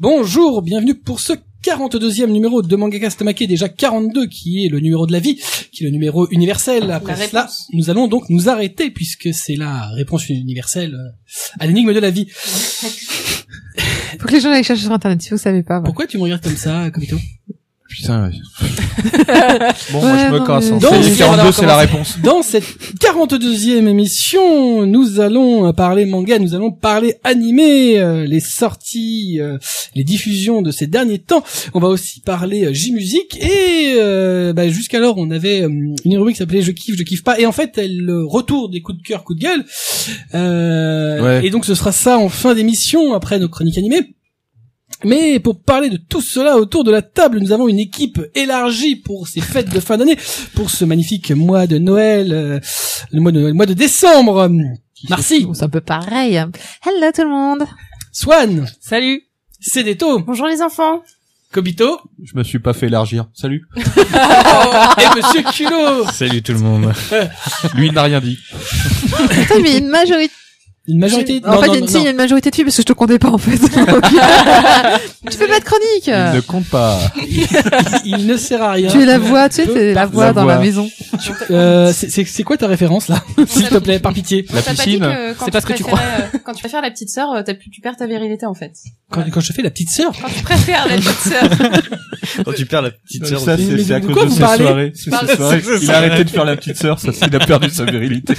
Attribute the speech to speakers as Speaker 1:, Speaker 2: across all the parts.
Speaker 1: Bonjour, bienvenue pour ce 42e numéro de Mangaka Stomake, déjà 42 qui est le numéro de la vie, qui est le numéro universel. Après
Speaker 2: La
Speaker 1: cela,
Speaker 2: réponse.
Speaker 1: nous allons donc nous arrêter puisque c'est la réponse universelle euh, à l'énigme de la vie.
Speaker 3: Faut que les gens aillent chercher sur internet si vous savez pas. voilà.
Speaker 1: Pourquoi tu me regardes comme ça, Komito
Speaker 4: Putain, ouais. Bon, moi
Speaker 3: Ouais,
Speaker 4: je me
Speaker 3: non,
Speaker 4: casse.
Speaker 3: mais-
Speaker 4: hein.
Speaker 1: Donc,
Speaker 4: Ça y est,
Speaker 1: si on a
Speaker 4: 42, c'est la
Speaker 1: commencé.
Speaker 4: réponse.
Speaker 1: Dans cette 42e émission, nous allons euh, parler manga, nous allons parler animé, euh, les sorties, euh, les diffusions de ces derniers temps. On va aussi parler euh, J-Music et euh, bah, jusqu'alors on avait euh, une rubrique qui s'appelait Je kiffe, je kiffe pas et en fait elle euh, retourne des coups de cœur, coups de gueule. Euh,
Speaker 4: Ouais.
Speaker 1: Et donc ce sera ça en fin d'émission après nos chroniques animées. Mais pour parler de tout cela autour de la table, nous avons une équipe élargie pour ces fêtes de fin d'année, pour ce magnifique mois de Noël, euh, le mois de Noël, mois de décembre. Merci,
Speaker 3: C'est un peu pareil. Hello tout le monde.
Speaker 1: Swan,
Speaker 2: Salut.
Speaker 1: Cédéto,
Speaker 2: Bonjour les enfants.
Speaker 1: Kobito
Speaker 4: Je me suis pas fait élargir. Salut.
Speaker 1: et Monsieur Culot.
Speaker 5: Salut tout le monde.
Speaker 4: Lui, il n'a rien dit.
Speaker 3: Putain, mais il y a une majorité.
Speaker 1: Une majorité.
Speaker 3: en
Speaker 1: non,
Speaker 3: fait,
Speaker 1: non,
Speaker 3: il y a une
Speaker 1: non,
Speaker 3: fille, il y a une majorité de filles parce que je te comptais pas en fait. tu fais pas de chronique.
Speaker 1: Euh.
Speaker 4: Il ne compte pas.
Speaker 1: non, il ne sert à rien.
Speaker 3: Tu es la voix, tu sais, c'est la voix
Speaker 4: La
Speaker 3: dans
Speaker 4: voix.
Speaker 3: la maison.
Speaker 1: Euh, c'est- c'est c'est quoi ta référence là, s'il te plaît, par pitié.
Speaker 4: La
Speaker 2: T'as pas dit
Speaker 4: piscine.
Speaker 2: que quand
Speaker 5: C'est pas ce que tu
Speaker 2: préférais, euh, quand tu préfères la petite sœur, euh, t'as plus, tu perds ta virilité en fait.
Speaker 1: Quand, quand je fais la petite sœur.
Speaker 2: Quand tu préfères la petite sœur.
Speaker 5: Quand tu perds la petite sœur,
Speaker 4: Ça,
Speaker 5: de-
Speaker 1: mais
Speaker 4: c'est c'est à
Speaker 1: de
Speaker 4: cause
Speaker 1: quoi
Speaker 4: de
Speaker 1: vous
Speaker 4: ses
Speaker 1: parlez
Speaker 4: soirées. C'est
Speaker 2: parle
Speaker 4: ses
Speaker 2: de
Speaker 4: soirées.
Speaker 5: ses
Speaker 4: Il a
Speaker 5: soirées.
Speaker 4: arrêté de faire la petite sœur, ça, c'est- il a perdu sa virilité.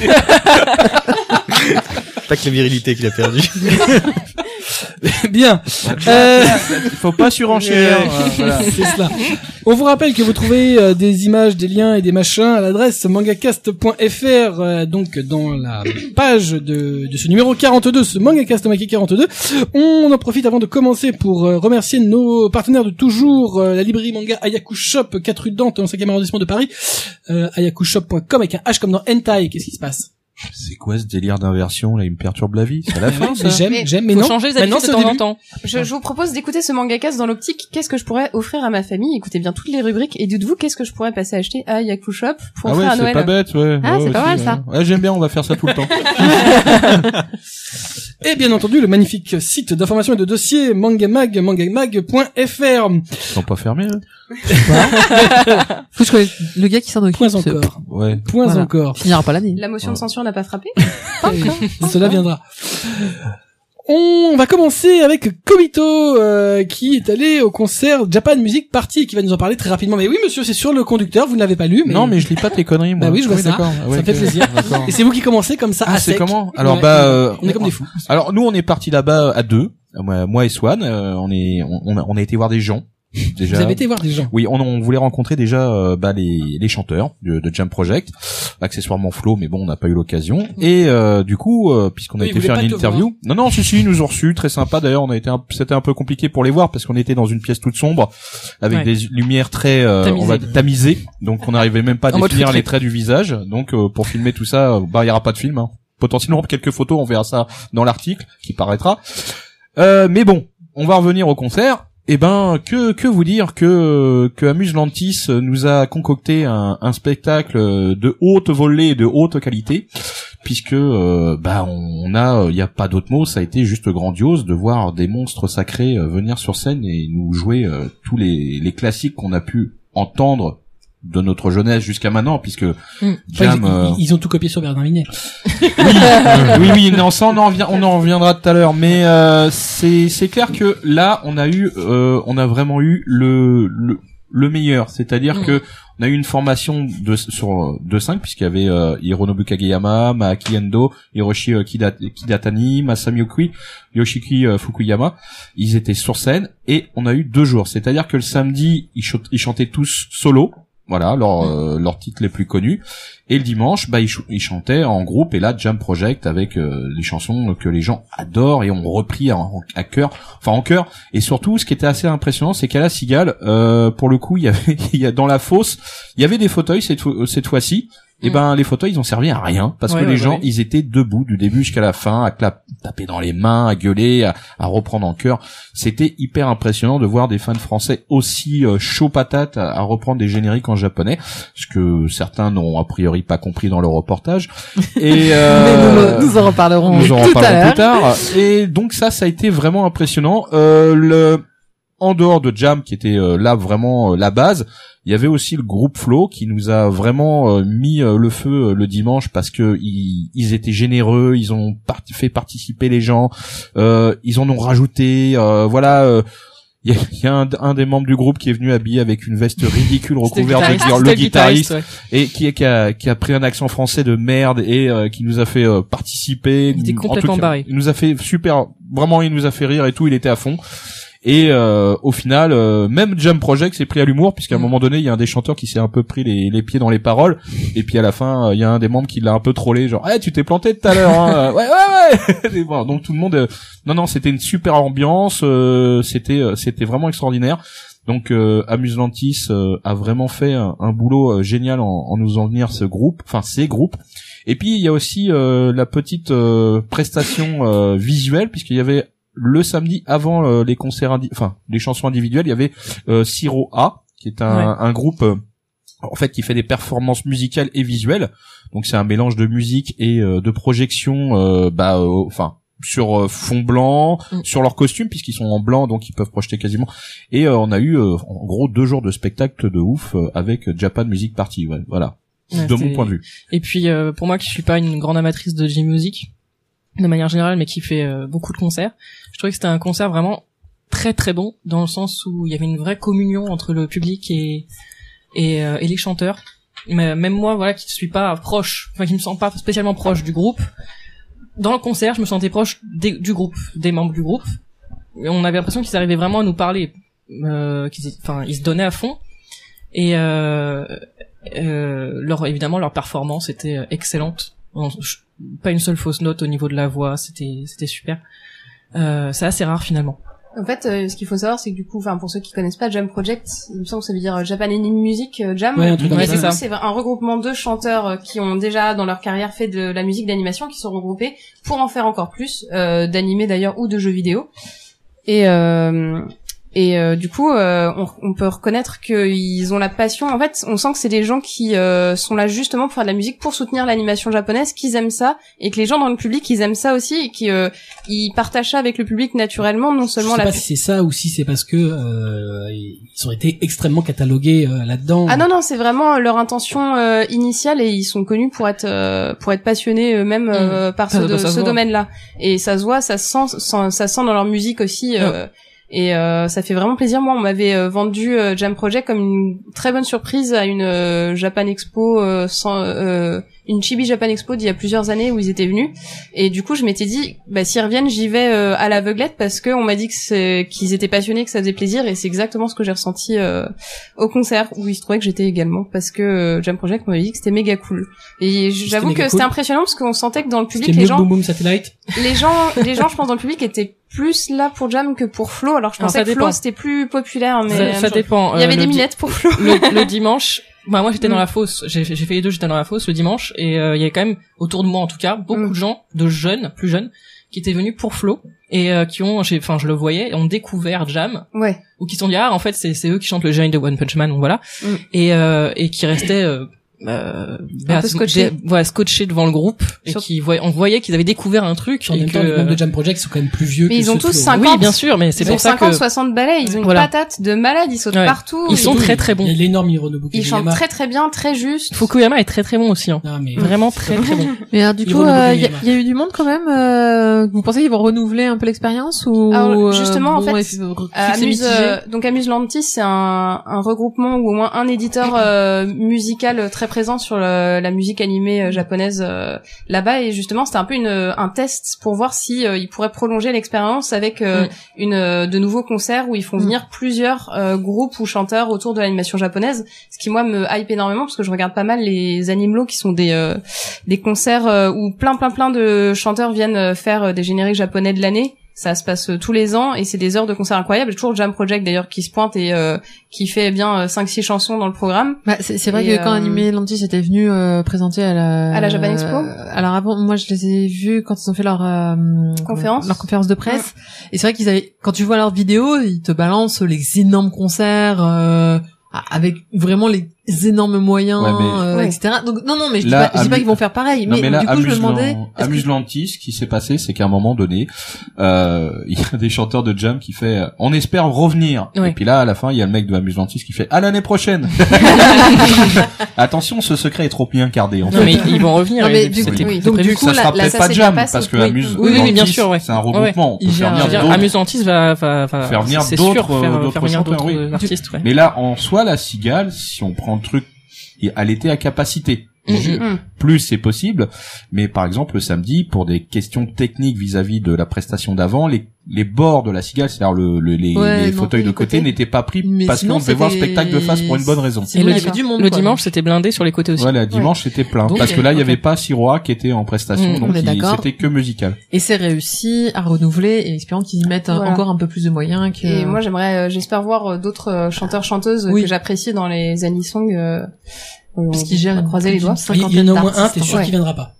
Speaker 5: pas que la virilité qu'il a perdue.
Speaker 1: Bien. Euh,
Speaker 4: Faut pas surenchérir. voilà.
Speaker 1: C'est cela. On vous rappelle que vous trouvez euh, des images, des liens et des machins à l'adresse mangacast.fr, euh, donc dans la page de, de ce numéro 42, ce mangacast Omake 42. On en profite avant de commencer pour euh, remercier nos partenaires de toujours, euh, la librairie manga Ayaku Shop, 4 rue de Dante, dans le 5e arrondissement de Paris, euh, ayakushop.com avec un H comme dans Hentai, qu'est-ce qui se passe
Speaker 4: C'est quoi ce délire d'inversion, là? Il me perturbe la vie. C'est à la fin, ça.
Speaker 1: Mais J'aime,
Speaker 2: Mais
Speaker 1: j'aime, mais
Speaker 6: faut
Speaker 1: non.
Speaker 6: changer les
Speaker 1: Maintenant,
Speaker 6: habitudes
Speaker 1: c'est
Speaker 6: de
Speaker 1: au
Speaker 6: temps en
Speaker 1: début.
Speaker 6: temps.
Speaker 2: Je, je vous propose d'écouter ce manga cast dans l'optique qu'est-ce que je pourrais offrir à ma famille Écoutez bien toutes les rubriques et dites-vous qu'est-ce que je pourrais passer acheter à Yaku Shop pour
Speaker 4: Ah ouais,
Speaker 2: offrir à
Speaker 4: c'est
Speaker 2: Noël.
Speaker 4: pas bête, ouais.
Speaker 3: Ah,
Speaker 4: Ouais,
Speaker 3: c'est pas
Speaker 4: aussi,
Speaker 3: mal, ça.
Speaker 4: ouais. Ouais, j'aime bien, on va faire ça tout le temps.
Speaker 1: Et bien entendu, le magnifique site d'information et de dossiers, mangamag, mangamag.fr.
Speaker 4: Ils sont pas fermés, hein.
Speaker 3: Faut que je connaisse le gars qui s'en occupe.
Speaker 1: Points
Speaker 3: parce que-
Speaker 1: encore.
Speaker 4: Ouais.
Speaker 1: Points
Speaker 3: Voilà.
Speaker 1: encore.
Speaker 3: Il euh, finira pas l'année.
Speaker 2: La motion de censure n'a pas frappé.
Speaker 1: Cela viendra. On va commencer avec Komito euh, qui est allé au concert Japan Music Party et qui va nous en parler très rapidement. Mais oui, monsieur, c'est sur le conducteur, vous ne l'avez pas lu. Mais...
Speaker 4: Non, mais je lis pas tes conneries, moi.
Speaker 1: Bah oui, je vois ça.
Speaker 4: d'accord. Ah ouais,
Speaker 1: Ça me fait
Speaker 4: ok.
Speaker 1: plaisir.
Speaker 4: D'accord.
Speaker 1: Et c'est vous qui commencez comme ça.
Speaker 4: Ah,
Speaker 1: à
Speaker 4: c'est
Speaker 1: sec.
Speaker 4: comment Alors
Speaker 1: Ouais.
Speaker 4: bah, euh,
Speaker 1: on est comme des fous.
Speaker 4: Alors nous, on est parti là-bas à deux. Moi, moi et Swan, euh, on est, on, on a- on a été voir des gens. Déjà.
Speaker 1: Vous avez été voir des gens.
Speaker 4: Oui, on, on voulait rencontrer déjà euh, bah, les, les chanteurs de, de Jam Project, accessoirement Flo, mais bon, on n'a pas eu l'occasion. Et euh, du coup, euh, puisqu'on a
Speaker 1: Oui, ils
Speaker 4: été faire
Speaker 1: voulaient
Speaker 4: une
Speaker 1: pas te
Speaker 4: interview, non, non, si, si, ils nous ont reçus, très sympa. D'ailleurs, on a été, un- c'était un peu compliqué pour les voir parce qu'on était dans une pièce toute sombre avec
Speaker 6: Ouais.
Speaker 4: des lumières très, euh, on va tamisées, donc on n'arrivait même pas à
Speaker 6: En mode
Speaker 4: définir
Speaker 6: feutré.
Speaker 4: les traits du visage. Donc euh, pour filmer tout ça, euh, bah il y aura pas de film. hein. Potentiellement quelques photos, on verra ça dans l'article qui paraîtra. Euh, mais bon, on va revenir au concert. Eh ben, que, que vous dire que, que Amuse Lantis nous a concocté un, un spectacle de haute volée et de haute qualité, puisque euh, bah on a, il n'y a pas d'autre mot, ça a été juste grandiose de voir des monstres sacrés euh, venir sur scène et nous jouer euh, tous les, les classiques qu'on a pu entendre de notre jeunesse jusqu'à maintenant, puisque Jam,
Speaker 1: Enfin, ils-
Speaker 4: euh,
Speaker 1: ils, ils ont tout copié sur Bernard Minet.
Speaker 4: oui, oui, non, ça on en revient, on en reviendra tout à l'heure, mais euh, c'est c'est clair que là on a eu, euh, on a vraiment eu le le, le meilleur, c'est-à-dire que on a eu une formation de sur de cinq puisqu'il y avait euh, Hironobu Kageyama, Maaki Endo, Hiroshi euh, Kida- Kidatani, Masami Okui, Yoshiki euh, Fukuyama. Ils étaient sur scène et on a eu deux jours, c'est-à-dire que le samedi ils, chot- ils chantaient tous solo. Voilà, leurs euh, leurs titres les plus connus. Et le dimanche, bah, ils, chou- ils chantaient en groupe et là, Jam Project avec euh, les chansons que les gens adorent et ont repris en- en- à cœur, enfin en cœur. Et surtout, ce qui était assez impressionnant, c'est qu'à la Cigale, euh, pour le coup, il y avait, il y a dans la fosse, il y avait des fauteuils cette, fo- cette fois-ci. Et
Speaker 6: Mm.
Speaker 4: ben les fauteuils ils ont servi à rien parce
Speaker 6: Ouais,
Speaker 4: que les
Speaker 6: ouais,
Speaker 4: gens
Speaker 6: ouais.
Speaker 4: ils étaient debout du début jusqu'à la fin à cla- taper dans les mains à gueuler à, à reprendre en cœur c'était hyper impressionnant de voir des fans français aussi euh, chaud patate à, à reprendre des génériques en japonais ce que certains n'ont a priori pas compris dans le reportage et euh,
Speaker 3: Mais nous, nous en reparlerons
Speaker 4: nous
Speaker 3: tout
Speaker 4: en
Speaker 3: à
Speaker 4: reparlerons
Speaker 3: l'heure.
Speaker 4: plus tard. Et donc ça, ça a été vraiment impressionnant. Euh, le en dehors de Jam qui était euh, là vraiment euh, la base, il y avait aussi le groupe Flow qui nous a vraiment euh, mis euh, le feu euh, le dimanche parce que ils, ils étaient généreux, ils ont part- fait participer les gens, euh, ils en ont rajouté, euh, voilà. euh, il y a, il y a un, un des membres du groupe qui est venu habillé avec une veste ridicule recouverte de guir- le guitariste et qui, qui, a, qui a pris un accent français de merde et euh, qui nous a fait euh, participer.
Speaker 6: Il était
Speaker 4: En tout
Speaker 6: complètement
Speaker 4: cas,
Speaker 6: barré.
Speaker 4: Il nous a fait super, vraiment, il nous a fait rire et tout. Il était à fond. Et euh, au final, euh, même Jump Project s'est pris à l'humour puisqu'à un
Speaker 6: Mm.
Speaker 4: moment donné, il y a un des chanteurs qui s'est un peu pris les, les pieds dans les paroles. Et puis à la fin, euh, il y a un des membres qui l'a un peu trollé, genre, eh, tu t'es planté tout à l'heure. hein. ouais, ouais, ouais. Et voilà, donc tout le monde. euh, Non, non, c'était une super ambiance. euh, c'était, euh, c'était vraiment extraordinaire. Donc euh, Amuselantis euh, a vraiment fait un, un boulot euh, génial en, en nous en venir ce groupe, enfin ces groupes. Et puis il y a aussi euh, la petite euh, prestation euh, visuelle puisqu'il y avait le samedi avant euh, les concerts, indi- enfin les chansons individuelles, il y avait euh, Siro A qui est un, un groupe euh, en fait qui fait des performances musicales et visuelles. Donc c'est un mélange de musique et euh, de projection, euh, bah euh, enfin sur euh, fond blanc,
Speaker 6: Mm.
Speaker 4: sur leur costume puisqu'ils sont en blanc donc ils peuvent projeter quasiment et euh, on a eu euh, en gros deux jours de spectacle de ouf euh, avec Japan Music Party. ouais, voilà,
Speaker 6: Ouais,
Speaker 4: de
Speaker 6: c'était-
Speaker 4: mon point de vue.
Speaker 6: Et puis euh, pour moi qui suis pas une grande amatrice de J-Music de manière générale mais qui fait euh, beaucoup de concerts, je trouvais que c'était un concert vraiment très très bon dans le sens où il y avait une vraie communion entre le public et et, euh, et les chanteurs. Mais même moi voilà qui ne suis pas proche, enfin qui me sens pas spécialement proche du groupe, dans le concert je me sentais proche des- du groupe, des membres du groupe. Et on avait l'impression qu'ils arrivaient vraiment à nous parler, euh, qu'ils enfin ils se donnaient à fond. Et euh, euh, leur évidemment leur performance était euh, excellente. On- je- pas une seule fausse note au niveau de la voix, c'était c'était super. Euh, c'est assez rare finalement.
Speaker 2: En fait, euh, ce qu'il faut savoir, c'est que du coup, enfin, pour ceux qui connaissent pas Jam Project, il me semble que ça veut dire euh, Japan Anime Music euh, Jam.
Speaker 1: Ouais, un truc comme
Speaker 6: Ouais,
Speaker 1: ça.
Speaker 6: c'est ça.
Speaker 2: C'est un regroupement de chanteurs euh, qui ont déjà dans leur carrière fait de la musique d'animation, qui sont regroupés pour en faire encore plus, euh, d'animés d'ailleurs ou de jeux vidéo. Et euh, et euh, du coup, euh, on, on peut reconnaître qu'ils ont la passion. En fait, on sent que c'est des gens qui euh, sont là justement pour faire de la musique, pour soutenir l'animation japonaise, qu'ils aiment ça, et que les gens dans le public, ils aiment ça aussi, et qui euh, ils partagent ça avec le public naturellement, non
Speaker 1: Je
Speaker 2: seulement
Speaker 1: sais
Speaker 2: la
Speaker 1: pas si c'est ça ou si c'est parce que euh, ils ont été extrêmement catalogués euh, là-dedans.
Speaker 2: Ah non non, c'est vraiment leur intention euh, initiale et ils sont connus pour être euh, pour être passionnés eux-mêmes euh, par ce,
Speaker 6: Hmm. Ça-
Speaker 2: do-
Speaker 6: ça se
Speaker 2: ce
Speaker 6: voit.
Speaker 2: domaine-là. Et ça se voit, ça se sent, ça, ça sent dans leur musique aussi. euh, Et euh, ça fait vraiment plaisir. Moi, on m'avait euh, vendu euh, Jam Project comme une très bonne surprise à une euh, Japan Expo, euh, sans, euh, une Chibi Japan Expo d'il y a plusieurs années où ils étaient venus. Et du coup, je m'étais dit, bah, s'ils reviennent, j'y vais euh, à l'aveuglette parce que on m'a dit que c'est- qu'ils étaient passionnés, que ça faisait plaisir. Et c'est exactement ce que j'ai ressenti euh, au concert où il se trouvait que j'étais également parce que euh, Jam Project m'avait dit que c'était méga cool. Et j'avoue
Speaker 1: méga
Speaker 2: que
Speaker 1: cool.
Speaker 2: c'était impressionnant parce qu'on sentait que dans le
Speaker 1: C'était
Speaker 2: public,
Speaker 1: mieux
Speaker 2: les
Speaker 1: que
Speaker 2: gens,
Speaker 1: Boom Boom Satellite.
Speaker 2: les gens, les gens, je pense dans le public étaient plus là pour Jam que pour Flo. Alors je
Speaker 6: Alors,
Speaker 2: pensais
Speaker 6: ça
Speaker 2: que
Speaker 6: dépend.
Speaker 2: Flo c'était plus populaire, mais
Speaker 6: ça, ça dépend.
Speaker 2: il y
Speaker 6: euh,
Speaker 2: avait
Speaker 6: le
Speaker 2: des
Speaker 6: di-
Speaker 2: minettes pour Flo.
Speaker 6: Le, le dimanche, bah moi j'étais dans
Speaker 2: Mm.
Speaker 6: la fosse. J'ai j'ai fait les deux, j'étais dans la fosse le dimanche et euh, il y avait quand même autour de moi en tout cas beaucoup
Speaker 2: Mm.
Speaker 6: de gens, de jeunes, plus jeunes, qui étaient venus pour Flo et euh, qui ont, j'ai- enfin je le voyais, ont découvert Jam
Speaker 2: Ouais.
Speaker 6: ou qui sont dit ah en fait c'est c'est eux qui chantent le génie de One Punch Man donc voilà
Speaker 2: Mm.
Speaker 6: et euh, et qui restaient euh, euh, bah,
Speaker 2: peu
Speaker 6: se-
Speaker 2: scotchés.
Speaker 6: dé- voilà scotchés devant le groupe et
Speaker 2: Sur-
Speaker 6: qui voyaient on voyait qu'ils avaient découvert un truc
Speaker 1: En
Speaker 6: et
Speaker 1: même temps,
Speaker 6: que-
Speaker 1: les membres de Jam Project sont quand même plus vieux.
Speaker 2: Mais
Speaker 1: que
Speaker 2: ils ont
Speaker 1: ceux de
Speaker 2: tous
Speaker 1: Flo.
Speaker 2: 50.
Speaker 6: oui bien sûr mais c'est
Speaker 2: Ils ont
Speaker 6: pour ça
Speaker 2: 50,
Speaker 6: que
Speaker 2: 60 balais, ils ont une
Speaker 6: Voilà.
Speaker 2: patate de malade, ils sautent
Speaker 6: Ouais.
Speaker 2: partout.
Speaker 6: Ils sont
Speaker 1: Et-
Speaker 6: très, très bons.
Speaker 1: Il y a l'énorme Hironobu
Speaker 2: Ils chantent
Speaker 1: Kageyama.
Speaker 2: très très bien, très juste.
Speaker 6: Fukuyama est très très bon aussi hein.
Speaker 1: Non, mais
Speaker 6: vraiment très très bon
Speaker 3: Mais alors, du
Speaker 1: Ils
Speaker 3: coup, il
Speaker 1: renouvelent
Speaker 3: y,
Speaker 1: les
Speaker 3: a-
Speaker 1: marques.
Speaker 3: y a eu du monde quand même. euh, vous pensez qu'ils vont renouveler un peu l'expérience ou
Speaker 2: Alors, justement, en fait, Euh, Amuse,
Speaker 3: mitigé.
Speaker 2: euh, donc Amuse Lantis, c'est un, un regroupement où au moins un éditeur euh, musical euh, très présent sur le- la musique animée euh, japonaise euh, là-bas et justement c'était un peu une, un test pour voir si euh, ils pourraient prolonger l'expérience avec euh,
Speaker 6: Mm.
Speaker 2: une euh, de nouveaux concerts où ils font
Speaker 3: Mm.
Speaker 2: venir plusieurs euh, groupes ou chanteurs autour de l'animation japonaise, ce qui moi me hype énormément parce que je regarde pas mal les animaux qui sont des euh, des concerts euh, où plein plein plein de chanteurs viennent euh, faire euh, des génériques japonais de l'année. Ça se passe euh, tous les ans et c'est des heures de concerts incroyables. J'ai Toujours Jam Project d'ailleurs qui se pointe et euh, qui fait bien euh, 5 six chansons dans le programme.
Speaker 3: Bah, c'est c'est vrai
Speaker 2: Et,
Speaker 3: que quand
Speaker 2: euh,
Speaker 3: Animé Lantis était venu euh, présenter à la
Speaker 2: À la Japan Expo
Speaker 3: euh, alors avant, moi je les ai vus quand ils ont fait leur euh,
Speaker 2: Conférence.
Speaker 3: leur conférence de presse. Et c'est vrai qu'ils avaient quand tu vois leurs vidéos, ils te balancent les énormes concerts euh, avec vraiment les énormes moyens,
Speaker 4: Ouais, mais-
Speaker 3: euh,
Speaker 2: Ouais.
Speaker 3: etc. Donc non, non, mais je dis
Speaker 4: Là,
Speaker 3: pas, je dis pas
Speaker 4: amu-
Speaker 3: qu'ils vont faire pareil.
Speaker 4: Non,
Speaker 3: mais,
Speaker 4: mais là,
Speaker 3: du coup, je me
Speaker 4: Amusement-
Speaker 3: demandais. est-ce que-
Speaker 4: Amuselantis, ce qui s'est passé, c'est qu'à un moment donné, euh, il y a des chanteurs de jam qui fait euh, On espère revenir
Speaker 6: Ouais.
Speaker 4: Et puis là, à la fin, il y a le mec de Amuselantis qui fait À l'année prochaine Attention, ce secret est trop bien gardé, en
Speaker 6: Non
Speaker 4: fait.
Speaker 6: mais ils vont revenir.
Speaker 3: Non, mais
Speaker 6: et
Speaker 3: du-
Speaker 6: c'était-
Speaker 2: oui.
Speaker 6: c'était
Speaker 3: Donc, du
Speaker 6: prévu.
Speaker 3: coup,
Speaker 4: ça
Speaker 3: la-
Speaker 4: sera
Speaker 2: la-
Speaker 4: peut-être
Speaker 2: ça,
Speaker 4: pas
Speaker 2: c'est
Speaker 4: jam,
Speaker 2: dépassé.
Speaker 4: parce que
Speaker 2: Oui.
Speaker 4: Amuselantis,
Speaker 6: Oui, oui, oui, bien sûr, ouais.
Speaker 4: c'est un regroupement.
Speaker 3: Il
Speaker 4: On peut
Speaker 3: gère-
Speaker 4: faire
Speaker 6: Je veux
Speaker 4: venir
Speaker 6: dire,
Speaker 4: d'autres.
Speaker 6: Amusantis va, va, va
Speaker 4: Faire venir
Speaker 6: c'est sûr,
Speaker 4: d'autres,
Speaker 6: faire,
Speaker 4: euh, d'autres
Speaker 6: faire venir
Speaker 4: chanteurs,
Speaker 6: d'autres
Speaker 4: oui.
Speaker 6: euh, artistes, ouais.
Speaker 4: Mais là, en soi, la cigale, si on prend le truc, et elle était à capacité.
Speaker 3: Mm,
Speaker 6: Mhm.
Speaker 4: Je-
Speaker 2: Mhm.
Speaker 4: Plus c'est possible, mais par exemple le samedi, pour des questions techniques vis-à-vis de la prestation d'avant, les, les bords de la cigale, c'est-à-dire le, le- les,
Speaker 3: Ouais,
Speaker 4: les
Speaker 3: non,
Speaker 4: fauteuils de
Speaker 3: les
Speaker 4: côté,
Speaker 3: côtés.
Speaker 4: n'étaient pas pris
Speaker 3: Mais
Speaker 4: parce
Speaker 3: sinon,
Speaker 4: qu'on devait voir le
Speaker 3: c'était-
Speaker 4: spectacle de face pour une bonne raison.
Speaker 3: Sinon,
Speaker 6: Et le
Speaker 3: il y avait du monde,
Speaker 6: Le
Speaker 3: quoi,
Speaker 6: dimanche, c'était blindé sur les côtés aussi.
Speaker 4: Voilà, dimanche c'était plein
Speaker 6: Donc,
Speaker 4: parce que là il y
Speaker 6: ok.
Speaker 4: avait pas Siroa qui était en prestation,
Speaker 6: Mm,
Speaker 4: donc
Speaker 3: Mmh, on est
Speaker 4: il-
Speaker 3: d'accord.
Speaker 4: c'était que musical.
Speaker 3: Et c'est réussi à renouveler et espérant qu'ils y mettent euh,
Speaker 2: Voilà.
Speaker 3: encore un peu plus de moyens que.
Speaker 2: Et moi, j'aimerais, euh, j'espère voir euh, d'autres euh, chanteurs chanteuses euh,
Speaker 3: Oui.
Speaker 2: que j'apprécie dans les anisongs. Euh,
Speaker 3: parce qu'ils gèrent une-
Speaker 2: croiser les doigts.
Speaker 1: Il
Speaker 3: cinquantaine
Speaker 1: il y en a au moins un,
Speaker 3: d'artistes,
Speaker 1: t'es sûr
Speaker 3: hein.
Speaker 1: qu'il viendra pas.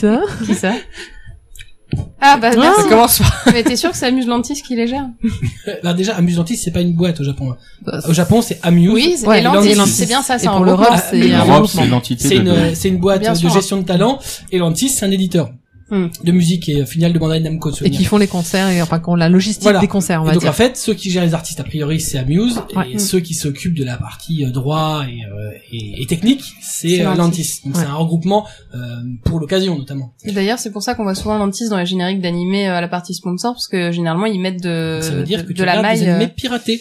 Speaker 3: Qui ça
Speaker 2: Qui ça Ah bah
Speaker 3: Ah,
Speaker 2: merci.
Speaker 3: ça
Speaker 6: commence par...
Speaker 2: Mais t'es sûr que c'est Amuse Lantis qui les gère
Speaker 1: Alors Euh, bah, déjà, Amusantis, c'est pas une boîte au Japon. hein. Au Japon, Bah, c'est Amuse.
Speaker 2: Ah, Oui, c'est
Speaker 3: Ouais,
Speaker 2: et Lantis,
Speaker 4: Lantis.
Speaker 2: c'est bien ça,
Speaker 3: Et
Speaker 2: c'est un
Speaker 3: pour le
Speaker 2: regroupement.
Speaker 3: rock,
Speaker 1: Ah,
Speaker 3: c'est
Speaker 1: mais
Speaker 3: un
Speaker 1: le
Speaker 4: Europe,
Speaker 1: rock,
Speaker 3: regroupement.
Speaker 4: c'est l'entité
Speaker 1: C'est
Speaker 4: de,
Speaker 1: une, c'est une boîte
Speaker 2: Bien
Speaker 1: de
Speaker 2: sûr.
Speaker 1: gestion de talent et Lantis, c'est un éditeur
Speaker 2: Hmm.
Speaker 1: de musique et euh, finale de Bandai Namco. de
Speaker 3: Et
Speaker 1: souvenir.
Speaker 3: qui font les concerts et enfin qui ont la logistique
Speaker 1: Voilà.
Speaker 3: des concerts, on
Speaker 1: Et
Speaker 3: va
Speaker 1: donc
Speaker 3: dire.
Speaker 1: en fait, ceux qui gèrent les artistes a priori, c'est Amuse
Speaker 3: Ouais.
Speaker 1: et ceux qui s'occupent de la partie euh, droit et, euh, et, et technique, c'est
Speaker 2: C'est
Speaker 1: euh, Lantis.
Speaker 2: Lantis.
Speaker 1: Donc
Speaker 3: Ouais.
Speaker 1: c'est un regroupement euh, pour l'occasion notamment.
Speaker 2: Et D'ailleurs, c'est pour ça qu'on voit souvent Lantis dans les génériques d'animés euh, à la partie sponsor, parce que généralement ils mettent de,
Speaker 1: ça veut dire
Speaker 2: de,
Speaker 1: que
Speaker 2: de
Speaker 1: tu
Speaker 2: la
Speaker 1: regardes
Speaker 2: maille.
Speaker 1: des
Speaker 2: euh,
Speaker 1: animés piratés.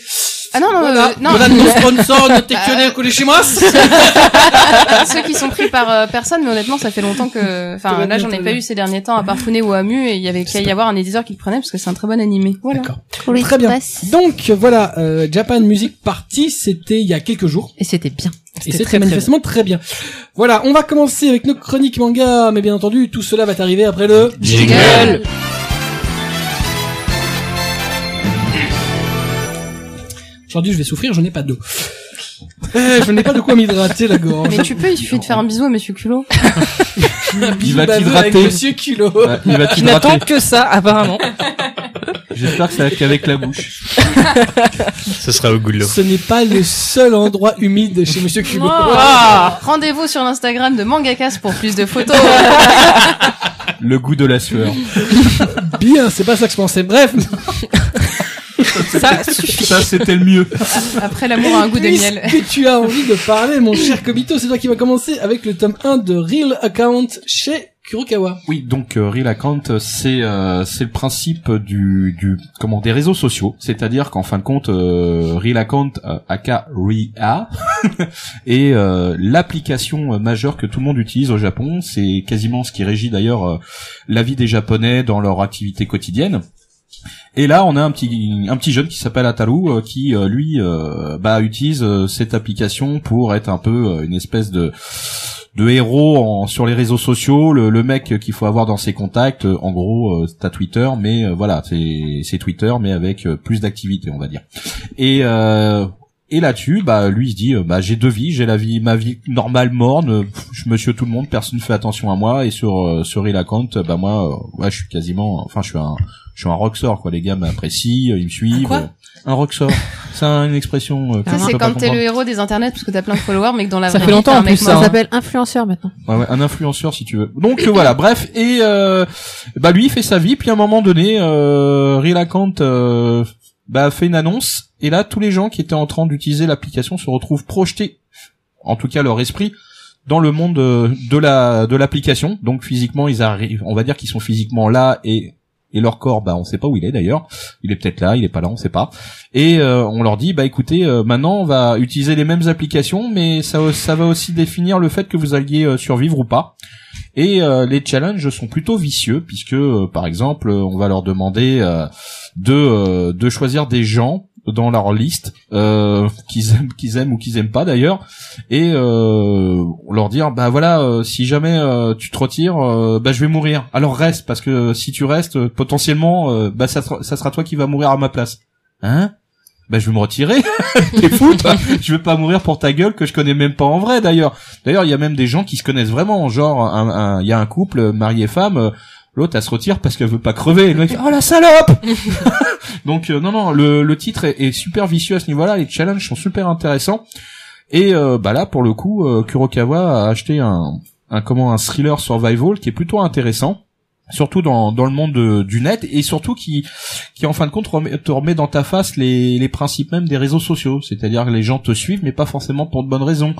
Speaker 2: Ah non, non,
Speaker 1: voilà.
Speaker 2: euh, non.
Speaker 1: Voilà nos sponsors, notre actionnaire collé chez moi.
Speaker 2: ceux qui sont pris par euh, personne, mais honnêtement, ça fait longtemps que. Enfin, là, j'en ai pas eu ces derniers temps à part Funé ou Amu, et il y avait qu'à y avoir un éditeur qui le prenait parce que c'est un très bon animé. Voilà.
Speaker 1: D'accord. Très bien. Donc voilà, euh, Japan Music Party, c'était il y a quelques jours.
Speaker 3: Et c'était bien.
Speaker 1: Et
Speaker 6: C'était
Speaker 1: c'est
Speaker 6: très, très
Speaker 1: manifestement très bien. Voilà, on va commencer avec nos chroniques manga, mais bien entendu, tout cela va arriver après le...
Speaker 5: Jingle.
Speaker 1: Aujourd'hui, je vais souffrir, je n'ai pas d'eau. Euh, je n'ai pas de quoi m'hydrater la gorge.
Speaker 2: Mais tu peux, il suffit de faire un bisou à Monsieur Culot.
Speaker 4: Il va
Speaker 1: Baveux avec
Speaker 4: t'hydrater.
Speaker 1: Monsieur Culot.
Speaker 4: Ouais, il va
Speaker 6: Qui n'attend
Speaker 4: t'hydrater.
Speaker 6: que ça, apparemment.
Speaker 4: J'espère que ça va être qu'avec la bouche.
Speaker 5: Ce sera au goût de l'eau.
Speaker 1: Ce n'est pas le seul endroit humide chez Monsieur Culot.
Speaker 2: Rendez-vous sur l'Instagram de Mangakas pour plus de photos. euh,
Speaker 4: Le goût de la sueur.
Speaker 1: Bien, c'est pas ça que je pensais. Bref,
Speaker 6: ça suffit.
Speaker 4: Ça c'était le mieux.
Speaker 2: Après l'amour a un goût de miel.
Speaker 1: Puisque tu as envie de parler, mon cher Kobito, c'est toi qui vas commencer avec le tome 1 de Real Account chez Kurokawa.
Speaker 4: Oui, donc euh, Real Account, c'est euh, c'est le principe du, du comment des réseaux sociaux, c'est-à-dire qu'en fin de compte, euh, Real Account, euh, aka Ria, est euh, l'application euh, majeure que tout le monde utilise au Japon. C'est quasiment ce qui régit d'ailleurs euh, la vie des Japonais dans leur activité quotidienne. Et là, on a un petit un petit jeune qui s'appelle Ataru euh, qui euh, lui euh, bah utilise euh, cette application pour être un peu euh, une espèce de de héros en- sur les réseaux sociaux, le, le mec qu'il faut avoir dans ses contacts, euh, en gros, euh, t'as Twitter, mais euh, voilà, c'est c'est Twitter, mais avec euh, plus d'activité, on va dire. Et euh, et là-dessus, bah lui il se dit, euh, bah j'ai deux vies, j'ai la vie, ma vie normale morne, euh, pff, je me suis tout le monde, personne ne fait attention à moi, et sur euh, sur Real Account, euh, bah moi, euh, ouais, je suis quasiment, enfin je suis un je suis un rockstar quoi, les gars m'apprécient, euh, ils me suivent.
Speaker 1: quoi
Speaker 4: euh, un rockstar, c'est une expression. euh, que
Speaker 2: Ça,
Speaker 4: je
Speaker 2: c'est
Speaker 4: peux pas
Speaker 2: quand t'es
Speaker 4: comprendre.
Speaker 2: le héros des internets parce que t'as plein de followers, mais que dans la
Speaker 6: Ça
Speaker 2: vraie
Speaker 6: fait
Speaker 2: vie,
Speaker 6: longtemps,
Speaker 2: t'es un
Speaker 6: en
Speaker 2: mec
Speaker 6: plus,
Speaker 2: mort.
Speaker 6: ça,
Speaker 3: Ça
Speaker 6: hein.
Speaker 3: s'appelle influenceur maintenant.
Speaker 4: Ouais, ouais, un influenceur si tu veux. Donc euh, voilà, bref, et euh, bah lui il fait sa vie, puis à un moment donné, euh, Real Account, euh, bah fait une annonce, et là tous les gens qui étaient en train d'utiliser l'application se retrouvent projetés, en tout cas leur esprit, dans le monde euh, de la de l'application. Donc physiquement ils arrivent, on va dire qu'ils sont physiquement là et et leur corps, bah on sait pas où il est d'ailleurs. Il est peut-être là, il est pas là, on sait pas. Et euh, on leur dit, bah écoutez, euh, maintenant on va utiliser les mêmes applications, mais ça, ça va aussi définir le fait que vous alliez euh, survivre ou pas. Et euh, les challenges sont plutôt vicieux, puisque euh, par exemple, euh, on va leur demander euh, de, euh, de choisir des gens dans leur liste euh, qu'ils aiment qu'ils aiment ou qu'ils aiment pas d'ailleurs et euh, leur dire bah voilà euh, si jamais euh, tu te retires euh, bah je vais mourir alors reste parce que si tu restes euh, potentiellement euh, bah ça, sera- ça sera toi qui va mourir à ma place hein bah je vais me retirer t'es fou toi je vais pas mourir pour ta gueule que je connais même pas en vrai d'ailleurs d'ailleurs il y a même des gens qui se connaissent vraiment genre un- un- il y a un couple euh, mari et femme euh, L'autre, elle se retire parce qu'elle veut pas crever. Et le mec fait, oh la salope! Donc, euh, non, non, le, le titre est, est super vicieux à ce niveau-là. Les challenges sont super intéressants. Et, euh, bah là, pour le coup, euh, Kurokawa a acheté un, un, comment, un thriller survival qui est plutôt intéressant. Surtout dans, dans le monde de- du net et surtout qui, qui en fin de compte remet- te remet dans ta face les, les principes même des réseaux sociaux. C'est-à-dire que les gens te suivent mais pas forcément pour de bonnes raisons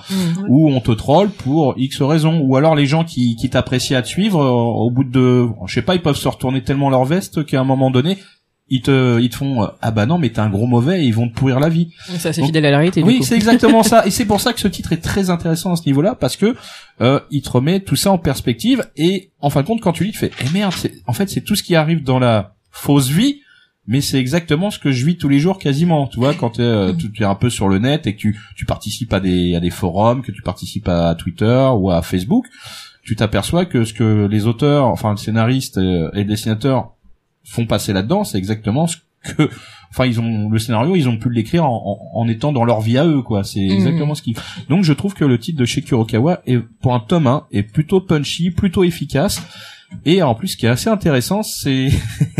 Speaker 4: ou on te troll pour X raison ou alors les gens qui, qui t'apprécient à te suivre euh, au bout de je sais pas ils peuvent se retourner tellement leur veste qu'à un moment donné ils te ils te font euh, ah bah non mais t'es un gros mauvais et ils vont te pourrir la vie
Speaker 6: Ça, c'est
Speaker 4: Donc-
Speaker 6: fidèle à la réalité.
Speaker 4: oui
Speaker 6: du coup.
Speaker 4: c'est exactement ça et c'est pour ça que ce titre est très intéressant à ce niveau là parce que euh, il te remet tout ça en perspective et en fin de compte quand tu lis tu fais eh merde c'est- en fait c'est tout ce qui arrive dans la fausse vie mais c'est exactement ce que je vis tous les jours quasiment tu vois quand t'es, euh, tu tu es un peu sur le net et que tu, tu participes à des à des forums que tu participes à Twitter ou à Facebook tu t'aperçois que ce que les auteurs enfin le scénariste euh, et le dessinateur font passer là-dedans c'est exactement ce que enfin ils ont le scénario ils ont pu l'écrire en, en, en étant dans leur vie à eux quoi
Speaker 1: Mhm.
Speaker 4: c'est exactement ce qu'ils donc je trouve que le titre de chez Kurokawa est pour un tome 1 est plutôt punchy plutôt efficace et en plus, ce qui est assez intéressant, c'est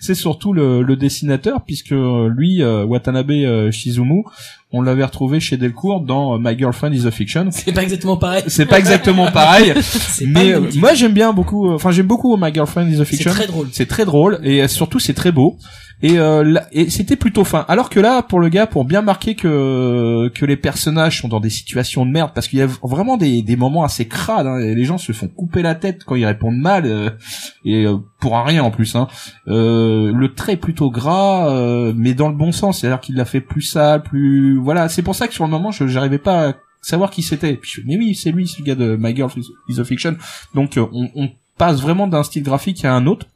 Speaker 4: c'est surtout le, le dessinateur, puisque euh, lui, euh, Watanabe euh, Shizumu, on l'avait retrouvé chez Delcourt dans euh, My Girlfriend Is a Fiction.
Speaker 1: C'est pas exactement pareil.
Speaker 4: C'est pas exactement pareil,
Speaker 1: C'est pas
Speaker 4: mais
Speaker 1: le
Speaker 4: euh,
Speaker 1: même titre.
Speaker 4: moi j'aime bien beaucoup. euh, Enfin, j'aime beaucoup My Girlfriend Is a
Speaker 1: c'est
Speaker 4: Fiction.
Speaker 1: très drôle.
Speaker 4: C'est très drôle et euh, surtout c'est très beau. Et, euh, là- et c'était plutôt fin. Alors que là, pour le gars, pour bien marquer que que les personnages sont dans des situations de merde, parce qu'il y a v- vraiment des, des moments assez crades. hein, et les gens se font couper la tête quand ils répondent mal euh, et euh, pour un rien en plus. Hein. Euh, le trait est plutôt gras, euh, mais dans le bon sens. C'est-à-dire qu'il l'a fait plus sale, plus voilà. C'est pour ça que sur le moment, je j'arrivais pas à savoir qui c'était. Puis je fais, mais oui, c'est lui, c'est le gars de My Girl Is a Fiction. Donc euh, on, on passe vraiment d'un style graphique à un autre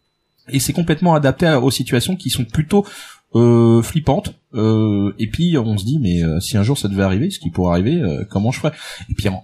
Speaker 4: et c'est complètement adapté à- aux situations qui sont plutôt euh, flippantes Euh, et puis on se dit mais euh, si un jour ça devait arriver ce qui pourrait arriver euh, comment je ferais et puis en,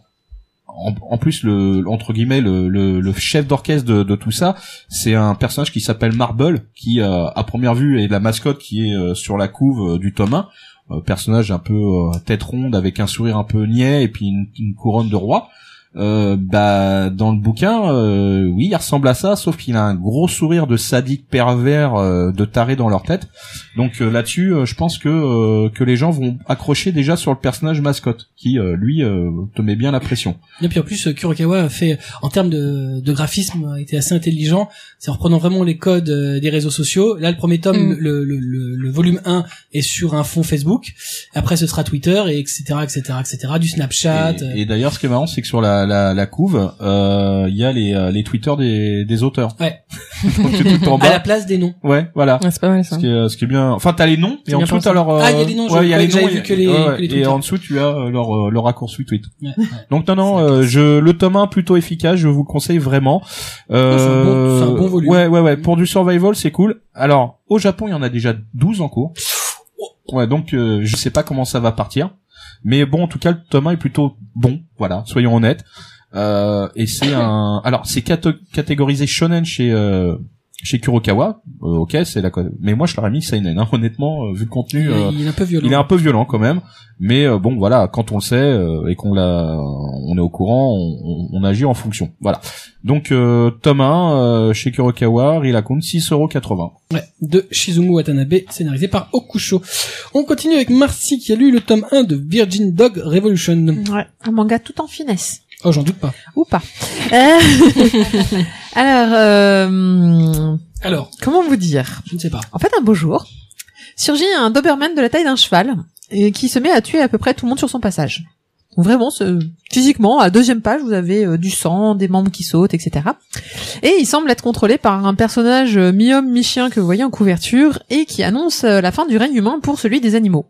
Speaker 4: en, en plus le entre guillemets le, le, le chef d'orchestre de, de tout ça c'est un personnage qui s'appelle Marble qui euh, à première vue est la mascotte qui est euh, sur la couve euh, du tome 1 euh, personnage un peu euh, tête ronde avec un sourire un peu niais et puis une, une couronne de roi euh, bah dans le bouquin euh, oui il ressemble à ça sauf qu'il a un gros sourire de sadique pervers euh, de taré dans leur tête donc euh, là-dessus euh, je pense que euh, que les gens vont accrocher déjà sur le personnage mascotte qui euh, lui euh, te met bien la pression
Speaker 1: Et puis en plus, euh, Kurokawa a fait, en termes de, de graphisme, a été assez intelligent. C'est en reprenant vraiment les codes euh, des réseaux sociaux. Là, le premier tome,
Speaker 2: Mm.
Speaker 1: le, le, le, le volume 1 est sur un fond Facebook. Après, ce sera Twitter, et etc., etc., etc., du Snapchat. euh,
Speaker 4: et, et d'ailleurs ce qui est marrant c'est que sur la la, la couve euh, il y a les euh, les Twitter des des auteurs
Speaker 1: Ouais. Ah,
Speaker 4: donc c'est tout en
Speaker 1: à la
Speaker 4: bas
Speaker 1: place des noms.
Speaker 4: ouais voilà
Speaker 6: Ouais, c'est pas mal ça.
Speaker 4: ce qui, est, ce qui est bien enfin t'as les noms et
Speaker 6: C'est
Speaker 4: en
Speaker 6: bien
Speaker 4: dessous
Speaker 6: pensé.
Speaker 4: t'as leur euh,
Speaker 1: Ah, il y a les noms, je
Speaker 4: ouais, il y a
Speaker 1: croyais
Speaker 4: les
Speaker 1: que
Speaker 4: noms
Speaker 1: j'avais
Speaker 4: et-
Speaker 1: vu que les-
Speaker 4: ouais,
Speaker 1: que les
Speaker 4: et
Speaker 1: Twitter.
Speaker 4: en dessous tu as euh, leur euh, leur raccourci tweet
Speaker 1: Ouais.
Speaker 4: Donc non non, euh, je le tome 1 plutôt efficace, je vous le conseille vraiment. Euh,
Speaker 1: Ouais, c'est un bon- c'est un bon volume.
Speaker 4: Ouais ouais ouais, pour du survival, c'est cool. Alors, au Japon, il y en a déjà 12 en cours. Ouais, donc euh, je sais pas comment ça va partir, mais bon en tout cas le tome 1 est plutôt bon, voilà, soyons honnêtes. Euh, et c'est un alors c'est cato- catégorisé shonen chez euh, chez Kurokawa. Euh, OK, c'est la co- mais moi je l'aurais mis seinen hein, honnêtement euh, vu le contenu euh,
Speaker 1: il est un peu violent.
Speaker 4: il est un peu violent quand même, mais euh, bon voilà, quand on le sait euh, et qu'on l'a, on est au courant, on, on- on agit en fonction. Voilà. Donc euh, tome 1 euh, chez Kurokawa, Rilakun 6,80€.
Speaker 1: Ouais, de Shizumu Watanabe, scénarisé par Okusho. On continue avec Marcy qui a lu le tome 1 de Virgin Dog Revolution.
Speaker 3: Ouais, un manga tout en finesse.
Speaker 1: Oh, j'en doute pas.
Speaker 3: Ou pas. Euh, Alors, euh,
Speaker 1: Alors,
Speaker 3: comment vous dire
Speaker 1: je ne sais pas.
Speaker 3: En fait, un beau jour, surgit un Doberman de la taille d'un cheval et qui se met à tuer à peu près tout le monde sur son passage. Donc vraiment, ce- physiquement, à la deuxième page, vous avez euh, du sang, des membres qui sautent, etc. Et il semble être contrôlé par un personnage euh, mi-homme, mi-chien que vous voyez en couverture et qui annonce euh, la fin du règne humain pour celui des animaux.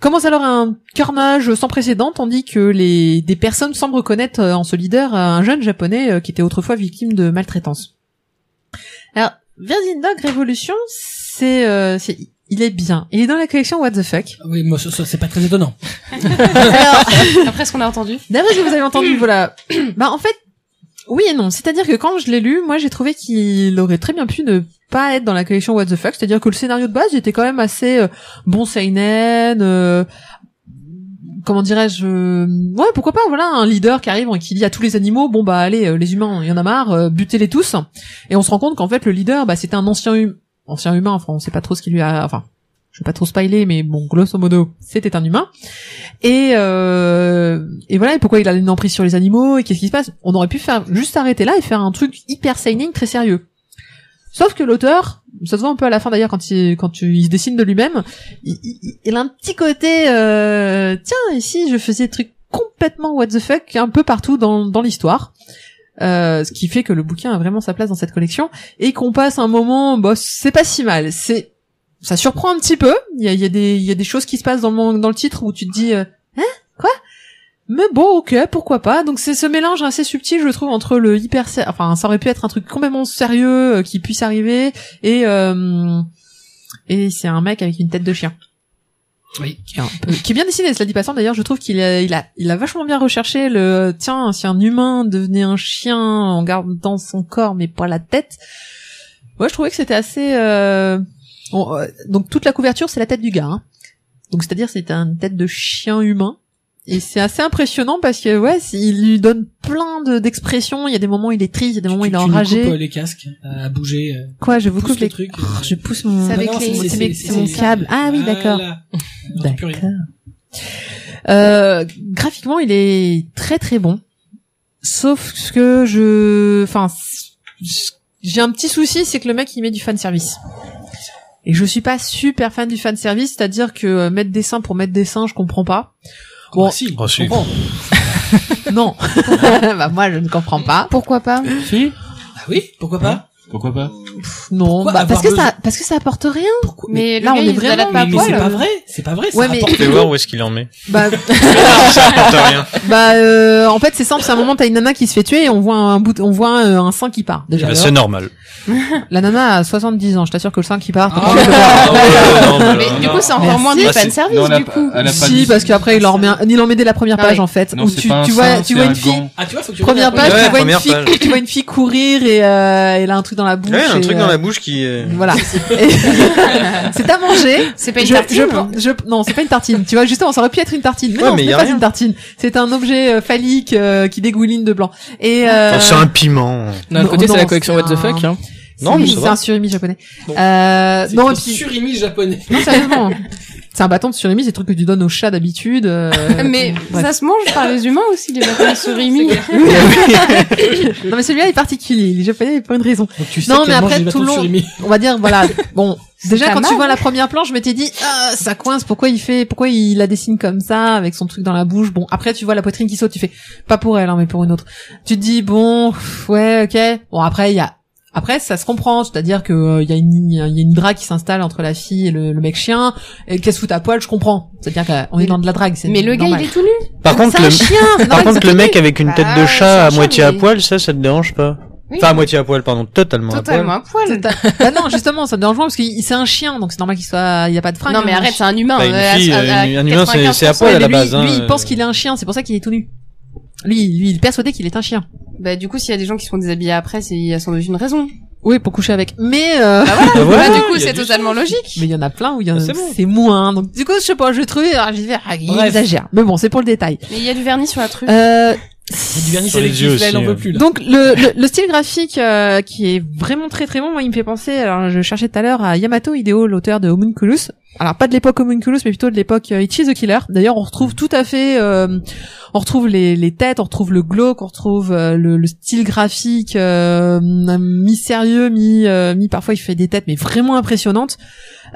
Speaker 3: Commence alors un carnage sans précédent tandis que les des personnes semblent reconnaître euh, en ce leader euh, un jeune japonais euh, qui était autrefois victime de maltraitance. Alors, Virgin Dog Revolution, c'est, euh, c'est- il est bien. Il est dans la collection What the Fuck.
Speaker 1: Oui, moi, ça, ça, c'est pas très étonnant.
Speaker 3: Alors,
Speaker 1: hein.
Speaker 2: Après ce qu'on a entendu.
Speaker 3: d'après ce que vous avez entendu, voilà. bah, en fait, oui et non. C'est-à-dire que quand je l'ai lu, moi, j'ai trouvé qu'il aurait très bien pu ne pas être dans la collection What the Fuck. C'est-à-dire que le scénario de base il était quand même assez euh, bon seinen, euh, comment dirais-je euh, ouais pourquoi pas voilà un leader qui arrive et qui dit à tous les animaux bon bah allez euh, les humains il y en a marre euh, butez-les tous et on se rend compte qu'en fait le leader bah c'était un ancien hum- ancien humain enfin on sait pas trop ce qu'il lui a enfin je vais pas trop spoiler mais bon grosso modo c'était un humain et euh, et voilà et pourquoi il a une emprise sur les animaux et qu'est-ce qui se passe on aurait pu faire juste arrêter là et faire un truc hyper signing très sérieux sauf que l'auteur ça se voit un peu à la fin d'ailleurs quand il quand tu- il se dessine de lui-même il, il- il a un petit côté euh, tiens ici je faisais des trucs complètement what the fuck un peu partout dans, dans l'histoire Euh, ce qui fait que le bouquin a vraiment sa place dans cette collection et qu'on passe un moment bah c'est pas si mal c'est ça surprend un petit peu il y a, il y a des il y a des choses qui se passent dans le man- dans le titre où tu te dis euh, hein quoi mais bon ok pourquoi pas donc c'est ce mélange assez subtil je trouve entre le hyper sé- enfin ça aurait pu être un truc complètement sérieux euh, qui puisse arriver et euh, et c'est un mec avec une tête de chien
Speaker 1: Oui.
Speaker 3: qui est un peu- qui est bien dessiné cela dit passant d'ailleurs je trouve qu'il a il a il a vachement bien recherché le tiens si un humain devenait un chien en gardant son corps mais pas la tête moi je trouvais que c'était assez euh, on- euh, donc toute la couverture c'est la tête du gars hein. donc c'est à dire c'est une tête de chien humain et c'est assez impressionnant parce que ouais c'est- il lui donne plein de d'expressions il y a des moments où il est triste il y a des moments où
Speaker 1: Tu-
Speaker 3: il est
Speaker 1: tu nous
Speaker 3: enragé
Speaker 1: coupes, euh, les casques à bouger. euh,
Speaker 3: quoi je vous
Speaker 1: pousse
Speaker 3: coupe les
Speaker 1: trucs. Ah,
Speaker 3: Oh, je pousse mon
Speaker 2: C'est avec
Speaker 1: Non, non,
Speaker 2: les-
Speaker 1: c'est-
Speaker 2: c'est
Speaker 1: c'est-
Speaker 2: mes-
Speaker 1: c'est-
Speaker 2: c'est mon
Speaker 1: c'est-
Speaker 3: câble. Ah oui, d'accord.
Speaker 1: Voilà. On entend plus
Speaker 3: D'accord.
Speaker 1: rien.
Speaker 3: Euh, graphiquement, il est très très bon. Sauf que je, enfin, c- j'ai un petit souci, c'est que le mec il met du fan service. Et je suis pas super fan du fan service, c'est-à-dire que euh, mettre des seins pour mettre des seins, je comprends pas. Bon,
Speaker 1: Ah, si,
Speaker 5: Oh,
Speaker 1: je
Speaker 5: si.
Speaker 1: comprends.
Speaker 3: non, bah moi je ne comprends pas.
Speaker 2: Pourquoi pas
Speaker 4: Si
Speaker 1: Ah oui, pourquoi pas
Speaker 4: Pourquoi pas
Speaker 3: Pff, Non,
Speaker 1: Pourquoi
Speaker 3: bah, parce
Speaker 1: avoir
Speaker 3: que
Speaker 1: besoin-
Speaker 3: ça, parce que ça apporte rien.
Speaker 1: Pourquoi mais,
Speaker 2: Mais le
Speaker 3: là, on
Speaker 2: gars,
Speaker 3: est
Speaker 2: il se
Speaker 3: vraiment-
Speaker 2: balade pas à
Speaker 1: mais
Speaker 2: poil.
Speaker 1: c'est pas vrai, c'est pas vrai.
Speaker 3: Ouais,
Speaker 1: ça
Speaker 3: mais-
Speaker 1: rapporte
Speaker 5: Fais voir où est-ce qu'il en met.
Speaker 3: Bah,
Speaker 5: Apporte Ah, rien.
Speaker 3: bah, euh, en fait c'est simple, c'est un moment t'as une nana qui se fait tuer et on voit un bout, on voit euh, un, un sein qui part. Déjà,
Speaker 5: Bah, c'est normal.
Speaker 3: la nana a 70 ans, je t'assure que le sein qui part. t'as pas
Speaker 1: Ah.
Speaker 3: envie de le voir.
Speaker 2: Mais du coup, c'est encore
Speaker 3: Merci.
Speaker 2: moins du
Speaker 5: Ah,
Speaker 2: fan
Speaker 5: c'est-
Speaker 2: service
Speaker 4: non, elle a
Speaker 2: du
Speaker 4: pas-
Speaker 2: coup.
Speaker 4: elle a pas
Speaker 3: si,
Speaker 4: dit-
Speaker 3: parce qu'après, il leur met, un- il en met dès la première
Speaker 2: Non,
Speaker 3: page,
Speaker 2: mais-
Speaker 3: en fait,
Speaker 4: Non,
Speaker 3: où
Speaker 4: c'est
Speaker 3: tu,
Speaker 4: pas un
Speaker 3: tu
Speaker 4: sein,
Speaker 3: vois, tu
Speaker 4: c'est
Speaker 3: vois
Speaker 4: un
Speaker 3: une fille,
Speaker 4: gant.
Speaker 1: Ah, tu vois, faut que tu
Speaker 3: première
Speaker 1: regardes
Speaker 3: page,
Speaker 5: Ouais,
Speaker 3: tu vois une
Speaker 5: première
Speaker 3: fille,
Speaker 5: page.
Speaker 3: tu vois une fille courir et, euh, elle a un truc dans la bouche.
Speaker 5: Ouais, un
Speaker 3: et,
Speaker 5: truc dans
Speaker 3: euh,
Speaker 5: la bouche qui est...
Speaker 3: Voilà. Et- c'est à manger.
Speaker 2: C'est pas une
Speaker 3: Je-
Speaker 2: tartine. hein.
Speaker 3: je pense- je- non, c'est pas une tartine. Tu vois, justement, ça aurait pu être une tartine. Mais
Speaker 5: Ouais,
Speaker 3: non,
Speaker 5: mais
Speaker 3: ce n'est
Speaker 5: y a
Speaker 3: pas
Speaker 5: rien.
Speaker 3: une tartine. C'est un objet euh, phallique euh, qui dégouline de blanc. Et euh,
Speaker 5: Enfin, Ah, C'est un piment.
Speaker 6: D'un autre côté,
Speaker 3: Non,
Speaker 6: c'est la
Speaker 3: non,
Speaker 6: collection
Speaker 3: c'est
Speaker 6: What the
Speaker 3: un-
Speaker 6: Fuck. Hein.
Speaker 3: c'est-
Speaker 5: Non, mais ça
Speaker 3: c'est
Speaker 5: va.
Speaker 3: un surimi japonais.
Speaker 1: Bon.
Speaker 3: Euh, non, et
Speaker 1: C'est
Speaker 3: puis,
Speaker 1: surimi japonais.
Speaker 3: non, sérieusement. C'est un bâton de surimi, c'est le truc que tu donnes aux chats d'habitude. euh,
Speaker 2: Mais
Speaker 3: bref.
Speaker 2: ça se mange par les humains aussi, les bâtons surimi.
Speaker 3: non mais celui-là est particulier, il est japonais mais pour une raison.
Speaker 1: Donc tu sais
Speaker 3: Non,
Speaker 1: qu'elle
Speaker 3: mais
Speaker 1: mange
Speaker 3: après,
Speaker 1: des bâtons
Speaker 3: tout le
Speaker 1: de
Speaker 3: long-
Speaker 1: surimi.
Speaker 3: On va dire voilà, bon, déjà
Speaker 2: pas
Speaker 3: quand tu
Speaker 2: mal.
Speaker 3: vois la première planche, je m'étais dit ah, ça coince, pourquoi il fait pourquoi il la dessine comme ça avec son truc dans la bouche. Bon, après tu vois la poitrine qui saute, tu fais pas pour elle hein, mais pour une autre. Tu te dis bon, pff, ouais, OK. Bon après il y a après, ça se comprend, c'est-à-dire que euh, il y a une il y a une drague qui s'installe entre la fille et le, le mec chien, et qu'elle se fout à poil, je comprends. C'est-à-dire qu'on est
Speaker 2: Mais-
Speaker 3: dans de la drague, c'est
Speaker 2: Mais le gars,
Speaker 3: normal.
Speaker 2: il est tout nu.
Speaker 5: Par contre,
Speaker 3: C'est un
Speaker 5: le...
Speaker 3: chien.
Speaker 5: Par contre, le mec avec une
Speaker 2: Bah,
Speaker 5: tête de
Speaker 2: c'est un
Speaker 5: chat à
Speaker 2: chat,
Speaker 5: moitié à
Speaker 2: mais-
Speaker 5: poil, ça, ça te dérange pas
Speaker 2: Oui.
Speaker 5: Enfin, à moitié à poil, pardon, totalement,
Speaker 2: Totalement
Speaker 5: à
Speaker 2: à poil.
Speaker 3: bah non, justement, ça me dérange moins parce que c'est un chien, donc c'est normal qu'il soit, il y a pas de hein, fringue.
Speaker 2: Non, mais arrête, c'est un humain.
Speaker 5: Bah, une
Speaker 2: Euh, à-
Speaker 5: fille,
Speaker 2: à- à
Speaker 5: une- un humain, c'est- c'est à
Speaker 2: 95%.
Speaker 5: poil. à la
Speaker 3: lui,
Speaker 5: base, hein,
Speaker 3: lui, il
Speaker 5: euh.
Speaker 3: pense qu'il est un chien, c'est pour ça qu'il est tout nu. Lui, lui, il est persuadé qu'il est un chien.
Speaker 2: Bah, du coup, s'il y a des gens qui sont déshabillés après, c'est, il y a sans doute une raison.
Speaker 3: Oui, pour coucher avec. Mais euh,
Speaker 5: poil. Bah
Speaker 2: Bah,
Speaker 5: voilà,
Speaker 2: du
Speaker 5: il
Speaker 2: coup,
Speaker 5: y a
Speaker 2: c'est
Speaker 5: du-
Speaker 2: totalement logique.
Speaker 3: mais il y en a plein où il y en a,
Speaker 5: Ah, c'est bon.
Speaker 3: Bah, c'est moins. Donc du coup, je sais pas, je trouvé, alors j'ai fait, ah, il
Speaker 1: Bref.
Speaker 3: exagère. Mais bon, c'est pour le détail.
Speaker 2: Mais il y a du vernis sur la truc.
Speaker 3: Euh,
Speaker 1: Il y a du vernis
Speaker 5: Sur les
Speaker 1: avec
Speaker 5: yeux
Speaker 1: du flèche,
Speaker 5: aussi,
Speaker 1: on
Speaker 5: euh.
Speaker 1: veut plus, là.
Speaker 3: Donc le, le, le style graphique euh, qui est vraiment très très bon, moi il me fait penser, alors je cherchais tout à l'heure à Yamato Hideo, l'auteur de Homunculus. Alors pas de l'époque Homunculus, mais plutôt de l'époque euh, Ichi the Killer. D'ailleurs on retrouve tout à fait, euh, on retrouve les, les têtes, on retrouve le glauque, on retrouve euh, le, le style graphique euh, mi-sérieux, mi, euh, mi parfois il fait des têtes mais vraiment impressionnantes.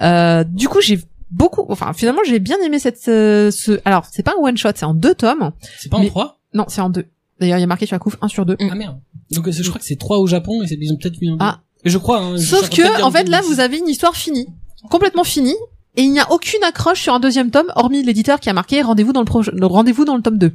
Speaker 3: Euh, du coup j'ai beaucoup, enfin finalement j'ai bien aimé cette, ce, ce- alors c'est pas un one shot, c'est en deux tomes.
Speaker 1: C'est pas en
Speaker 3: Mais-
Speaker 1: 3
Speaker 3: Non c'est en deux. D'ailleurs il y a marqué sur la couve 1 sur 2.
Speaker 1: Ah merde. Donc euh, je crois que c'est 3 au Japon et c'est- ils ont peut-être mis un.
Speaker 3: Ah.
Speaker 1: Et je crois. hein, je- ça
Speaker 3: Sauf
Speaker 1: va peut-être
Speaker 3: que,
Speaker 1: dire
Speaker 3: en fait,
Speaker 1: une
Speaker 3: là,
Speaker 1: bêtise.
Speaker 3: vous avez une histoire finie, complètement finie, et il n'y a aucune accroche sur un deuxième tome, hormis l'éditeur qui a marqué rendez-vous dans le, proche- le rendez-vous dans le tome 2.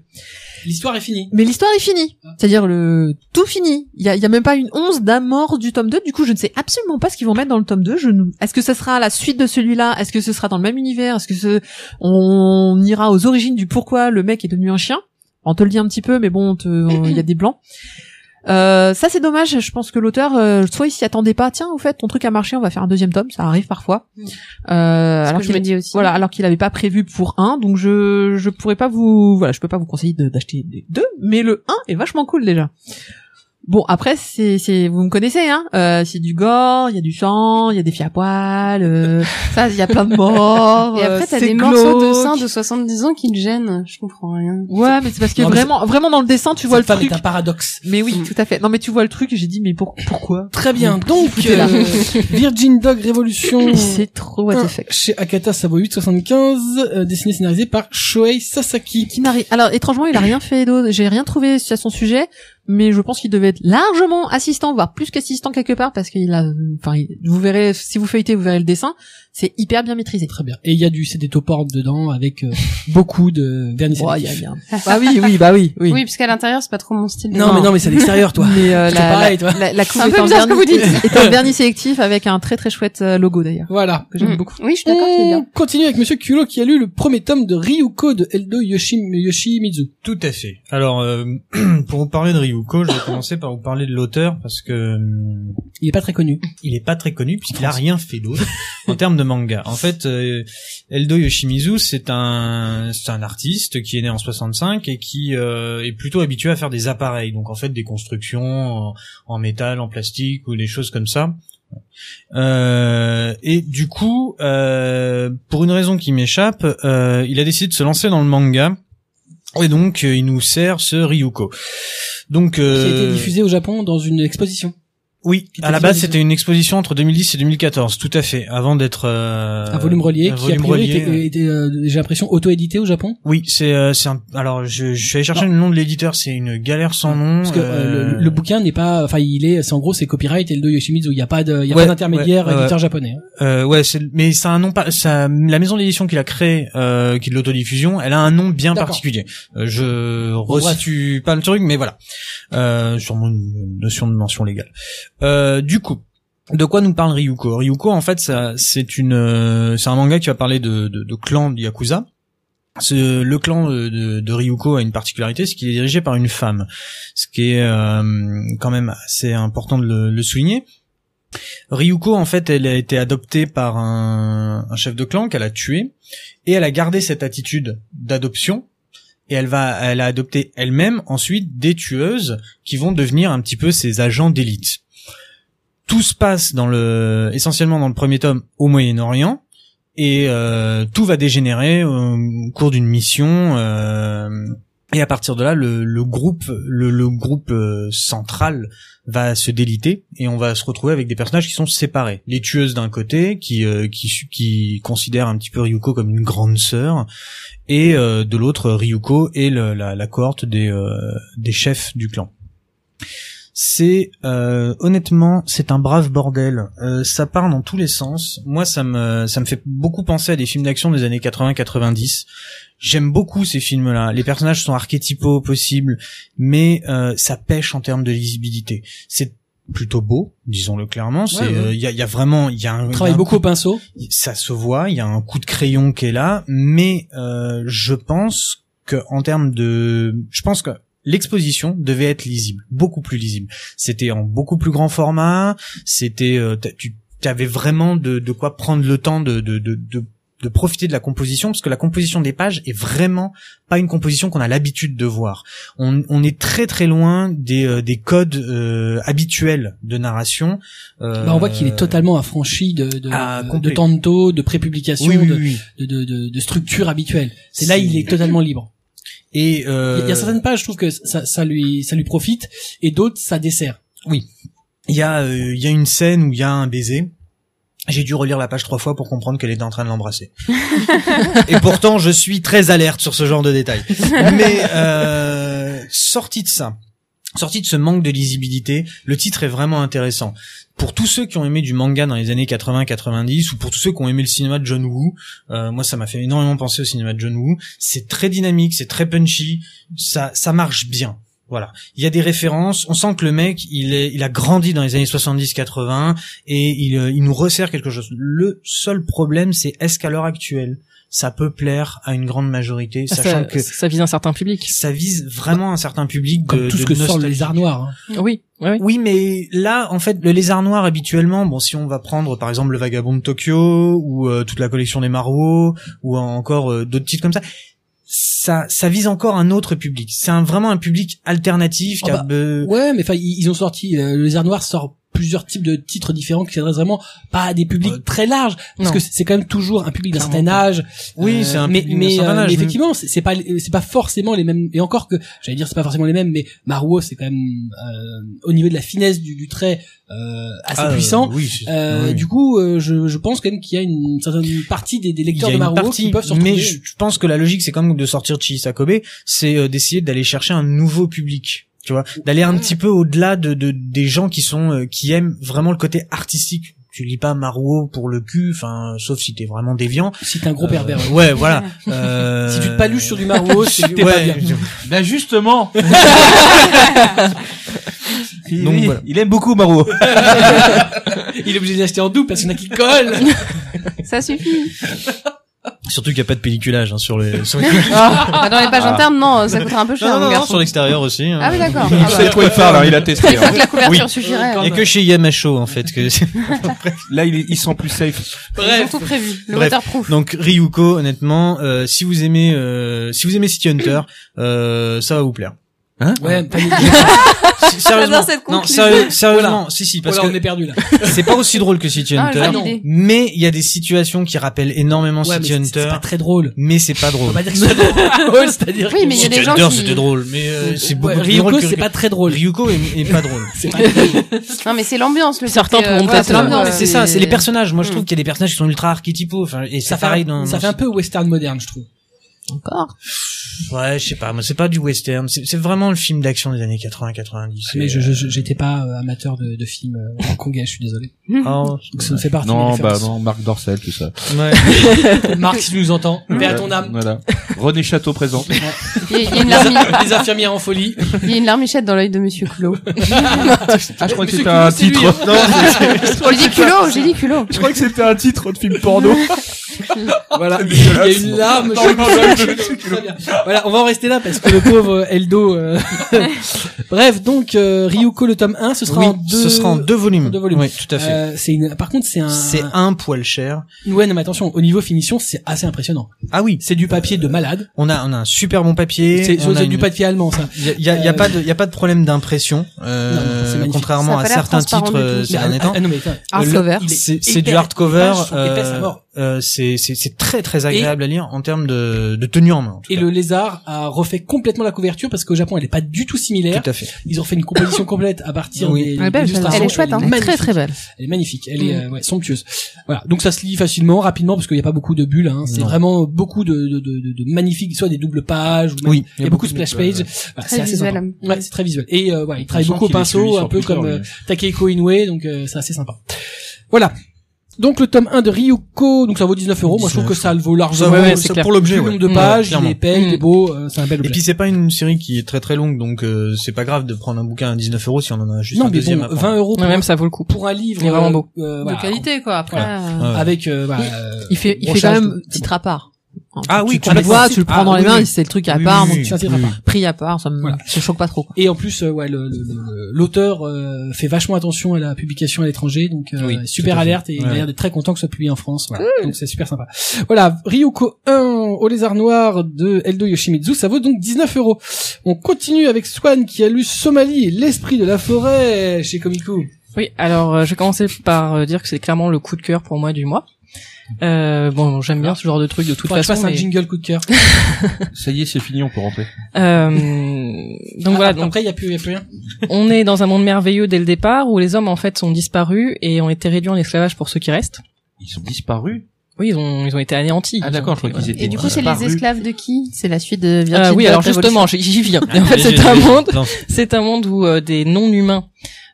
Speaker 1: L'histoire est finie.
Speaker 3: Mais l'histoire est finie,
Speaker 2: Ah.
Speaker 3: c'est-à-dire le tout fini. Il y a, il y a même pas une once d'amorce du tome 2. Du coup, je ne sais absolument pas ce qu'ils vont mettre dans le tome 2. Je ne- Est-ce que ça sera la suite de celui-là Est-ce que ce sera dans le même univers Est-ce que ce... on ira aux origines du pourquoi le mec est devenu un chien On te le dit un petit peu, mais bon, on te- on- il y a des blancs. Euh, ça c'est dommage. Je pense que l'auteur, euh, soit il s'y attendait pas. Tiens, au fait, ton truc a marché, on va faire un deuxième tome. Ça arrive parfois. Euh,
Speaker 2: Alors
Speaker 3: alors
Speaker 2: Hmm. que je
Speaker 3: qu'il
Speaker 2: me dis aussi.
Speaker 3: voilà, alors qu'il n'avait pas prévu pour un, donc je je pourrais pas vous voilà, je peux pas vous conseiller de- d'acheter les deux, mais le 1 est vachement cool déjà. Bon après c'est c'est vous me connaissez hein, euh, c'est du gore, il y a du sang, il y a des filles à poil, euh, ça il y a plein de morts.
Speaker 2: Et après,
Speaker 3: euh,
Speaker 2: t'as
Speaker 3: c'est
Speaker 2: des morceaux de
Speaker 3: glauque.
Speaker 2: seins de 70 ans qui te gênent. Je comprends rien.
Speaker 3: Ouais, mais c'est parce que
Speaker 1: Non, mais
Speaker 3: vraiment vraiment dans le dessin tu vois le
Speaker 1: Cette femme
Speaker 3: truc.
Speaker 1: est un paradoxe.
Speaker 3: Mais oui,
Speaker 2: Mm.
Speaker 3: tout à fait. Non mais tu vois le truc, j'ai dit mais pour, pourquoi
Speaker 1: Très bien. Donc,
Speaker 3: Écoutez, là.
Speaker 1: euh, Virgin Dog
Speaker 2: Mm.
Speaker 1: Revolution.
Speaker 3: C'est trop what the fuck.
Speaker 1: Chez Akata Sabo 875, euh, dessiné et scénarisé par Shoei Sasaki.
Speaker 3: qui n'a ri- Alors étrangement, il a rien fait d'autre. J'ai rien trouvé à son sujet, mais je pense qu'il devait être largement assistant, voire plus qu'assistant quelque part, parce qu'il a. Enfin, il- vous verrez si vous feuilletez, vous verrez le dessin. C'est hyper bien maîtrisé.
Speaker 1: Très bien. Et il y a du CD Topor dedans avec euh, beaucoup de derniers
Speaker 3: Oh, il y a-
Speaker 1: sélectifs.
Speaker 3: il y a un- Ah oui, oui, bah oui, oui.
Speaker 2: Oui, parce qu'à l'intérieur, c'est pas trop mon style. de
Speaker 1: Non,
Speaker 2: dessin.
Speaker 1: mais non, mais c'est à l'extérieur, toi.
Speaker 3: Mais euh,
Speaker 1: C'est
Speaker 3: la,
Speaker 1: pareil, toi.
Speaker 3: la, la, la couve
Speaker 2: un peu
Speaker 3: est en
Speaker 2: bizarre ce que
Speaker 3: dernier-
Speaker 2: vous
Speaker 3: est en dernier sélectif avec un très très chouette euh, logo d'ailleurs
Speaker 1: Voilà.
Speaker 3: que j'aime
Speaker 2: Mm.
Speaker 3: beaucoup.
Speaker 2: Oui, je suis d'accord, c'est
Speaker 1: On
Speaker 2: bien.
Speaker 1: continue avec Monsieur Kulo qui a lu le premier tome de Ryuko de Eldo Yoshim- Yoshimitsu.
Speaker 5: Tout à fait. Alors, euh, pour vous parler de Ryuko, je vais commencer par vous parler de l'auteur parce que hum,
Speaker 1: Il est pas très connu.
Speaker 5: il est pas très connu puisqu'il a rien fait d'autre en termes de manga. En fait, euh, Eldo Yoshimizu, c'est un c'est un artiste qui est né en 65 et qui euh, est plutôt habitué à faire des appareils, donc en fait des constructions en, en métal, en plastique ou des choses comme ça. Euh, et du coup, euh, pour une raison qui m'échappe, euh, il a décidé de se lancer dans le manga. Et donc, euh, il nous sert ce Ryuko. Donc,
Speaker 1: Qui a
Speaker 5: euh,
Speaker 1: été diffusé au Japon dans une exposition.
Speaker 5: oui,
Speaker 1: Qui était
Speaker 5: à la
Speaker 1: diffusé
Speaker 5: base c'était une exposition entre 2010 et 2014, tout à fait, avant d'être euh,
Speaker 1: un volume relié
Speaker 5: un
Speaker 1: qui a
Speaker 5: volume
Speaker 1: priori
Speaker 5: relié.
Speaker 1: était, était, euh, j'ai l'impression auto-édité au Japon
Speaker 5: Oui, c'est euh, c'est un... alors je, je suis allé chercher le nom de l'éditeur, c'est une galère sans nom.
Speaker 1: parce que euh,
Speaker 5: euh,
Speaker 1: le, le bouquin n'est pas enfin il est c'est en gros c'est copyright et le Yoshimitsu il y a pas de il y a
Speaker 5: Ouais,
Speaker 1: pas d'intermédiaire
Speaker 5: ouais, ouais.
Speaker 1: éditeur japonais.
Speaker 5: euh, ouais, c'est mais c'est un nom pas ça la maison d'édition qu'il a créé euh, qui est de l'autodiffusion, elle a un nom bien
Speaker 1: D'accord.
Speaker 5: particulier. Euh, je resitue pas le truc mais voilà. Euh, sûrement une notion de mention légale. Euh, du coup, de quoi nous parle Ryuko Ryuko, en fait, ça, c'est une, euh, c'est un manga qui va parler de, de, de clan de yakuza. Ce, le clan euh, de, de Ryuko a une particularité, c'est qu'il est dirigé par une femme, ce qui est euh, quand même assez important de le, le souligner. Ryuko, en fait, elle a été adoptée par un, un chef de clan qu'elle a tué, et elle a gardé cette attitude d'adoption, et elle va, elle a adopté elle-même ensuite des tueuses qui vont devenir un petit peu ses agents d'élite tout se passe dans le essentiellement dans le premier tome au Moyen-Orient et euh, tout va dégénérer euh, au cours d'une mission euh, et à partir de là le, le groupe le, le groupe euh, central va se déliter et on va se retrouver avec des personnages qui sont séparés les tueuses d'un côté qui euh, qui su- qui considèrent un petit peu Ryuko comme une grande sœur et euh, de l'autre Ryuko et le- la, la cohorte des euh, des chefs du clan c'est euh, honnêtement c'est un brave bordel Euh, ça part dans tous les sens moi ça me ça me fait beaucoup penser à des films d'action des années 80 90 j'aime beaucoup ces films là les personnages sont archétypaux au possible mais euh, ça pêche en termes de lisibilité c'est plutôt beau disons-le clairement c'est euh,
Speaker 1: ouais.
Speaker 5: il y, a, il y a vraiment il y a
Speaker 1: Il
Speaker 5: un il y a
Speaker 1: travaille
Speaker 5: un
Speaker 1: beaucoup
Speaker 5: coup-
Speaker 1: au pinceau.
Speaker 5: ça se voit, il y a un coup de crayon qui est là, mais euh, je pense que en termes de, je pense que l'exposition devait être lisible, beaucoup plus lisible. C'était en beaucoup plus grand format, c'était, euh, t'as- tu avais vraiment de, de quoi prendre le temps de, de, de, de de profiter de la composition parce que la composition des pages est vraiment pas une composition qu'on a l'habitude de voir. On, on est très très loin des, euh, des codes euh, habituels de narration. Euh,
Speaker 1: Bah, on voit qu'il est totalement affranchi de de,
Speaker 5: Ah,
Speaker 1: de
Speaker 5: complet.
Speaker 1: tanto, de prépublication,
Speaker 5: Oui, oui,
Speaker 1: de,
Speaker 5: oui.
Speaker 1: de, de, de- de structure habituelle. C'est là il est totalement libre.
Speaker 5: Et
Speaker 1: Il y a-
Speaker 5: euh,
Speaker 1: il y a certaines pages je trouve que ça, ça lui ça lui profite et d'autres ça dessert.
Speaker 5: Il y a, euh, il y a une scène où il y a un baiser. J'ai dû relire la page trois fois pour comprendre qu'elle était en train de l'embrasser. Et pourtant, je suis très alerte sur ce genre de détails. Mais euh, sorti de ça, sorti de ce manque de lisibilité, le titre est vraiment intéressant. Pour tous ceux qui ont aimé du manga dans les années 80-90, ou pour tous ceux qui ont aimé le cinéma de John Woo, euh, moi ça m'a fait énormément penser au cinéma de John Woo. C'est très dynamique, c'est très punchy, ça ça marche bien. Voilà, il y a des références. On sent que le mec, il est, il a grandi dans les années 70-80 et il, euh, il nous resserre quelque chose. Le seul problème, c'est est-ce qu'à l'heure actuelle, ça peut plaire à une grande majorité,
Speaker 6: Ah,
Speaker 5: sachant
Speaker 6: ça,
Speaker 5: que
Speaker 6: ça vise un certain public.
Speaker 5: ça vise vraiment un certain public de,
Speaker 1: Comme tout
Speaker 5: de
Speaker 1: ce que sort le
Speaker 5: nostalgique.
Speaker 1: lézard noir. hein.
Speaker 6: Oui, oui, oui.
Speaker 5: Oui, mais là, en fait, le lézard noir habituellement, bon, si on va prendre par exemple le vagabond de Tokyo ou euh, toute la collection des Maruo ou encore euh, d'autres titres comme ça, ça, ça vise encore un autre public. C'est un, vraiment un public alternatif.
Speaker 1: Oh
Speaker 5: qui a
Speaker 1: bah,
Speaker 5: be-
Speaker 1: Ouais, mais enfin, ils ils ont sorti, euh, le lézard noir sort plusieurs types de titres différents qui s'adressent vraiment pas à des publics
Speaker 5: Ouais.
Speaker 1: très larges parce
Speaker 6: Non.
Speaker 1: que c'est quand même toujours un public d'un
Speaker 6: Clairement
Speaker 1: certain
Speaker 6: pas.
Speaker 1: âge
Speaker 5: Oui,
Speaker 1: Euh,
Speaker 5: c'est un
Speaker 1: mais
Speaker 5: public d'un
Speaker 1: mais,
Speaker 5: certain
Speaker 1: euh,
Speaker 5: âge,
Speaker 1: mais
Speaker 5: mm.
Speaker 1: effectivement c'est c'est pas c'est pas forcément les mêmes et encore que j'allais dire c'est pas forcément les mêmes mais Maruo c'est quand même euh, au niveau de la finesse du, du trait euh, assez
Speaker 5: Ah, euh,
Speaker 1: puissant
Speaker 5: oui, c'est-
Speaker 1: Euh,
Speaker 5: oui.
Speaker 1: du coup euh, je, je pense quand même qu'il y a une certaine partie des, des
Speaker 5: Il y
Speaker 1: lecteurs
Speaker 5: a
Speaker 1: de
Speaker 5: une
Speaker 1: Maruo
Speaker 5: partie,
Speaker 1: qui peuvent se
Speaker 5: mais
Speaker 1: retrouver
Speaker 5: je je pense que la logique c'est quand même de sortir Chisakobe, c'est euh, d'essayer d'aller chercher un nouveau public, tu vois, d'aller un petit peu au-delà de, de- des gens qui sont euh, qui aiment vraiment le côté artistique. Tu lis pas Maruo pour le cul, enfin sauf si t'es vraiment déviant.
Speaker 1: si t'es un gros
Speaker 5: Euh,
Speaker 1: pervers ouais.
Speaker 5: ouais, voilà. Euh,
Speaker 1: si tu te paluches sur du Maruo c'est t'es pas
Speaker 5: ouais,
Speaker 1: bien
Speaker 5: je-
Speaker 4: Bah justement. il,
Speaker 5: Donc,
Speaker 4: il-
Speaker 5: voilà.
Speaker 4: il aime beaucoup Maro.
Speaker 1: il est obligé d'acheter en double parce qu'il y en a qui collent
Speaker 2: Ça suffit.
Speaker 5: Surtout qu'il y a pas de pelliculage hein, sur les sur, les-
Speaker 2: Ah, dans les pages internes, non, ça coûtera un peu cher,
Speaker 5: Non, non,
Speaker 2: mon
Speaker 5: non,
Speaker 2: garçon.
Speaker 5: sur l'extérieur aussi. hein.
Speaker 2: Ah oui, d'accord.
Speaker 4: Il
Speaker 2: Ah bah.
Speaker 4: sait de quoi il parle, hein, il a testé.
Speaker 2: Je crois
Speaker 4: hein.
Speaker 2: que la couverture
Speaker 1: Ah,
Speaker 2: suffirait.
Speaker 5: Il y a que chez Yamacho en fait que c'est-
Speaker 4: Là, il, est- il sent plus safe.
Speaker 2: Ils ont tout prévu. Le
Speaker 5: Bref.
Speaker 2: waterproof.
Speaker 5: Donc Ryuko, honnêtement, euh, si vous aimez, euh, si vous aimez City Hunter, euh, ça va vous plaire.
Speaker 1: ouais pas-
Speaker 5: Si- sérieusement,
Speaker 2: J'adore cette
Speaker 5: non,
Speaker 2: conclusion.
Speaker 5: sérieux- sérieusement, si si, parce
Speaker 1: voilà, on
Speaker 5: que
Speaker 1: est perdu là
Speaker 5: c'est pas aussi drôle que City
Speaker 2: Ah,
Speaker 5: Hunter,
Speaker 2: validé.
Speaker 5: mais il y a des situations qui rappellent énormément
Speaker 1: ouais mais
Speaker 5: City
Speaker 1: c'est- c'est
Speaker 5: Hunter,
Speaker 1: pas très drôle
Speaker 5: mais c'est pas
Speaker 1: on
Speaker 5: drôle.
Speaker 1: va dire que c'est pas drôle c'est-à-dire
Speaker 2: Oui,
Speaker 1: que-
Speaker 2: mais il y a
Speaker 5: City
Speaker 2: des gens
Speaker 5: Hunter,
Speaker 2: qui-
Speaker 5: c'était drôle, mais euh, c'est beaucoup
Speaker 1: Ouais,
Speaker 5: plus
Speaker 1: Ryuko
Speaker 5: drôle que
Speaker 1: c'est pas très drôle
Speaker 5: Ryuko est, est pas drôle.
Speaker 1: c'est pas
Speaker 2: Non, mais c'est l'ambiance. Le
Speaker 6: Certains
Speaker 2: côté, euh,
Speaker 6: pourront
Speaker 2: voilà,
Speaker 6: peut-être-
Speaker 2: c'est
Speaker 6: Non,
Speaker 5: Non,
Speaker 2: l'ambiance.
Speaker 5: mais c'est ça, c'est les personnages. Moi, je
Speaker 2: Hmm.
Speaker 5: trouve qu'il y a des personnages qui sont ultra archétypaux. Enfin, et
Speaker 1: ça
Speaker 5: c'est
Speaker 1: fait,
Speaker 5: pareil.
Speaker 1: un-
Speaker 5: dans-
Speaker 1: ça fait un peu western moderne, je trouve.
Speaker 3: Encore.
Speaker 5: Ouais, je sais pas. Moi, c'est pas du western. C'est c'est vraiment le film d'action des années 80-90.
Speaker 1: Ah, Mais je je- je- j'étais pas euh, amateur de, de films euh, hongkongais, je suis désolé.
Speaker 2: Mm-hmm.
Speaker 5: Ah,
Speaker 1: Donc ça ne fait partie
Speaker 4: Non,
Speaker 1: des
Speaker 4: bah
Speaker 1: références.
Speaker 4: non, Marc Dorcel, tout ça.
Speaker 1: Marc, si tu nous entends,
Speaker 2: Mm-hmm.
Speaker 1: paix à ton
Speaker 4: Voilà,
Speaker 1: âme.
Speaker 4: Voilà. René Château présent.
Speaker 2: Il y a- il y a une
Speaker 1: Les
Speaker 2: larmi-
Speaker 1: a- les infirmières en folie.
Speaker 2: il y a une larmichette dans l'œil de Monsieur Culot.
Speaker 4: Ah, je crois que
Speaker 1: Monsieur
Speaker 4: c'était un
Speaker 1: Culot, c'est lui,
Speaker 4: titre.
Speaker 1: hein.
Speaker 2: J'ai dit culot, j'ai dit culot.
Speaker 4: Je crois que c'était un titre de film porno.
Speaker 1: Voilà, il y a une larme. Très bien. Voilà, on va en rester là parce que le pauvre Eldo. euh, Bref, donc euh, Ryuko le tome 1, ce sera
Speaker 5: oui,
Speaker 1: en deux.
Speaker 5: ce sera en deux volumes.
Speaker 1: en deux volumes.
Speaker 5: Oui, tout à fait.
Speaker 1: Euh, c'est une... Par contre, c'est un.
Speaker 5: c'est un poil cher.
Speaker 1: Ouais, non, mais attention, au niveau finition, c'est assez impressionnant.
Speaker 5: Ah oui,
Speaker 1: C'est du papier de malade.
Speaker 5: on a on a un super bon papier.
Speaker 1: C'est
Speaker 5: on a
Speaker 1: c'est du
Speaker 5: une- Euh,
Speaker 1: papier allemand, ça.
Speaker 5: Il y a, il y a- il y a pas de il y a pas de problème d'impression. euh,
Speaker 1: Non, non, c'est magnifique.
Speaker 5: contrairement
Speaker 2: Ça a
Speaker 5: à
Speaker 2: pas l'air
Speaker 5: certains
Speaker 2: transparent
Speaker 5: titres
Speaker 2: du tout.
Speaker 5: euh, ces
Speaker 1: Mais,
Speaker 5: derniers
Speaker 1: ah,
Speaker 5: temps.
Speaker 1: ah, non, mais, putain,
Speaker 3: Hard
Speaker 1: le-
Speaker 3: cover.
Speaker 1: il est
Speaker 5: C'est c'est du
Speaker 1: épais, les
Speaker 5: hardcover.
Speaker 1: pages sont épaisses à
Speaker 5: euh,
Speaker 1: mort.
Speaker 5: euh, C'est c'est c'est très très agréable à lire en termes de de tenue en main. en tout
Speaker 1: Et
Speaker 5: cas.
Speaker 1: le lézard a refait complètement la couverture parce qu'au Japon elle est pas du tout similaire.
Speaker 5: tout à fait.
Speaker 1: Ils ont fait une composition complète à partir
Speaker 5: Oui.
Speaker 1: des
Speaker 3: Elle est belle,
Speaker 1: illustrations.
Speaker 3: celle-là.
Speaker 2: Elle est chouette, hein.
Speaker 1: magnifique.
Speaker 3: Très très belle.
Speaker 1: Elle est magnifique. Elle est euh, ouais, somptueuse. Voilà. Donc ça se lit facilement, rapidement parce qu'il n'y a pas beaucoup de bulles. Hein. C'est
Speaker 5: Non.
Speaker 1: vraiment beaucoup de, de, de, de- de magnifiques, soit des doubles pages. Ou même-
Speaker 5: Oui,
Speaker 1: Il y a beaucoup de splash
Speaker 4: pages,
Speaker 1: pages. Voilà,
Speaker 2: Très
Speaker 1: c'est assez
Speaker 2: visuel.
Speaker 1: sympa. Ouais, c'est très visuel. Et euh, ouais, il travaille
Speaker 4: sent
Speaker 1: beaucoup au
Speaker 4: qu'il est suivi
Speaker 1: pinceau,
Speaker 4: sur
Speaker 1: un peu
Speaker 4: Twitter,
Speaker 1: comme
Speaker 4: lui.
Speaker 1: euh, Takehiko Inoue, donc euh, c'est assez sympa. Voilà. Donc le tome 1 de Ryuko, donc ça vaut 19 euros. Moi je trouve que ça le vaut largement.
Speaker 6: Ouais, ouais,
Speaker 1: Ça-
Speaker 6: c'est clair.
Speaker 5: pour l'objet.
Speaker 1: plus
Speaker 5: ouais.
Speaker 1: nombre de
Speaker 5: Ouais,
Speaker 1: pages, il
Speaker 5: clairement.
Speaker 1: est épais, il est
Speaker 6: Mm.
Speaker 1: beau, euh, c'est un bel
Speaker 5: Et
Speaker 1: objet.
Speaker 5: puis c'est pas une série qui est très très longue, donc euh, c'est pas grave de prendre un bouquin à 19 euros si on en a juste
Speaker 1: non
Speaker 5: un
Speaker 1: mais
Speaker 5: deuxième.
Speaker 1: bon,
Speaker 5: à prendre.
Speaker 1: 20 euros pour,
Speaker 6: Ouais, même ça vaut le coup.
Speaker 1: pour un livre
Speaker 6: Il est vraiment
Speaker 1: euh,
Speaker 6: beau.
Speaker 1: euh,
Speaker 3: De
Speaker 1: voilà,
Speaker 3: qualité quoi. Après. euh,
Speaker 5: Ouais.
Speaker 1: Avec euh, voilà, euh,
Speaker 3: Il fait, il fait quand
Speaker 1: brochage
Speaker 3: même
Speaker 1: de-
Speaker 3: titre à part.
Speaker 5: Ah oui,
Speaker 3: tu le
Speaker 5: complètement.
Speaker 3: vois, tu le prends
Speaker 1: Ah,
Speaker 3: dans les
Speaker 1: oui,
Speaker 3: mains,
Speaker 1: oui.
Speaker 3: c'est le truc à
Speaker 5: Oui,
Speaker 3: part,
Speaker 5: oui,
Speaker 3: donc
Speaker 5: oui.
Speaker 1: c'est un titre à part.
Speaker 3: prix à part, ça me,
Speaker 1: Voilà.
Speaker 3: ça me choque pas trop. Quoi.
Speaker 1: Et en plus, euh, ouais, le- le- le- l'auteur euh, fait vachement attention à la publication à l'étranger, donc euh,
Speaker 5: Oui,
Speaker 1: super
Speaker 5: tout à fait.
Speaker 1: alerte et il a
Speaker 5: Ouais.
Speaker 1: l'air d'être très content que ce soit publié en France. Voilà. Donc c'est super sympa. Voilà, Ryuko 1 au lézard noir de Eldo Yoshimitsu, ça vaut donc 19 euros. On continue avec Swan qui a lu Somalie et l'esprit de la forêt chez Komiku.
Speaker 6: Oui, alors euh, je vais commencer par euh, dire que c'est clairement le coup de cœur pour moi du mois. Euh, bon, j'aime bien ce genre de truc de toute
Speaker 1: Faudrait que je
Speaker 6: façon.
Speaker 1: fasse un
Speaker 6: mais-
Speaker 1: jingle coup de cœur.
Speaker 4: Ça y est, c'est fini, on peut rentrer.
Speaker 6: Euh, donc voilà, donc
Speaker 1: Après, il y a plus, il y a plus rien.
Speaker 6: on est dans un monde merveilleux dès le départ où les hommes en fait sont disparus et ont été réduits en esclavage pour ceux qui restent.
Speaker 4: Ils ont disparu.
Speaker 6: Oui, ils ont ils ont été anéantis.
Speaker 4: Ah d'accord, je crois qu'ils étaient
Speaker 2: Et du coup, c'est les
Speaker 4: disparus.
Speaker 2: esclaves de qui
Speaker 3: C'est la suite de Virgin
Speaker 6: Euh, oui,
Speaker 3: Dot
Speaker 6: alors
Speaker 3: Revolution.
Speaker 6: justement, j'y- j'y viens.
Speaker 5: Ah,
Speaker 6: En fait, c'est un monde c'est un monde où euh, des non-humains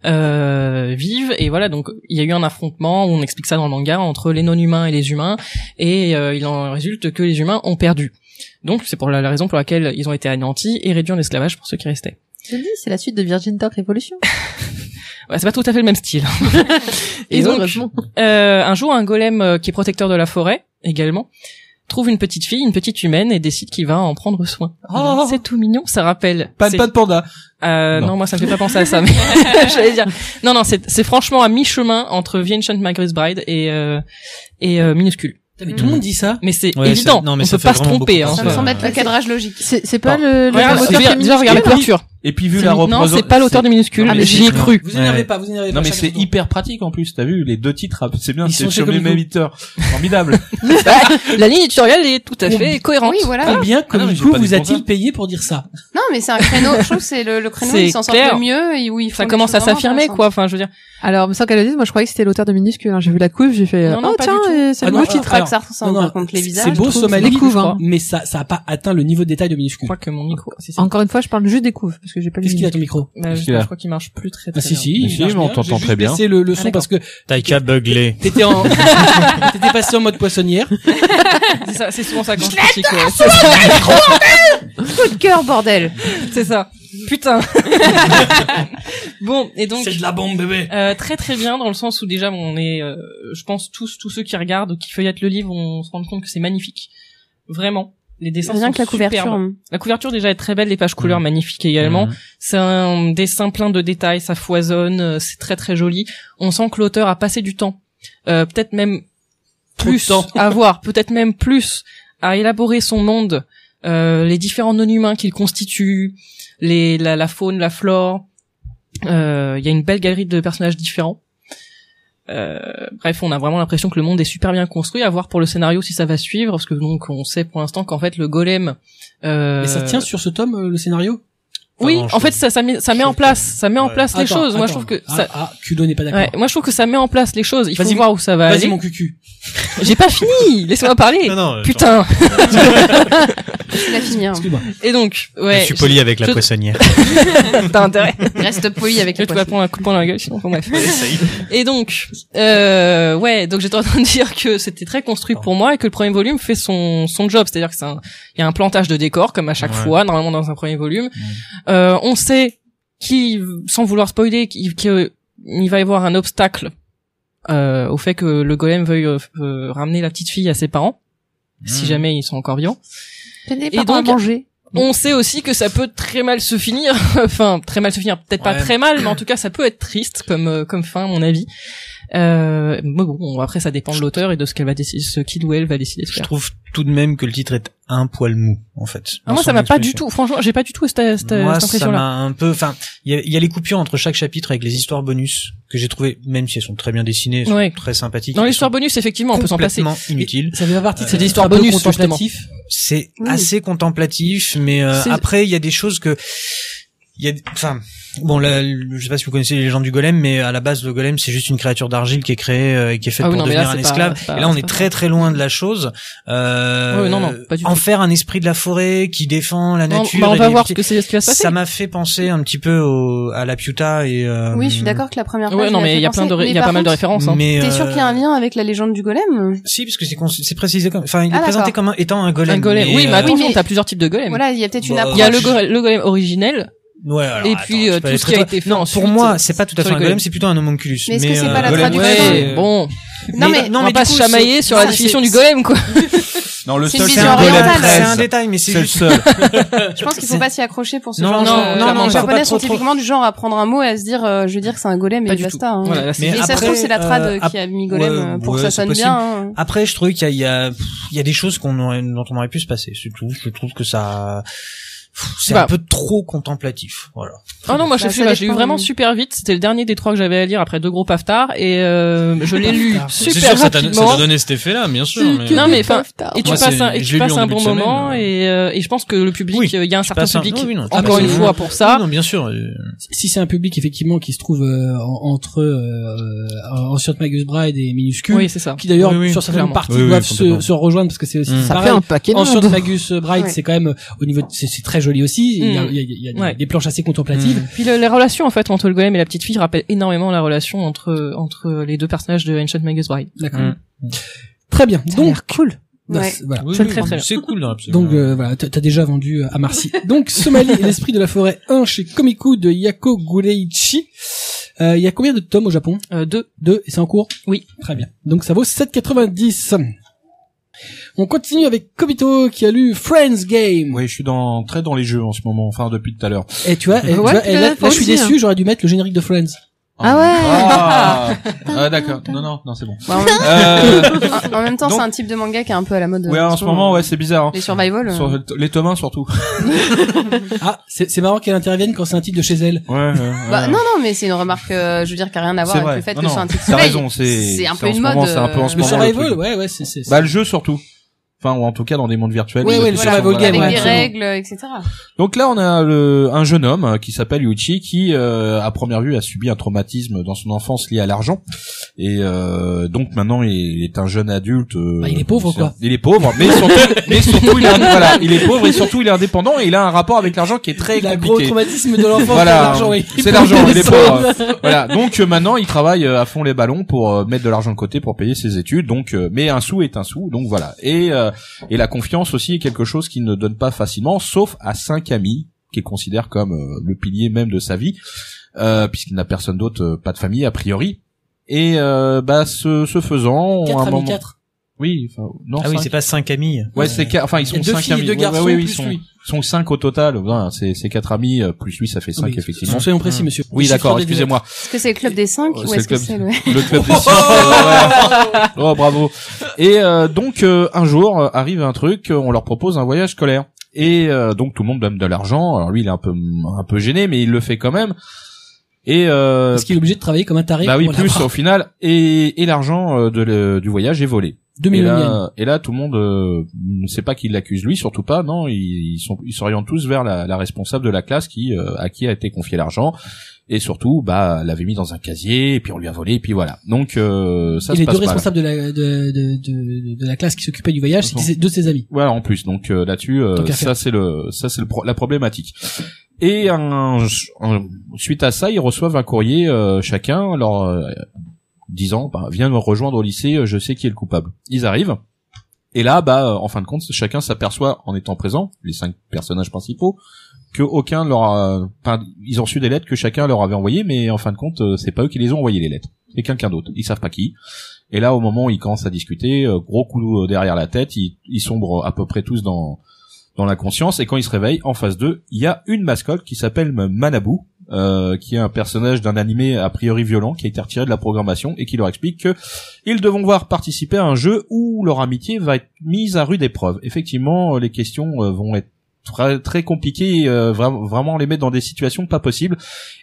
Speaker 6: euh, vivent et voilà donc il y a eu un affrontement on explique ça dans le manga entre les non-humains et les humains et euh, il en résulte que les humains ont perdu donc c'est pour la, la raison pour laquelle ils ont été anéantis et réduits en esclavage pour ceux qui restaient
Speaker 3: Je dis, c'est la suite de Virgin Talk Revolution.
Speaker 6: ouais, c'est pas tout à fait le même style et donc
Speaker 3: heureusement.
Speaker 6: euh, un jour un golem euh, qui est protecteur de la forêt également trouve une petite fille, une petite humaine, et décide qu'il va en prendre soin. Voilà, c'est tout mignon, ça rappelle.
Speaker 4: Pas,
Speaker 6: c'est-
Speaker 4: pas de panda.
Speaker 6: euh,
Speaker 4: Non.
Speaker 6: non. moi ça me fait pas penser à ça. Mais j'allais dire. Non, non, c'est c'est franchement à mi-chemin entre The Ancient Margaret's Bride et euh, et euh, Minuscule.
Speaker 1: Mais tout le monde dit ça.
Speaker 6: Mais c'est
Speaker 5: Ouais,
Speaker 6: évident,
Speaker 5: ça- non, mais
Speaker 6: on
Speaker 5: ça
Speaker 6: peut
Speaker 5: fait
Speaker 6: pas se
Speaker 5: vraiment
Speaker 6: tromper.
Speaker 5: beaucoup
Speaker 6: Hein,
Speaker 2: Ça me
Speaker 5: Ouais.
Speaker 2: semble être le cadrage logique.
Speaker 3: C'est c'est pas le, le
Speaker 6: Regarde,
Speaker 3: auteur
Speaker 6: déjà-
Speaker 3: féministe
Speaker 6: déjà, regarde la
Speaker 3: qui est là
Speaker 6: couverture.
Speaker 4: Et puis vu
Speaker 6: C'est
Speaker 4: la
Speaker 6: mi- Non,
Speaker 4: représentation.
Speaker 6: c'est pas l'auteur de Minuscule,
Speaker 3: Ah, mais
Speaker 6: mais j'y
Speaker 1: hein.
Speaker 6: ai
Speaker 3: c'est-
Speaker 6: cru.
Speaker 1: Vous énervez
Speaker 4: Ouais.
Speaker 1: pas, vous énervez pas.
Speaker 4: Non mais
Speaker 1: chacun
Speaker 4: c'est
Speaker 1: son tour.
Speaker 4: hyper pratique en plus, t'as vu les deux titres, ah, c'est bien,
Speaker 1: Ils
Speaker 4: c'est
Speaker 1: sont
Speaker 4: sur
Speaker 1: chez
Speaker 4: le même
Speaker 1: Comico.
Speaker 4: éditeur, formidable.
Speaker 6: La ligne éditoriale est tout à fait cohérente.
Speaker 2: Oui, voilà.
Speaker 1: Combien,
Speaker 4: Ah non, mais
Speaker 1: comme
Speaker 4: j'ai
Speaker 1: coup,
Speaker 4: pas dit
Speaker 1: vous
Speaker 4: pour
Speaker 1: a-t-il
Speaker 4: ça.
Speaker 1: payé pour dire ça
Speaker 2: Non, mais c'est un créneau. Je trouve que c'est le, le créneau où
Speaker 6: C'est
Speaker 2: ils s'en sortent
Speaker 6: clair.
Speaker 2: le mieux et où ils font
Speaker 6: Ça
Speaker 2: des
Speaker 6: commence à
Speaker 2: choses vraiment
Speaker 6: s'affirmer,
Speaker 2: intéressantes.
Speaker 6: quoi. Enfin, je veux dire.
Speaker 3: Alors, sans qu'elle le dise, moi je croyais que c'était l'auteur de Minuscule. hein. J'ai vu la couve, j'ai fait
Speaker 6: Non, non,
Speaker 3: oh
Speaker 6: pas du
Speaker 3: tiens,
Speaker 6: tout.
Speaker 3: et c'est
Speaker 1: Ah
Speaker 3: le
Speaker 1: non,
Speaker 3: mot
Speaker 1: ah,
Speaker 3: titre.
Speaker 2: Pas que
Speaker 1: Alors,
Speaker 2: ça ressemble
Speaker 1: non, non,
Speaker 2: par contre les visages.
Speaker 1: C'est beau,
Speaker 3: je trouve,
Speaker 1: Somalie,
Speaker 3: c'est des couves, hein.
Speaker 1: mais ça, ça a pas atteint le niveau de détail de
Speaker 6: Je
Speaker 1: minuscule.
Speaker 6: crois que mon micro. si, si.
Speaker 3: Encore une fois, je parle juste des couves parce que j'ai pas
Speaker 1: Qu'est-ce
Speaker 3: lu.
Speaker 1: qu'il a ton micro
Speaker 6: Bah,
Speaker 4: Qu'est-ce
Speaker 6: je,
Speaker 4: qu'il a
Speaker 6: je crois qu'il marche plus très très
Speaker 1: Ah si
Speaker 6: bien.
Speaker 1: si,
Speaker 4: Mais
Speaker 1: il
Speaker 4: si,
Speaker 1: marche
Speaker 4: mais on
Speaker 1: bien.
Speaker 4: t'entend
Speaker 1: J'ai juste
Speaker 4: très bien.
Speaker 1: baissé le, le son
Speaker 6: Ah,
Speaker 1: parce que
Speaker 5: T'as qu'à beugler.
Speaker 1: t'étais en, t'étais passé en mode poissonnière.
Speaker 6: C'est ça, C'est souvent ça quand je critique. ouais.
Speaker 3: Coup de cœur, bordel.
Speaker 6: C'est ça. Putain. bon, et donc.
Speaker 1: de la bombe, bébé.
Speaker 6: Euh, très très bien dans le sens où déjà bon, on est, euh, je pense tous tous ceux qui regardent, qui feuillettent le livre, on se rend compte que c'est magnifique, vraiment. Les dessins
Speaker 2: Rien
Speaker 6: sont
Speaker 2: que la couverture.
Speaker 6: superbes.
Speaker 2: hein.
Speaker 6: La couverture déjà est très belle, les pages couleurs magnifiques également. C'est un dessin plein de détails, ça foisonne, euh, c'est très très joli. On sent que l'auteur a passé du temps, Euh, peut-être même
Speaker 1: de
Speaker 6: plus
Speaker 1: temps.
Speaker 6: à voir, peut-être même plus à élaborer son monde, euh, les différents non-humains qu'il constitue, les, la, la faune, la flore. Euh, Il y a une belle galerie de personnages différents. Euh, bref, on a vraiment l'impression que le monde est super bien construit. À voir pour le scénario si ça va suivre, parce que donc on sait pour l'instant qu'en fait le golem. Euh,
Speaker 1: Mais ça tient sur ce tome euh, le scénario
Speaker 6: oui,
Speaker 5: Pas grand
Speaker 6: en fait, ça, ça met, ça met en place, ça met en
Speaker 5: Ouais.
Speaker 6: place les
Speaker 1: Attends,
Speaker 6: choses. Moi, je
Speaker 1: attends.
Speaker 6: trouve que
Speaker 1: ah,
Speaker 6: ça,
Speaker 1: ah, Kudo n'est pas d'accord.
Speaker 6: ouais, bah, moi, je trouve que ça met en place les choses. Il faut
Speaker 1: Vas-y,
Speaker 6: voir où ça va
Speaker 1: Vas-y
Speaker 6: aller.
Speaker 1: mon cucu.
Speaker 6: J'ai pas fini. Laisse-moi parler.
Speaker 5: Non, non, euh,
Speaker 6: Putain.
Speaker 2: Tu l'as fini. hein.
Speaker 1: Excuse-moi.
Speaker 6: Et donc, ouais.
Speaker 5: je suis poli avec la
Speaker 6: je-
Speaker 5: poissonnière.
Speaker 6: T'as intérêt.
Speaker 2: Reste poli avec
Speaker 6: Tu
Speaker 2: les
Speaker 6: vas
Speaker 2: poissons.
Speaker 6: prendre un coup de poing dans la gueule, sinon, bon, bref. Et donc, euh, ouais, donc j'étais en train de dire que c'était très construit pour moi et que le premier volume fait son son job, c'est-à-dire que c'est un- il y a un plantage de décors comme à chaque
Speaker 5: Ouais.
Speaker 6: fois normalement dans un premier volume. Euh, on sait qui, sans vouloir spoiler, qu'il qu'il- il va y avoir un obstacle euh, au fait que le golem veuille euh, f- euh, ramener la petite fille à ses parents, si jamais ils sont encore vivants.
Speaker 3: Peiné
Speaker 6: Et
Speaker 3: par à
Speaker 6: donc-
Speaker 3: manger.
Speaker 6: On sait aussi que ça peut très mal se finir, enfin très mal se finir, peut-être pas
Speaker 5: Ouais.
Speaker 6: très mal, mais en tout cas ça peut être triste comme euh, comme fin à mon avis. Euh, mais bon, bon, après ça dépend de l'auteur et de ce qu'elle va décider, ce qu'il ou elle va décider de
Speaker 5: Je
Speaker 6: faire.
Speaker 5: trouve tout de même que le titre est un poil mou, en fait.
Speaker 6: Ah, moi ça m'a pas du tout, franchement j'ai pas du tout cette, cette, euh,
Speaker 5: Moi,
Speaker 6: cette
Speaker 5: ça
Speaker 6: impression-là.
Speaker 5: m'a un peu. Enfin, il y a, il y a les coupures entre chaque chapitre avec les histoires bonus que j'ai trouvé, même si elles sont très bien dessinées, elles sont
Speaker 6: Ouais.
Speaker 5: très sympathiques.
Speaker 6: Dans
Speaker 5: elles
Speaker 6: l'histoire
Speaker 5: sont
Speaker 6: bonus effectivement on peut s'en passer.
Speaker 5: complètement Euh, inutiles.
Speaker 1: Ça fait pas partie de
Speaker 5: C'est
Speaker 1: cette
Speaker 6: des histoires
Speaker 1: un peu
Speaker 6: bonus,
Speaker 1: contemplatif.
Speaker 5: C'est
Speaker 2: Oui.
Speaker 5: assez contemplatif, mais euh,
Speaker 6: C'est-
Speaker 5: après, il y a des choses que. Il y a, enfin, bon, là, je sais pas si vous connaissez les légendes du golem, mais à la base, le golem, c'est juste une créature d'argile qui est créée euh, et qui est faite
Speaker 6: Ah oui,
Speaker 5: pour
Speaker 6: non, mais là,
Speaker 5: devenir un
Speaker 6: c'est pas-
Speaker 5: esclave.
Speaker 6: c'est pas-
Speaker 5: et là, on
Speaker 6: c'est
Speaker 5: est
Speaker 6: pas
Speaker 5: très très loin de la chose. Euh,
Speaker 6: Ouais, non, non, pas du
Speaker 5: en
Speaker 6: tout.
Speaker 5: faire un esprit de la forêt qui défend la
Speaker 6: Non,
Speaker 5: nature.
Speaker 6: bah, on
Speaker 5: et
Speaker 6: va
Speaker 5: les
Speaker 6: voir ce
Speaker 5: petits-
Speaker 6: que c'est ce qui va se passer.
Speaker 5: ça m'a fait penser un petit peu au, à la Piuta et. euh,
Speaker 2: Oui, je suis d'accord que la première.
Speaker 6: Ouais
Speaker 2: page,
Speaker 6: non
Speaker 2: elle
Speaker 6: mais il y a
Speaker 2: fait
Speaker 6: plein de
Speaker 2: penser.
Speaker 6: il y
Speaker 2: Mais
Speaker 6: a
Speaker 2: par
Speaker 6: pas mal de
Speaker 2: contre,
Speaker 6: références. hein.
Speaker 5: Mais
Speaker 2: T'es
Speaker 5: euh,
Speaker 2: sûr qu'il y a un lien avec la légende du golem
Speaker 5: Si, parce que c'est con- c'est précisé comme. Enfin, il
Speaker 2: Ah,
Speaker 5: est présenté
Speaker 2: d'accord.
Speaker 5: comme un- étant un golem.
Speaker 6: Un golem. oui mais
Speaker 5: euh,
Speaker 6: attention
Speaker 2: Oui, mais-
Speaker 6: t'as plusieurs types de golems.
Speaker 2: Voilà, il y a peut-être une
Speaker 5: Bah,
Speaker 2: approche.
Speaker 6: Il y a le golem, le golem originel
Speaker 5: Ouais, alors,
Speaker 6: et
Speaker 5: attends,
Speaker 6: puis
Speaker 5: tu
Speaker 6: euh,
Speaker 5: peux aller
Speaker 6: tout ce
Speaker 5: très
Speaker 6: qui a
Speaker 5: loin.
Speaker 6: été fait
Speaker 5: Non,
Speaker 6: ensuite.
Speaker 5: pour moi, c'est pas tout à
Speaker 6: sur
Speaker 5: fait un
Speaker 6: les
Speaker 5: golem,
Speaker 6: golems.
Speaker 5: c'est plutôt un homunculus.
Speaker 2: Mais est-ce que c'est
Speaker 5: euh,
Speaker 2: pas la
Speaker 4: golem,
Speaker 2: traduction
Speaker 6: Ouais, Ah, bon,
Speaker 2: Non mais
Speaker 5: Non,
Speaker 6: on
Speaker 5: mais
Speaker 6: va pas
Speaker 5: du
Speaker 6: se
Speaker 5: coup,
Speaker 6: chamailler
Speaker 5: c'est-
Speaker 6: sur la
Speaker 5: c'est-
Speaker 6: définition
Speaker 5: c'est-
Speaker 6: du golem quoi.
Speaker 4: Non, le
Speaker 2: C'est une
Speaker 4: seul
Speaker 2: vision
Speaker 4: c'est un golem
Speaker 2: orientale.
Speaker 5: C'est un
Speaker 4: 13.
Speaker 5: détail, mais c'est
Speaker 4: C'est le
Speaker 5: juste.
Speaker 4: seul.
Speaker 2: Je pense qu'il faut
Speaker 5: C'est-
Speaker 2: pas s'y accrocher pour ce
Speaker 5: Non,
Speaker 2: genre
Speaker 6: non,
Speaker 2: de...
Speaker 6: non, non,
Speaker 2: les
Speaker 6: faut pas
Speaker 2: japonais sont
Speaker 5: trop, trop.
Speaker 2: typiquement du genre à prendre un mot et à se dire euh, je veux dire que c'est un golem et
Speaker 6: Pas du tout.
Speaker 2: basta. hein.
Speaker 6: Voilà, là, c'est-
Speaker 5: Mais
Speaker 2: Et ça se
Speaker 5: après,
Speaker 2: trouve c'est la trad
Speaker 5: euh,
Speaker 2: qui a mis golem
Speaker 5: ouais,
Speaker 2: euh, pour
Speaker 5: ouais,
Speaker 2: que ça
Speaker 5: c'est
Speaker 2: sonne
Speaker 5: possible.
Speaker 2: bien. hein.
Speaker 5: Après, je trouvais qu'il y a, il y a, pff, il y a des choses qu'on aurait- dont on aurait pu se passer. C'est tout. Je trouve que ça, pff, c'est
Speaker 6: Bah.
Speaker 5: un peu trop contemplatif. Voilà.
Speaker 6: Oh non, moi je
Speaker 2: Bah,
Speaker 6: suis
Speaker 2: ça
Speaker 6: bah, j'ai eu
Speaker 2: dépend,
Speaker 6: vraiment
Speaker 2: oui.
Speaker 6: super vite. C'était le dernier des trois que j'avais à lire après deux gros paftards et euh, je l'ai
Speaker 5: Ah,
Speaker 6: lu super rapidement.
Speaker 5: donné cet effet-là, bien sûr.
Speaker 6: Non mais enfin, et tu
Speaker 5: Moi,
Speaker 6: passes
Speaker 5: c'est-
Speaker 6: un, et
Speaker 5: je l'ai
Speaker 6: tu
Speaker 5: lu
Speaker 6: passes
Speaker 5: en
Speaker 6: un
Speaker 5: début
Speaker 6: bon
Speaker 5: de semaine,
Speaker 6: moment
Speaker 5: euh.
Speaker 6: et, euh, et je pense que le public,
Speaker 5: Oui,
Speaker 6: euh, il y a un certain
Speaker 5: passes un-
Speaker 6: public
Speaker 5: oui, oui, non, tu
Speaker 6: encore
Speaker 5: passes
Speaker 6: une
Speaker 5: un-
Speaker 6: fois pour ça.
Speaker 5: non, bien sûr. euh,
Speaker 1: Si c'est un public effectivement qui se trouve euh, en- entre euh, Ancient Magus Bride et Minuscule,
Speaker 6: oui, c'est ça.
Speaker 1: qui d'ailleurs
Speaker 5: Oui, oui,
Speaker 1: sur certaines
Speaker 6: clairement.
Speaker 1: parties
Speaker 4: Oui, oui,
Speaker 1: doivent se,
Speaker 4: complètement.
Speaker 1: se rejoindre parce que c'est aussi
Speaker 5: Mm.
Speaker 3: Ça fait
Speaker 1: pareil.
Speaker 3: un paquet de
Speaker 1: Ancient
Speaker 3: monde.
Speaker 1: Magus Bride,
Speaker 2: Ouais.
Speaker 1: c'est quand même euh, au niveau, de- c'est c'est très joli aussi. Il y a,
Speaker 6: Mm.
Speaker 1: il y a- il y a des-
Speaker 6: Ouais. Mm.
Speaker 1: des planches assez contemplatives.
Speaker 6: Puis le- les relations en fait entre le golem et la petite fille rappellent énormément la relation entre entre les deux personnages de Ancient Magus Bride.
Speaker 1: D'accord.
Speaker 5: Mm.
Speaker 1: Très bien.
Speaker 3: Ça a
Speaker 1: Donc
Speaker 3: l'air cool.
Speaker 1: bah,
Speaker 2: Ouais.
Speaker 1: c'est- voilà.
Speaker 5: oui,
Speaker 6: C'est
Speaker 5: oui,
Speaker 6: très, très
Speaker 5: mais
Speaker 6: bien.
Speaker 5: C'est cool hein, dans l'absolu.
Speaker 1: Donc euh, voilà, t'as t'as déjà vendu euh, à Marcy. Donc Somalie et l'esprit de la forêt 1 chez Komiku de Yako Gureichi. Euh, Il y a combien de tomes au Japon
Speaker 6: Euh, deux.
Speaker 1: Deux, et c'est en cours
Speaker 6: Oui.
Speaker 1: Très bien. Donc ça vaut 7,90. On continue avec Kobito qui a lu Friends Game.
Speaker 4: Oui, je suis dans, très dans les jeux en ce moment, enfin depuis tout à l'heure.
Speaker 1: Et tu vois, et, tu vois,
Speaker 3: Ouais, tu
Speaker 1: et
Speaker 3: l'as
Speaker 1: là,
Speaker 3: fait
Speaker 1: là, je suis
Speaker 3: aussi,
Speaker 1: déçu, j'aurais dû mettre le générique de Friends.
Speaker 3: Ah ouais.
Speaker 4: Ah, Ah, d'accord. Non, non, non, c'est bon.
Speaker 2: Ouais, en même-
Speaker 4: Euh,
Speaker 2: en, en même temps,
Speaker 4: Donc-
Speaker 2: c'est un type de manga qui est un peu à la mode.
Speaker 4: ouais,
Speaker 2: euh,
Speaker 4: en ce moment, ouais, c'est bizarre. hein.
Speaker 2: Les survival. euh,
Speaker 4: Sur- les tomes 1 surtout.
Speaker 1: Ah, c'est c'est marrant qu'elle intervienne quand c'est un titre de chez elle.
Speaker 4: Ouais, ouais, ouais.
Speaker 2: Bah, non, non, mais c'est une remarque, euh, je veux dire, qui a rien à voir
Speaker 4: C'est
Speaker 2: avec
Speaker 4: vrai.
Speaker 2: le fait
Speaker 4: Non,
Speaker 2: que
Speaker 4: non,
Speaker 2: c'est un titre
Speaker 4: t'as
Speaker 2: soleil.
Speaker 4: raison, c'est-
Speaker 2: c'est un
Speaker 4: c'est
Speaker 2: peu
Speaker 4: en
Speaker 2: une
Speaker 4: ce
Speaker 2: mode.
Speaker 4: moment, c'est un peu en ce
Speaker 2: euh,
Speaker 1: Le
Speaker 4: moment. Vraiment, le
Speaker 1: survival,
Speaker 4: truc.
Speaker 1: ouais, ouais, c'est c'est.
Speaker 4: Bah, le jeu surtout. Enfin, ou en tout cas dans des mondes virtuels.
Speaker 1: Ouais,
Speaker 4: les
Speaker 1: ouais, le
Speaker 4: applications,
Speaker 1: survival
Speaker 4: voilà.
Speaker 1: game,
Speaker 2: Avec
Speaker 1: ouais,
Speaker 2: des
Speaker 1: absolument.
Speaker 2: règles, etc.
Speaker 4: Donc là, on a le, un jeune homme euh, qui s'appelle Yuichi qui, euh, à première vue, a subi un traumatisme dans son enfance lié à l'argent. Et euh, donc maintenant, il, il est un jeune adulte. euh,
Speaker 1: Bah, il est pauvre, quoi.
Speaker 4: Il est pauvre, mais surtout, mais surtout il, est, voilà, il est pauvre et surtout, il est indépendant et il a un rapport avec l'argent qui est très
Speaker 1: Il a un gros
Speaker 4: compliqué.
Speaker 1: traumatisme de l'enfance,
Speaker 4: Voilà,
Speaker 1: c'est l'argent, oui.
Speaker 4: c'est l'argent, il est pauvre. Voilà. Donc euh, maintenant, il travaille euh, à fond les ballons pour euh, mettre de l'argent de côté pour payer ses études. Donc, euh, mais un sou est un sou. Donc voilà. Et euh, et la confiance aussi est quelque chose qu'il ne donne pas facilement, sauf à cinq amis qu'il considère comme euh, le pilier même de sa vie, euh, puisqu'il n'a personne d'autre, euh, pas de famille a priori. Et euh, bah ce, ce faisant, à
Speaker 1: 4
Speaker 4: un
Speaker 1: amis
Speaker 4: moment-
Speaker 1: 4.
Speaker 4: oui, enfin, non,
Speaker 7: Ah oui,
Speaker 4: cinq.
Speaker 7: c'est pas cinq amis.
Speaker 4: Ouais, c'est quatre- enfin ils
Speaker 1: Il y
Speaker 4: sont
Speaker 1: a deux
Speaker 4: cinq
Speaker 1: filles et
Speaker 4: amis.
Speaker 1: deux
Speaker 4: Ouais, ouais,
Speaker 1: garçons,
Speaker 4: ouais, ils
Speaker 1: plus
Speaker 4: sont,
Speaker 1: lui.
Speaker 4: ils sont cinq au total. Voilà, c'est c'est quatre amis euh, plus lui, ça fait cinq
Speaker 1: Oui.
Speaker 4: effectivement.
Speaker 1: Soyons précis, monsieur.
Speaker 4: Oui,
Speaker 1: Chiffre
Speaker 4: d'accord,
Speaker 1: des
Speaker 4: excusez-moi.
Speaker 2: Est-ce que c'est le club des 5
Speaker 4: Euh,
Speaker 2: ou
Speaker 4: c'est
Speaker 2: est-ce
Speaker 4: le
Speaker 2: que c'est le...
Speaker 4: Le club des sciences. ouais. Oh, bravo. Et euh, donc, euh, un jour, euh, arrive un truc, euh, on leur propose un voyage scolaire. Et euh, donc, tout le monde donne de l'argent. Alors, lui, il est un peu, un peu gêné, mais il le fait quand même. Et euh,
Speaker 1: Parce qu'il est obligé de travailler comme un taré.
Speaker 4: bah oui,
Speaker 1: pour la
Speaker 4: plus
Speaker 1: part.
Speaker 4: au final. Et, et l'argent euh, de le- du voyage est volé.
Speaker 1: Deux
Speaker 4: Et
Speaker 1: millions de yens.
Speaker 4: là, et là, tout le monde euh, ne sait pas qui l'accuse lui, surtout pas. Non, ils ils sont- ils s'orientent tous vers la, la responsable de la classe qui euh, à qui a été confié l'argent et surtout, bah, l'avait mis dans un casier et puis on lui a volé et puis voilà. Donc euh, ça
Speaker 1: Et
Speaker 4: se
Speaker 1: les
Speaker 4: passe
Speaker 1: deux
Speaker 4: pas. là.
Speaker 1: responsables de la, de, de, de, de la classe qui s'occupait du voyage, c'était
Speaker 4: Attends.
Speaker 1: ses- deux de ses amis.
Speaker 4: Voilà, en plus. Donc euh, là-dessus, euh,
Speaker 1: Tant qu'à
Speaker 4: ça c'est le, ça c'est le pro- la problématique. Et un- un- suite à ça, ils reçoivent un courrier euh, chacun leur euh, disant, bah, viens me rejoindre au lycée, euh, je sais qui est le coupable. Ils arrivent. Et là, bah, euh, en fin de compte, chacun s'aperçoit en étant présent, les cinq personnages principaux, que aucun leur, a- enfin, ils ont reçu des lettres que chacun leur avait envoyées, mais en fin de compte, euh, c'est pas eux qui les ont envoyées les lettres, c'est quelqu'un d'autre. Ils savent pas qui. Et là, au moment où ils commencent à discuter, euh, gros coup euh, derrière la tête, ils, ils sombrent à peu près tous dans dans la conscience. Et quand ils se réveillent, en phase 2, il y a une mascotte qui s'appelle Manabu, euh, qui est un personnage d'un animé a priori violent qui a été retiré de la programmation et qui leur explique que ils devront voir participer à un jeu où leur amitié va être mise à rude épreuve. Effectivement, euh, les questions euh, vont être très, très compliquées, euh, vra- vraiment les mettre dans des situations pas possibles.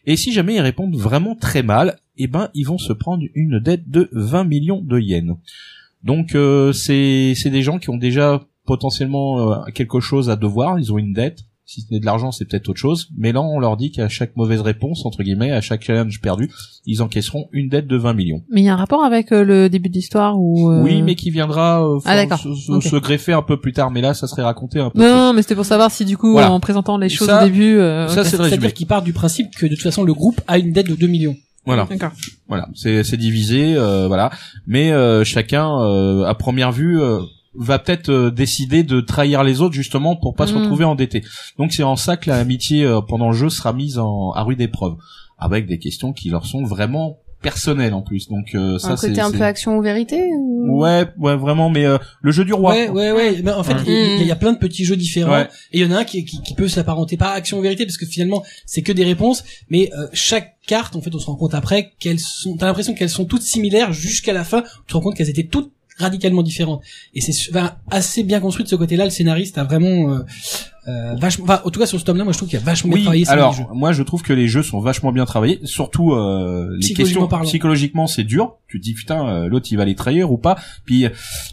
Speaker 4: Et si jamais ils répondent vraiment très mal, eh ben ils vont se prendre une dette de 20 millions de yens. Donc euh, c'est c'est des gens qui ont déjà potentiellement euh, quelque chose à devoir, ils ont une dette. Si ce n'est de l'argent, c'est peut-être autre chose. Mais là, on leur dit qu'à chaque mauvaise réponse, entre guillemets, à chaque challenge perdu, ils encaisseront une dette de 20 millions.
Speaker 3: Mais il y a un rapport avec euh, le début de l'histoire où. euh,
Speaker 4: Oui, mais qui viendra euh,
Speaker 3: Ah,
Speaker 4: faut-
Speaker 3: d'accord.
Speaker 4: se, se-
Speaker 3: Ok.
Speaker 4: se greffer un peu plus tard. Mais là, ça serait raconté un peu.
Speaker 3: Non, non, mais c'était pour savoir si du coup,
Speaker 4: Voilà.
Speaker 3: en présentant les choses
Speaker 4: Ça-
Speaker 3: au début. euh,
Speaker 4: ça,
Speaker 3: ok.
Speaker 4: c'est le résumé.
Speaker 1: C'est-à-dire qu'ils partent du principe que de toute façon le groupe a une dette de 2 millions.
Speaker 4: Voilà.
Speaker 3: D'accord.
Speaker 4: Voilà, c'est c'est divisé, euh, voilà. Mais euh, chacun, euh, à première vue, euh, va peut-être euh, décider de trahir les autres justement pour pas se
Speaker 1: Mm.
Speaker 3: Mhm.
Speaker 4: retrouver endetté. Donc c'est en ça que l'amitié euh, pendant le jeu sera mise en, à rude épreuve, avec des questions qui leur sont vraiment personnelles en plus. Donc euh, ça,
Speaker 2: Un
Speaker 4: c'est
Speaker 2: côté un
Speaker 4: c'est-
Speaker 2: peu action ou vérité ou...
Speaker 4: ouais, ouais, vraiment. Mais euh, le jeu du roi.
Speaker 1: Ouais, ouais, ouais. Mais en fait,
Speaker 7: Ouais.
Speaker 1: il il y, a- il y a plein de petits jeux différents.
Speaker 4: Ouais.
Speaker 1: Et il y en a un qui, qui, qui peut s'apparenter pas à action ou vérité, parce que finalement, c'est que des réponses. Mais euh, chaque carte, en fait, on se rend compte après qu'elles sont. T'as l'impression qu'elles sont toutes similaires jusqu'à la fin. Tu te rends compte qu'elles étaient toutes radicalement différentes. Et c'est su- enfin, assez bien construit de ce côté-là. Le scénariste a vraiment euh, euh, vachement. Enfin, en tout cas, sur ce tome-là, moi, je trouve qu'il a vachement bien
Speaker 4: Oui,
Speaker 1: travaillé ça dans
Speaker 4: alors
Speaker 1: les jeux.
Speaker 4: moi je trouve que les jeux sont vachement bien travaillés, surtout euh, les
Speaker 1: Psychologiquement
Speaker 4: questions
Speaker 1: parlant.
Speaker 4: psychologiquement c'est dur. Tu te dis putain euh, l'autre il va les trahir ou pas. Puis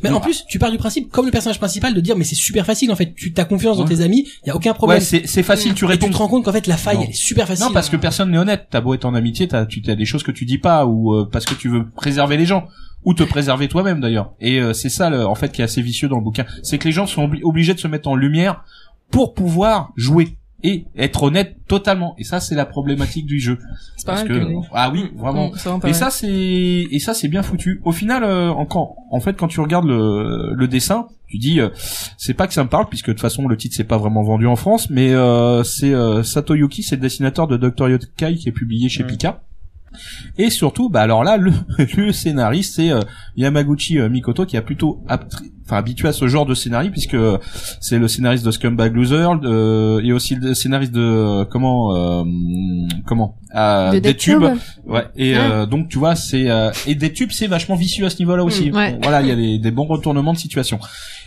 Speaker 1: Mais
Speaker 4: non,
Speaker 1: en plus, tu pars du principe, comme le personnage principal, de dire mais c'est super facile. En fait, tu t'as confiance dans tes amis. Il y a aucun problème.
Speaker 4: ouais c'est c'est facile, tu
Speaker 1: et tu
Speaker 4: réponds.
Speaker 1: te rends compte qu'en fait la faille
Speaker 4: Non.
Speaker 1: elle est super facile. hein.
Speaker 4: Non, parce que personne n'est honnête. T'as beau être en amitié, t'as, tu as des choses que tu dis pas, ou euh, parce que tu veux préserver les gens, ou te préserver toi-même d'ailleurs. Et euh, c'est ça, le- en fait, qui est assez vicieux dans le bouquin, c'est que les gens sont obli- obligés de se mettre en lumière pour pouvoir jouer et être honnête totalement. Et ça, c'est la problématique du jeu.
Speaker 6: C'est pas
Speaker 4: Parce
Speaker 6: mal.
Speaker 4: que
Speaker 6: comme-
Speaker 4: ah oui, vraiment.
Speaker 6: Mm, c'est vraiment pas
Speaker 4: Et
Speaker 6: mal.
Speaker 4: ça c'est et ça c'est bien foutu. Au final, euh, encore, en fait, quand tu regardes le, le dessin, tu dis euh, c'est pas que ça me parle puisque de toute façon le titre c'est pas vraiment vendu en France, mais euh, c'est euh, Sato Yuki, c'est le dessinateur de Dr Yokai qui est publié chez
Speaker 7: Mm.
Speaker 4: Pika. Et surtout, bah alors là, le, le scénariste, c'est euh, Yamaguchi euh, Mikoto qui a plutôt aptri- enfin habitué à ce genre de scénario puisque euh, c'est le scénariste de Scumbag Loser de- et aussi le scénariste de euh, comment euh, comment Ah,
Speaker 2: De
Speaker 4: des
Speaker 2: Deadtube.
Speaker 4: tubes ouais et euh, donc tu vois c'est euh, et des tubes c'est vachement vicieux à ce niveau-là aussi
Speaker 3: Mm, ouais.
Speaker 4: voilà il y a des, des bons retournements de situation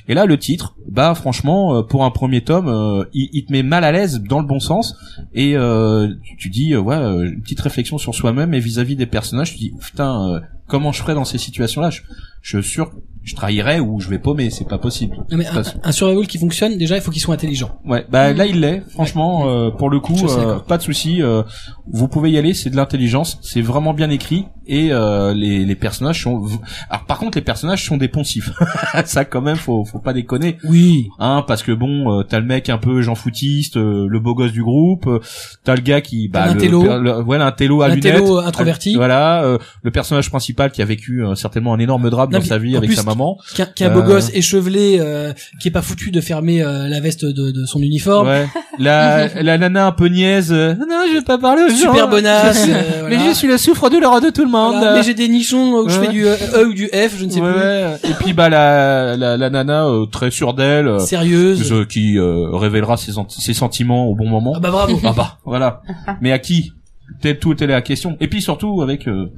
Speaker 4: et là le titre bah franchement euh, pour un premier tome euh, il, il te met mal à l'aise dans le bon sens et euh, tu- tu dis euh, ouais euh, une petite réflexion sur soi-même et vis-à-vis des personnages tu dis putain euh, comment je ferais dans ces situations-là je, je suis sûr que je trahirais ou je vais paumer c'est pas possible
Speaker 1: Non, mais un, un survival qui fonctionne, déjà, il faut qu'ils soient intelligents.
Speaker 4: ouais bah là il l'est franchement euh, pour le coup
Speaker 1: Mm. Je suis
Speaker 4: euh,
Speaker 1: d'accord.
Speaker 4: pas de souci euh, vous pouvez y aller c'est de l'intelligence c'est vraiment bien écrit et euh, les, les personnages sont v- alors par contre les personnages sont des poncifs ça quand même faut faut pas déconner
Speaker 1: Oui.
Speaker 4: hein parce que bon euh, t'as le mec un peu Jean foutiste euh, le beau gosse du groupe euh, t'as le gars qui
Speaker 1: T'as
Speaker 4: bah le,
Speaker 1: l'intello.
Speaker 4: le- ouais l'intello à
Speaker 1: L'intello
Speaker 4: lunettes
Speaker 1: introverti.
Speaker 4: Ah, voilà euh, le personnage principal qui a vécu euh, certainement un énorme drame
Speaker 1: Non,
Speaker 4: dans
Speaker 1: puis,
Speaker 4: sa vie
Speaker 1: en
Speaker 4: avec
Speaker 1: plus,
Speaker 4: sa maman
Speaker 1: Qu'un qu'un beau
Speaker 4: Euh.
Speaker 1: gosse échevelé, euh, qui est pas foutu de fermer euh, la veste de, de son uniforme.
Speaker 4: ouais la la nana un peu niaise euh, non je vais pas parler aux gens.
Speaker 1: Super bonasse. euh,
Speaker 4: mais
Speaker 1: voilà.
Speaker 4: je suis le souffre douleur de tout le monde
Speaker 1: Voilà. Mais j'ai des nichons où je
Speaker 4: Ouais.
Speaker 1: fais du euh, E ou du F, je ne sais
Speaker 4: Ouais,
Speaker 1: plus.
Speaker 4: ouais. et puis bah la la, la nana euh, très sûre d'elle euh,
Speaker 1: Sérieuse.
Speaker 4: euh, qui euh, révélera ses, anti- ses sentiments au bon moment
Speaker 1: Ah bah bravo.
Speaker 4: Ah bah, voilà. Mais à qui Telle tout telle est la question. Et puis surtout avec euh,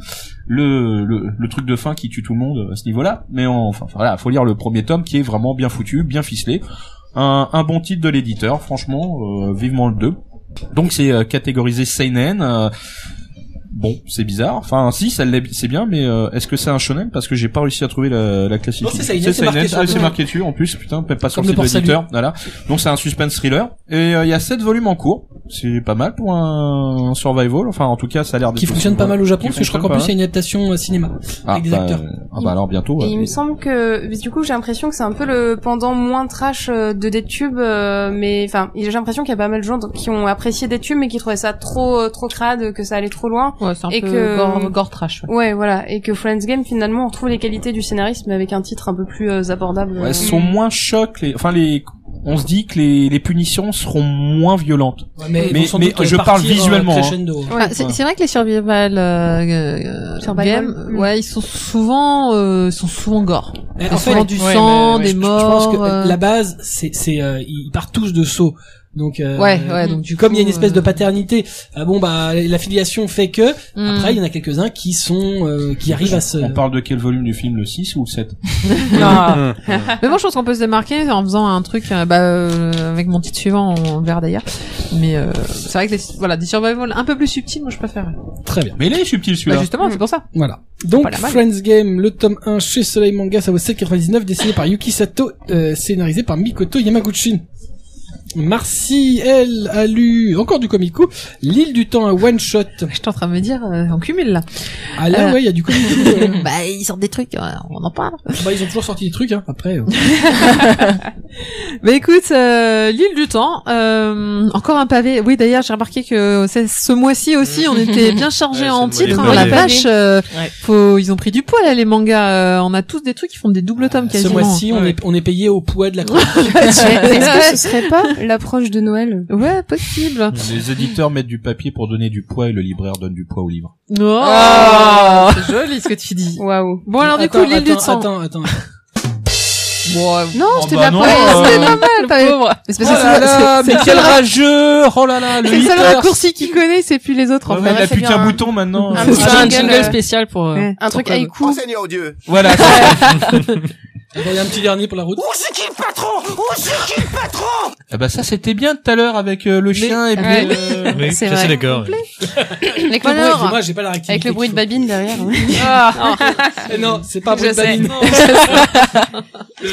Speaker 4: le, le le truc de fin qui tue tout le monde euh, à ce niveau-là. Mais on- enfin voilà, faut lire le premier tome qui est vraiment bien foutu, bien ficelé. Un, un bon titre de l'éditeur, franchement, euh, vivement le 2. Donc c'est euh, catégorisé seinen. euh, Bon, c'est bizarre. Enfin, si, ça l'est- c'est bien, mais euh, est-ce que c'est un shonen Parce que j'ai pas réussi à trouver la, la classification.
Speaker 1: Non, c'est seinen, c'est marqué sur
Speaker 4: Ah,
Speaker 1: le
Speaker 4: c'est
Speaker 1: truc.
Speaker 4: marqué dessus en plus. Putain, même pas sur
Speaker 1: Comme
Speaker 4: le
Speaker 1: le
Speaker 4: site de
Speaker 1: port
Speaker 4: l'éditeur. Voilà. Donc c'est un suspense thriller et euh, il y a 7 volumes en cours. C'est pas mal pour un survival. Enfin en tout cas ça a l'air d'être-
Speaker 1: Qui fonctionne pas mal au Japon,
Speaker 4: Qui
Speaker 1: parce que je crois qu'en
Speaker 4: fonctionne
Speaker 1: plus il y a une adaptation euh, cinéma.
Speaker 4: pas
Speaker 1: avec des
Speaker 4: mal. Ah,
Speaker 1: acteurs.
Speaker 4: bah, euh, ah bah alors bientôt.
Speaker 2: Et il
Speaker 4: ouais.
Speaker 2: me semble que mais du coup j'ai l'impression que c'est un peu le pendant moins trash euh, de Deadtube, euh, mais enfin j'ai l'impression qu'il y a pas mal de gens donc, qui ont apprécié Deadtube mais qui trouvaient ça trop euh, trop crade, que ça allait trop loin.
Speaker 3: Ouais, c'est un
Speaker 2: Et
Speaker 3: peu
Speaker 2: que-
Speaker 3: gore, gore trash. ouais.
Speaker 2: Ouais voilà et que Friends Game finalement on retrouve les qualités du scénariste mais avec un titre un peu plus euh, abordable.
Speaker 4: Ouais,
Speaker 2: euh.
Speaker 4: elles sont moins chocs. Les... Enfin les. On se dit que les, les punitions seront moins violentes.
Speaker 1: mais
Speaker 4: Mais-
Speaker 1: ils vont sans
Speaker 4: mais
Speaker 1: doute, euh,
Speaker 4: je parle
Speaker 1: partir, euh,
Speaker 4: visuellement, hein.
Speaker 1: crescendo.
Speaker 2: Ouais.
Speaker 3: Ah, c'est c'est vrai que les survival, euh, euh,
Speaker 2: Survival,
Speaker 3: games,
Speaker 2: mm.
Speaker 3: ouais, ils sont souvent, euh, ils sont souvent gore.
Speaker 1: Mais
Speaker 3: Ils sont
Speaker 1: en fait,
Speaker 3: souvent du
Speaker 6: ouais,
Speaker 3: sang,
Speaker 6: mais ouais,
Speaker 3: des
Speaker 6: je-
Speaker 1: je pense
Speaker 3: morts.
Speaker 1: que euh,
Speaker 3: euh,
Speaker 1: la base, c'est, c'est, euh, ils partent tous de saut. Donc, euh,
Speaker 3: Ouais, ouais, donc du
Speaker 1: comme il y a
Speaker 3: coup,
Speaker 1: une espèce
Speaker 3: euh,
Speaker 1: de paternité, ah bon bah l'affiliation fait que.
Speaker 3: mm.
Speaker 1: Après, il y en a quelques uns qui sont, euh, qui arrivent à se.
Speaker 4: On parle de quel volume du film, le 6 ou le 7
Speaker 5: Non.
Speaker 3: Mais moi, je pense qu'on peut se démarquer en faisant un truc, euh, bah, euh, avec mon titre suivant, on verra d'ailleurs. Mais euh, c'est vrai que des, voilà, des survival un peu plus subtils, moi, je préfère.
Speaker 1: Très bien.
Speaker 4: Mais il est subtil
Speaker 3: Bah,
Speaker 4: celui-là.
Speaker 3: justement,
Speaker 2: Mm.
Speaker 3: c'est
Speaker 1: Hmm.
Speaker 3: pour ça.
Speaker 1: Voilà. Donc
Speaker 3: pas la mal.
Speaker 1: Friends Game, le tome 1 chez Soleil Manga, ça vaut 7,99, dessiné par Yuki Sato, euh, scénarisé par Mikoto Yamaguchi. Marcy, elle, a lu encore du Comico, L'île du temps, un one shot.
Speaker 3: Je suis en train de me dire, euh, on cumule là.
Speaker 1: Ah là,
Speaker 3: Euh.
Speaker 1: ouais, il y a du Comico. euh.
Speaker 3: bah, ils sortent des trucs, euh, on en parle.
Speaker 1: bah, ils ont toujours sorti des trucs, hein. Après, euh,
Speaker 3: Bah écoute, euh, l'île du temps, euh, encore un pavé. Oui d'ailleurs j'ai remarqué que euh, c'est- ce mois-ci aussi on était bien chargé
Speaker 5: Ouais,
Speaker 3: en
Speaker 5: c'est le
Speaker 3: titres.
Speaker 5: mois
Speaker 3: hein, la
Speaker 5: des
Speaker 3: vache, euh,
Speaker 6: Ouais.
Speaker 3: faut, ils ont pris du poids là les mangas. euh, on a tous des trucs qui font des doubles tomes
Speaker 1: Euh, ce
Speaker 3: quasiment.
Speaker 1: mois-ci, on
Speaker 6: Ouais.
Speaker 1: est, on est payé au poids de la chronique.
Speaker 2: Euh. Est-ce que ce serait pas l'approche de Noël
Speaker 3: Ouais possible.
Speaker 4: Les éditeurs mettent du papier pour donner du poids et le libraire donne du poids au livre.
Speaker 3: Oh,
Speaker 6: Ah.
Speaker 3: c'est joli ce que tu dis.
Speaker 2: Waouh.
Speaker 3: Bon alors du
Speaker 1: Attends,
Speaker 3: coup l'île du
Speaker 1: attends,
Speaker 3: temps.
Speaker 1: Attends, attends.
Speaker 3: Bon, euh,
Speaker 2: Non
Speaker 4: Oh
Speaker 2: c'était
Speaker 4: bah
Speaker 2: de la
Speaker 4: non,
Speaker 2: poésie.
Speaker 4: euh,
Speaker 3: c'était pas mal. t'avais-
Speaker 6: pauvre.
Speaker 3: Mais c'est
Speaker 4: Oh
Speaker 3: parce que
Speaker 4: là
Speaker 3: c'est-
Speaker 4: là,
Speaker 3: c'est-
Speaker 4: mais
Speaker 3: c'est
Speaker 4: quel
Speaker 3: le seul-
Speaker 4: rageux Oh là là, le
Speaker 3: c'est le seul
Speaker 4: hater.
Speaker 3: raccourci qu'il connaît, c'est plus les autres en
Speaker 4: Ouais,
Speaker 3: fait.
Speaker 4: il a
Speaker 2: c'est
Speaker 4: plus
Speaker 2: bien
Speaker 4: qu'un
Speaker 2: un-
Speaker 4: bouton maintenant.
Speaker 2: un
Speaker 4: euh,
Speaker 6: C'est
Speaker 2: petit
Speaker 6: un
Speaker 2: jingle,
Speaker 6: jingle
Speaker 2: euh,
Speaker 6: spécial pour. euh,
Speaker 3: Ouais.
Speaker 2: Un truc
Speaker 6: pour-
Speaker 2: haïku.
Speaker 8: Seigneur Dieu
Speaker 4: Voilà.
Speaker 1: Attends, il y a un petit dernier pour la route.
Speaker 4: Ah bah ça c'était bien tout à l'heure avec euh, le chien et puis
Speaker 2: ouais.
Speaker 4: euh,
Speaker 7: Oui,
Speaker 3: C'est
Speaker 7: ça,
Speaker 3: vrai.
Speaker 7: c'est les gars. oui.
Speaker 2: Avec
Speaker 3: Voilà.
Speaker 2: le
Speaker 3: Alors,
Speaker 1: Moi, j'ai pas la
Speaker 2: bruit- avec le bruit de babine derrière. hein.
Speaker 1: babine. Ah Non, c'est pas
Speaker 2: Je
Speaker 1: bruit de
Speaker 2: sais.
Speaker 1: babine.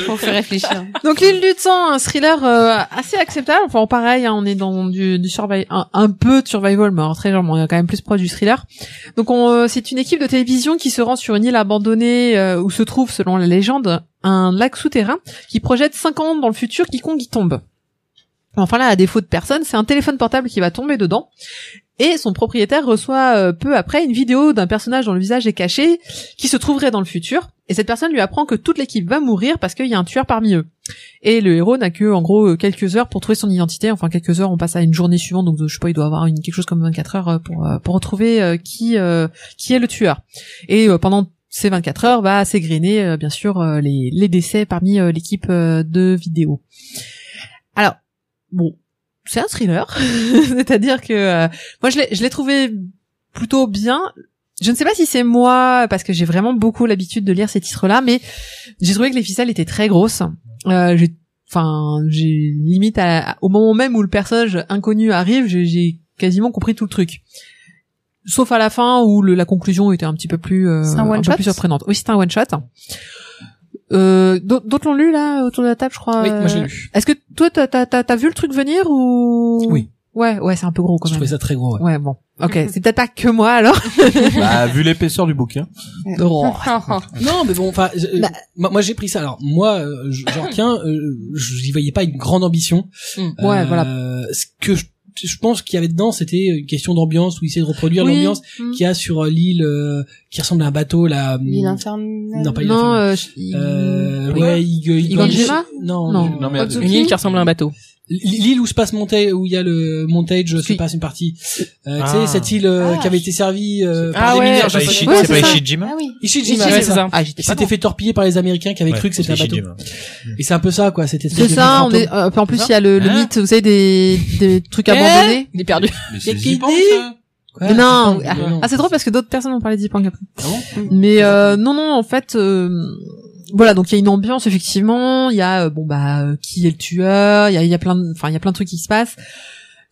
Speaker 2: Faut faire réfléchir.
Speaker 3: Donc l'île du temps, un thriller euh, assez acceptable. Enfin pareil, hein, on est dans du, du survival, un, un peu de survival, mais alors très genre, on est quand même plus proche du thriller. Donc on, euh, c'est une équipe de télévision qui se rend sur une île abandonnée euh, où se trouve, selon la légende, un lac souterrain qui projette 5 ans dans le futur quiconque y tombe. Enfin là, à défaut de personne, c'est un téléphone portable qui va tomber dedans. Et son propriétaire reçoit euh, peu après une vidéo d'un personnage dont le visage est caché, qui se trouverait dans le futur. Et cette personne lui apprend que toute l'équipe va mourir parce qu'il y a un tueur parmi eux. Et le héros n'a que, en gros, euh, quelques heures pour trouver son identité. Enfin, quelques heures, on passe à une journée suivante, donc euh, je sais pas, il doit avoir une, quelque chose comme 24 heures euh, pour, euh, pour retrouver euh, qui, euh, qui est le tueur. Et euh, pendant ces 24 heures, va s'égriner, euh, bien sûr, euh, les, les décès parmi euh, l'équipe euh, de vidéo. Alors, bon, c'est un thriller. C'est-à-dire que euh, moi, je l'ai je l'ai trouvé plutôt bien. Je ne sais pas si c'est moi, parce que j'ai vraiment beaucoup l'habitude de lire ces titres-là, mais j'ai trouvé que les ficelles étaient très grosses. Euh, j'ai- Enfin, j'ai limite à- au moment même où le personnage inconnu arrive, j'ai- j'ai quasiment compris tout le truc. Sauf à la fin où le- la conclusion était un petit peu plus, euh,
Speaker 2: C'est un
Speaker 3: un peu
Speaker 2: one-shot
Speaker 3: plus surprenante. Oui, c'est un one shot. Euh, d'au- D'autres l'ont lu là autour de la table, je crois.
Speaker 1: Oui, moi je l'ai
Speaker 3: euh,
Speaker 1: lu.
Speaker 3: Est-ce que toi t'as t'as t'as t'as vu le truc venir ou
Speaker 1: Oui.
Speaker 3: Ouais, ouais, c'est un peu gros quand
Speaker 1: Je
Speaker 3: même.
Speaker 1: trouvais ça très gros. ouais.
Speaker 3: Ouais, bon. Ok, c'est peut-être pas que moi alors.
Speaker 4: Bah, vu l'épaisseur du bouquin.
Speaker 3: Oh.
Speaker 1: Non, mais bon, enfin, je-
Speaker 3: Bah.
Speaker 1: moi, moi, j'ai pris ça. Alors, moi, euh, je- j'en retiens, euh, je n'y voyais pas une grande ambition.
Speaker 6: Mm.
Speaker 3: Ouais,
Speaker 1: Euh, Ce que je, je pense qu'il y avait dedans, c'était une question d'ambiance, où essayer de reproduire
Speaker 3: Oui. Hmm.
Speaker 1: l'ambiance
Speaker 2: Mm.
Speaker 1: qu'il y a sur euh, l'île euh, qui ressemble à un bateau, là.
Speaker 2: L'île
Speaker 1: hum,
Speaker 2: infernale.
Speaker 1: Non, pas l'île
Speaker 3: non,
Speaker 1: infernale.
Speaker 3: euh, je-
Speaker 1: Euh,
Speaker 3: oui.
Speaker 1: ouais, Ig- Ig-
Speaker 3: Ivan
Speaker 1: Ig-
Speaker 3: Jima
Speaker 1: Non,
Speaker 3: Non.
Speaker 1: je-
Speaker 4: Non, mais
Speaker 6: Une île qui ressemble à un bateau.
Speaker 1: L'île où se passe montage, où il y a le montage, se
Speaker 3: Oui.
Speaker 1: passe une partie. Euh, Tu
Speaker 7: Ah.
Speaker 1: sais, cette île euh,
Speaker 2: Ah.
Speaker 1: qui avait été servie euh, par
Speaker 6: Ah
Speaker 1: des
Speaker 6: ouais,
Speaker 1: mineurs
Speaker 6: bah,
Speaker 1: japonais.
Speaker 7: c'est-
Speaker 3: Ouais,
Speaker 5: c'est pas
Speaker 3: ça.
Speaker 5: Ishijima
Speaker 2: Ah oui.
Speaker 1: Ishijima,
Speaker 6: Ouais,
Speaker 1: ouais,
Speaker 6: c'est
Speaker 1: ça.
Speaker 6: ça.
Speaker 3: Ah, j'étais
Speaker 1: Qui
Speaker 3: pas
Speaker 1: s'était
Speaker 3: bon.
Speaker 1: fait torpiller par les Américains qui avaient cru que c'était un bateau. Et c'est un peu ça, quoi. C'était
Speaker 3: C'est ça. On est, euh, en plus, il y a le, le
Speaker 4: Hein
Speaker 3: mythe, vous savez, des, des trucs
Speaker 1: Eh
Speaker 3: abandonnés.
Speaker 6: Il est perdu.
Speaker 4: Mais
Speaker 1: c'est
Speaker 4: c'est hein,
Speaker 1: Zipan,
Speaker 4: Zipan,
Speaker 1: ça.
Speaker 3: Mais non.
Speaker 1: Zipan,
Speaker 3: Ah,
Speaker 1: mais non.
Speaker 3: ah, c'est drôle parce que d'autres personnes ont parlé d'Ipang après.
Speaker 4: Ah bon
Speaker 3: Mais euh, non, non, en fait, euh, voilà. Donc il y a une ambiance effectivement. Il y a euh, bon bah euh, qui est le tueur. Il y a, il y a plein, de- enfin il y a plein de trucs qui se passent.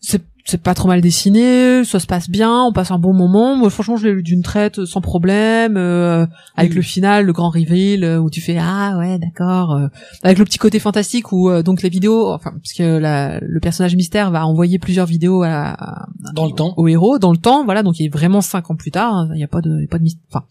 Speaker 3: C'est c'est pas trop mal dessiné, ça se passe bien, on passe un bon moment. Moi, franchement, je l'ai lu d'une traite, euh, sans problème, euh, avec
Speaker 1: Oui.
Speaker 3: le final, le grand reveal, euh, où tu fais ah ouais, d'accord, euh, avec le petit côté fantastique où euh, donc les vidéos, enfin parce que la- le personnage mystère va envoyer plusieurs vidéos à, la-
Speaker 1: Dans le temps.
Speaker 3: au héros dans le temps, voilà, donc il est vraiment cinq ans plus tard, hein, il n'y a pas de, il y a pas de myst- enfin,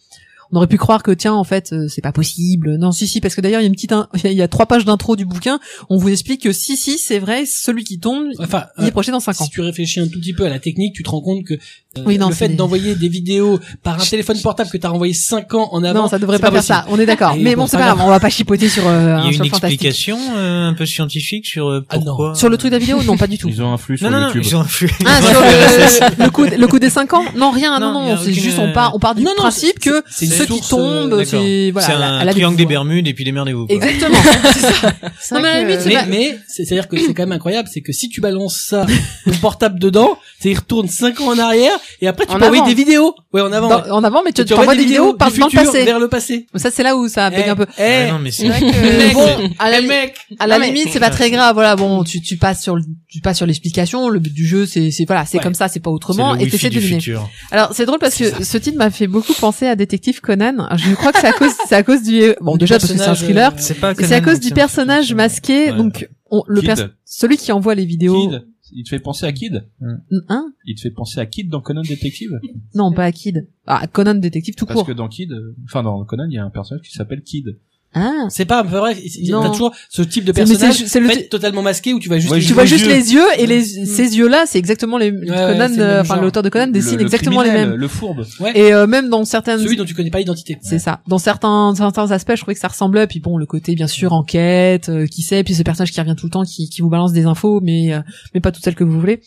Speaker 3: on aurait pu croire que tiens en fait euh, c'est pas possible. Non si si parce que d'ailleurs il y a une petite in- il y a trois pages d'intro du bouquin, on vous explique que si si c'est vrai, celui qui tombe,
Speaker 1: Enfin,
Speaker 3: il
Speaker 1: euh,
Speaker 3: est projeté dans cinq ans.
Speaker 1: si tu réfléchis un tout petit peu à la technique, tu te rends compte que euh,
Speaker 3: Oui, non,
Speaker 1: le
Speaker 3: c'est
Speaker 1: fait
Speaker 3: des-
Speaker 1: d'envoyer des vidéos par un téléphone portable que t'as renvoyé 5 ans en avant.
Speaker 3: non, ça devrait
Speaker 1: c'est
Speaker 3: pas,
Speaker 1: pas
Speaker 3: faire ça. On est d'accord.
Speaker 1: Et
Speaker 3: Mais
Speaker 1: bon,
Speaker 3: bon, c'est
Speaker 1: pas
Speaker 3: pas grave. On va pas chipoter sur euh,
Speaker 7: Il y
Speaker 3: un-
Speaker 7: a
Speaker 3: sur
Speaker 7: une
Speaker 3: le fantastique.
Speaker 7: explication euh, un peu scientifique sur euh,
Speaker 1: Ah non.
Speaker 7: pourquoi.
Speaker 3: Sur le truc de la vidéo, non, pas du tout.
Speaker 4: Ils ont un flux sur
Speaker 7: Non, non, non,
Speaker 4: YouTube.
Speaker 7: ils ont influé.
Speaker 3: Ah, sur le, le coup, le coup des cinq ans Non, rien. Non,
Speaker 7: Non, il y
Speaker 3: non.
Speaker 7: a
Speaker 3: C'est
Speaker 7: aucune-
Speaker 3: juste on part, on part du
Speaker 1: Non, non,
Speaker 3: principe
Speaker 1: c'est-
Speaker 3: que
Speaker 1: c'est une
Speaker 3: ceux qui
Speaker 1: source, euh,
Speaker 3: tombent,
Speaker 7: d'accord.
Speaker 3: c'est voilà,
Speaker 7: c'est
Speaker 3: à la-
Speaker 7: un
Speaker 3: à la
Speaker 7: triangle des
Speaker 3: découverte.
Speaker 7: Bermudes et puis démerdez-vous. quoi.
Speaker 3: Exactement.
Speaker 2: C'est
Speaker 3: Non,
Speaker 2: vrai
Speaker 3: mais à la
Speaker 2: que-
Speaker 3: limite, c'est
Speaker 1: Mais,
Speaker 3: pas-
Speaker 1: mais c'est- c'est-à-dire que c'est quand même incroyable, c'est que si tu balances ça, ton portable dedans, c'est il retourne 5 ans en arrière, et après tu
Speaker 2: En
Speaker 1: peux envoyer
Speaker 2: avant.
Speaker 1: des vidéos. Ouais, en avant. ouais.
Speaker 3: Dans- en avant, mais tu
Speaker 1: Tu
Speaker 3: t'envoies
Speaker 1: envoies
Speaker 3: des vidéos par
Speaker 1: du
Speaker 3: dans le
Speaker 1: futur
Speaker 3: passé.
Speaker 1: vers le passé.
Speaker 3: Ça, c'est là où ça bug
Speaker 1: Eh,
Speaker 3: un peu.
Speaker 1: eh,
Speaker 7: Ah non, mais c'est
Speaker 3: C'est vrai que, bon, à la,
Speaker 1: eh, mec.
Speaker 3: à la
Speaker 2: Non, mais-
Speaker 3: limite, c'est pas très grave. Voilà, bon, tu, tu passes sur le, tu passes sur l'explication. Le but du jeu, c'est, c'est voilà, c'est
Speaker 1: Ouais.
Speaker 3: comme ça, c'est pas
Speaker 7: c'est
Speaker 3: autrement,
Speaker 7: le
Speaker 3: et
Speaker 7: wifi
Speaker 3: t'essaies de
Speaker 7: du
Speaker 3: deviner.
Speaker 7: futur.
Speaker 3: Alors, c'est drôle parce que ce titre m'a fait beaucoup penser à Détective Conan. Je crois que c'est à cause, c'est à cause du, bon,
Speaker 1: Du
Speaker 3: déjà parce que c'est un
Speaker 1: personnage,
Speaker 3: thriller.
Speaker 1: euh,
Speaker 7: C'est pas
Speaker 3: Et c'est à cause du personnage masqué.
Speaker 7: Ouais.
Speaker 3: Donc, on, le
Speaker 4: Kid.
Speaker 3: perso- celui qui envoie les vidéos.
Speaker 4: Kid. Il te fait penser à Kid
Speaker 3: Hein
Speaker 4: Il te fait penser à Kid dans Conan Détective
Speaker 3: Non, pas à Kid. Ah, Conan détective tout
Speaker 4: Parce
Speaker 3: court.
Speaker 4: que dans Kid, euh, enfin dans Conan, il y a un personnage qui s'appelle Kid.
Speaker 3: Ah.
Speaker 1: C'est pas vrai, il- il-
Speaker 3: Non.
Speaker 1: t'as toujours ce type de
Speaker 3: C'est- mais c'est-
Speaker 1: personnage
Speaker 3: c'est le-
Speaker 1: fait totalement masqué où tu vas juste
Speaker 4: Ouais,
Speaker 1: les-
Speaker 3: tu
Speaker 4: je
Speaker 3: vois
Speaker 4: vois
Speaker 3: juste
Speaker 4: les
Speaker 3: les yeux et les, ces yeux-là, c'est exactement les
Speaker 1: Mm. ouais,
Speaker 3: Conan,
Speaker 1: c'est le
Speaker 3: euh,
Speaker 1: même
Speaker 3: enfin
Speaker 1: genre.
Speaker 3: l'auteur de Conan dessine
Speaker 4: Le- le
Speaker 3: exactement les
Speaker 4: criminel,
Speaker 3: mêmes.
Speaker 4: Le fourbe.
Speaker 3: Et euh, même dans certaines,
Speaker 1: celui dont tu connais pas l'identité.
Speaker 3: c'est ça. Dans certains certains aspects, je trouvais que ça ressemblait. Puis bon, le côté bien sûr enquête, euh, qui sait, puis ce personnage qui revient tout le temps, qui, qui vous balance des infos, mais euh, mais pas toutes celles que vous voulez.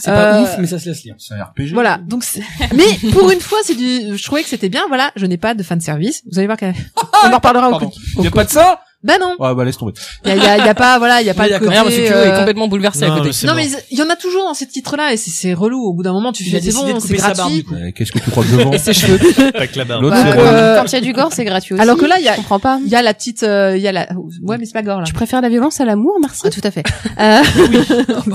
Speaker 1: C'est pas
Speaker 3: Euh,
Speaker 1: ouf, mais ça se laisse lire.
Speaker 4: C'est un RPG.
Speaker 3: Voilà. Donc, c'est- mais pour une fois, c'est du. Je trouvais que c'était bien. Voilà, je n'ai pas de fan service. Vous allez voir qu'on en reparlera au
Speaker 4: Pardon.
Speaker 3: coup.
Speaker 4: Il y a pas de ça
Speaker 3: Ben non.
Speaker 4: Ouais, bah laisse tomber.
Speaker 3: Il y a, il y a- il y a pas voilà, il y a pas
Speaker 1: Oui,
Speaker 3: le
Speaker 1: d'accord.
Speaker 3: côté.
Speaker 6: Regarde, monsieur Kyo est
Speaker 3: euh,
Speaker 6: complètement bouleversé à
Speaker 7: Non,
Speaker 6: côté.
Speaker 7: mais c'est
Speaker 3: Non
Speaker 7: bon.
Speaker 3: mais il y en a toujours dans ces titres-là et c'est- c'est relou. Au bout d'un moment, tu
Speaker 1: Il a
Speaker 3: fais c'est
Speaker 1: décidé
Speaker 3: bon,
Speaker 1: de
Speaker 3: c'est
Speaker 1: couper sa barbe.
Speaker 3: gratuit.
Speaker 1: du coup.
Speaker 4: Ouais, Qu'est-ce que tu crois que je vends
Speaker 3: Ses cheveux.
Speaker 7: Pas que la barbe.
Speaker 4: L'autre,
Speaker 3: Bah,
Speaker 4: c'est
Speaker 3: euh,
Speaker 4: Roland.
Speaker 2: Quand il y a du gore, c'est gratuit aussi.
Speaker 3: Alors que là, il y a-
Speaker 2: Je comprends pas.
Speaker 3: Il y a la petite, euh, il y a la, ouais, mais c'est pas gore là.
Speaker 2: Tu préfères la violence à l'amour, merci.
Speaker 3: Ah, tout à fait. Euh,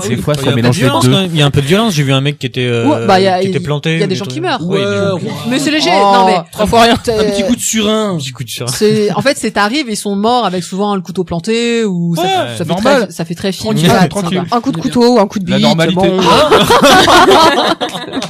Speaker 4: Des fois,
Speaker 7: Il y a un peu
Speaker 4: ça
Speaker 7: de
Speaker 4: mélange les
Speaker 7: violence,
Speaker 4: deux.
Speaker 7: quand même. Il y a un peu de violence. J'ai vu un mec qui était, euh,
Speaker 3: Ouais, bah, il y a-
Speaker 7: qui était
Speaker 3: il-
Speaker 7: planté.
Speaker 3: il y a
Speaker 7: ou
Speaker 3: des gens
Speaker 7: trucs.
Speaker 3: qui meurent.
Speaker 7: Ouais,
Speaker 1: Ouais,
Speaker 7: des-
Speaker 1: ouais.
Speaker 3: mais c'est léger.
Speaker 6: Oh,
Speaker 3: non mais
Speaker 6: trois fois rien.
Speaker 1: Un petit coup de surin.
Speaker 7: Petit coup de serin.
Speaker 3: C'est, en fait, c'est t'arrives, ils sont morts avec souvent le couteau planté ou ça,
Speaker 4: Ouais,
Speaker 3: fait- ça fait
Speaker 4: normal.
Speaker 3: très, ça fait très film.
Speaker 4: Tranquille,
Speaker 3: voilà,
Speaker 4: tranquille.
Speaker 3: sympa.
Speaker 2: Un coup de couteau ou un coup de
Speaker 4: La
Speaker 2: bite.
Speaker 4: normalité.
Speaker 2: bon.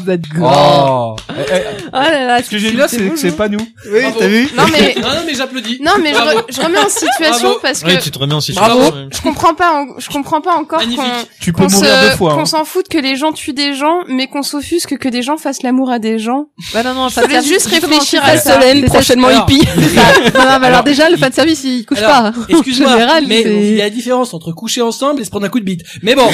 Speaker 3: Vous êtes gore. Ah,
Speaker 4: Oh. Eh, eh,
Speaker 2: là là,
Speaker 4: Ce que j'ai dit là, c'est que c'est pas nous.
Speaker 5: Oui, t'as vu
Speaker 2: Non mais
Speaker 1: Non, non, mais j'applaudis.
Speaker 2: non mais je,
Speaker 1: Bravo.
Speaker 2: re- je remets en situation
Speaker 1: Bravo.
Speaker 2: parce que
Speaker 5: Oui, tu te remets en situation.
Speaker 1: Bravo.
Speaker 5: ouais.
Speaker 2: je comprends pas en- je comprends pas encore
Speaker 1: Magnifique.
Speaker 2: qu'on
Speaker 4: Tu peux
Speaker 2: qu'on
Speaker 4: mourir
Speaker 2: se-
Speaker 3: euh,
Speaker 4: deux fois.
Speaker 2: qu'on
Speaker 4: hein.
Speaker 2: s'en foute que les gens tuent des gens mais qu'on s'offusque que des gens fassent l'amour à des gens.
Speaker 3: Bah non, non,
Speaker 2: Je te laisse juste réfléchir à
Speaker 3: à
Speaker 2: ça.
Speaker 6: Solène, prochainement
Speaker 1: Alors,
Speaker 6: hippie.
Speaker 3: non, non, mais alors
Speaker 1: Alors,
Speaker 3: déjà, le
Speaker 1: il-
Speaker 3: fan service, il couche
Speaker 1: Alors,
Speaker 3: pas. En
Speaker 1: Excuse-moi,
Speaker 3: général,
Speaker 1: mais
Speaker 3: c'est-
Speaker 1: il y a la différence entre coucher ensemble et se prendre un coup de bite. Mais bon,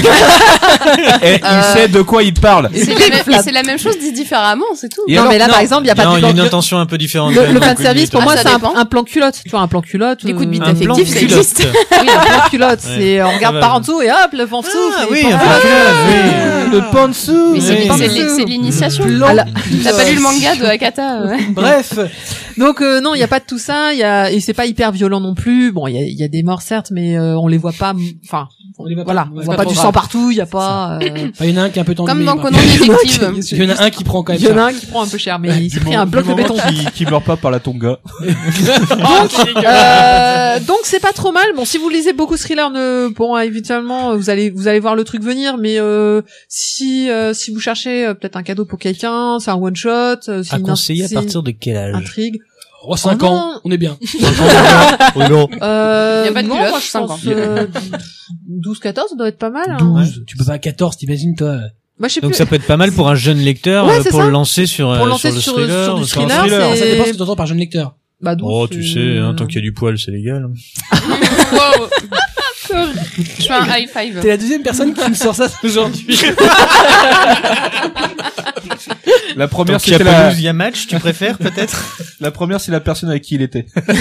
Speaker 4: Eh, Il
Speaker 2: Euh,
Speaker 4: sait de quoi il parle.
Speaker 3: Et
Speaker 2: C'est
Speaker 3: puis,
Speaker 2: la, même-
Speaker 3: la-
Speaker 2: c'est la même chose dit différemment, c'est tout.
Speaker 4: Et
Speaker 3: non,
Speaker 4: alors,
Speaker 3: mais là,
Speaker 1: non.
Speaker 3: par exemple, il y a pas
Speaker 5: Non,
Speaker 3: de
Speaker 5: il y a
Speaker 3: plan-
Speaker 5: une intention un peu différente.
Speaker 3: le, le fan service, pour
Speaker 2: Ah,
Speaker 3: moi,
Speaker 2: ça
Speaker 3: c'est un,
Speaker 2: dépend.
Speaker 3: un plan culotte. Tu vois, un plan culotte.
Speaker 2: Les coups de bite
Speaker 3: euh,
Speaker 2: Un plan
Speaker 3: effectifs, ça
Speaker 2: culotte.
Speaker 3: existe. Oui, un plan culotte. C'est, on regarde
Speaker 5: va.
Speaker 3: par en dessous et hop, le vent souffle.
Speaker 5: Ah
Speaker 3: et
Speaker 5: oui,
Speaker 3: pan-
Speaker 5: un plan culotte,
Speaker 4: Le pan dessous.
Speaker 2: Mais c'est
Speaker 5: Oui.
Speaker 2: c'est l'in- c'est l'initiation.
Speaker 1: plan
Speaker 3: Alors,
Speaker 1: culotte.
Speaker 2: T'as pas lu le manga de Hakata ouais.
Speaker 1: Bref,
Speaker 3: Donc euh, non, il y a pas de tout ça, il y a et c'est pas hyper violent non plus. Bon, il y a, il y a des morts certes, mais euh, on les voit pas. m- Enfin,
Speaker 1: on les voit
Speaker 3: voilà, on
Speaker 1: c'est
Speaker 3: voit pas,
Speaker 1: trop
Speaker 3: du
Speaker 1: grave.
Speaker 3: sang partout, il y a pas. euh,
Speaker 1: Ah, Il y en a un qui est un peu tendu.
Speaker 2: Comme
Speaker 1: mais
Speaker 2: dans
Speaker 1: bon.
Speaker 2: Conan Détective.
Speaker 1: Il y en a un qui prend quand
Speaker 3: Il
Speaker 1: même.
Speaker 3: y en
Speaker 1: ça.
Speaker 3: a un qui prend un peu cher, mais bah, il s'est
Speaker 4: Du
Speaker 3: pris
Speaker 4: moment-
Speaker 3: un bloc
Speaker 4: du
Speaker 3: de
Speaker 4: moment
Speaker 3: béton.
Speaker 4: Qui, qui meurt pas par la tonga.
Speaker 3: Euh, donc c'est pas trop mal. Bon, si vous lisez beaucoup ce thriller, ne, bon, évidemment, vous allez vous allez voir le truc venir. Mais euh, si euh, si vous cherchez euh, peut-être un cadeau pour quelqu'un, c'est un one shot. euh, c'est
Speaker 7: À
Speaker 3: une-
Speaker 7: conseiller à
Speaker 3: c'est
Speaker 7: partir de quel
Speaker 3: une
Speaker 7: âge
Speaker 3: intrigue.
Speaker 1: Oh, 5
Speaker 3: Oh non.
Speaker 1: ans, on est bien.
Speaker 5: Oui, non.
Speaker 3: Euh,
Speaker 2: Il y a pas de
Speaker 3: non,
Speaker 2: culotte,
Speaker 3: moi, je
Speaker 2: cinq
Speaker 3: pense,
Speaker 2: ans.
Speaker 3: euh, 12 14 ça doit être pas mal. hein.
Speaker 1: 12, tu peux pas à 14, t'imagines toi.
Speaker 3: Moi je sais
Speaker 7: Donc
Speaker 3: plus.
Speaker 7: ça peut être pas mal pour un jeune lecteur
Speaker 3: Ouais,
Speaker 7: euh,
Speaker 3: c'est
Speaker 7: pour
Speaker 3: ça.
Speaker 7: le lancer sur
Speaker 3: Pour
Speaker 7: euh,
Speaker 3: lancer
Speaker 7: sur le
Speaker 3: sur-
Speaker 7: thriller,
Speaker 3: sur du
Speaker 7: ou sur un
Speaker 3: thriller,
Speaker 7: thriller.
Speaker 1: Ah, ça
Speaker 3: Et-
Speaker 1: dépend ce que t'entends par jeune lecteur.
Speaker 3: Bah, douze,
Speaker 7: Oh, tu
Speaker 3: euh,
Speaker 7: sais, hein, tant qu'il y a du poil, c'est légal.
Speaker 2: Wow. Je fais un high five.
Speaker 1: T'es la deuxième personne qui me sort ça aujourd'hui.
Speaker 4: La première,
Speaker 5: Donc, il y a
Speaker 4: c'était
Speaker 5: pas
Speaker 4: la,
Speaker 5: douze, il y a match, tu préfères peut-être
Speaker 4: la première, c'est la personne avec qui il était.
Speaker 3: Non,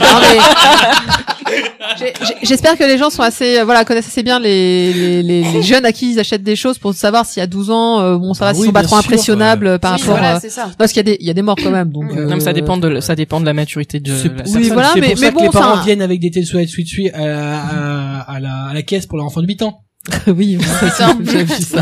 Speaker 3: Ah, mais- J'ai- j'ai- J'espère que les gens sont assez, euh, voilà, connaissent assez bien les, les, les, les jeunes à qui ils achètent des choses pour savoir s'il y a 12 ans, euh, bon, ça va,
Speaker 7: Ah
Speaker 3: s'ils
Speaker 7: oui,
Speaker 3: sont pas
Speaker 7: bien
Speaker 3: trop
Speaker 7: sûr,
Speaker 3: impressionnables euh, par
Speaker 2: Oui,
Speaker 3: rapport.
Speaker 2: voilà,
Speaker 3: euh,
Speaker 2: c'est ça.
Speaker 3: Parce qu'il y a des, il y a des morts quand même, donc. euh,
Speaker 6: Non, mais ça dépend de, ça dépend de la maturité de.
Speaker 1: C'est
Speaker 6: la
Speaker 1: oui,
Speaker 6: personne.
Speaker 3: voilà,
Speaker 1: c'est
Speaker 3: mais-
Speaker 1: pour
Speaker 3: mais
Speaker 1: ça
Speaker 3: bon,
Speaker 1: que les parents
Speaker 3: ça-
Speaker 1: viennent avec des tels souhaits suite suite à, la- euh, à, la, à la caisse pour leur enfant de 8 ans.
Speaker 3: oui, oui, ça,
Speaker 2: ça.
Speaker 3: j'ai vu ça.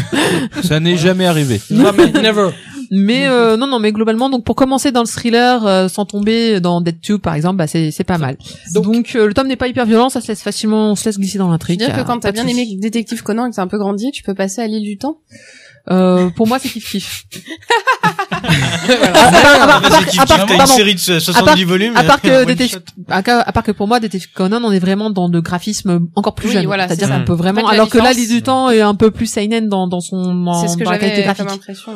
Speaker 4: Ça n'est jamais arrivé.
Speaker 1: Jamais, never.
Speaker 2: Mhm.
Speaker 3: Mais euh, non, non, mais globalement, donc pour commencer dans le thriller, euh, sans tomber dans Dead Tube par exemple, bah c'est c'est pas mal. Donc,
Speaker 1: Donc-
Speaker 3: euh, le tome n'est pas hyper violent, ça se laisse facilement, on se laisse glisser dans l'intrigue.
Speaker 2: C'est-à-dire
Speaker 3: y a
Speaker 2: que quand t'as
Speaker 3: pas de
Speaker 2: bien
Speaker 3: souci.
Speaker 2: aimé Détective Conan et que t'as un peu grandi, tu peux passer à l'île du temps.
Speaker 3: euh, pour moi c'est kiff kiff.
Speaker 7: Ah,
Speaker 5: Vas-y,
Speaker 3: Ah, bah, à part-
Speaker 5: t'as une
Speaker 3: pardon.
Speaker 5: série de
Speaker 3: À part-
Speaker 5: 70 volumes.
Speaker 7: hein.
Speaker 3: à part
Speaker 5: et un
Speaker 3: que
Speaker 5: one
Speaker 3: Détective-
Speaker 5: shot.
Speaker 3: à, ca- à part que pour moi Détective Conan on est vraiment dans le graphisme encore plus
Speaker 2: Oui,
Speaker 3: jeune
Speaker 2: voilà,
Speaker 3: c'est-à-dire
Speaker 2: c'est
Speaker 3: qu'on
Speaker 5: ça.
Speaker 3: peut vraiment
Speaker 2: Faites la
Speaker 3: alors que là
Speaker 2: différence.
Speaker 3: l'île du temps est un peu plus seinen dans dans son en-
Speaker 2: C'est ce que
Speaker 3: dans la qualité
Speaker 2: j'avais comme
Speaker 3: graphique
Speaker 2: impression.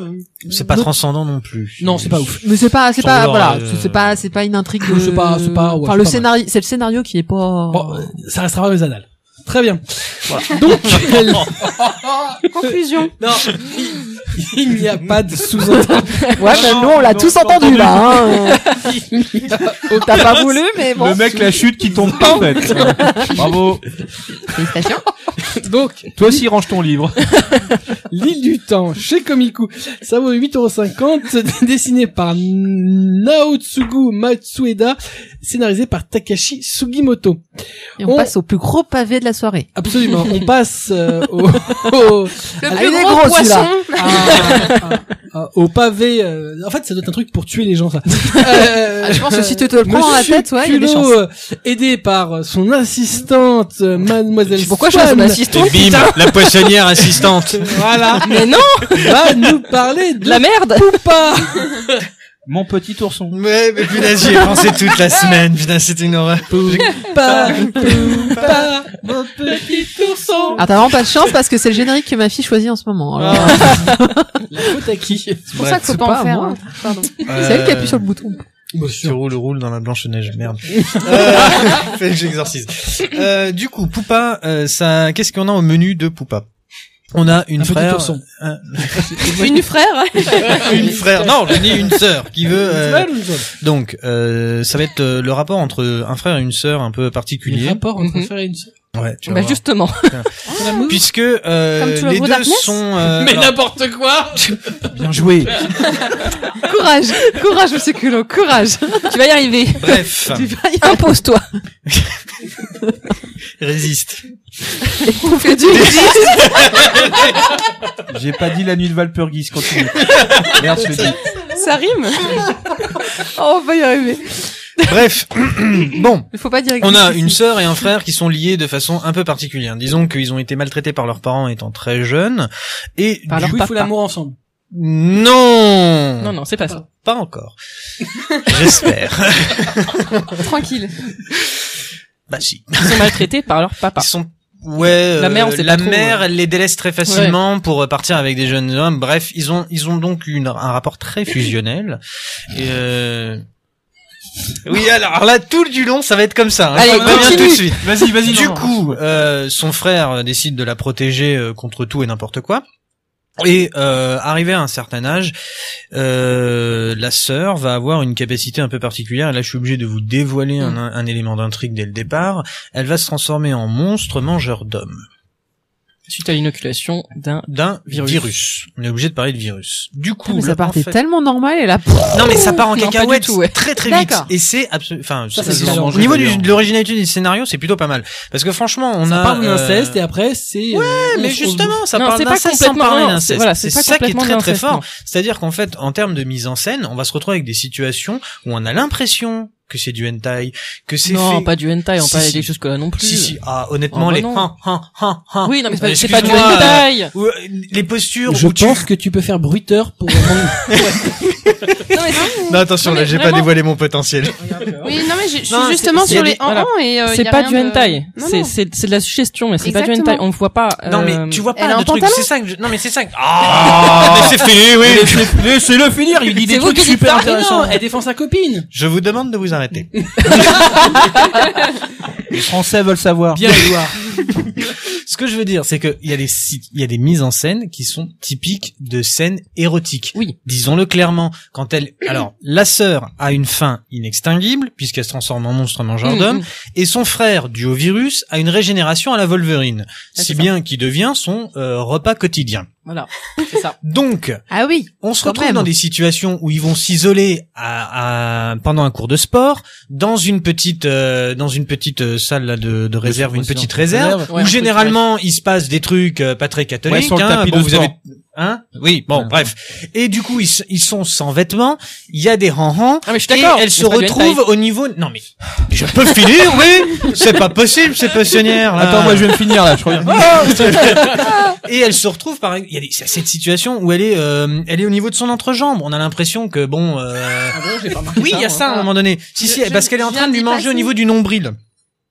Speaker 5: C'est pas
Speaker 3: Donc-
Speaker 5: transcendant non plus.
Speaker 1: Non, c'est pas ouf.
Speaker 3: mais c'est pas c'est
Speaker 5: Sans
Speaker 3: pas
Speaker 5: vouloir,
Speaker 3: voilà
Speaker 5: euh,
Speaker 3: c'est- c'est pas c'est pas une intrigue de...
Speaker 1: C'est pas- c'est pas- ouais, c'est
Speaker 3: enfin le
Speaker 1: pas mal.
Speaker 3: scénario c'est le scénario qui est pas
Speaker 1: Bon, euh, ça restera pas mes annales. Très bien. Donc,
Speaker 7: Oh,
Speaker 2: Conclusion.
Speaker 1: non, il- il n'y a pas de sous-entendu.
Speaker 3: ouais mais nous on l'a tous entendu là hein. t'as pas voulu mais
Speaker 4: Le mec, la chute qui tombe parfaite. Bravo.
Speaker 3: félicitations
Speaker 1: Donc,
Speaker 4: Toi aussi, range ton livre.
Speaker 1: L'île du temps, chez Komiku. Ça vaut 8,50€, dessiné par Naotsugu Matsueda, scénarisé par Takashi Sugimoto.
Speaker 3: et on,
Speaker 1: On-
Speaker 3: passe au plus gros pavé de la soirée
Speaker 1: Absolument, on passe euh, au, au,
Speaker 2: Le
Speaker 3: Ah,
Speaker 2: plus
Speaker 3: il est
Speaker 2: gros,
Speaker 3: gros,
Speaker 2: poisson.
Speaker 1: à- à- au pavé. euh, en fait, ça doit être un truc pour tuer les gens, ça. Euh,
Speaker 3: Ah, je pense que si tu te le prends dans la
Speaker 1: Monsieur
Speaker 3: tête, ouais, il y a des
Speaker 1: Culot,
Speaker 3: chances.
Speaker 1: euh, aidé par euh, son assistante, euh, mademoiselle
Speaker 3: pourquoi je
Speaker 1: Swan,
Speaker 3: reste mon assistant
Speaker 5: Et bim, la poissonnière assistante.
Speaker 1: Voilà,
Speaker 6: Mais non,
Speaker 1: va nous parler de
Speaker 6: de la merde.
Speaker 1: Poupa.
Speaker 4: Mon petit ourson.
Speaker 5: Ouais, mais putain, j'y ai pensé toute la semaine. Putain, c'était une horreur.
Speaker 1: Poupa, Poupa, mon petit ourson.
Speaker 3: ah t'as vraiment pas de chance parce que c'est le générique que ma fille choisit en ce moment
Speaker 5: Ah,
Speaker 3: alors.
Speaker 1: La faute à qui
Speaker 2: C'est pour ça qu'il faut
Speaker 3: c'est
Speaker 2: pas,
Speaker 3: pas
Speaker 2: en
Speaker 3: à
Speaker 2: faire.
Speaker 3: moi.
Speaker 2: hein. Pardon.
Speaker 3: c'est elle qui appuie sur le bouton
Speaker 5: Tu roules, roule dans la blanche neige. Merde. Euh, Fais l'exorcisme. Euh, du coup, Poupa, euh, ça, qu'est-ce qu'on a au menu de Poupa
Speaker 7: On a une
Speaker 1: Un petit
Speaker 7: frère,
Speaker 1: ourson.
Speaker 2: Une frère.
Speaker 5: Une frère, non, je dis une sœur qui veut. euh, donc, euh, ça va être euh, le rapport entre un frère et une sœur un peu
Speaker 1: Le
Speaker 5: particulier.
Speaker 1: rapport entre
Speaker 6: Mhm.
Speaker 1: frère et une
Speaker 5: Ouais, tu vas
Speaker 6: Bah
Speaker 5: voir.
Speaker 6: justement.
Speaker 5: Puisque euh,
Speaker 2: Comme tu le
Speaker 5: les
Speaker 2: vois
Speaker 5: deux
Speaker 2: Darkness
Speaker 5: sont. euh,
Speaker 1: Mais
Speaker 5: alors,
Speaker 1: n'importe quoi
Speaker 4: Bien joué.
Speaker 3: courage courage monsieur culot courage
Speaker 6: tu vas y arriver.
Speaker 5: bref,
Speaker 3: Tu vas y
Speaker 6: Impose-toi.
Speaker 5: résiste.
Speaker 3: bouffer du
Speaker 4: J'ai pas dit la nuit de Valpurgis, continue. Merde, je l'ai dit.
Speaker 2: Ça rime.
Speaker 3: Oh, on va y arriver.
Speaker 5: Bref, bon.
Speaker 3: Il faut pas dire.
Speaker 5: On a une sœur et un frère qui sont liés de façon un peu particulière. Disons qu'ils ont été maltraités par leurs parents étant très jeunes. Et
Speaker 6: Par
Speaker 5: du-
Speaker 6: leur
Speaker 1: Oui, il faut
Speaker 6: papa.
Speaker 1: l'amour ensemble.
Speaker 5: Non
Speaker 6: Non, non, c'est pas ça.
Speaker 5: Pas encore. J'espère.
Speaker 2: Tranquille.
Speaker 5: bah si.
Speaker 6: Ils sont maltraités par leur papa.
Speaker 5: Ils sont Ouais,
Speaker 6: La mère, on
Speaker 5: euh,
Speaker 6: sait
Speaker 5: la
Speaker 6: pas trop,
Speaker 5: mère, elle les délaisse très facilement pour euh, partir avec des jeunes hommes. Bref, ils ont ils ont donc une, un rapport très fusionnel. Et euh... Oui, alors là tout du long, ça va être comme ça. hein.
Speaker 6: Allez,
Speaker 5: Je te préviens
Speaker 6: continue.
Speaker 5: tout de suite.
Speaker 4: Vas-y, vas-y.
Speaker 5: Du
Speaker 4: non, non.
Speaker 5: coup, euh, son frère euh, décide de la protéger euh, contre tout et n'importe quoi. Et euh, arrivé à un certain âge, euh, la sœur va avoir une capacité un peu particulière. Et là, je suis obligé de vous dévoiler
Speaker 4: Mm.
Speaker 5: un, un élément d'intrigue dès le départ. Elle va se transformer en monstre mangeur d'hommes
Speaker 6: Suite à l'inoculation d'un...
Speaker 5: d'un virus.
Speaker 6: Virus.
Speaker 5: On est obligé de parler de virus. Du coup,
Speaker 3: mais
Speaker 5: là,
Speaker 3: ça
Speaker 5: en
Speaker 3: partait
Speaker 5: fait-
Speaker 3: tellement normal et là.
Speaker 5: Non, mais ça part en
Speaker 6: Non, pas du
Speaker 5: cacahuète
Speaker 6: tout, ouais.
Speaker 5: très très vite.
Speaker 3: D'accord.
Speaker 5: Et c'est absolument. Enfin,
Speaker 1: Ça,
Speaker 5: c'est-
Speaker 1: c'est
Speaker 5: au
Speaker 1: sûr.
Speaker 5: niveau du- de l'originalité du scénario, c'est plutôt pas mal. Parce que franchement, on
Speaker 1: ça
Speaker 5: a.
Speaker 1: parle
Speaker 5: euh,
Speaker 1: d'inceste et après c'est. euh, Ouais,
Speaker 5: mais justement, ça
Speaker 6: Non,
Speaker 5: parle
Speaker 6: c'est pas
Speaker 5: d'inceste sans
Speaker 6: complètement-
Speaker 5: parler
Speaker 6: non, c'est-
Speaker 5: d'inceste.
Speaker 6: voilà,
Speaker 5: c'est
Speaker 6: c'est pas
Speaker 5: ça qui est
Speaker 6: complètement
Speaker 5: très très
Speaker 6: d'inceste,
Speaker 5: fort.
Speaker 6: non.
Speaker 5: C'est-à-dire qu'en fait, en termes de mise en scène, on va se retrouver avec des situations où on a l'impression que c'est du hentai, que c'est
Speaker 6: Non,
Speaker 5: fait.
Speaker 6: pas du hentai, on
Speaker 5: Si,
Speaker 6: parle
Speaker 5: si.
Speaker 6: des choses que là non plus.
Speaker 5: Si si, ah honnêtement
Speaker 6: Oh, bah
Speaker 5: les.
Speaker 6: non.
Speaker 5: Han, han, han, han.
Speaker 6: Oui, non, mais c'est
Speaker 5: Euh,
Speaker 6: pas, c'est pas du
Speaker 5: excuse-moi, euh,
Speaker 6: hentai.
Speaker 5: ou, euh, les postures
Speaker 1: Je
Speaker 5: où tu
Speaker 1: pense que tu peux faire bruiteur pour. vendre-
Speaker 2: Non, mais c'est-
Speaker 5: Non, attention,
Speaker 6: Non, mais
Speaker 5: là, j'ai pas
Speaker 6: vraiment. Euh,
Speaker 5: dévoilé mon potentiel.
Speaker 2: oui, non, mais je je suis
Speaker 5: Non, c'est-
Speaker 2: justement
Speaker 5: c'est-
Speaker 2: sur
Speaker 5: il y
Speaker 2: les
Speaker 5: a
Speaker 2: en
Speaker 6: des-
Speaker 2: et euh, il y
Speaker 6: C'est
Speaker 2: a
Speaker 6: pas
Speaker 2: rien
Speaker 6: du
Speaker 2: de-
Speaker 6: hentai.
Speaker 2: Non,
Speaker 6: C'est,
Speaker 2: non.
Speaker 6: c'est, c'est de la suggestion, mais c'est pas du
Speaker 2: Exactement.
Speaker 6: hentai. On voit pas. euh,
Speaker 5: Non, mais tu vois pas
Speaker 2: elle a
Speaker 5: le
Speaker 2: un
Speaker 5: truc,
Speaker 2: pantalon
Speaker 5: c'est ça que je... Non, mais c'est ça que... Ah Mais c'est fini, oui
Speaker 4: Laissez- Laissez-le finir, il dit des
Speaker 6: C'est vous
Speaker 4: trucs
Speaker 6: qui dites
Speaker 4: super
Speaker 6: ça,
Speaker 1: Mais
Speaker 4: intéressants.
Speaker 1: non, elle défend sa copine.
Speaker 5: Je vous demande de vous arrêter.
Speaker 4: Les Français veulent savoir.
Speaker 1: Bien Edouard.
Speaker 5: Ce que je veux dire, c'est que il y a des sites- il y a des mises en scène qui sont typiques de scènes érotiques.
Speaker 6: Oui.
Speaker 5: Disons-le clairement. Quand elle, alors, la sœur a une fin inextinguible puisqu'elle se transforme en monstre mangeur
Speaker 6: Mm,
Speaker 5: d'hommes
Speaker 6: mm.
Speaker 5: et son frère, dû au virus, a une régénération à la Wolverine,
Speaker 6: Ah, c'est
Speaker 5: si
Speaker 6: ça.
Speaker 5: bien qu'il devient son euh, repas quotidien.
Speaker 6: Voilà, c'est ça.
Speaker 5: Donc,
Speaker 3: Ah oui.
Speaker 5: on se
Speaker 3: Quand
Speaker 5: retrouve
Speaker 3: même.
Speaker 5: dans des situations où ils vont s'isoler à, à- pendant un cours de sport, dans une petite, euh, dans une petite euh, salle là, de, de réserve, une petite réserve,
Speaker 6: réserve, ouais, un
Speaker 5: où
Speaker 6: truc,
Speaker 5: généralement il se passe des trucs euh, pas très catholiques.
Speaker 4: Ouais, sur le
Speaker 5: hein.
Speaker 4: tapis
Speaker 5: Bon,
Speaker 4: de
Speaker 5: vous
Speaker 4: sport.
Speaker 5: avez, hein Oui, bon,
Speaker 4: Ouais.
Speaker 5: bref. Et du coup, ils, s- ils sont sans vêtements. Il y a des rangs
Speaker 6: Ah, mais je suis
Speaker 5: et
Speaker 6: d'accord.
Speaker 5: elle
Speaker 6: c'est
Speaker 5: se
Speaker 6: pas du hentai.
Speaker 5: retrouve au niveau. Non mais, je peux finir, oui. C'est pas possible, ces pionnières.
Speaker 4: Attends, moi je vais me finir là, je reviens.
Speaker 5: Ah. et elle se retrouve par il y a des- c'est cette situation où elle est euh, elle est au niveau de son entrejambe on a l'impression que bon euh,
Speaker 1: Ah bon, j'ai pas
Speaker 5: oui il y a ça à un moment donné si si
Speaker 2: Je- je-
Speaker 5: parce qu'elle est en
Speaker 2: je
Speaker 5: train
Speaker 2: viens
Speaker 5: de lui
Speaker 2: d'y
Speaker 5: manger au
Speaker 2: passer.
Speaker 5: niveau du nombril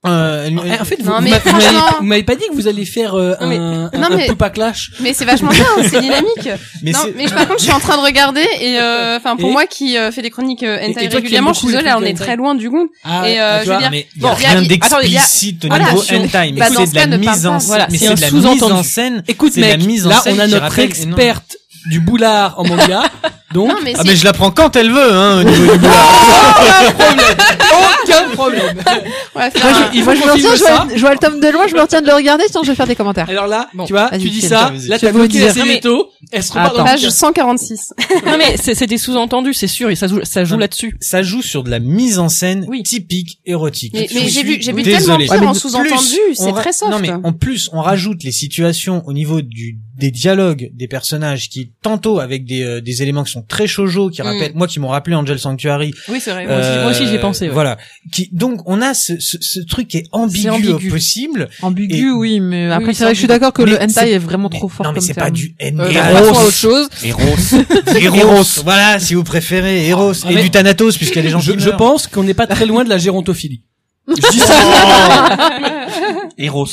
Speaker 5: euh, elle-
Speaker 1: Eh, en fait, vous,
Speaker 2: Non,
Speaker 1: vous
Speaker 2: mais
Speaker 1: m'a- vous m'avez-
Speaker 2: franchement-
Speaker 1: vous m'avez pas dit que vous alliez faire euh,
Speaker 2: Non, mais-
Speaker 1: un, un,
Speaker 2: non,
Speaker 1: un
Speaker 2: mais-
Speaker 1: Poupa Clash.
Speaker 2: Mais c'est vachement bien, c'est dynamique.
Speaker 5: mais
Speaker 2: non,
Speaker 5: c'est-
Speaker 2: mais je- par contre, je suis en train de regarder et euh, enfin pour
Speaker 1: Et-
Speaker 2: moi qui euh, fait des chroniques euh, hentai
Speaker 1: et toi qui aimes
Speaker 2: régulièrement, je suis
Speaker 1: beaucoup les
Speaker 2: désolée,
Speaker 1: trucs
Speaker 2: on est
Speaker 1: hentai.
Speaker 2: très loin du compte.
Speaker 1: Ah,
Speaker 2: Et, euh,
Speaker 1: tu
Speaker 2: je
Speaker 1: vois.
Speaker 2: veux dire,
Speaker 5: mais il y
Speaker 2: bon,
Speaker 5: a
Speaker 2: il y a-
Speaker 5: rien
Speaker 2: il- attendez, il y a-
Speaker 5: d'explicite au
Speaker 2: voilà,
Speaker 5: niveau
Speaker 2: sur-
Speaker 5: hentai mais
Speaker 2: bah, dans
Speaker 5: c'est
Speaker 2: ce
Speaker 5: de la
Speaker 2: cas, ne parle
Speaker 5: mise en
Speaker 2: pas.
Speaker 5: scène
Speaker 6: Voilà,
Speaker 5: mais
Speaker 6: c'est
Speaker 5: c'est
Speaker 6: un
Speaker 5: de la mise en
Speaker 6: sous-entendu.
Speaker 5: scène
Speaker 1: Écoute
Speaker 5: c'est de la
Speaker 1: mec,
Speaker 5: mise en
Speaker 1: là
Speaker 5: scène
Speaker 1: on a
Speaker 5: qui
Speaker 1: notre
Speaker 5: rappelle
Speaker 1: experte du boulard en manga. Donc
Speaker 2: Non, mais
Speaker 5: ah
Speaker 2: si-
Speaker 5: mais je la prends quand elle veut hein au niveau du boulot
Speaker 1: aucun problème.
Speaker 2: on va faire
Speaker 3: Moi,
Speaker 2: un-
Speaker 3: je, moi, je me retiens, je vois, je vois le tome de loin, je me retiens de le regarder, sinon je vais faire des commentaires.
Speaker 1: Alors là,
Speaker 6: Bon,
Speaker 1: tu vois,
Speaker 3: vas-y,
Speaker 1: tu dis
Speaker 3: Ken,
Speaker 1: ça,
Speaker 5: vas-y.
Speaker 1: là
Speaker 3: Tu
Speaker 1: t'as
Speaker 3: vas vous
Speaker 1: bloqué la
Speaker 3: dire.
Speaker 1: série
Speaker 6: Non, mais-
Speaker 1: Leto, elle se repart dans
Speaker 6: Attends.
Speaker 1: le
Speaker 2: Page 146.
Speaker 6: Non, mais c'est, c'est des sous-entendus, c'est sûr, et ça joue, ça joue
Speaker 5: Mm.
Speaker 6: là-dessus.
Speaker 5: ça joue sur de la mise en scène
Speaker 6: Oui.
Speaker 5: typique érotique.
Speaker 2: Mais-
Speaker 5: Je
Speaker 2: mais j'ai
Speaker 5: suis
Speaker 2: vu- j'ai vu
Speaker 5: désolé.
Speaker 2: tellement pire
Speaker 5: Ouais, mais
Speaker 2: en
Speaker 5: de
Speaker 2: sous-entendu,
Speaker 5: plus,
Speaker 2: c'est
Speaker 5: on ra-
Speaker 2: très soft.
Speaker 5: Non mais en plus, on rajoute les situations au niveau du des dialogues des personnages qui tantôt avec des, euh, des éléments qui sont très shoujo qui
Speaker 6: Mm.
Speaker 5: rappellent moi qui m'ont rappelé Angel Sanctuary.
Speaker 6: Oui, c'est vrai.
Speaker 5: euh,
Speaker 6: Moi aussi, j'y ai pensé. ouais.
Speaker 5: Voilà. Qui donc on a ce, ce, ce truc qui est ambigu,
Speaker 6: C'est ambigu.
Speaker 5: au possible.
Speaker 3: Ambigu,
Speaker 5: Et-
Speaker 3: oui, mais après,
Speaker 6: oui,
Speaker 3: c'est vrai que je suis d'accord que
Speaker 5: Mais
Speaker 3: le hentai
Speaker 5: c'est-
Speaker 3: est vraiment trop
Speaker 5: Mais-
Speaker 3: fort
Speaker 5: non mais
Speaker 3: comme
Speaker 5: c'est
Speaker 3: terme. bah,
Speaker 5: pas du
Speaker 6: Euh,
Speaker 5: Eros.
Speaker 6: passons à autre chose.
Speaker 5: Eros. Voilà, si vous préférez Eros et
Speaker 1: Ah, mais-
Speaker 5: du Thanatos puisqu'il y a des gens
Speaker 1: Je,
Speaker 5: qui
Speaker 1: je
Speaker 5: meurent.
Speaker 1: pense qu'on n'est pas très loin de la gérontophilie. Je dis ça.
Speaker 4: Eros.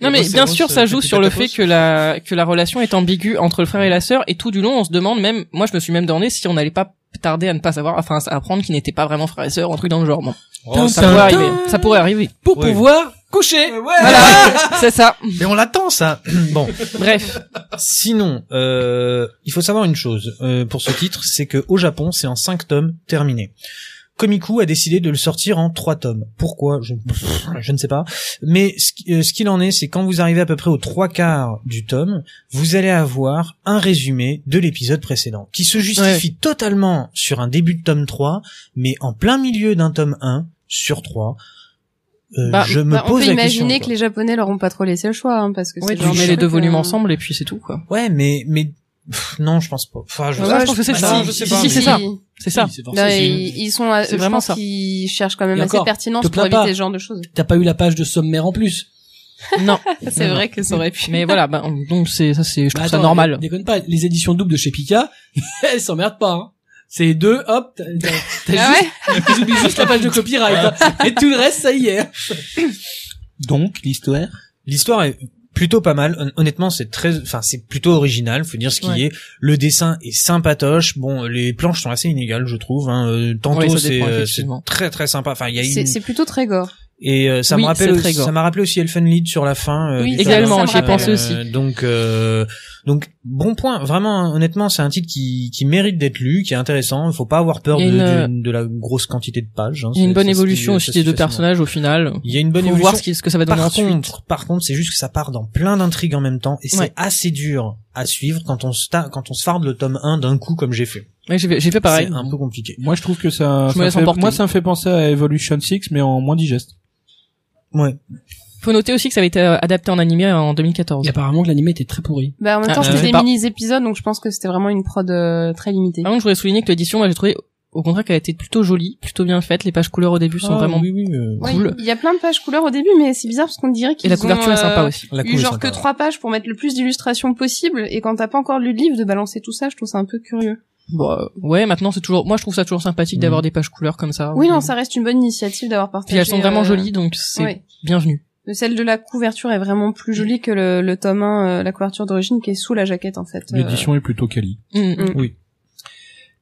Speaker 6: Non mais bien sûr ça joue sur le fait que la que la relation est ambiguë entre le frère et la sœur et tout du long on se demande même moi je me suis même demandé si on n'allait pas tarder à ne pas savoir enfin à apprendre qu'ils n'étaient pas vraiment frère et sœur un truc dans le genre bon
Speaker 5: Oh,
Speaker 6: ça
Speaker 5: ça-
Speaker 6: pourrait arriver ça pourrait arriver
Speaker 1: Pour
Speaker 5: Oui.
Speaker 1: pouvoir coucher.
Speaker 5: Ah
Speaker 1: Ah,
Speaker 6: voilà c'est ça
Speaker 5: Mais on l'attend ça. bon.
Speaker 6: bref
Speaker 5: Sinon, euh, il faut savoir une chose euh, pour ce titre, c'est que au Japon, c'est en 5 tomes terminé. Komiku a décidé de le sortir en 3 tomes. Pourquoi je, je ne sais pas. Mais ce, qui- euh, ce qu'il en est, c'est quand vous arrivez à peu près aux trois quarts du tome, vous allez avoir un résumé de l'épisode précédent, qui se justifie totalement sur un début de tome 3, mais en plein milieu d'un tome 1 sur 3. Euh,
Speaker 6: Bah,
Speaker 5: je me
Speaker 2: Bah, on
Speaker 5: pose
Speaker 2: peut
Speaker 5: la
Speaker 2: imaginer
Speaker 5: question. quoi.
Speaker 2: que les Japonais leur ont pas trop laissé le choix, hein, parce que c'est
Speaker 6: ouais,
Speaker 2: le
Speaker 6: tu
Speaker 2: genre de
Speaker 6: mets les
Speaker 2: truc,
Speaker 6: deux volumes
Speaker 2: euh,
Speaker 6: ensemble et puis c'est tout quoi
Speaker 5: Ouais, mais mais pff, non, je pense pas. Enfin, je,
Speaker 6: Ouais, je pense que c'est
Speaker 5: bah,
Speaker 6: ça.
Speaker 5: si, je sais
Speaker 6: Si,
Speaker 5: pas,
Speaker 6: si,
Speaker 5: mais-
Speaker 6: c'est ça. c'est ça
Speaker 1: C'est
Speaker 2: Bah, ils, ils sont, à-
Speaker 6: C'est
Speaker 2: je
Speaker 6: vraiment
Speaker 2: pense
Speaker 6: ça.
Speaker 2: qu'ils cherchent quand même
Speaker 1: Et
Speaker 2: assez de
Speaker 1: encore,
Speaker 2: pertinence
Speaker 1: te
Speaker 2: pour
Speaker 1: plains pas.
Speaker 2: éviter ce genre de choses.
Speaker 1: T'as pas eu la page de sommaire en plus.
Speaker 6: Non.
Speaker 2: C'est vrai que ça aurait pu.
Speaker 6: Mais voilà, bah, on- donc c'est ça, c'est je
Speaker 1: Bah,
Speaker 6: trouve
Speaker 1: attends,
Speaker 6: ça normal.
Speaker 1: Déconne pas, les éditions doubles de chez Pika, elles s'emmerdent pas. Hein. C'est deux, hop, t'as t'as- t'as
Speaker 2: Ah
Speaker 1: juste, ils oublient juste la page de copyright. hein. et tout le reste, ça y est.
Speaker 4: Donc, l'histoire.
Speaker 5: L'histoire est plutôt pas mal. Hon- Honnêtement, c'est très, enfin, c'est plutôt original. Faut dire ce qu'il
Speaker 6: Ouais.
Speaker 5: est. Le dessin est sympatoche. Bon, les planches sont assez inégales, je trouve. Hein. Euh, Tantôt
Speaker 6: Ouais, ça
Speaker 5: c'est
Speaker 6: dépend,
Speaker 5: euh,
Speaker 6: effectivement.
Speaker 5: c'est très très sympa. Enfin, il y a
Speaker 2: C'est
Speaker 5: une
Speaker 2: c'est plutôt très gore.
Speaker 5: et euh, ça
Speaker 6: Oui,
Speaker 5: me rappelle
Speaker 6: c'est très gore.
Speaker 5: ça m'a rappelé aussi Elfenlied sur la fin. euh,
Speaker 2: Oui,
Speaker 5: du
Speaker 6: également,
Speaker 5: Tarzan.
Speaker 6: j'y ai pensé
Speaker 5: Euh,
Speaker 6: aussi.
Speaker 5: Donc euh, donc bon point. Vraiment, honnêtement, c'est un titre qui qui mérite d'être lu, qui est intéressant. Il faut pas avoir peur
Speaker 6: Il y
Speaker 5: de,
Speaker 6: a une- euh,
Speaker 5: d'une- de la grosse quantité de pages. hein.
Speaker 6: Il y a une
Speaker 5: C'est-
Speaker 6: bonne
Speaker 5: c'est ce qui-
Speaker 6: évolution
Speaker 5: ça
Speaker 6: aussi
Speaker 5: se
Speaker 6: des
Speaker 5: fait
Speaker 6: deux
Speaker 5: facilement.
Speaker 6: personnes personnages au final.
Speaker 5: Il y a une bonne
Speaker 6: Faut
Speaker 5: évolution.
Speaker 6: voir ce, qui- ce que ça va donner
Speaker 5: Par
Speaker 6: ensuite.
Speaker 5: contre, par contre, c'est juste que ça part dans plein d'intrigues en même temps et
Speaker 6: Ouais.
Speaker 5: c'est assez dur à suivre quand on se ta- quand on se farde le tome 1 d'un coup comme j'ai fait.
Speaker 6: Ouais, j'ai fait, j'ai fait pareil.
Speaker 5: C'est un peu compliqué.
Speaker 4: Moi, je trouve que ça,
Speaker 6: Je
Speaker 4: ça
Speaker 6: me laisse
Speaker 4: fait-
Speaker 6: emporter.
Speaker 4: moi, ça me fait penser à Evolution 6, mais en moins digeste.
Speaker 5: Ouais.
Speaker 6: Faut noter aussi que ça avait été euh, adapté en animé en 2014.
Speaker 1: Et apparemment que l'animé était très pourri.
Speaker 2: Bah, en même temps,
Speaker 6: Ah,
Speaker 2: c'était
Speaker 6: je sais
Speaker 2: des
Speaker 6: pas. Ah,
Speaker 2: mini-épisodes, donc je pense que c'était vraiment une prod euh, très limitée.
Speaker 6: Par contre, je voudrais souligner que l'édition, moi, j'ai trouvé au contraire qu'elle a été plutôt jolie, plutôt bien faite. Les pages couleurs au début sont
Speaker 5: Ah,
Speaker 6: vraiment
Speaker 5: oui, oui, euh,
Speaker 2: Ouais,
Speaker 6: cool.
Speaker 2: Il y a plein de pages couleurs au début, mais c'est bizarre parce qu'on dirait qu'ils
Speaker 6: et la couverture
Speaker 2: ont,
Speaker 6: est sympa
Speaker 2: euh,
Speaker 6: aussi.
Speaker 5: la
Speaker 2: eu
Speaker 5: couve est
Speaker 2: genre
Speaker 5: sympa,
Speaker 2: que
Speaker 5: ouais.
Speaker 2: trois pages pour mettre le plus d'illustrations possible et quand t'as pas encore lu le livre de balancer tout ça je trouve ça un peu curieux
Speaker 6: Bah, ouais, maintenant c'est toujours, moi je trouve ça toujours sympathique
Speaker 5: Mm.
Speaker 6: d'avoir des pages couleurs comme ça.
Speaker 2: oui non ça reste une bonne initiative d'avoir partagé
Speaker 6: Ah, Puis elles sont vraiment
Speaker 2: euh,
Speaker 6: jolies, donc c'est
Speaker 2: ouais.
Speaker 6: bienvenu.
Speaker 2: Mais celle de la couverture est vraiment plus jolie que le, le tome 1 euh, la couverture d'origine qui est sous la jaquette en fait euh.
Speaker 4: L'édition est plutôt quali.
Speaker 6: Mm.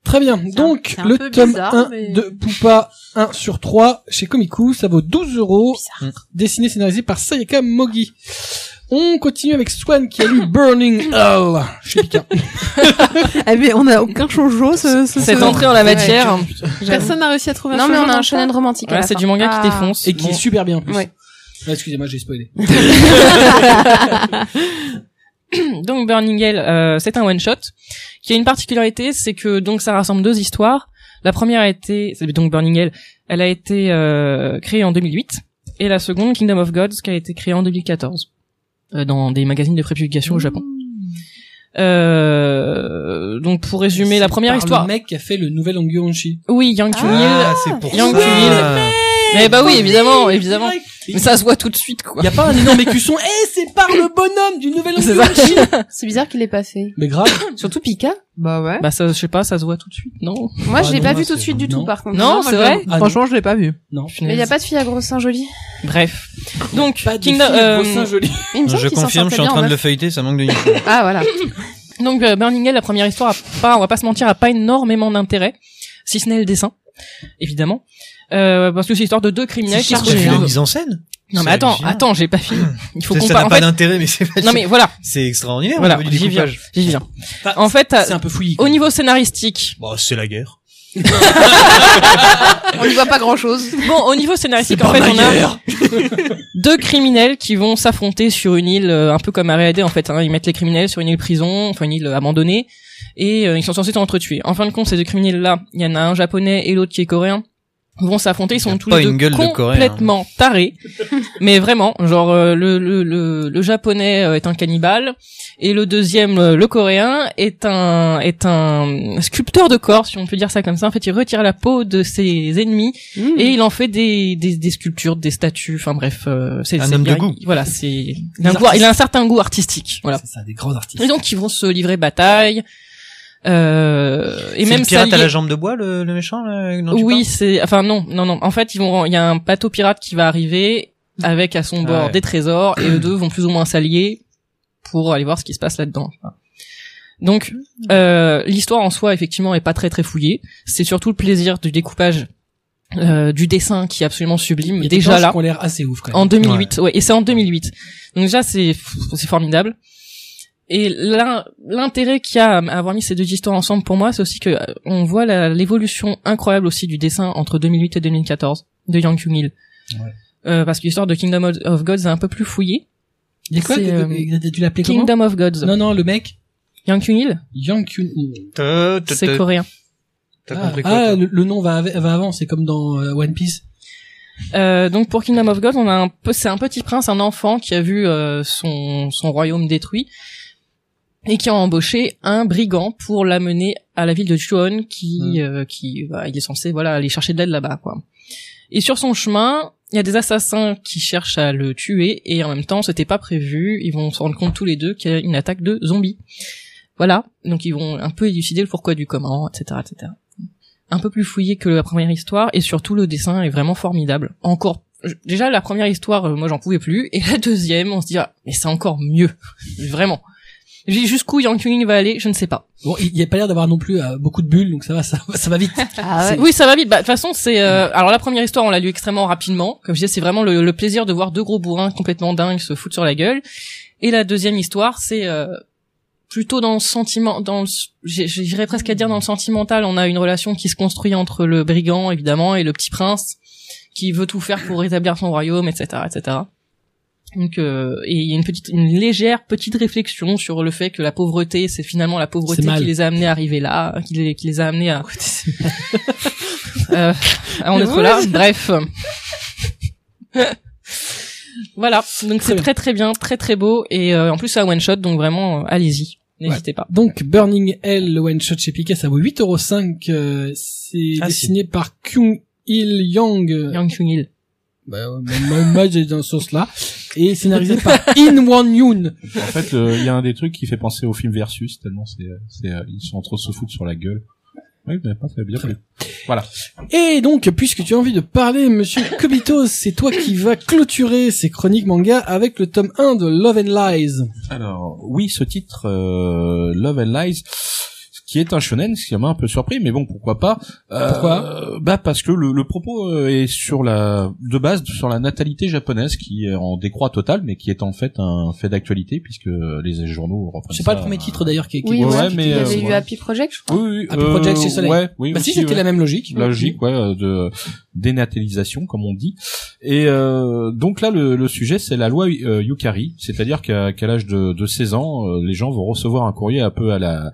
Speaker 1: Très bien.
Speaker 3: un-
Speaker 1: Donc,
Speaker 3: c'est un
Speaker 1: le
Speaker 3: peu
Speaker 1: tome
Speaker 3: bizarre,
Speaker 1: 1
Speaker 3: mais-
Speaker 1: de Poupa 1 sur 3 chez Komiku, ça vaut 12 euros. Mm.
Speaker 5: Bizarre.
Speaker 1: Dessiné, scénarisé par Sayaka Mogi. On continue avec Swan qui a lu Burning Hell chez Pika.
Speaker 3: Ah mais on a aucun shoujo ce, ce,
Speaker 6: Cette
Speaker 3: ce-
Speaker 6: entrée en la
Speaker 2: Mm. Ouais,
Speaker 6: matière,
Speaker 3: Personne n'a réussi à trouver un
Speaker 2: non mais
Speaker 3: shoujo
Speaker 2: on a
Speaker 3: dans
Speaker 2: un
Speaker 3: ça.
Speaker 2: shonen romantique à
Speaker 6: voilà,
Speaker 2: la
Speaker 6: c'est
Speaker 2: fin.
Speaker 6: du manga
Speaker 2: Ah.
Speaker 6: qui défonce.
Speaker 1: Et qui est
Speaker 6: Bon.
Speaker 1: super bien en plus.
Speaker 2: Ouais.
Speaker 1: Ah, Excusez-moi, j'ai spoilé.
Speaker 6: donc Burning Hell, euh, c'est un one shot qui a une particularité, c'est que donc ça rassemble deux histoires. La première a été, c'est donc Burning Hell, elle a été euh, créée en 2008 et la seconde Kingdom of Gods qui a été créée en 2014 euh, dans des magazines de prépublication au Japon.
Speaker 1: Mmh.
Speaker 6: Euh, donc pour résumer la
Speaker 1: C'est
Speaker 6: première
Speaker 1: par
Speaker 6: histoire,
Speaker 1: Le mec qui a fait le nouvel Onguronshi.
Speaker 6: oui Yang Chun
Speaker 5: Ah, c'est pour
Speaker 6: Yang
Speaker 5: ça. Ah,
Speaker 6: Chun-il.
Speaker 1: Ah,
Speaker 6: mais bah oui évidemment évidemment, mais ça se voit tout de suite quoi.
Speaker 1: Il y a pas un énorme écusson. Eh, c'est par le bonhomme du nouvel Onguronshi.
Speaker 2: c'est bizarre qu'il l'ait pas fait
Speaker 1: Mais grave.
Speaker 2: surtout Pika
Speaker 3: Bah ouais.
Speaker 6: Bah ça je sais pas ça se voit tout de suite non.
Speaker 2: moi
Speaker 1: Ah
Speaker 2: je l'ai
Speaker 1: non,
Speaker 2: pas
Speaker 1: moi,
Speaker 2: vu tout de
Speaker 1: c'est-
Speaker 2: suite du
Speaker 1: non.
Speaker 2: tout par contre
Speaker 6: Non, c'est vrai.
Speaker 1: Ah, non.
Speaker 3: Franchement, je l'ai pas vu.
Speaker 1: Non.
Speaker 2: mais il y a pas de fille à gros seins jolis
Speaker 6: Bref donc
Speaker 1: Pas de
Speaker 6: Kingdom
Speaker 1: fille,
Speaker 6: euh,
Speaker 1: gros seins jolis.
Speaker 2: Il me semble
Speaker 5: Je
Speaker 2: qu'il s'en
Speaker 5: confirme, je suis en
Speaker 2: sortait
Speaker 5: train
Speaker 2: bien,
Speaker 5: de le feuilleter, ça manque de
Speaker 2: meuf. ah voilà
Speaker 6: Donc euh, Burning Hell, la première histoire, a pas, on va pas se mentir, a pas énormément d'intérêt, si ce n'est le dessin, évidemment, Euh, parce que c'est l'histoire de deux criminels qui se
Speaker 5: T'as vu la
Speaker 6: retrouvent.
Speaker 5: mise en scène
Speaker 6: Non
Speaker 5: C'est
Speaker 6: mais attends,
Speaker 5: hallucinant.
Speaker 6: attends, j'ai pas fini. Il faut
Speaker 5: Ça
Speaker 6: qu'on
Speaker 5: ça n'a
Speaker 6: parle.
Speaker 5: pas
Speaker 6: En
Speaker 5: d'intérêt, mais c'est
Speaker 6: fait, non mais voilà,
Speaker 5: c'est extraordinaire.
Speaker 6: Voilà,
Speaker 5: au niveau du
Speaker 6: j'y viens.
Speaker 5: découpage.
Speaker 6: j'y viens.
Speaker 1: Bah,
Speaker 6: En fait, euh,
Speaker 1: C'est un peu fouillis.
Speaker 6: au niveau scénaristique,
Speaker 5: Bah, c'est la guerre.
Speaker 3: On y voit pas grand chose.
Speaker 6: bon, au niveau scénaristique, en fait, on a deux criminels qui vont s'affronter sur une île, euh, un peu comme à R&D en fait. hein. Ils mettent les criminels sur une île prison, enfin une île euh, abandonnée, et euh, ils sont censés s'entretuer. En fin de compte, ces deux criminels-là, il y en a un japonais et l'autre qui est coréen, vont s'affronter. Ils
Speaker 5: Il y
Speaker 6: sont
Speaker 5: a
Speaker 6: tous
Speaker 5: pas
Speaker 6: les deux
Speaker 5: une gueule de coréen, hein.
Speaker 6: complètement tarés, mais vraiment, genre euh, le, le, le, le japonais euh, est un cannibale et le deuxième, euh, le coréen, est un est un sculpteur de corps, si on peut dire ça comme ça. En fait, il retire la peau de ses ennemis
Speaker 3: Mm.
Speaker 6: et il en fait des, des, des sculptures, des statues, enfin bref, euh, c'est
Speaker 5: Un
Speaker 6: c'est
Speaker 5: homme de
Speaker 6: bien,
Speaker 5: goût.
Speaker 6: il- Voilà, c'est il, a un goût- il a un certain goût artistique. Voilà.
Speaker 1: C'est ça, des grands artistes.
Speaker 6: Et donc ils vont se livrer bataille. Euh, et
Speaker 5: C'est
Speaker 6: même
Speaker 5: le pirate à
Speaker 6: s'allier-
Speaker 5: la jambe de bois, le, le méchant, là, dont tu
Speaker 6: oui, c'est enfin non, non, non. En fait, ils vont, il y a un bateau pirate qui va arriver avec à son
Speaker 5: Ah
Speaker 6: bord
Speaker 5: ouais.
Speaker 6: des trésors et eux deux vont plus ou moins s'allier pour aller voir ce qui se passe là-dedans. Donc euh, l'histoire en soi effectivement est pas très très fouillée. C'est surtout le plaisir du découpage, euh, du dessin qui est absolument sublime.
Speaker 1: Il y a des
Speaker 6: Déjà
Speaker 1: planches
Speaker 6: là,
Speaker 1: qui ont l'air assez ouf quand même.
Speaker 6: en 2008, ouais, et c'est en 2008. Donc déjà c'est c'est formidable. Et l'un- l'intérêt qu'il y a à avoir mis ces deux histoires ensemble pour moi, c'est aussi que euh, on voit la- l'évolution incroyable aussi du dessin entre 2008 et 2014 de Yang Kung-il. Euh, parce que l'histoire de Kingdom of- of Gods est un peu plus fouillée.
Speaker 1: Il y a quoi
Speaker 6: c'est, euh,
Speaker 1: que- que- Tu l'appelais comment
Speaker 6: Kingdom of Gods.
Speaker 1: Non, non, le mec.
Speaker 6: Yang Kung-il,
Speaker 1: Yang Kun.
Speaker 5: T'as t'as-
Speaker 6: c'est
Speaker 5: t'as-
Speaker 6: coréen.
Speaker 5: t'as
Speaker 1: Ah,
Speaker 5: compris quoi
Speaker 1: ah,
Speaker 5: toi
Speaker 1: le, le nom va, ave- va avant, c'est comme dans euh, One Piece.
Speaker 6: Euh, donc pour Kingdom of God, on a un peu, c'est un petit prince, un enfant qui a vu euh, son, son royaume détruit et qui a embauché un brigand pour l'amener à la ville de Chuon, qui, euh, qui, bah, il est censé, voilà, aller chercher de l'aide là-bas, quoi. Et sur son chemin, il y a des assassins qui cherchent à le tuer et en même temps c'était pas prévu. Ils vont se rendre compte tous les deux qu'il y a une attaque de zombies. Voilà, donc ils vont un peu élucider le pourquoi du comment, etc., etc. Un peu plus fouillé que la première histoire et surtout le dessin est vraiment formidable. Encore déjà la première histoire, euh, moi j'en pouvais plus et la deuxième, on se dit ah, mais c'est encore mieux, vraiment. J- Jusqu'où Yang Yuling va aller, je ne sais pas.
Speaker 1: Bon, il n'y a pas l'air d'avoir non plus euh, beaucoup de bulles, donc ça va, ça, va- ça va vite.
Speaker 3: Ah ouais.
Speaker 1: C'est-
Speaker 6: Oui, ça va vite. Bah, De toute façon, c'est euh, alors la première histoire, on l'a lu extrêmement rapidement. Comme je disais, c'est vraiment le, le plaisir de voir deux gros bourrins complètement dingues se foutre sur la gueule. Et la deuxième histoire, c'est euh, plutôt dans le sentiment, dans le, j'ai- j'irais presque à dire dans le sentimental. On a une relation qui se construit entre le brigand évidemment et le petit prince qui veut tout faire pour rétablir son royaume, etc., etc. Donc, euh, et il y a une petite, une légère petite réflexion sur le fait que la pauvreté, c'est finalement la pauvreté
Speaker 1: C'est mal.
Speaker 6: qui les a amenés à arriver là, qui les, qui les a amenés à, euh, à en être là. Bref. voilà. Donc
Speaker 1: Très
Speaker 6: c'est
Speaker 1: bien.
Speaker 6: très très bien, très très beau et euh, en plus c'est un one shot, donc vraiment euh, allez-y, n'hésitez pas.
Speaker 1: Donc Burning Hell, le one shot chez Pika, ça vaut 8,5€. euh, c'est
Speaker 5: Ah,
Speaker 1: dessiné par Kyung Il Yang. euh,
Speaker 6: Yang Chun-il.
Speaker 1: Bah, même moi j'ai dans ce sens-là. Et scénarisé par In Won Yoon.
Speaker 4: En fait, euh, il y a un des trucs qui fait penser au film Versus, tellement c'est, c'est, euh, ils sont entre se foutre sur la gueule. Oui, mais pas très bien plu.
Speaker 1: Et donc, puisque tu as envie de parler, monsieur Kobitos, c'est toi qui vas clôturer ces chroniques manga avec le tome 1 de Love and Lies.
Speaker 4: Alors, oui, ce titre, euh, Love and Lies, ce qui est un shonen, ce qui m'a un peu surpris, mais bon, pourquoi pas. Euh,
Speaker 1: Pourquoi
Speaker 4: Bah parce que le, le propos euh, est sur la, de base, sur la natalité japonaise qui est en décroît totale, mais qui est en fait un fait d'actualité puisque les journaux reprennent
Speaker 1: C'est pas
Speaker 4: ça
Speaker 1: le premier
Speaker 4: à-
Speaker 1: titre d'ailleurs qui est... qui-
Speaker 2: Oui,
Speaker 4: Ouais,
Speaker 2: ouais,
Speaker 4: ouais,
Speaker 2: puis
Speaker 4: mais,
Speaker 2: il y
Speaker 4: euh,
Speaker 2: avait eu
Speaker 4: ouais.
Speaker 2: Happy Project, je crois.
Speaker 4: Oui, oui, euh,
Speaker 1: Happy Project chez Soleil.
Speaker 4: Ouais, oui,
Speaker 1: Bah si,
Speaker 4: aussi,
Speaker 1: c'était
Speaker 4: ouais.
Speaker 1: la même logique.
Speaker 4: logique ouais euh, de dénatalisation comme on dit et euh, donc là le, le sujet c'est la loi euh, Yukari c'est-à-dire qu'à qu'à l'âge de, de 16 ans euh, les gens vont recevoir un courrier un peu à la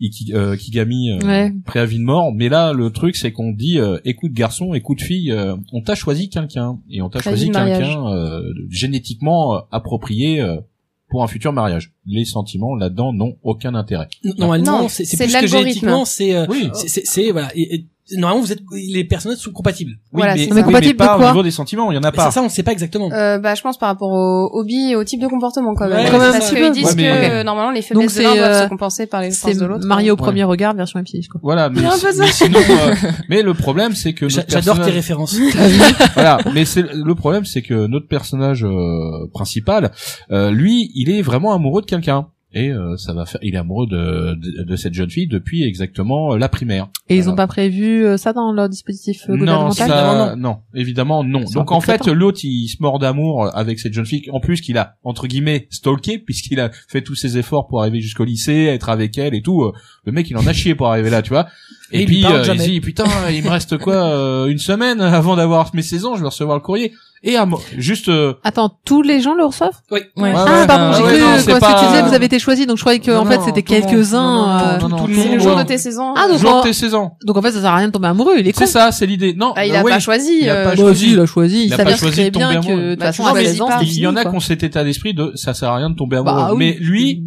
Speaker 4: Iki- euh, Kigami euh,
Speaker 3: Ouais.
Speaker 4: préavis de mort mais là le truc c'est qu'on dit euh, écoute garçon écoute fille euh, on t'a choisi quelqu'un et on t'a
Speaker 2: Préavis
Speaker 4: choisi
Speaker 2: de mariage.
Speaker 4: quelqu'un euh, génétiquement euh, approprié euh, pour un futur mariage les sentiments là-dedans n'ont aucun intérêt
Speaker 1: Normalement,
Speaker 2: Non,
Speaker 1: c'est c'est
Speaker 2: c'est
Speaker 1: plus que
Speaker 2: l'algorithme.
Speaker 1: génétiquement, c'est... euh,
Speaker 4: oui
Speaker 1: c'est- c'est- C'est... Voilà. Et, et normalement, vous êtes... Les personnages sont compatibles.
Speaker 2: Voilà,
Speaker 4: mais,
Speaker 2: c'est
Speaker 4: oui,
Speaker 2: ça.
Speaker 4: mais
Speaker 3: Compatible de
Speaker 4: pas au
Speaker 3: quoi
Speaker 4: niveau des sentiments il y en a
Speaker 1: Mais ça,
Speaker 4: pas
Speaker 1: ça, on ne sait pas exactement.
Speaker 2: Euh, bah, je pense par rapport au hobby et au type de comportement quand même.
Speaker 1: Ouais,
Speaker 3: quand même, un
Speaker 2: parce
Speaker 3: petit
Speaker 2: qu'ils
Speaker 3: peu.
Speaker 2: disent
Speaker 4: Ouais, mais-
Speaker 2: que
Speaker 4: Ok.
Speaker 2: euh, normalement les faiblesses de
Speaker 3: Donc,
Speaker 2: l'un
Speaker 3: c'est,
Speaker 2: doivent
Speaker 3: euh,
Speaker 2: se compenser par les
Speaker 3: C'est
Speaker 2: forces de l'autre.
Speaker 3: marié au
Speaker 4: hein.
Speaker 2: Ouais.
Speaker 3: premier regard, version MPI, quoi.
Speaker 4: Voilà, mais,
Speaker 2: Il y a un peu ça.
Speaker 4: mais sinon, euh, mais le problème c'est que
Speaker 1: J'a-
Speaker 4: notre
Speaker 1: J'adore tes
Speaker 4: personnage-
Speaker 1: références.
Speaker 4: voilà, mais c'est le problème c'est que notre personnage euh, principal, euh, lui, il est vraiment amoureux de quelqu'un et euh, ça va faire, il est amoureux de, de, de cette jeune fille depuis exactement euh, la primaire.
Speaker 3: Et ils
Speaker 4: Voilà.
Speaker 3: ont pas prévu euh, ça dans leur dispositif euh,
Speaker 4: Non,
Speaker 3: gouvernemental
Speaker 4: ça, non, évidemment non.
Speaker 3: C'est un
Speaker 4: Donc
Speaker 3: peu
Speaker 4: en fait,
Speaker 3: crétin.
Speaker 4: l'autre il se mord d'amour avec cette jeune fille, en plus qu'il a entre guillemets stalké puisqu'il a fait tous ses efforts pour arriver jusqu'au lycée, être avec elle et tout. euh, Le mec il en a chié pour arriver là, tu vois. Et,
Speaker 1: Et il lui
Speaker 4: puis
Speaker 1: parle
Speaker 4: euh, il
Speaker 1: jamais.
Speaker 4: se dit putain, il me reste quoi euh, une semaine avant d'avoir mes saisons, je vais recevoir le courrier. Et à mo- juste euh,
Speaker 3: Attends, tous les gens le reçoivent
Speaker 6: Ouais.
Speaker 4: Ah,
Speaker 3: Ah, pardon,
Speaker 4: ouais, bah,
Speaker 3: j'ai
Speaker 4: ouais,
Speaker 3: cru
Speaker 4: non,
Speaker 3: quoi,
Speaker 4: c'est
Speaker 3: ce que tu
Speaker 4: pas-
Speaker 3: disais, vous avez été choisi, donc je croyais qu'en
Speaker 4: Non,
Speaker 3: fait
Speaker 4: non,
Speaker 3: c'était
Speaker 4: tout le monde.
Speaker 3: quelques-uns. euh,
Speaker 4: Non, non, tout- tout le
Speaker 2: C'est
Speaker 4: monde,
Speaker 2: le jour
Speaker 4: ouais.
Speaker 2: de tes saisons.
Speaker 3: Ah, donc,
Speaker 4: jour
Speaker 3: on-
Speaker 4: de tes saisons.
Speaker 3: euh, Donc en fait ça sert à rien de tomber amoureux, il est con.
Speaker 4: C'est ça, c'est l'idée. Non,
Speaker 2: Bah, il
Speaker 4: euh,
Speaker 2: a
Speaker 4: ouais,
Speaker 2: pas choisi.
Speaker 4: il a
Speaker 2: euh,
Speaker 4: pas
Speaker 3: Bah
Speaker 4: choisi.
Speaker 3: si, il a choisi,
Speaker 4: Il a
Speaker 3: ça
Speaker 4: pas
Speaker 3: veut
Speaker 4: choisi
Speaker 3: très
Speaker 4: de
Speaker 3: bien
Speaker 4: tomber amoureux.
Speaker 3: que de toute
Speaker 2: Bah,
Speaker 3: façon
Speaker 2: tu
Speaker 3: à
Speaker 2: vois,
Speaker 3: 16 ans,
Speaker 2: mais
Speaker 3: c'est
Speaker 4: Il y
Speaker 3: fini,
Speaker 4: en a
Speaker 3: quoi.
Speaker 4: qui ont cet état d'esprit de ça sert à rien de tomber amoureux.
Speaker 3: Bah oui.
Speaker 4: Mais lui,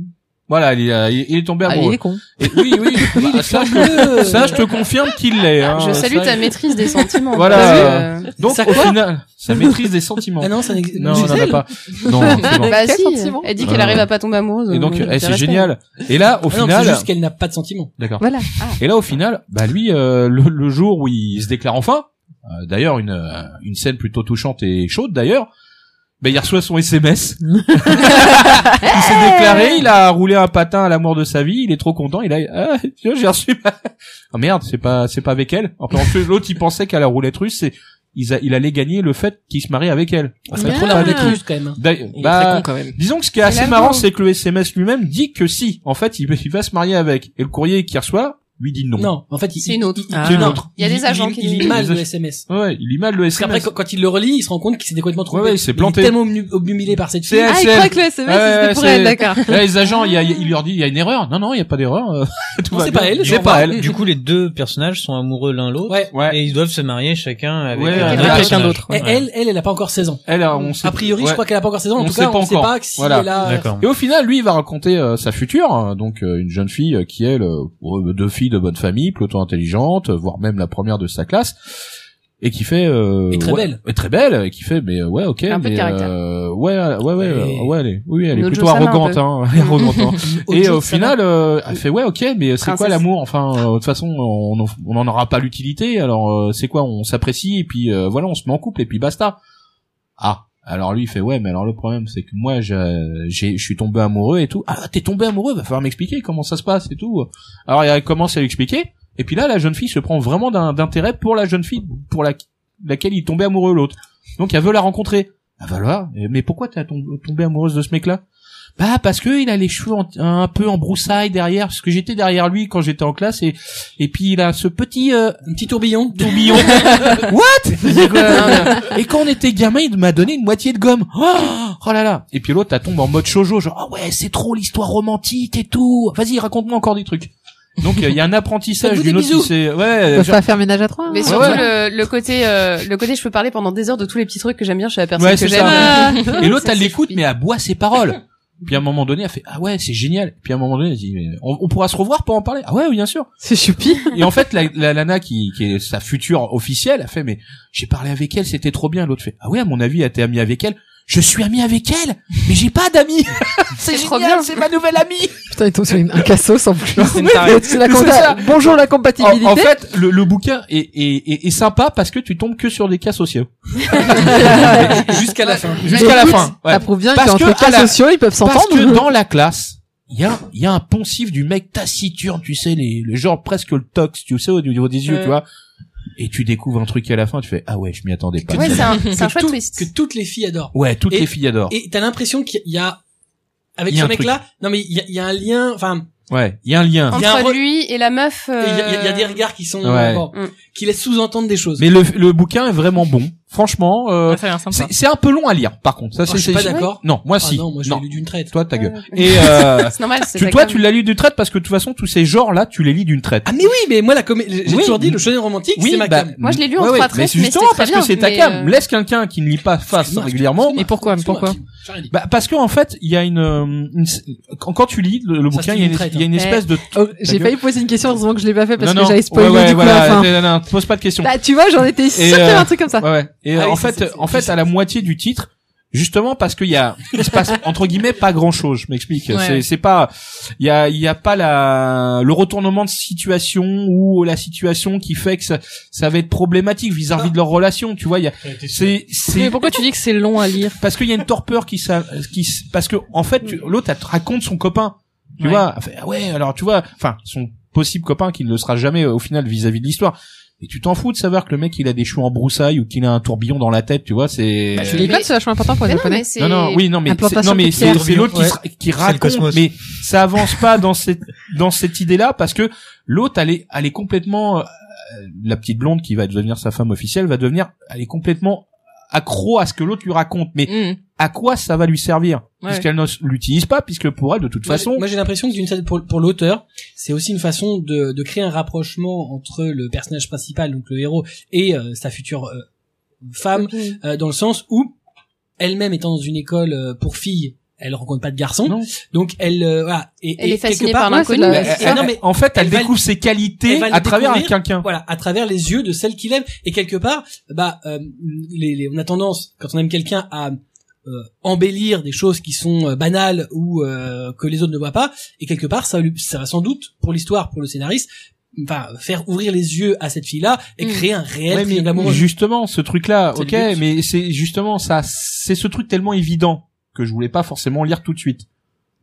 Speaker 4: voilà, il, a- il est tombé
Speaker 3: Ah,
Speaker 4: amoureux.
Speaker 3: il est con.
Speaker 4: Et oui, oui, bah, ça, je, ça, je te confirme qu'il l'est. hein.
Speaker 2: Je salue
Speaker 4: Ça,
Speaker 2: ta maîtrise des sentiments.
Speaker 4: Voilà.
Speaker 3: Ah,
Speaker 2: parce que, euh,
Speaker 4: Donc,
Speaker 1: Ça
Speaker 4: au
Speaker 1: quoi
Speaker 4: final, ça maîtrise des sentiments.
Speaker 1: Ah non, ça n'existe
Speaker 4: non, on n'en a pas. Non, c'est bon.
Speaker 2: Bah
Speaker 3: Quel
Speaker 2: si,
Speaker 3: sentiment
Speaker 2: elle dit qu'elle arrive à pas tomber amoureuse.
Speaker 4: Et donc,
Speaker 2: euh,
Speaker 4: eh, c'est
Speaker 2: respect.
Speaker 4: génial. Et là, au
Speaker 1: Ah non, c'est
Speaker 4: final,
Speaker 1: juste qu'elle n'a pas de sentiments.
Speaker 4: d'accord.
Speaker 3: Voilà.
Speaker 4: Et là, au final, bah lui, euh, le, le jour où il se déclare enfin, euh, d'ailleurs une euh, une scène plutôt touchante et chaude d'ailleurs. bah il reçoit son SMS. il s'est déclaré, il a roulé un patin à l'amour de sa vie, il est trop content, il a, ah, tiens, j'ai reçu ma- Ah merde, c'est pas, c'est pas avec elle. Enfin, en plus, l'autre, il pensait qu'à la roulette russe, c'est, il, a- il allait gagner le fait qu'il se marie avec elle.
Speaker 1: Ah, c'est
Speaker 3: Ah.
Speaker 1: trop la roulette russe quand même. hein.
Speaker 4: D'ailleurs,
Speaker 6: Il est très
Speaker 4: bah,
Speaker 6: con quand même.
Speaker 4: Disons que ce qui est assez
Speaker 2: l'amour.
Speaker 4: marrant, c'est que le SMS lui-même dit que si, en fait, il, il va se marier avec. Et le courrier qu'il reçoit lui dit non.
Speaker 1: Non, en fait, il,
Speaker 2: C'est une autre.
Speaker 1: il- il-
Speaker 6: Ah.
Speaker 1: c'est une autre.
Speaker 2: Il y a des agents qui
Speaker 1: il, il lit
Speaker 4: disent.
Speaker 1: mal
Speaker 4: Des
Speaker 1: le
Speaker 4: ag-
Speaker 1: SMS.
Speaker 4: Ouais, il lit mal le
Speaker 1: Parce qu'après,
Speaker 4: SMS.
Speaker 1: quand, quand il le relit, il se rend compte qu'il s'est complètement trompé.
Speaker 4: Ouais, ouais, il s'est planté.
Speaker 1: est tellement obnu- obnubilé par cette
Speaker 4: C'est
Speaker 1: fille.
Speaker 4: elle,
Speaker 3: Ah, il
Speaker 4: c'est
Speaker 3: croit
Speaker 4: elle.
Speaker 3: que le SMS
Speaker 4: Ouais,
Speaker 3: c'était
Speaker 4: ouais,
Speaker 3: pour elle,
Speaker 4: c'est-
Speaker 3: d'accord.
Speaker 4: Là, les agents, il, y a- il leur dit, il y a une erreur. Non, non, il n'y a pas d'erreur. euh, tout
Speaker 1: Non,
Speaker 4: va
Speaker 1: c'est
Speaker 4: bien.
Speaker 1: pas elle,
Speaker 4: C'est
Speaker 1: genre,
Speaker 4: pas
Speaker 1: bah,
Speaker 4: elle.
Speaker 5: Du coup, les deux personnages sont amoureux l'un l'autre.
Speaker 1: Ouais.
Speaker 4: Ouais.
Speaker 5: Et ils doivent se marier chacun avec,
Speaker 4: Ouais,
Speaker 5: un
Speaker 4: avec
Speaker 5: autre
Speaker 4: quelqu'un
Speaker 5: personnage.
Speaker 6: d'autre,
Speaker 1: Et Elle, elle, elle a pas encore 16 ans.
Speaker 4: Elle, on sait.
Speaker 1: A priori,
Speaker 4: ouais.
Speaker 1: je crois qu'elle a pas encore 16 ans. En
Speaker 4: On
Speaker 1: tout
Speaker 4: sait
Speaker 1: cas,
Speaker 4: pas
Speaker 1: on sait
Speaker 4: encore.
Speaker 1: pas si
Speaker 4: Voilà.
Speaker 1: elle a...
Speaker 5: D'accord.
Speaker 4: Et au final, lui, il va raconter euh, sa future, hein, donc euh, une jeune fille euh, qui euh, est deux filles de bonne famille, plutôt intelligente, euh, voire même la première de sa classe. et qui fait euh,
Speaker 7: Et très
Speaker 4: ouais,
Speaker 7: belle.
Speaker 4: et très belle et qui fait mais euh, ouais ok
Speaker 2: Un peu de
Speaker 4: mais,
Speaker 2: caractère.
Speaker 4: euh, ouais ouais ouais
Speaker 7: Et-
Speaker 4: euh, ouais elle est, oui elle est
Speaker 2: Nojo
Speaker 4: plutôt
Speaker 2: Sama, un
Speaker 4: arrogante
Speaker 2: peu.
Speaker 4: hein elle est arrogante hein. et
Speaker 7: Ojo Sama.
Speaker 4: au final euh, elle fait ouais ok mais c'est quoi
Speaker 2: Princesse.
Speaker 4: l'amour enfin euh, de toute façon on en- on en aura pas l'utilité alors euh, c'est quoi on s'apprécie et puis euh, voilà on se met en couple et puis basta ah alors lui il fait ouais mais alors le problème c'est que moi je j'ai- je suis tombé amoureux et tout ah t'es tombé amoureux va falloir m'expliquer comment ça se passe et tout alors il commence à lui expliquer et puis là la jeune fille se prend vraiment d'un- d'intérêt pour la jeune fille pour la, laquelle il tombait amoureux l'autre donc elle veut la rencontrer ah va le voir. Et- mais pourquoi t'es tom- tombée amoureuse de ce mec là bah parce que il a les cheveux en- un peu en broussaille derrière, parce que j'étais derrière lui quand j'étais en classe et et puis il a ce petit euh,
Speaker 1: Un petit tourbillon.
Speaker 4: tourbillon. What C'est quoi, hein Et quand on était gamin, il m'a donné une moitié de gomme. Oh, oh là là. Et puis l'autre, elle tombe en mode shoujo, genre ah ouais, c'est trop l'histoire romantique et tout. Vas-y, raconte-moi encore des trucs. Donc il y a un apprentissage
Speaker 6: Faites-vous
Speaker 4: d'une
Speaker 6: des
Speaker 4: autre qui
Speaker 6: bisous.
Speaker 4: s'est-
Speaker 3: Ils
Speaker 4: ouais,
Speaker 3: peuvent pas faire ménage à trois. hein.
Speaker 2: Mais
Speaker 4: Ouais,
Speaker 2: surtout
Speaker 4: ouais.
Speaker 2: le, le côté, euh, le côté, je peux parler pendant des heures de tous les petits trucs que j'aime bien chez la personne
Speaker 4: Ouais,
Speaker 2: que
Speaker 4: c'est
Speaker 2: j'aime.
Speaker 4: ça.
Speaker 6: Ah.
Speaker 2: Euh,
Speaker 4: Et l'autre,
Speaker 2: ça,
Speaker 4: elle
Speaker 2: c'est
Speaker 4: l'écoute,
Speaker 2: stupide.
Speaker 4: mais elle boit ses paroles. Puis à un moment donné, elle fait ah ouais, c'est génial. Puis à un moment donné, elle dit mais on, on pourra se revoir pour en parler. Ah ouais, bien sûr.
Speaker 3: C'est choupi.
Speaker 4: Et en fait, la, la Lana qui, qui est sa future officielle, a fait mais j'ai parlé avec elle, c'était trop bien. L'autre fait ah ouais, à mon avis, elle était amie avec elle. Je suis amie avec elle, mais j'ai pas d'amis. c'est
Speaker 2: trop
Speaker 4: génial,
Speaker 2: bien.
Speaker 4: c'est ma nouvelle amie.
Speaker 3: Putain, ils tombent sur une- un cassos en plus.
Speaker 4: C'est une tarée.
Speaker 3: C'est la
Speaker 4: C'est
Speaker 3: compa-
Speaker 4: ça.
Speaker 3: Bonjour la
Speaker 4: En,
Speaker 3: compatibilité.
Speaker 4: en fait, le, le bouquin est, est, est- est sympa parce que tu tombes que sur des cas sociaux
Speaker 7: Jusqu'à la fin.
Speaker 4: jusqu'à la
Speaker 3: écoute,
Speaker 4: fin. Ouais.
Speaker 3: Ça prouve bien
Speaker 4: Parce que
Speaker 3: qu'entre cas
Speaker 4: à la-
Speaker 3: sociaux, ils peuvent
Speaker 4: Parce
Speaker 3: s'entendre.
Speaker 4: que dans la classe, il y a, il y a un poncif du mec taciturne, tu sais, les, le genre presque le tox, tu sais, au niveau des yeux,
Speaker 6: Euh.
Speaker 4: tu vois. Et tu découvres un truc à la fin, tu fais, ah ouais, je m'y attendais pas.
Speaker 2: Ouais, c'est un, c'est un
Speaker 1: Que
Speaker 2: chouette
Speaker 1: tout-
Speaker 2: twist.
Speaker 1: Que toutes les filles adorent.
Speaker 4: Ouais, toutes
Speaker 1: Et-
Speaker 4: les filles adorent.
Speaker 1: Et t'as l'impression qu'il y a, avec
Speaker 4: Il y a
Speaker 1: ce
Speaker 4: un
Speaker 1: mec-là, non mais il y a, il y a un lien, enfin,
Speaker 4: Ouais, il y a un lien.
Speaker 1: Il y a un
Speaker 2: Entre
Speaker 1: re-
Speaker 2: lui et la meuf.
Speaker 1: et il y, a- il y a- il y a des
Speaker 2: euh,
Speaker 1: regards qui sont,
Speaker 4: Ouais.
Speaker 1: bon,
Speaker 2: Mm.
Speaker 1: qui laissent sous-entendre des choses.
Speaker 4: Mais le, le bouquin est vraiment bon. Franchement, euh,
Speaker 6: Ouais, ça a l'air sympa.
Speaker 4: c'est c'est un peu long à lire, par contre. Ça,
Speaker 1: Moi,
Speaker 4: c'est
Speaker 1: Ah, je suis
Speaker 4: c'est-
Speaker 1: pas d'accord.
Speaker 4: Non, moi
Speaker 1: Ah
Speaker 4: si.
Speaker 1: non, moi je l'ai lu d'une traite.
Speaker 4: Toi, ta gueule. Et euh,
Speaker 2: C'est normal, c'est
Speaker 4: tu,
Speaker 2: ça
Speaker 4: toi,
Speaker 2: comme-
Speaker 4: tu l'as lu d'une traite parce que de toute façon, tous ces genres-là, tu les lis d'une traite.
Speaker 1: Ah mais oui, mais moi la comédie, j'ai
Speaker 4: Oui.
Speaker 1: toujours dit le shonen romantique, c'est ma
Speaker 4: bah,
Speaker 1: cam.
Speaker 2: Moi, je l'ai lu en trois traites,
Speaker 4: c'est
Speaker 2: mais
Speaker 4: justement
Speaker 2: c'était très
Speaker 4: parce
Speaker 2: bien,
Speaker 4: que c'est ta
Speaker 2: mais,
Speaker 4: cam.
Speaker 2: euh,
Speaker 4: Laisse quelqu'un qui ne lit pas face
Speaker 1: Excuse-moi,
Speaker 4: régulièrement.
Speaker 1: excuse-moi,
Speaker 6: Et pourquoi, mais
Speaker 1: excuse-moi,
Speaker 6: pourquoi
Speaker 1: Kim, j'ai rien dit.
Speaker 4: Bah parce qu'en fait, il y a une, euh, une- quand, quand tu lis le, le
Speaker 1: Ça,
Speaker 4: bouquin,
Speaker 1: c'est
Speaker 4: il y, a
Speaker 1: une
Speaker 4: une-
Speaker 1: traite,
Speaker 4: il y a une
Speaker 2: hein.
Speaker 4: espèce de
Speaker 3: Oh, J'ai
Speaker 4: gueule.
Speaker 3: failli poser une question, heureusement que je l'ai pas fait parce
Speaker 4: non,
Speaker 3: que
Speaker 4: non,
Speaker 3: j'avais spoilé
Speaker 4: ouais, ouais,
Speaker 3: du coup
Speaker 4: voilà,
Speaker 3: à la fin.
Speaker 4: non, non, pose pas de questions.
Speaker 3: Bah, tu vois, j'en étais sûre qu'il y avait
Speaker 4: euh,
Speaker 3: un truc comme ça.
Speaker 4: Ouais, ouais. Et
Speaker 1: Ah
Speaker 4: euh,
Speaker 1: oui,
Speaker 4: en
Speaker 1: ça,
Speaker 4: fait,
Speaker 1: c'est- c'est-
Speaker 4: en fait, à la moitié du titre, justement parce qu'il y a, il se passe entre guillemets pas grand chose. Je m'explique.
Speaker 6: Ouais.
Speaker 4: C'est, c'est pas, il y a, il y a pas la, le retournement de situation ou la situation qui fait que ça, ça va être problématique
Speaker 1: Ah.
Speaker 4: vis-à-vis de leur relation. Tu vois, il y a, c'est,
Speaker 6: Mais
Speaker 4: c'est,
Speaker 6: pourquoi tu dis que c'est long à lire
Speaker 4: parce qu'il y a une torpeur qui, s'a- qui, s- parce que en fait, tu- l'autre elle te raconte son copain. Tu
Speaker 6: Ouais.
Speaker 4: vois, elle fait, ah ouais, alors tu vois, enfin, son possible copain qui ne le sera jamais euh, au final vis-à-vis de l'histoire. Et tu t'en fous de savoir que le mec il a des cheveux en broussaille ou qu'il a un tourbillon dans la tête, tu vois, c'est.
Speaker 3: Tu les
Speaker 2: Mais-
Speaker 3: codes, c'est vachement important pour les
Speaker 2: Mais non, mais
Speaker 3: japonais.
Speaker 2: c'est-
Speaker 4: non non oui non mais c'est-
Speaker 3: Implantation
Speaker 4: non mais c'est
Speaker 3: cochléaire.
Speaker 4: c'est l'autre qui, se- qui raconte
Speaker 5: cosmos.
Speaker 4: mais ça avance pas dans cette dans cette idée là parce que l'autre elle est elle est complètement euh, la petite blonde qui va devenir sa femme officielle va devenir elle est complètement accro à ce que l'autre lui raconte mais
Speaker 6: Hum.
Speaker 4: à quoi ça va lui servir
Speaker 6: Ouais.
Speaker 4: puisqu'elle ne s- l'utilise pas puisque pour elle de toute
Speaker 1: Moi,
Speaker 4: façon
Speaker 1: j'ai- moi j'ai l'impression que d'une certaine pour, pour l'auteur, c'est aussi une façon de, de créer un rapprochement entre le personnage principal, donc le héros, et euh, sa future euh, femme, euh, dans le sens où elle-même étant dans une école euh, pour filles, elle rencontre pas de garçons,
Speaker 4: Non.
Speaker 1: donc elle euh, voilà, et,
Speaker 2: Elle
Speaker 1: et
Speaker 2: est
Speaker 1: quelque
Speaker 2: fascinée par
Speaker 1: part,
Speaker 3: ouais, c'est
Speaker 2: l'inconnu. Bah,
Speaker 3: de la-
Speaker 1: elle- elle-
Speaker 2: c'est ça.
Speaker 1: non, mais
Speaker 4: en fait elle,
Speaker 1: elle va-
Speaker 4: découvre ses qualités
Speaker 1: elle va le
Speaker 4: à travers
Speaker 1: découvrir.
Speaker 4: quelqu'un
Speaker 1: voilà, à travers les yeux de celle qu'il aime, et quelque part, bah, euh, les, les- on a tendance quand on aime quelqu'un à euh, embellir des choses qui sont euh, banales ou euh, que les autres ne voient pas, et quelque part, ça, lui- ça va sans doute pour l'histoire, pour le scénariste, enfin, faire ouvrir les yeux à cette fille-là et
Speaker 6: Mm.
Speaker 1: créer un réel
Speaker 4: Ouais, mais
Speaker 1: triangle amoureux.
Speaker 4: justement, ce truc-là,
Speaker 1: C'est
Speaker 4: ok,
Speaker 1: le but.
Speaker 4: mais c'est justement ça, c'est ce truc tellement évident que je voulais pas forcément lire tout de suite.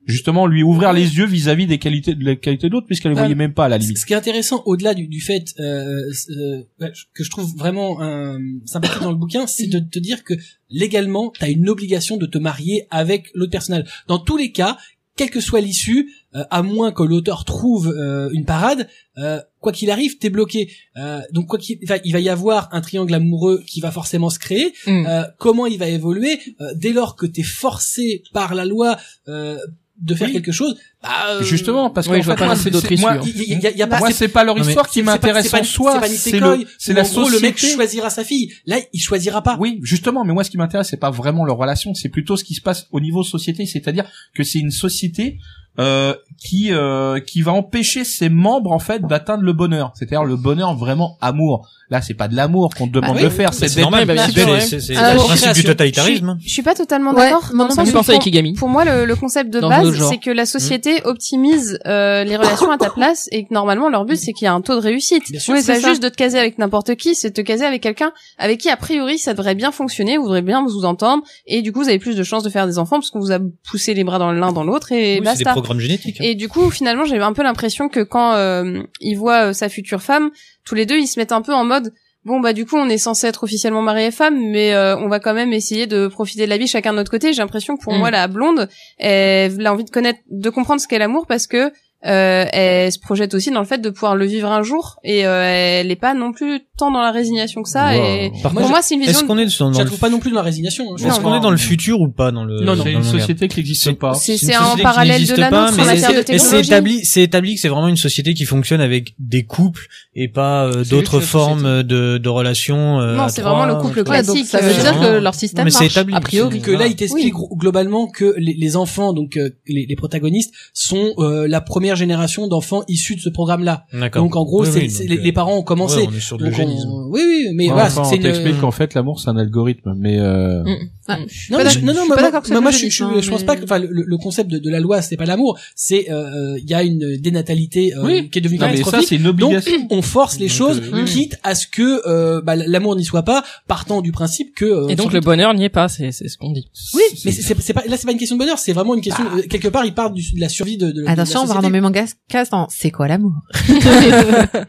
Speaker 4: Justement, lui ouvrir les yeux vis-à-vis des qualités de la qualité d'autres, puisqu'elle les
Speaker 1: Ah,
Speaker 4: voyait même pas à la
Speaker 1: Ce
Speaker 4: limite.
Speaker 1: ce qui est intéressant, au-delà du, du fait euh, euh, que je trouve vraiment euh, sympathique dans le bouquin, c'est de te dire que légalement, tu as une obligation de te marier avec l'autre personnage. Dans tous les cas, quelle que soit l'issue, euh, à moins que l'auteur trouve euh, une parade, euh, quoi qu'il arrive, t'es bloqué. Euh, donc quoi qu'il, enfin, il va y avoir un triangle amoureux qui va forcément se créer.
Speaker 4: Mm.
Speaker 6: Hum.
Speaker 1: Euh, comment il va évoluer euh, dès lors que t'es forcé par la loi euh, de faire
Speaker 4: Oui.
Speaker 1: quelque chose bah, euh,
Speaker 4: Justement, parce
Speaker 6: oui,
Speaker 4: que
Speaker 6: je vois pas
Speaker 4: moi,
Speaker 6: l'intérêt
Speaker 4: c'est-
Speaker 6: d'autre
Speaker 4: c'est-
Speaker 6: issue,
Speaker 4: moi,
Speaker 6: hein.
Speaker 1: il y, a- il y a- il y a pas
Speaker 4: moi,
Speaker 1: c'est-
Speaker 4: c'est pas leur
Speaker 1: non, mais
Speaker 4: histoire qui
Speaker 1: c'est pas-
Speaker 4: m'intéresse
Speaker 1: c'est
Speaker 4: en
Speaker 1: pas- c'est
Speaker 4: soi,
Speaker 1: pas
Speaker 4: c'est
Speaker 1: Nisekoi,
Speaker 4: le, c'est
Speaker 1: où
Speaker 4: la
Speaker 1: en gros,
Speaker 4: société.
Speaker 1: le mec choisira sa fille. Là, il choisira pas.
Speaker 4: Oui, justement, mais moi ce qui m'intéresse c'est pas vraiment leur relation, c'est plutôt ce qui se passe au niveau société, c'est-à-dire que c'est une société euh, qui euh, qui va empêcher ses membres en fait d'atteindre le bonheur, c'est-à-dire le bonheur vraiment amour. Là, c'est pas de l'amour qu'on te demande
Speaker 3: oui,
Speaker 4: de faire, c'est
Speaker 5: C'est
Speaker 4: d'être
Speaker 5: normal,
Speaker 6: bah, bien
Speaker 5: c'est
Speaker 6: sûr,
Speaker 5: c'est-
Speaker 6: ouais.
Speaker 5: c'est- c'est
Speaker 3: Alors,
Speaker 5: le principe du
Speaker 6: création.
Speaker 5: totalitarisme.
Speaker 2: Je suis pas totalement
Speaker 3: Ouais,
Speaker 2: d'accord. dans
Speaker 3: moi
Speaker 2: le
Speaker 6: On
Speaker 2: sens
Speaker 6: peut
Speaker 2: où
Speaker 6: penser à
Speaker 2: pour,
Speaker 6: Ikigami.
Speaker 2: pour moi, le, le concept de
Speaker 6: Dans un
Speaker 2: base,
Speaker 6: autre genre. Mm.
Speaker 2: c'est que la société optimise euh, les relations à ta place et que normalement, leur but, c'est qu'il y a un taux de réussite.
Speaker 6: Bien
Speaker 2: Oui, c'est juste de te caser avec n'importe qui, c'est de te caser avec quelqu'un avec qui, a priori, ça devrait bien fonctionner, vous devrez bien vous entendre et du coup, vous avez plus de chances de faire des enfants parce qu'on vous a poussé les bras dans l'un dans l'autre et
Speaker 5: Oui, C'est des
Speaker 2: basta.
Speaker 5: programmes génétiques.
Speaker 2: Et du coup, finalement, j'ai un peu l'impression que quand euh, il voit euh, sa future femme, tous les deux, ils se mettent un peu en mode bon bah du coup, on est censé être officiellement marié et femme, mais euh, on va quand même essayer de profiter de la vie chacun de notre côté. J'ai l'impression que pour
Speaker 6: Mm.
Speaker 2: moi, la blonde, elle, elle a envie de connaître, de comprendre ce qu'est l'amour parce que euh, elle se projette aussi dans le fait de pouvoir le vivre un jour et euh, elle est pas non plus tant dans la résignation que ça.
Speaker 4: Wow.
Speaker 2: Et
Speaker 5: Par
Speaker 2: pour
Speaker 5: contre,
Speaker 2: moi, c'est une
Speaker 5: est-ce
Speaker 2: vision.
Speaker 5: qu'on est dans
Speaker 1: Je la
Speaker 5: le
Speaker 1: trouve pas non plus dans la résignation. hein. Je
Speaker 5: est-ce
Speaker 1: pense
Speaker 5: qu'on
Speaker 1: pas.
Speaker 5: est dans le futur ou pas dans le
Speaker 4: Non, non,
Speaker 5: dans
Speaker 4: c'est
Speaker 5: le
Speaker 4: une
Speaker 5: manga
Speaker 4: société qui n'existe pas.
Speaker 2: C'est
Speaker 5: une
Speaker 2: c'est en
Speaker 5: société qui
Speaker 2: parallèle de
Speaker 5: n'existe
Speaker 2: l'annonce
Speaker 5: pas,
Speaker 2: en
Speaker 5: mais
Speaker 2: matière de
Speaker 5: Et c'est
Speaker 2: technologie.
Speaker 5: établi, c'est établi que c'est vraiment une société qui fonctionne avec des couples et pas euh,
Speaker 6: C'est
Speaker 5: d'autres
Speaker 6: juste une
Speaker 5: formes de, de relations. euh,
Speaker 2: Non,
Speaker 5: à
Speaker 2: c'est
Speaker 5: trois,
Speaker 2: vraiment le
Speaker 5: un
Speaker 2: couple
Speaker 5: truc.
Speaker 3: Ouais, donc
Speaker 2: classique,
Speaker 3: ça veut
Speaker 2: euh,
Speaker 3: dire que
Speaker 5: vraiment.
Speaker 3: leur système
Speaker 5: Mais c'est
Speaker 3: marche,
Speaker 5: établi,
Speaker 3: a priori.
Speaker 5: c'est-
Speaker 1: que là, il t'explique gro- globalement que les, les enfants, donc euh, les, les protagonistes, sont euh, la première génération d'enfants issus de ce programme-là.
Speaker 5: D'accord.
Speaker 1: Donc en gros,
Speaker 5: Oui,
Speaker 1: c'est
Speaker 5: oui,
Speaker 1: c'est-
Speaker 5: donc,
Speaker 1: les,
Speaker 5: euh,
Speaker 1: les parents ont commencé.
Speaker 5: ouais, on est sur de
Speaker 1: Donc,
Speaker 5: l'eugénisme.
Speaker 1: on- Oui, oui, mais
Speaker 4: Enfin,
Speaker 1: voilà,
Speaker 4: on
Speaker 1: c'est une-
Speaker 4: t'explique qu'en fait l'amour c'est un algorithme, mais euh,
Speaker 6: Mm.
Speaker 3: Ah, je suis
Speaker 1: Non,
Speaker 3: pas
Speaker 1: mais je,
Speaker 3: d'accord-
Speaker 1: non,
Speaker 3: je
Speaker 1: non,
Speaker 3: suis
Speaker 1: moi,
Speaker 3: pas d'accord que
Speaker 1: moi,
Speaker 3: ça
Speaker 1: moi, je,
Speaker 3: soit
Speaker 1: je,
Speaker 3: logique, hein,
Speaker 1: je pense pas
Speaker 3: mais-
Speaker 1: que, enfin, le, le concept de, de la loi, c'est pas l'amour, c'est, euh, il y a une dénatalité euh,
Speaker 6: Oui.
Speaker 1: qui est devenue
Speaker 4: non, mais ça
Speaker 1: catastrophique.
Speaker 4: c'est une
Speaker 1: donc,
Speaker 4: obligation.
Speaker 1: on force les
Speaker 4: Donc,
Speaker 1: choses,
Speaker 4: euh, oui.
Speaker 1: quitte à ce que euh, bah, l'amour n'y soit pas, partant du principe que. euh,
Speaker 6: Et donc
Speaker 1: sans
Speaker 6: le
Speaker 1: doute-
Speaker 6: bonheur n'y est pas, c'est c'est ce qu'on dit.
Speaker 1: Oui, mais c'est- c'est c'est pas là, c'est pas une question de bonheur, c'est vraiment une question euh, quelque part, il part du- de la survie de. de
Speaker 3: Attention, on
Speaker 1: de la
Speaker 3: va
Speaker 1: société.
Speaker 3: renommer manga cast en C'est quoi l'amour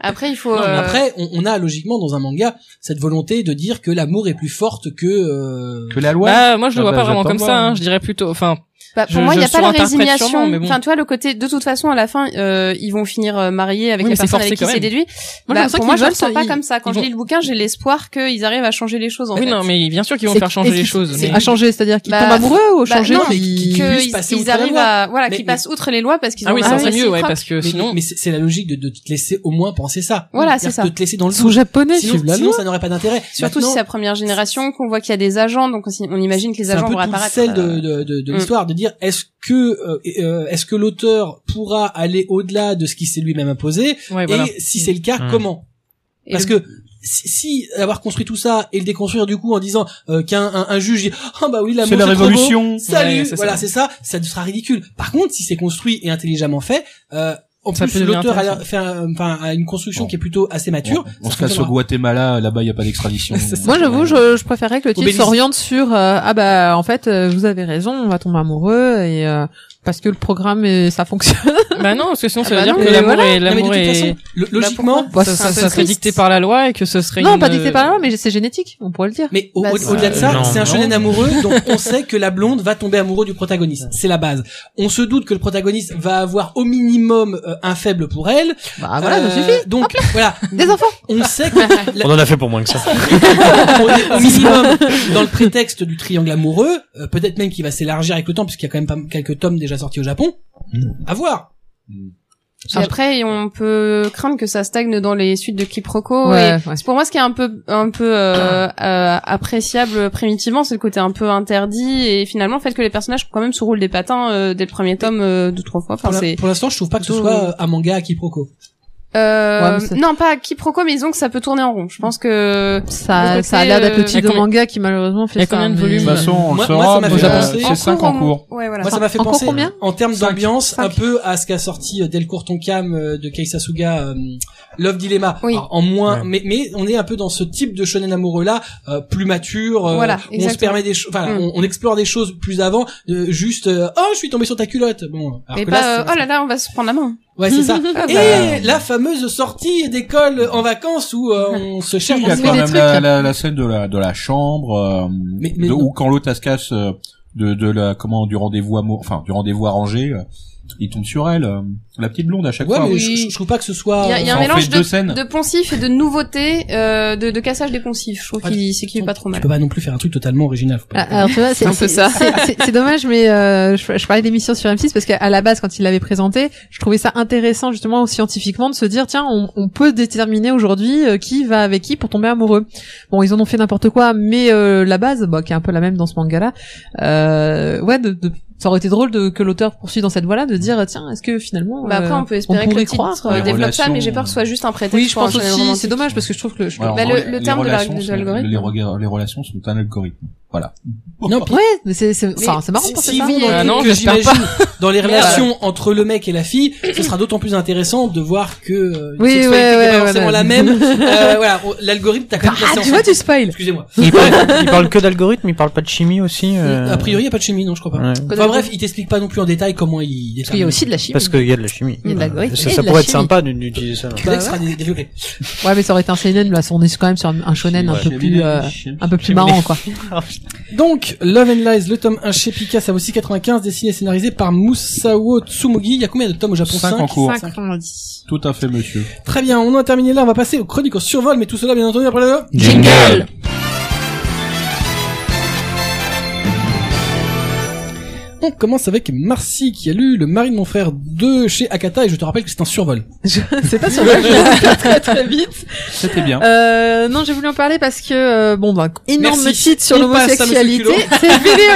Speaker 2: Après, il faut.
Speaker 1: Non, mais
Speaker 2: euh,
Speaker 1: Après, on, on a logiquement dans un manga cette volonté de dire que l'amour est plus forte que. euh,
Speaker 4: Que la loi.
Speaker 6: Bah, moi je le
Speaker 4: Ah
Speaker 6: vois
Speaker 4: bah,
Speaker 6: pas vraiment
Speaker 4: j'attends
Speaker 6: comme
Speaker 4: voir,
Speaker 6: ça,
Speaker 4: hein.
Speaker 6: hein. je dirais plutôt, enfin,
Speaker 2: Bah, pour
Speaker 6: Je-
Speaker 2: moi, il
Speaker 6: je
Speaker 2: n'y a pas la
Speaker 6: surinterprète
Speaker 2: résignation.
Speaker 6: sûrement, mais bon.
Speaker 2: Enfin, tu vois, le côté, de toute façon, à la fin, euh, ils vont finir euh, mariés avec les
Speaker 6: Oui, mais c'est
Speaker 2: personnes
Speaker 6: forcé
Speaker 2: avec qui
Speaker 6: quand
Speaker 2: c'est
Speaker 6: même.
Speaker 2: déduit.
Speaker 3: Moi, j'ai
Speaker 2: Bah,
Speaker 3: l'impression
Speaker 2: pour moi,
Speaker 3: qu'ils
Speaker 2: je le
Speaker 3: veulent
Speaker 2: sens
Speaker 3: se-
Speaker 2: pas
Speaker 3: ils-
Speaker 2: comme ça. Quand
Speaker 6: ils
Speaker 2: je
Speaker 6: vont-
Speaker 2: lis le bouquin, j'ai l'espoir qu'ils arrivent à changer les choses, en
Speaker 6: oui
Speaker 2: fait.
Speaker 6: non mais bien sûr qu'ils vont
Speaker 3: C'est-
Speaker 6: faire changer
Speaker 3: est-ce
Speaker 6: les
Speaker 3: que-
Speaker 6: choses.
Speaker 3: c'est-
Speaker 6: mais-
Speaker 3: À changer, c'est-à-dire qu'ils
Speaker 2: Bah,
Speaker 3: tombent amoureux ou
Speaker 2: Bah,
Speaker 3: changer
Speaker 2: non,
Speaker 1: mais
Speaker 3: qu'ils-
Speaker 1: qui-
Speaker 2: qu'ils
Speaker 1: puissent passer outre la
Speaker 2: arrivent
Speaker 1: loi.
Speaker 2: à, voilà,
Speaker 1: Mais-
Speaker 2: qu'ils passent outre les lois parce qu'ils
Speaker 6: Ah
Speaker 2: ont
Speaker 6: oui,
Speaker 2: un
Speaker 6: ça
Speaker 2: amour
Speaker 6: serait mieux, ouais,
Speaker 2: réciproque.
Speaker 6: parce que
Speaker 1: mais-
Speaker 6: sinon,
Speaker 1: mais c'est c'est la logique de, de te laisser au moins penser ça.
Speaker 2: Voilà, c'est
Speaker 1: C'est-à-dire
Speaker 2: ça.
Speaker 1: De te laisser dans le
Speaker 3: sous
Speaker 1: doute.
Speaker 3: japonais,
Speaker 1: Sinon,
Speaker 3: suivent la
Speaker 1: sinon,
Speaker 3: loi.
Speaker 1: ça n'aurait pas d'intérêt.
Speaker 2: Surtout
Speaker 1: Maintenant,
Speaker 2: si c'est la première génération, qu'on voit qu'il y a des agents, donc on s'y- on imagine que les
Speaker 1: c'est un
Speaker 2: agents
Speaker 1: peu
Speaker 2: vont
Speaker 1: tout le
Speaker 2: apparaître.
Speaker 1: sel de,
Speaker 2: euh,
Speaker 1: de, de, de
Speaker 2: Mm.
Speaker 1: l'histoire de dire est-ce que euh, euh, est-ce que l'auteur pourra aller au-delà de ce qui s'est lui-même imposé
Speaker 6: ouais, voilà.
Speaker 1: et si c'est le cas
Speaker 5: Mm.
Speaker 1: comment
Speaker 2: et
Speaker 1: parce
Speaker 2: le-
Speaker 1: que si, si avoir construit tout ça et le déconstruire du coup en disant euh, qu'un un, un juge dit ah bah oui l'amour
Speaker 4: C'est la
Speaker 1: trop beau.
Speaker 4: révolution.
Speaker 1: salut
Speaker 6: Ouais, c'est
Speaker 1: voilà
Speaker 6: ça.
Speaker 1: c'est ça ça sera ridicule par contre si c'est construit et intelligemment fait euh, en
Speaker 6: Ça
Speaker 1: plus
Speaker 6: peut devenir
Speaker 1: l'auteur a
Speaker 6: intéressant.
Speaker 1: fait un- enfin a une construction
Speaker 4: Bon.
Speaker 1: qui est plutôt assez mature
Speaker 4: on, on
Speaker 1: ça
Speaker 4: se casse au
Speaker 1: fonctionnera.
Speaker 4: Guatemala, là-bas il y a pas d'extradition.
Speaker 1: C'est ça.
Speaker 3: Moi, j'avoue, je, je préférais que le titre
Speaker 1: Obélisque.
Speaker 3: s'oriente sur euh, ah bah en fait euh, vous avez raison, on va tomber amoureux et euh, parce que le programme euh, ça fonctionne.
Speaker 6: Bah non, parce que sinon ça
Speaker 3: Ah
Speaker 6: veut
Speaker 3: bah
Speaker 6: dire
Speaker 3: non,
Speaker 6: que
Speaker 3: mais
Speaker 6: l'amour
Speaker 3: voilà.
Speaker 6: est
Speaker 1: Non, mais de
Speaker 6: l'amour
Speaker 1: toute
Speaker 6: est
Speaker 1: façon lo- logiquement
Speaker 3: Bah,
Speaker 6: ça,
Speaker 3: c'est un
Speaker 6: ça,
Speaker 3: peu
Speaker 6: ça serait
Speaker 3: triste.
Speaker 6: dicté par la loi et que ce serait
Speaker 3: Non,
Speaker 6: une- euh,
Speaker 3: pas dicté par la loi, mais c'est génétique, on pourrait le dire.
Speaker 1: Mais au-
Speaker 2: Bah,
Speaker 1: au-
Speaker 2: c'est-
Speaker 1: au-delà de ça,
Speaker 5: Euh, non,
Speaker 1: c'est un
Speaker 5: non.
Speaker 1: shonen amoureux, donc on sait que la blonde va tomber amoureux du protagoniste. C'est la base. On se doute que le protagoniste va avoir au minimum euh, un faible pour elle.
Speaker 2: Ah,
Speaker 3: Bah voilà, ça
Speaker 1: Euh,
Speaker 3: suffit.
Speaker 1: Donc voilà,
Speaker 3: Des enfants.
Speaker 1: on sait que la-
Speaker 5: On en a fait pour moins que ça.
Speaker 1: on est au minimum dans le prétexte du triangle amoureux, euh, peut-être même qu'il va s'élargir avec le temps puisqu'il y a quand même pas, quelques tomes déjà sortis au Japon.
Speaker 5: Mm.
Speaker 1: À voir.
Speaker 2: Et après, on peut craindre que ça stagne dans les suites de quiproquos. et-
Speaker 3: Ouais, ouais.
Speaker 2: Pour moi, ce qui est un peu, un peu euh, euh, appréciable primitivement, c'est le côté un peu interdit et finalement le fait que les personnages quand même se roulent des patins euh, dès le premier tome euh, deux trois fois. Enfin,
Speaker 1: Pour la-
Speaker 2: c'est
Speaker 1: pour l'instant, je trouve pas que ce
Speaker 2: plutôt-
Speaker 1: soit euh, un manga à quiproquo.
Speaker 2: euh,
Speaker 3: Ouais, mais c'est-
Speaker 2: non pas quiproquo, mais disons que ça peut tourner en rond. Je pense que
Speaker 3: Ça,
Speaker 2: Le côté,
Speaker 3: ça a l'air d'être
Speaker 2: euh,
Speaker 3: le
Speaker 6: y a
Speaker 3: titre de
Speaker 6: combien-
Speaker 3: manga qui malheureusement fait
Speaker 6: y a
Speaker 3: ça,
Speaker 6: combien de
Speaker 3: mais-
Speaker 6: volumes
Speaker 4: De toute façon, on
Speaker 1: Moi-
Speaker 4: le
Speaker 1: moi, ça
Speaker 4: saura.
Speaker 1: m'a
Speaker 4: mais au
Speaker 1: fait
Speaker 4: Japon,
Speaker 1: penser-
Speaker 4: c'est 5 en
Speaker 2: on-
Speaker 4: cours.
Speaker 2: Ouais voilà.
Speaker 1: Moi, ça m'a fait
Speaker 3: Encore
Speaker 1: penser
Speaker 3: combien
Speaker 1: en termes
Speaker 4: Cinq.
Speaker 1: d'ambiance
Speaker 3: Cinq.
Speaker 1: un peu à ce qu'a sorti euh, Delcourt Tonkam euh, de Keisasuga euh, Love Dilemma
Speaker 2: Oui.
Speaker 1: Alors, en moins
Speaker 5: Ouais.
Speaker 1: mais mais on est un peu dans ce type de shonen amoureux là plus mature euh,
Speaker 2: Voilà,
Speaker 1: où on se
Speaker 2: exactement.
Speaker 1: permet des choses enfin
Speaker 2: Mm.
Speaker 1: on, on explore des choses plus avant euh, juste euh, oh je suis tombé sur ta culotte bon alors
Speaker 2: Et
Speaker 1: que
Speaker 2: pas
Speaker 1: là,
Speaker 2: euh,
Speaker 1: c'est-
Speaker 2: oh là là, on va se prendre la main.
Speaker 1: ouais c'est ça
Speaker 2: Ah, bah.
Speaker 1: et la fameuse sortie d'école en vacances où euh, on se cherche
Speaker 4: Il y a
Speaker 1: on se
Speaker 4: quand
Speaker 1: fait
Speaker 4: même
Speaker 1: des
Speaker 4: la,
Speaker 1: trucs. hein.
Speaker 4: la, la scène de la de la chambre euh,
Speaker 1: Mais- mais
Speaker 4: de-
Speaker 1: non.
Speaker 4: où quand l'autre elle se casse euh, de de la comment du rendez-vous amour enfin du rendez-vous arrangé euh, il tombe sur elle euh, la petite blonde à chaque
Speaker 1: ouais
Speaker 4: fois
Speaker 1: mais
Speaker 2: Oui.
Speaker 1: je, je trouve pas que ce soit
Speaker 2: Il y a, il y a
Speaker 4: ça
Speaker 2: un
Speaker 4: Oh, en
Speaker 2: mélange
Speaker 4: fait
Speaker 2: de,
Speaker 4: deux scènes.
Speaker 2: de poncif et de nouveauté, euh, de, de cassage des poncifs. Je trouve
Speaker 1: Ah,
Speaker 2: qu'il c'est qu'il est pas trop
Speaker 1: tu
Speaker 2: mal.
Speaker 1: peux pas non plus faire un truc totalement original faut pas
Speaker 3: Ah, Alors tu vois, c'est
Speaker 2: un peu
Speaker 3: c'est-
Speaker 2: ça.
Speaker 3: c'est- c'est- c'est dommage, mais euh, je, je parlais d'émission sur M6 parce qu'à la base, quand il l'avait présenté, je trouvais ça intéressant justement scientifiquement de se dire tiens, on, on peut déterminer aujourd'hui euh, qui va avec qui pour tomber amoureux. Bon, ils en ont fait n'importe quoi, mais euh, la base, bah, qui est un peu la même dans ce manga-là, euh, ouais, de, de Ça aurait été drôle de, que l'auteur poursuive dans cette voie-là, de dire tiens, est-ce que finalement
Speaker 2: Bah après,
Speaker 3: euh,
Speaker 2: on peut espérer que
Speaker 3: pourrait
Speaker 2: le
Speaker 3: croire,
Speaker 2: titre
Speaker 3: ouais.
Speaker 2: euh, développe ça, mais j'ai
Speaker 4: relations,
Speaker 2: peur que ce soit juste un prétexte
Speaker 3: Oui, je
Speaker 2: pour un
Speaker 3: pense
Speaker 2: shonen
Speaker 3: aussi. C'est
Speaker 2: romantique.
Speaker 3: dommage parce que je trouve que je-
Speaker 4: Alors,
Speaker 2: Bah,
Speaker 4: en
Speaker 2: le-
Speaker 4: vrai,
Speaker 2: le
Speaker 4: les
Speaker 2: terme de la-
Speaker 4: relations,
Speaker 2: de
Speaker 4: c'est-
Speaker 2: l'algorithme.
Speaker 4: Les, rega- les relations sont un algorithme. Voilà.
Speaker 1: Non, puis-
Speaker 3: ouais, mais c'est c'est enfin, c'est marrant
Speaker 1: si,
Speaker 3: parce que
Speaker 1: si euh,
Speaker 3: ça.
Speaker 1: vous, dans
Speaker 6: Ah
Speaker 1: le
Speaker 6: non,
Speaker 1: truc que
Speaker 6: j'espère
Speaker 1: j'imagine, dans les
Speaker 6: Merde.
Speaker 1: relations entre le mec et la fille, ce sera d'autant plus intéressant de voir que euh, une
Speaker 3: Oui,
Speaker 1: sexualité n'est
Speaker 3: ouais, ouais,
Speaker 1: pas
Speaker 3: ouais,
Speaker 1: forcément
Speaker 3: ouais.
Speaker 1: la même. Euh, voilà, on- l'algorithme t'a quand même
Speaker 3: Ah,
Speaker 1: placé en-
Speaker 3: tu vois, tu spoil.
Speaker 1: Excusez-moi.
Speaker 7: Il parle, il parle que d'algorithme, il parle pas de chimie aussi. euh,
Speaker 1: A priori, y a pas de chimie, non, je crois pas.
Speaker 7: ouais.
Speaker 1: Enfin bref, il t'explique pas non plus en détail comment il
Speaker 3: Parce qu'il y a aussi de la chimie.
Speaker 7: Parce qu'il y a de la chimie.
Speaker 3: Il y a de l'algorithme
Speaker 7: Ça,
Speaker 3: et
Speaker 7: ça
Speaker 3: de la
Speaker 7: pourrait être
Speaker 3: chimie.
Speaker 7: sympa d'- d'utiliser ça.
Speaker 1: Le mec
Speaker 3: Bah,
Speaker 1: sera dé- développé.
Speaker 3: Ouais, mais ça aurait été un seinen là, on est quand même sur un un shonen
Speaker 1: bah,
Speaker 3: un peu plus euh, un peu plus marrant quoi.
Speaker 1: Donc, Love and Lies, le tome 1 chez Pika, ça vaut 6,95, dessiné et scénarisé par Musao Tsumogi. Il y a combien de tomes au Japon
Speaker 4: Cinq en cours.
Speaker 1: Cinq.
Speaker 4: Tout à fait, monsieur.
Speaker 1: Très bien, on en a terminé là, on va passer aux chroniques au survol, mais tout cela, bien entendu, après le...
Speaker 6: Jingle
Speaker 1: On commence avec Marcy qui a lu Le mari de mon frère 2 chez Akata, et je te rappelle que c'est un survol.
Speaker 3: C'est pas sur le très très vite.
Speaker 4: C'était bien.
Speaker 3: Euh, non, j'ai voulu en parler parce que euh, bon, bah, énorme
Speaker 1: Merci.
Speaker 3: titre sur
Speaker 1: On passe à monsieur
Speaker 3: l'homosexualité. C'est fini,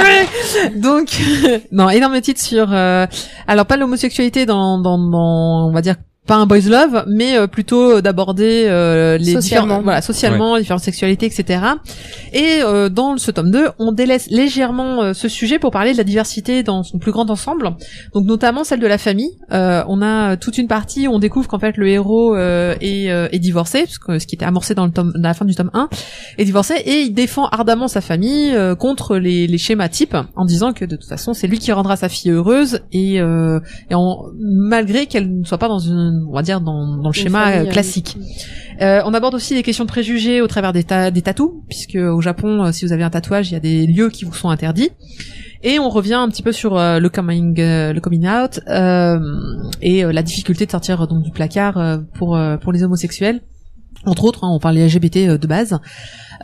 Speaker 3: ouais. Donc non, énorme titre sur euh, alors pas l'homosexualité dans, dans dans on va dire pas un boys love, mais euh, plutôt euh, d'aborder euh, les
Speaker 2: Socialement.
Speaker 3: différents- voilà socialement les différentes sexualités, etc. Et euh, dans ce tome 2, on délaisse légèrement euh, ce sujet pour parler de la diversité dans son plus grand ensemble. Donc notamment celle de la famille. Euh, on a euh, toute une partie où on découvre qu'en fait le héros euh, est, euh, est divorcé, parce que ce qui était amorcé dans le tome, dans la fin du tome 1, est divorcé et il défend ardemment sa famille euh, contre les, les schémas types en disant que de toute façon c'est lui qui rendra sa fille heureuse et, euh, et en- malgré qu'elle ne soit pas dans une, on va dire dans, dans le
Speaker 2: Une
Speaker 3: schéma
Speaker 2: famille,
Speaker 3: euh, classique. Euh, on aborde aussi les questions de préjugés au travers des, ta des tatous, puisque au Japon, euh, si vous avez un tatouage, il y a des lieux qui vous sont interdits. Et on revient un petit peu sur euh, le coming, euh, le coming out euh, et euh, la difficulté de sortir euh, donc du placard euh, pour euh, pour les homosexuels. Entre autres, hein, on parle des LGBT euh, de base.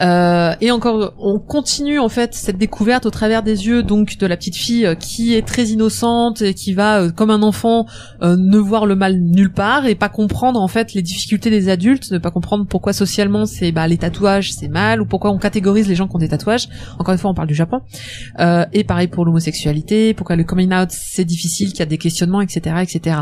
Speaker 3: Euh, et encore, on continue en fait cette découverte au travers des yeux donc de la petite fille euh, qui est très innocente et qui va euh, comme un enfant euh, ne voir le mal nulle part et pas comprendre en fait les difficultés des adultes, ne pas comprendre pourquoi socialement c'est bah les tatouages c'est mal ou pourquoi on catégorise les gens qui ont des tatouages. Encore une fois, on parle du Japon. Euh, et pareil pour l'homosexualité, pourquoi le coming out c'est difficile, qu'il y a des questionnements, etc., etc.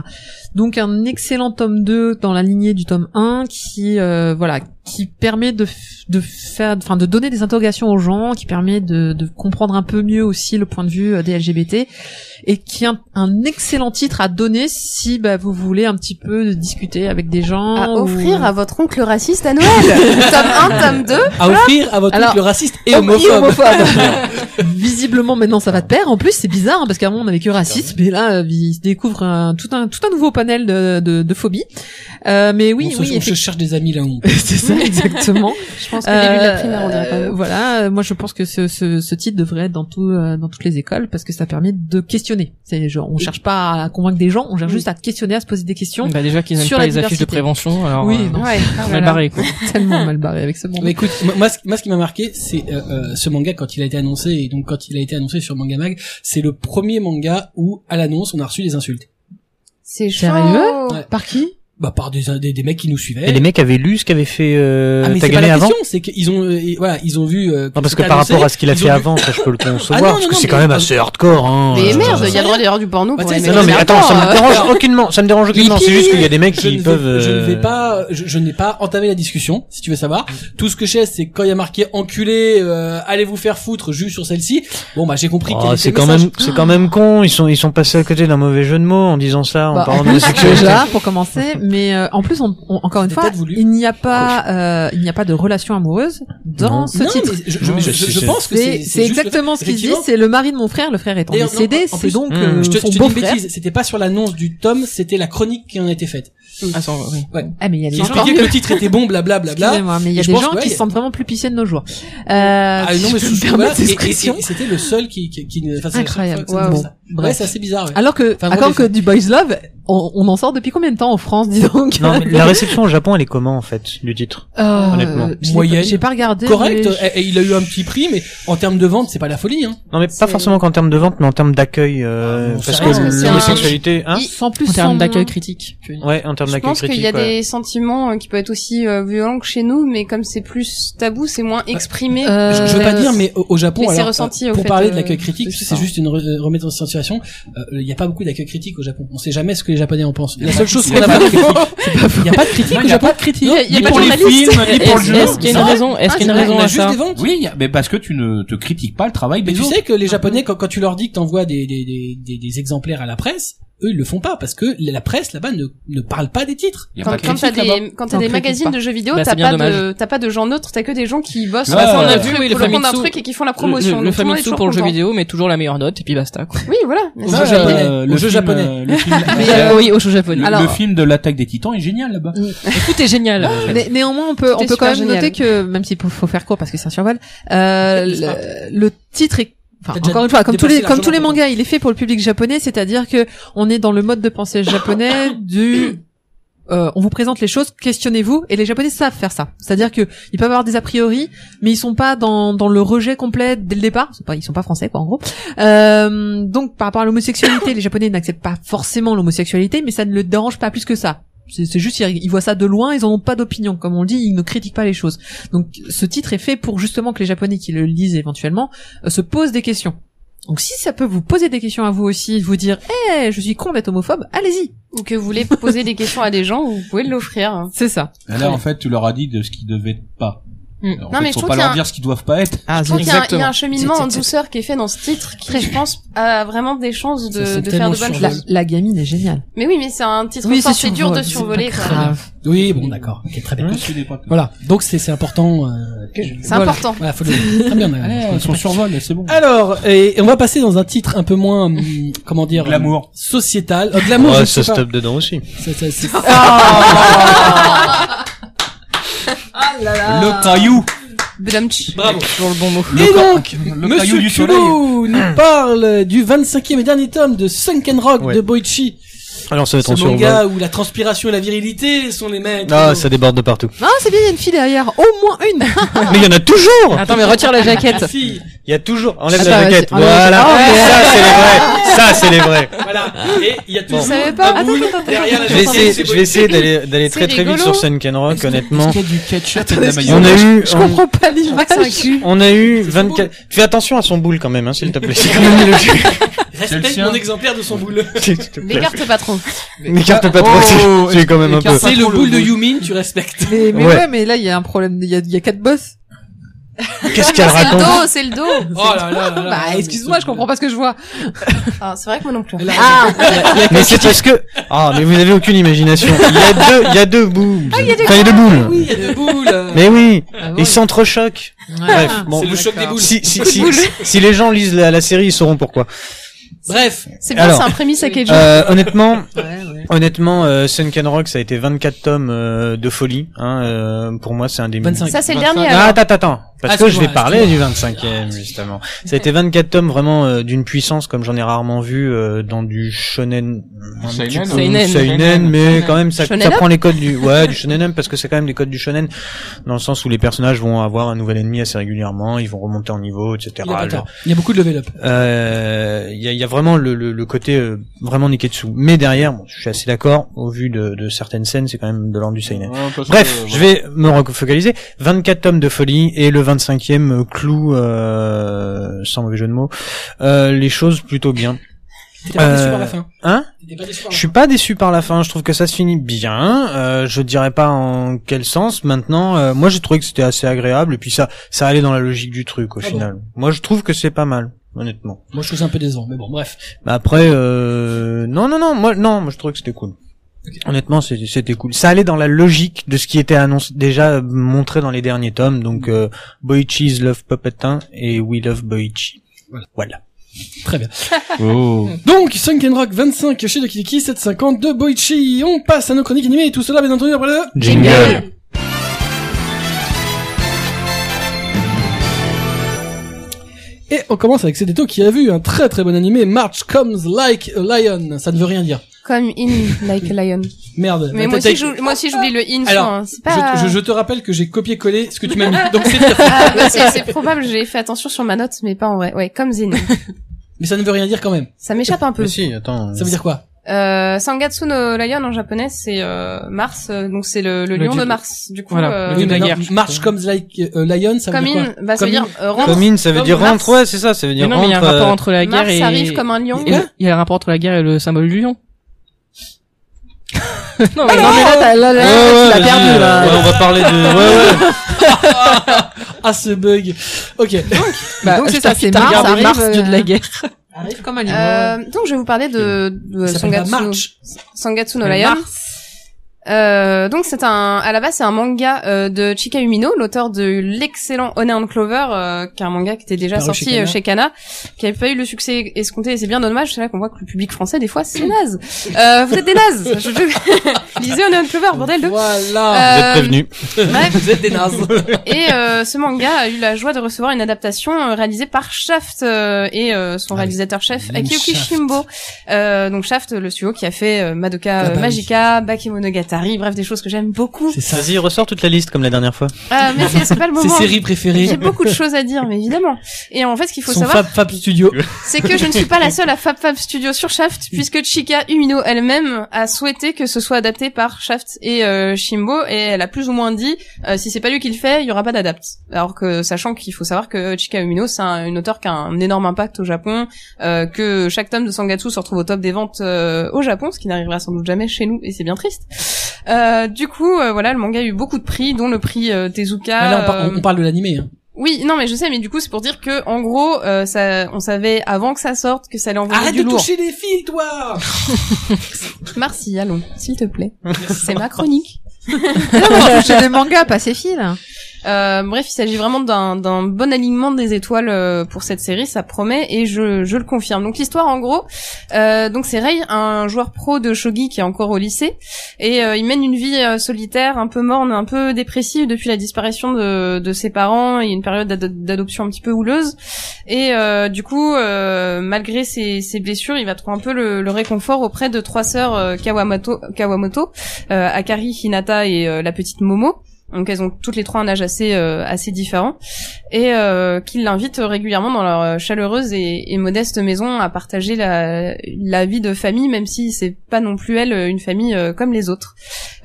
Speaker 3: Donc un excellent tome 2 dans la lignée du tome 1 qui euh, voilà qui permet de, f- de faire enfin de donner des interrogations aux gens, qui permet de, de comprendre un peu mieux aussi le point de vue euh, des LGBT et qui est un, un excellent titre à donner si bah, vous voulez un petit peu discuter avec des gens
Speaker 2: À
Speaker 3: ou-
Speaker 2: offrir à votre oncle raciste à Noël. tome 1, tome 2.
Speaker 1: À offrir à votre
Speaker 3: Alors, oh,
Speaker 1: oncle raciste et
Speaker 3: Homo- et
Speaker 1: homophobe.
Speaker 3: homophobe. Visiblement maintenant ça va de pair. En plus c'est bizarre hein, parce qu'avant on avait que racisme, mais là euh, il se découvre un, tout un tout un nouveau panel de de, de phobies. Euh, mais oui
Speaker 1: On se-
Speaker 3: oui
Speaker 1: on se
Speaker 3: effectivement.
Speaker 1: cherche des amis là où.
Speaker 3: c'est ça exactement.
Speaker 2: Je pense que les lunes de la primaire, on dirait quand
Speaker 3: Euh,
Speaker 2: même.
Speaker 3: voilà, euh, moi je pense que ce, ce, ce titre devrait être dans tout euh, dans toutes les écoles parce que ça permet de questionner. C'est genre on cherche pas à convaincre des gens, on cherche juste à questionner, à se poser des questions.
Speaker 6: Bah déjà qu'ils aiment
Speaker 3: Sur
Speaker 6: pas
Speaker 3: la
Speaker 6: les affiches
Speaker 3: diversité.
Speaker 6: de prévention, alors
Speaker 3: Oui,
Speaker 6: euh,
Speaker 3: non.
Speaker 2: Ouais.
Speaker 6: on est mal barré quoi.
Speaker 3: Tellement mal barré avec ce monde.
Speaker 1: Mais écoute, moi- moi, ce- moi, ce qui m'a marqué, c'est euh, euh, ce manga quand il a été annoncé, et donc quand il a été annoncé sur Manga Mag, c'est le premier manga où, à l'annonce, on a reçu des insultes.
Speaker 2: C'est
Speaker 3: Sérieux
Speaker 2: chaud.
Speaker 1: Ouais.
Speaker 3: Par qui
Speaker 1: Bah, par des, des, des mecs qui nous suivaient.
Speaker 7: Et les mecs avaient lu ce qu'avait fait euh,
Speaker 1: ah, mais c'est pas
Speaker 7: Tagané
Speaker 1: la
Speaker 7: avant
Speaker 1: question, c'est qu'ils ont, euh, et voilà, ils ont vu. euh,
Speaker 7: Non, parce que
Speaker 1: c'était
Speaker 7: par
Speaker 1: annoncé,
Speaker 7: rapport à ce qu'il a
Speaker 1: ils
Speaker 7: fait
Speaker 1: ont vu-
Speaker 7: avant, ça je peux le concevoir,
Speaker 1: Ah non,
Speaker 7: parce
Speaker 1: non,
Speaker 7: que
Speaker 1: non,
Speaker 7: c'est
Speaker 1: mais-
Speaker 7: quand même assez hardcore. Hein,
Speaker 2: Mais
Speaker 7: euh,
Speaker 2: merde,
Speaker 1: euh,
Speaker 2: il y a le droit d'avoir du porno
Speaker 1: Bah,
Speaker 2: pour
Speaker 1: c'est-
Speaker 2: les mecs.
Speaker 1: c'est-
Speaker 7: Non mais
Speaker 2: C'est
Speaker 7: attends, ça
Speaker 2: hardcore,
Speaker 7: me
Speaker 2: euh.
Speaker 7: dérange aucunement, ça me dérange aucunement, c'est juste qu'il y a des mecs
Speaker 1: Je ne
Speaker 7: qui
Speaker 1: vais-
Speaker 7: peuvent...
Speaker 1: Je ne vais
Speaker 7: euh, Mm.
Speaker 1: pas, je, je n'ai pas entamé la discussion, si tu veux savoir. Tout ce que je sais, c'est quand il y a marqué enculé, euh, allez vous faire foutre, juste sur celle-ci. Bon, bah, j'ai compris
Speaker 7: Oh,
Speaker 1: quel était
Speaker 7: c'est
Speaker 1: le
Speaker 7: quand
Speaker 1: message.
Speaker 7: même, c'est quand même con. Ils sont, ils sont passés à côté d'un mauvais jeu de mots en disant ça, en
Speaker 3: Bah,
Speaker 7: parlant de sexualité.
Speaker 3: déjà pour commencer mais euh, en plus on- on- encore une
Speaker 1: C'était
Speaker 3: fois
Speaker 1: peut-être voulu.
Speaker 3: il n'y a pas euh, il n'y a pas de relation amoureuse dans
Speaker 7: Non.
Speaker 3: ce
Speaker 1: Non,
Speaker 3: titre
Speaker 1: mais je, je-
Speaker 7: Non,
Speaker 1: je-
Speaker 7: mais
Speaker 1: je- je
Speaker 7: Mm. c'est-
Speaker 1: pense que
Speaker 3: c'est
Speaker 1: c'est
Speaker 3: c'est
Speaker 1: juste le
Speaker 3: exactement
Speaker 1: fait.
Speaker 3: ce qu'il dit
Speaker 1: Effectivement,
Speaker 3: c'est le mari de mon frère le frère étant
Speaker 1: D'ailleurs, non,
Speaker 3: décédé
Speaker 1: en
Speaker 3: c'est
Speaker 1: plus,
Speaker 3: donc
Speaker 7: hmm,
Speaker 3: euh,
Speaker 1: Je te, je
Speaker 3: son
Speaker 1: te dis une
Speaker 3: beau-frère
Speaker 1: bêtise, c'était pas sur l'annonce du tome, c'était la chronique qui en a été faite.
Speaker 6: Attends, oui.
Speaker 3: ah mais il y a des
Speaker 1: Qui
Speaker 3: gens
Speaker 1: expliquait que le titre était bon, blablabla. Bla, bla.
Speaker 3: Excusez-moi, mais il y
Speaker 1: Et
Speaker 3: a
Speaker 1: je
Speaker 3: des
Speaker 1: pense
Speaker 3: gens
Speaker 1: que, ouais,
Speaker 3: qui
Speaker 1: il y
Speaker 3: se
Speaker 1: a-
Speaker 3: sentent vraiment plus pissés de nos jours. Euh,
Speaker 1: Ah
Speaker 3: si
Speaker 1: non,
Speaker 3: je
Speaker 1: mais
Speaker 3: peux
Speaker 1: sous
Speaker 3: me
Speaker 1: sous-
Speaker 3: permettre
Speaker 1: voilà, et- et-
Speaker 3: l'expression.
Speaker 1: et c'était le seul qui, qui, qui ne- enfin, c'est la seule
Speaker 3: Incroyable.
Speaker 1: fois que ça
Speaker 3: Wow.
Speaker 1: faisait ça.
Speaker 3: Bon,
Speaker 1: Ouais,
Speaker 3: bref.
Speaker 1: c'est assez bizarre. ouais.
Speaker 3: Alors que,
Speaker 1: Enfin, bon,
Speaker 3: encore
Speaker 1: des
Speaker 3: que
Speaker 1: faits.
Speaker 3: du boys love, on, on en sort depuis combien de temps en France, dis donc
Speaker 5: Non, mais la réception au Japon, elle est comment en fait du titre
Speaker 3: Euh,
Speaker 5: honnêtement,
Speaker 3: je l'ai pas-
Speaker 1: moyenne,
Speaker 3: J'ai pas regardé.
Speaker 1: Correct, euh,
Speaker 3: mais-
Speaker 1: et, et il a eu un petit prix, mais en termes de vente, c'est pas la folie. Hein.
Speaker 5: Non, mais pas
Speaker 2: C'est-
Speaker 5: forcément qu'en termes de vente, mais en termes d'accueil, euh,
Speaker 1: Ah,
Speaker 5: parce
Speaker 1: c'est
Speaker 5: que
Speaker 1: vrai, parce
Speaker 2: que c'est
Speaker 5: l'homosexualité, hein
Speaker 3: Sans plus,
Speaker 6: en
Speaker 3: sans
Speaker 6: termes d'accueil
Speaker 3: moins.
Speaker 6: critique. tu veux dire.
Speaker 5: Ouais, en termes
Speaker 2: Je
Speaker 5: d'accueil
Speaker 2: pense
Speaker 5: critique.
Speaker 2: qu'il y a
Speaker 5: ouais.
Speaker 2: des sentiments euh, qui peuvent être aussi euh, violents que chez nous, mais comme c'est plus tabou, c'est moins exprimé.
Speaker 3: Euh,
Speaker 1: je, je veux pas dire, mais au, au Japon,
Speaker 2: mais c'est
Speaker 1: alors,
Speaker 2: ressenti,
Speaker 1: euh,
Speaker 2: au
Speaker 1: pour
Speaker 2: fait,
Speaker 1: parler de
Speaker 2: euh,
Speaker 1: l'accueil critique,
Speaker 2: c'est
Speaker 1: c'est
Speaker 2: ça.
Speaker 1: juste une re- remettre en situation. euh, Il y a pas beaucoup d'accueil critique au Japon. On sait jamais ce que les Japonais en pensent. La seule chose qu'on a pas de critique. Il y a pas de critique au Japon.
Speaker 6: critique.
Speaker 1: Non,
Speaker 6: Il y a
Speaker 1: ni
Speaker 6: pas de
Speaker 1: pour les
Speaker 6: journaliste.
Speaker 4: films, ni pour le
Speaker 6: Est-ce
Speaker 4: jeu.
Speaker 6: est-ce qu'il y a une
Speaker 1: Non.
Speaker 6: raison Est-ce qu'il y a une
Speaker 1: On a
Speaker 6: raison à
Speaker 1: juste
Speaker 6: ça
Speaker 1: des ventes.
Speaker 4: Oui, il y a- mais parce que tu ne te critiques pas le travail
Speaker 1: Mais
Speaker 4: des
Speaker 1: tu
Speaker 4: autres.
Speaker 1: sais que les
Speaker 6: Ah.
Speaker 1: Japonais, quand, quand tu leur dis que t'envoies des, des, des, des, des exemplaires à la presse, eux, ils le font pas parce que la presse là-bas ne, ne parle pas des titres.
Speaker 4: Il y a pas
Speaker 2: Quand,
Speaker 4: de
Speaker 2: quand
Speaker 4: critique.
Speaker 2: t'as
Speaker 1: là-bas.
Speaker 2: des, quand t'as
Speaker 3: T'en
Speaker 2: des
Speaker 3: critiques
Speaker 2: magazines
Speaker 3: pas.
Speaker 2: de jeux vidéo,
Speaker 6: Bah, c'est
Speaker 2: t'as
Speaker 6: bien
Speaker 2: pas de,
Speaker 6: dommage.
Speaker 2: t'as pas de gens neutres, t'as que des gens qui bossent
Speaker 4: Ouais,
Speaker 2: sur la
Speaker 4: on a
Speaker 2: fin d'un
Speaker 6: vu,
Speaker 2: truc
Speaker 6: oui, le
Speaker 2: pour le compte d'un
Speaker 6: Famitsu.
Speaker 2: truc et qui font la promotion.
Speaker 6: Le, le
Speaker 2: Donc, tout monde est
Speaker 6: Famitsu
Speaker 2: toujours
Speaker 6: pour le jeu
Speaker 2: content.
Speaker 6: vidéo, mais toujours la meilleure note, et puis basta, quoi.
Speaker 2: Oui, voilà.
Speaker 1: Au
Speaker 2: Ça,
Speaker 1: jeu
Speaker 2: euh,
Speaker 1: japonais.
Speaker 4: Euh,
Speaker 1: Au jeu
Speaker 4: film,
Speaker 1: japonais.
Speaker 4: euh, le film-
Speaker 3: Mais,
Speaker 4: le-
Speaker 3: euh,
Speaker 6: oui, au show japonais.
Speaker 3: alors-
Speaker 4: le film de l'attaque des Titans est génial là-bas.
Speaker 6: tout est génial.
Speaker 3: Né- néanmoins, on peut,
Speaker 2: Tout
Speaker 3: on
Speaker 2: est
Speaker 3: peut quand même
Speaker 2: super génial.
Speaker 3: noter que, même s'il faut- faut faire court parce que c'est un survol, euh,
Speaker 1: C'est pas-
Speaker 3: le, le titre est Enfin,
Speaker 1: T'as déjà
Speaker 3: encore une fois, comme tous
Speaker 1: dépassé
Speaker 3: les comme tous les
Speaker 1: largement ton
Speaker 3: mangas, il est fait pour le public japonais, c'est-à-dire que on est dans le mode de pensée japonais du euh, on vous présente les choses, questionnez-vous, et les japonais savent faire ça. C'est-à-dire que ils peuvent avoir des a priori, mais ils sont pas dans, dans le rejet complet dès le départ. Ils sont pas, ils sont pas français quoi en gros. Euh, donc par rapport à l'homosexualité, les japonais n'acceptent pas forcément l'homosexualité, mais ça ne le dérange pas plus que ça. C'est c'est juste ils ils voient ça de loin, ils en ont pas d'opinion, comme on le dit, ils ne critiquent pas les choses. Donc ce titre est fait pour justement que les Japonais qui le lisent éventuellement euh, se posent des questions. Donc si ça peut vous poser des questions à vous aussi, vous dire "Eh, je suis con d'être homophobe", allez-y.
Speaker 2: Ou que euh, vous voulez poser des questions à des gens, vous pouvez l'offrir. hein.
Speaker 3: C'est ça.
Speaker 4: Et là, en fait, tu leur as dit de ce qu'ils devaient pas.
Speaker 6: Mm.
Speaker 4: Alors, en
Speaker 2: Non,
Speaker 4: fait,
Speaker 2: mais je
Speaker 4: faut
Speaker 2: trouve
Speaker 4: pas
Speaker 2: qu'il y a
Speaker 4: leur
Speaker 2: un-
Speaker 4: dire ce qu'ils doivent pas être.
Speaker 3: Ah,
Speaker 2: Je trouve qu'il y a un- il y, a
Speaker 3: exactement.
Speaker 2: un cheminement
Speaker 3: C'est- c'est-
Speaker 2: en
Speaker 3: c'est-
Speaker 2: douceur qui est fait dans ce titre qui, je pense, a vraiment des chances
Speaker 1: Ça, c'est
Speaker 2: de, de
Speaker 1: tellement
Speaker 2: faire de bonnes
Speaker 1: survolé.
Speaker 3: La,
Speaker 2: choses.
Speaker 3: la gamine est géniale.
Speaker 2: Mais oui, mais c'est un titre fort, c'est dur de survoler.
Speaker 3: C'est
Speaker 2: quoi.
Speaker 3: pas grave.
Speaker 1: Oui, bon, d'accord. Ok, très bien.
Speaker 5: Mmh.
Speaker 4: Dessus, des potes.
Speaker 1: Voilà. Donc c'est c'est important. euh,
Speaker 2: C'est
Speaker 1: voilà.
Speaker 2: important.
Speaker 1: Voilà, faut le dire. Très bien. on a-
Speaker 4: Allez, euh, son survol, c'est bon.
Speaker 1: Alors, et, et on va passer dans un titre un peu moins, hum, comment dire,
Speaker 4: Glamour.
Speaker 1: sociétal. Euh, glamour, je sais pas.
Speaker 5: dedans aussi.
Speaker 1: Ça- ça- c'est-
Speaker 4: Le caillou.
Speaker 2: Bdamtch.
Speaker 1: Bravo.
Speaker 6: Toujours le bon mot.
Speaker 1: Et donc,
Speaker 4: Le
Speaker 1: Monsieur
Speaker 4: caillou du soleil. Ah.
Speaker 1: Kubo nous parle du 25e et dernier tome de Sunken Rock
Speaker 5: Ouais.
Speaker 1: de Boichi.
Speaker 5: Alors ça va être
Speaker 1: Ce
Speaker 5: en survol.
Speaker 1: manga où la transpiration et la virilité sont les mêmes.
Speaker 5: Ah, ça déborde de partout.
Speaker 3: Non, c'est bien, il y a une fille derrière, au moins une.
Speaker 5: Mais il y en a toujours
Speaker 6: Attends, mais retire la jaquette.
Speaker 1: Si,
Speaker 5: Il y a toujours. Enlève
Speaker 3: Attends,
Speaker 5: la
Speaker 3: vas-y,
Speaker 5: jaquette.
Speaker 3: enlève la
Speaker 5: Voilà.
Speaker 3: jaquette.
Speaker 5: ça, c'est les vrais. Ça, c'est les vrais.
Speaker 1: voilà. Et il y a toujours
Speaker 3: savais pas.
Speaker 1: un boule
Speaker 3: Attends, attends, attends.
Speaker 1: derrière la
Speaker 5: Je vais
Speaker 1: jambe.
Speaker 5: essayer, je vais essayer d'aller,
Speaker 2: C'est
Speaker 5: d'aller très très vite
Speaker 2: rigolo.
Speaker 5: sur Sunken Rock, honnêtement.
Speaker 4: Est-ce qu'il y a du ketchup et de la
Speaker 5: On
Speaker 4: mayonnaise
Speaker 5: a eu,
Speaker 3: Je
Speaker 5: on-
Speaker 3: comprends pas l'image.
Speaker 5: on a eu
Speaker 1: C'est son
Speaker 5: 24. Fais attention à son boule quand même, hein, s'il te plaît. C'est quand même le jeu.
Speaker 4: C'est le
Speaker 1: Respecte
Speaker 4: sien.
Speaker 1: mon exemplaire de son boule.
Speaker 5: S'il te plaît.
Speaker 2: L'écarte pas trop.
Speaker 5: N'écarte pas trop,
Speaker 4: Oh,
Speaker 5: tu es quand même un peu.
Speaker 4: écarte-
Speaker 1: C'est le
Speaker 4: trop le
Speaker 1: boule de
Speaker 4: boule.
Speaker 1: Yumin, tu respectes.
Speaker 3: Mais, mais ouais.
Speaker 5: Ouais.
Speaker 3: mais là il y a un problème, il y a, il y a quatre boss.
Speaker 5: Qu'est-ce qu'elle
Speaker 2: C'est le
Speaker 5: raconte
Speaker 2: dos, c'est le dos.
Speaker 1: Oh là là là là.
Speaker 3: bah excuse-moi, je comprends pas ce que je vois.
Speaker 2: Ah, c'est vrai que moi non plus.
Speaker 1: Elle a-
Speaker 5: Mais c'est parce que ah mais vous avez aucune imagination. Il y a deux il y a deux boules. Enfin il y a deux boules.
Speaker 1: Oui, il y a deux boules.
Speaker 5: Mais oui,
Speaker 3: Ah bon,
Speaker 5: ils s'entrechoquent. Bref, bon,
Speaker 1: C'est le choc des boules.
Speaker 5: si, si, si, si, si les gens lisent la, la série, ils sauront pourquoi.
Speaker 1: Bref.
Speaker 2: C'est bien,
Speaker 5: Alors.
Speaker 2: c'est un prémisse à Keiju.
Speaker 5: Euh, honnêtement,
Speaker 3: ouais, ouais.
Speaker 5: honnêtement, euh, Sunken Rock, ça a été 24 tomes euh, de folie. Hein, euh, pour moi, c'est un des
Speaker 1: 25.
Speaker 2: Ça, c'est le
Speaker 4: 25.
Speaker 2: dernier.
Speaker 5: Ah,
Speaker 2: alors.
Speaker 5: attends, attends, attends, parce
Speaker 1: Ah,
Speaker 5: que je vais
Speaker 1: excuse-moi,
Speaker 5: parler du 25e justement. Ça a été 24 tomes vraiment euh, d'une puissance comme j'en ai rarement vu euh, dans du shonen. un
Speaker 4: Seinen,
Speaker 5: petit peu-
Speaker 4: ou-
Speaker 5: Seinen,
Speaker 4: Seinen.
Speaker 5: mais
Speaker 6: Shonen.
Speaker 5: quand même ça, ça
Speaker 2: Shonen-up
Speaker 5: prend les codes du ouais du shonen parce que c'est quand même des codes du shonen dans le sens où les personnages vont avoir un nouvel ennemi assez régulièrement, ils vont remonter en niveau, etc.
Speaker 1: Il a pas
Speaker 5: Le-
Speaker 1: tort. Il y a beaucoup de level up.
Speaker 5: euh, il y, a, il y a vraiment le, le, le côté euh, vraiment Niketsu. Mais derrière, bon, je suis assez d'accord, au vu de, de certaines scènes, c'est quand même de l'ordre du seinen.
Speaker 4: Ouais, parce
Speaker 5: Bref,
Speaker 1: Euh,
Speaker 4: que- euh,
Speaker 5: je vais me refocaliser. 24 tomes de folie et le 25e euh, clou, euh, sans mauvais jeu de mots, euh, les choses plutôt bien.
Speaker 1: T'étais pas déçu
Speaker 5: Euh,
Speaker 1: par la fin.
Speaker 5: Hein
Speaker 1: T'étais pas déçu par la
Speaker 5: Je suis pas déçu par la fin, je trouve que ça se finit bien. Euh, je dirais pas en quel sens. Maintenant, euh, moi j'ai trouvé que c'était assez agréable et puis ça, ça allait dans la logique du truc au
Speaker 1: Ah bon
Speaker 5: final. Moi je trouve que c'est pas mal, honnêtement.
Speaker 1: fin. Moi, je trouve ça un peu décevant, mais bon, bref.
Speaker 5: Bah après, euh... non, non, non, moi, non, moi je trouvais que c'était cool. Honnêtement, c'était c'était cool. Ça allait dans la logique de ce qui était annoncé, déjà euh, montré dans les derniers tomes. Donc, euh, Boichi's Love Puppetin et We Love Boichi. Voilà.
Speaker 4: Oh.
Speaker 1: Donc, Sunken Rock 25 chez Dokidiki 750 de Boichi. On passe à nos chroniques animées et tout cela, bien entendu, après le...
Speaker 5: Jingle.
Speaker 1: Et on commence avec Sedeto qui a vu un très très bon animé, March Comes Like a Lion. Ça ne veut rien dire.
Speaker 2: Comme in like a lion.
Speaker 1: Merde.
Speaker 2: Mais
Speaker 1: La
Speaker 2: moi
Speaker 1: tête
Speaker 2: aussi,
Speaker 1: avec-
Speaker 2: j'ou- moi aussi j'oublie le in.
Speaker 1: Alors,
Speaker 2: souvent, hein. c'est pas.
Speaker 1: je, je, je te rappelle que j'ai copié-collé ce que tu m'as mis. Donc c'est pire.
Speaker 2: Ah, bah, c'est c'est probable. J'ai fait attention sur ma note, mais pas en vrai. Ouais, comme in.
Speaker 1: Mais ça ne veut rien dire quand même.
Speaker 2: Ça m'échappe un peu.
Speaker 7: Mais si, attends.
Speaker 1: Ça veut dire quoi
Speaker 2: Euh, Sangatsu no Lion en japonais, c'est euh, Mars, euh, donc c'est le, le
Speaker 6: Le
Speaker 2: lion
Speaker 6: dieu
Speaker 2: de
Speaker 6: de-
Speaker 2: Mars. Du coup,
Speaker 6: Voilà,
Speaker 2: euh,
Speaker 6: le dieu de la
Speaker 1: mais
Speaker 6: guerre,
Speaker 1: non,
Speaker 6: je
Speaker 1: Marche
Speaker 6: trouve.
Speaker 1: comme like euh, lion, ça veut
Speaker 2: comme
Speaker 1: dire quoi
Speaker 2: in, bah, ça veut
Speaker 1: Comme
Speaker 2: dire euh, rentre.
Speaker 7: Comine, ça veut
Speaker 2: Comme
Speaker 7: dire
Speaker 2: Mars.
Speaker 7: rentre, ouais, c'est ça, ça veut
Speaker 6: Mais
Speaker 7: dire
Speaker 6: non, mais il y a un
Speaker 7: rentre.
Speaker 6: rapport
Speaker 7: euh,
Speaker 6: entre la guerre
Speaker 2: Mars
Speaker 6: et...
Speaker 2: arrive comme un lion.
Speaker 6: et le- Il y a un rapport entre la guerre et le symbole du lion.
Speaker 3: Non, mais là, t'as- là, là,
Speaker 7: Ouais,
Speaker 3: là, tu
Speaker 7: ouais, vas-y,
Speaker 3: l'as perdu,
Speaker 7: euh,
Speaker 3: là.
Speaker 7: ouais, on va parler de, ouais, ouais.
Speaker 1: Ah ce bug. Ok.
Speaker 3: Bah,
Speaker 6: Donc,
Speaker 3: je
Speaker 6: c'est ça,
Speaker 3: t'ai- c'est
Speaker 6: Peter
Speaker 3: Mars,
Speaker 6: Garber,
Speaker 3: arrive,
Speaker 6: Mars,
Speaker 3: euh,
Speaker 6: dieu de la guerre.
Speaker 3: Arrive comme un
Speaker 2: Euh, donc je vais vous parler de, de
Speaker 1: ça s'appelle pas
Speaker 2: Sangatsu,
Speaker 1: March.
Speaker 2: Sangatsu no Lion. Euh, donc c'est un, à la base c'est un manga euh, de Chika Umino, l'auteur de l'excellent One and Clover, euh, qui est un manga qui était déjà
Speaker 1: Paru
Speaker 2: sorti
Speaker 1: chez Kana.
Speaker 2: euh, chez Kana, qui n'avait pas eu le succès escompté et c'est bien dommage. C'est là qu'on voit que le public français des fois c'est naze. Euh, vous êtes des nazes. Je, je- Lisez One and Clover, bordel de.
Speaker 1: Voilà.
Speaker 7: Vous
Speaker 2: Euh,
Speaker 7: êtes prévenus.
Speaker 2: bref.
Speaker 1: Vous êtes des nazes.
Speaker 2: Et euh, ce manga a eu la joie de recevoir une adaptation euh, réalisée par Shaft euh, et euh,
Speaker 1: Ah
Speaker 2: son
Speaker 1: oui,
Speaker 2: réalisateur chef
Speaker 1: même
Speaker 2: Akiyuki
Speaker 1: Shaft.
Speaker 2: Shimbo. Euh, donc Shaft, le studio qui a fait euh, Madoka
Speaker 1: Ah bah
Speaker 2: euh,
Speaker 1: oui.
Speaker 2: Magica, Bakemonogatari, bref des choses que j'aime beaucoup.
Speaker 1: C'est ça.
Speaker 7: Vas-y, ressors toute la liste comme la dernière fois.
Speaker 2: Euh, mais c'est c'est pas le
Speaker 1: Ses
Speaker 2: moment.
Speaker 1: séries préférées.
Speaker 2: J'ai beaucoup de choses à dire, mais évidemment. Et en fait, ce qu'il faut
Speaker 1: Son
Speaker 2: savoir,
Speaker 1: Fab Fab Studio.
Speaker 2: c'est que je ne suis pas la seule à Fab Fab Studio sur Shaft, puisque Chika Umino elle-même a souhaité que ce soit adapté par Shaft et euh, Shimbo, et elle a plus ou moins dit euh, si c'est pas lui qui le fait, il y aura pas d'adapt. Alors que sachant qu'il faut savoir que Chika Umino c'est un, une auteure qui a un énorme impact au Japon, euh, que chaque tome de Sangatsu se retrouve au top des ventes euh, au Japon, ce qui n'arrivera sans doute jamais chez nous, et c'est bien triste. Euh, du coup, euh, voilà, le manga a eu beaucoup de prix, dont le prix euh, Tezuka.
Speaker 1: Ah, là, on, par-
Speaker 2: euh,
Speaker 1: on parle de l'animé. Hein.
Speaker 2: oui, non, mais je sais, mais du coup, c'est pour dire que, en gros, euh, ça, on savait avant que ça sorte que ça allait envoyer du lourd.
Speaker 1: les fils, toi
Speaker 2: Merci, allons, s'il te plaît. c'est ma chronique.
Speaker 3: J'ai des mangas, pas ces fils.
Speaker 2: Euh, bref, il s'agit vraiment d'un d'un bon alignement des étoiles euh, pour cette série, ça promet, et je, je le confirme. Donc l'histoire, en gros, euh, donc c'est Ray, un joueur pro de shogi qui est encore au lycée, et euh, il mène une vie euh, solitaire, un peu morne, un peu dépressive depuis la disparition de, de ses parents et une période d'ad- d'adoption un petit peu houleuse. Et euh, du coup, euh, malgré ses, ses blessures, il va trouver un peu le, le réconfort auprès de trois sœurs euh, Kawamoto, Kawamoto euh, Akari, Hinata et euh, la petite Momo. Donc elles ont toutes les trois un âge assez euh, assez différent et euh, qu'ils l'invitent régulièrement dans leur euh, chaleureuse et, et modeste maison à partager la, la vie de famille, même si c'est pas non plus elle euh, une famille euh, comme les autres.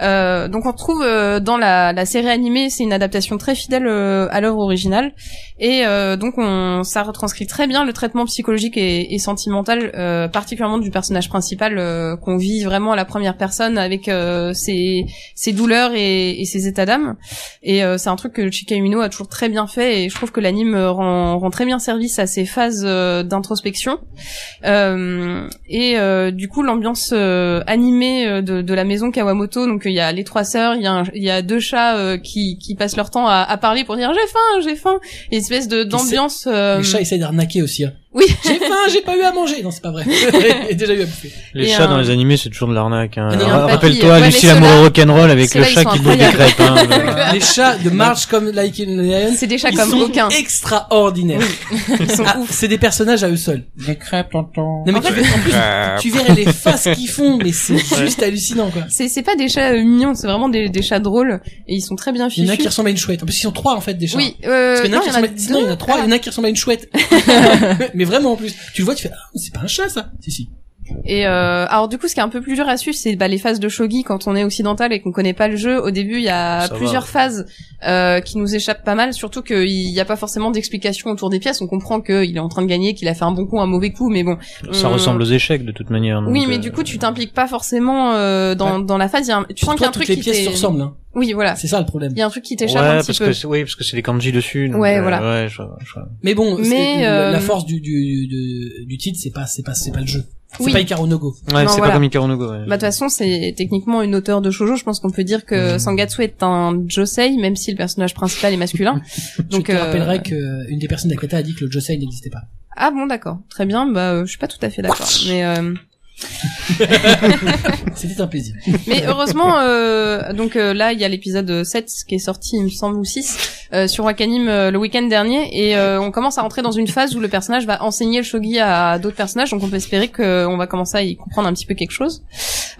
Speaker 2: Euh, donc on retrouve euh, dans la, la série animée, c'est une adaptation très fidèle euh, à l'œuvre originale et euh, donc on, ça retranscrit très bien le traitement psychologique et, et sentimental, euh, particulièrement du personnage principal euh, qu'on vit vraiment à la première personne avec euh, ses, ses douleurs et, et ses états d'âme. Et euh, c'est un truc que Chika Umino a toujours très bien fait et je trouve que l'anime euh, rend, rend très bien service à ces phases euh, d'introspection. Euh, et euh, du coup, l'ambiance euh, animée euh, de, de la maison Kawamoto, donc euh, il y a les trois sœurs, il y, a un- il y a deux chats euh, qui, qui passent leur temps à, à parler pour dire j'ai faim, j'ai faim. Il y a une espèce de d'ambiance. euh,
Speaker 1: Les chats essayent d'arnaquer aussi. Hein.
Speaker 2: Oui.
Speaker 1: J'ai faim, j'ai pas eu à manger. Non, c'est pas vrai. J'ai déjà eu à bouffer.
Speaker 7: Les
Speaker 2: Et
Speaker 7: chats
Speaker 2: un-
Speaker 7: dans les animés, c'est toujours de l'arnaque. Hein.
Speaker 1: Et un
Speaker 7: Ra-
Speaker 2: papy,
Speaker 7: Rappelle-toi,
Speaker 2: ouais, mais
Speaker 7: Lucie
Speaker 2: ceux-là-
Speaker 7: l'amour rock'n'roll avec le
Speaker 2: ceux-là, ils
Speaker 7: chat
Speaker 2: sont
Speaker 7: qui bouffe des
Speaker 2: incroyables.
Speaker 7: crêpes. Hein.
Speaker 1: Euh, Les chats de March comme Like a Lion,
Speaker 2: C'est des chats
Speaker 1: ils
Speaker 2: comme
Speaker 1: sont
Speaker 2: aucun.
Speaker 1: extraordinaires.
Speaker 2: Ils sont
Speaker 1: Ah,
Speaker 2: ouf.
Speaker 1: c'est des personnages à eux seuls.
Speaker 4: Les crêpes, t'entends.
Speaker 1: Non, mais tu, verrais- en plus,
Speaker 8: Euh,
Speaker 1: tu verrais les faces qu'ils font, mais c'est juste hallucinant, quoi.
Speaker 2: C'est c'est pas des chats euh, mignons, c'est vraiment des, des chats drôles et ils sont très bien
Speaker 1: Il y en a un
Speaker 2: fichus.
Speaker 1: qui ressemble à une chouette. En plus, ils sont trois, en fait, des chats.
Speaker 2: Oui, euh,
Speaker 1: Parce qu'il y en a
Speaker 2: non,
Speaker 1: un qui
Speaker 2: il y en
Speaker 1: ressemble
Speaker 2: a
Speaker 1: à- sinon, il y en a
Speaker 2: deux.
Speaker 1: trois, il y en a un qui ressemble à une chouette. mais vraiment, en plus. Tu le vois, tu fais, ah, c'est pas un chat, ça. Si, si.
Speaker 2: Et euh, alors du coup, ce qui est un peu plus dur à suivre, c'est bah, les phases de shogi quand on est occidental et qu'on connaît pas le jeu. Au début, il y a
Speaker 7: Ça
Speaker 2: plusieurs
Speaker 7: va.
Speaker 2: phases euh, qui nous échappent pas mal, surtout qu'il n'y a pas forcément d'explication autour des pièces. On comprend qu'il est en train de gagner, qu'il a fait un bon coup, un mauvais coup, mais bon.
Speaker 7: Ça
Speaker 2: on-
Speaker 7: ressemble aux échecs de toute manière. donc,
Speaker 2: Oui, mais
Speaker 7: euh,
Speaker 2: du coup, tu t'impliques pas forcément euh, dans, dans la phase. Il y a un- Tu sens
Speaker 1: Pour
Speaker 2: qu'il
Speaker 1: toi,
Speaker 2: y a un truc
Speaker 1: toutes les
Speaker 2: qui Ah.
Speaker 1: pièces se
Speaker 2: t'est.
Speaker 1: ressemblent, hein.
Speaker 2: Oui, voilà.
Speaker 1: C'est ça, le problème.
Speaker 2: Il y a un truc qui
Speaker 7: Ouais,
Speaker 2: t'échappe un
Speaker 7: parce
Speaker 2: petit
Speaker 7: que
Speaker 2: peu.
Speaker 7: c'est- oui, parce que c'est les kanji dessus. donc,
Speaker 2: Ouais,
Speaker 7: euh,
Speaker 2: voilà.
Speaker 7: ouais, je vois- je vois.
Speaker 1: Mais bon, c'est-
Speaker 2: Mais,
Speaker 1: le- la
Speaker 2: euh,
Speaker 1: force du, du, du, du titre, c'est pas, c'est pas, c'est pas le jeu. C'est
Speaker 2: Oui.
Speaker 1: pas Icaro no Go.
Speaker 7: Ouais,
Speaker 2: Non,
Speaker 7: c'est
Speaker 2: voilà.
Speaker 7: pas comme Ikaru no Go, ouais.
Speaker 2: Bah de toute façon, c'est techniquement une auteure de shoujo. Je pense qu'on peut dire que
Speaker 7: Mmh.
Speaker 2: Sangatsu est un josei, même si le personnage principal est masculin.
Speaker 1: Donc,
Speaker 2: Donc,
Speaker 1: je te
Speaker 2: euh,
Speaker 1: rappellerai que une des personnes d'Aquata a dit que le Josei n'existait pas.
Speaker 2: Ah bon, d'accord. Très bien. Bah, euh, je suis pas tout à fait d'accord. Mais euh,
Speaker 1: C'était un plaisir.
Speaker 2: Mais heureusement, euh, donc euh, là, il y a l'épisode 7 qui est sorti, il me semble, ou 6, euh, sur Wakanim euh, le week-end dernier, et euh, on commence à rentrer dans une phase où le personnage va enseigner le shogi à d'autres personnages, donc on peut espérer qu'on va commencer à y comprendre un petit peu quelque chose.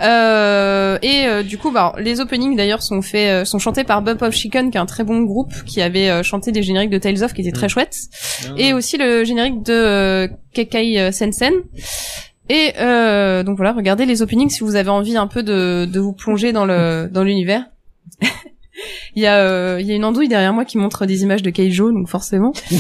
Speaker 2: Euh, et euh, du coup, bah, les openings d'ailleurs sont faits, euh, sont chantés par Bump of Chicken, qui est un très bon groupe qui avait euh, chanté des génériques de Tales of, qui étaient très chouettes,
Speaker 1: Mm.
Speaker 2: et aussi le générique de euh, Kekai euh, Sensen. Et euh, donc voilà, regardez les openings si vous avez envie un peu de, de vous plonger dans le dans l'univers. Il y, a, euh, il y a une andouille derrière moi qui montre des images de Keijo, donc forcément. Oh.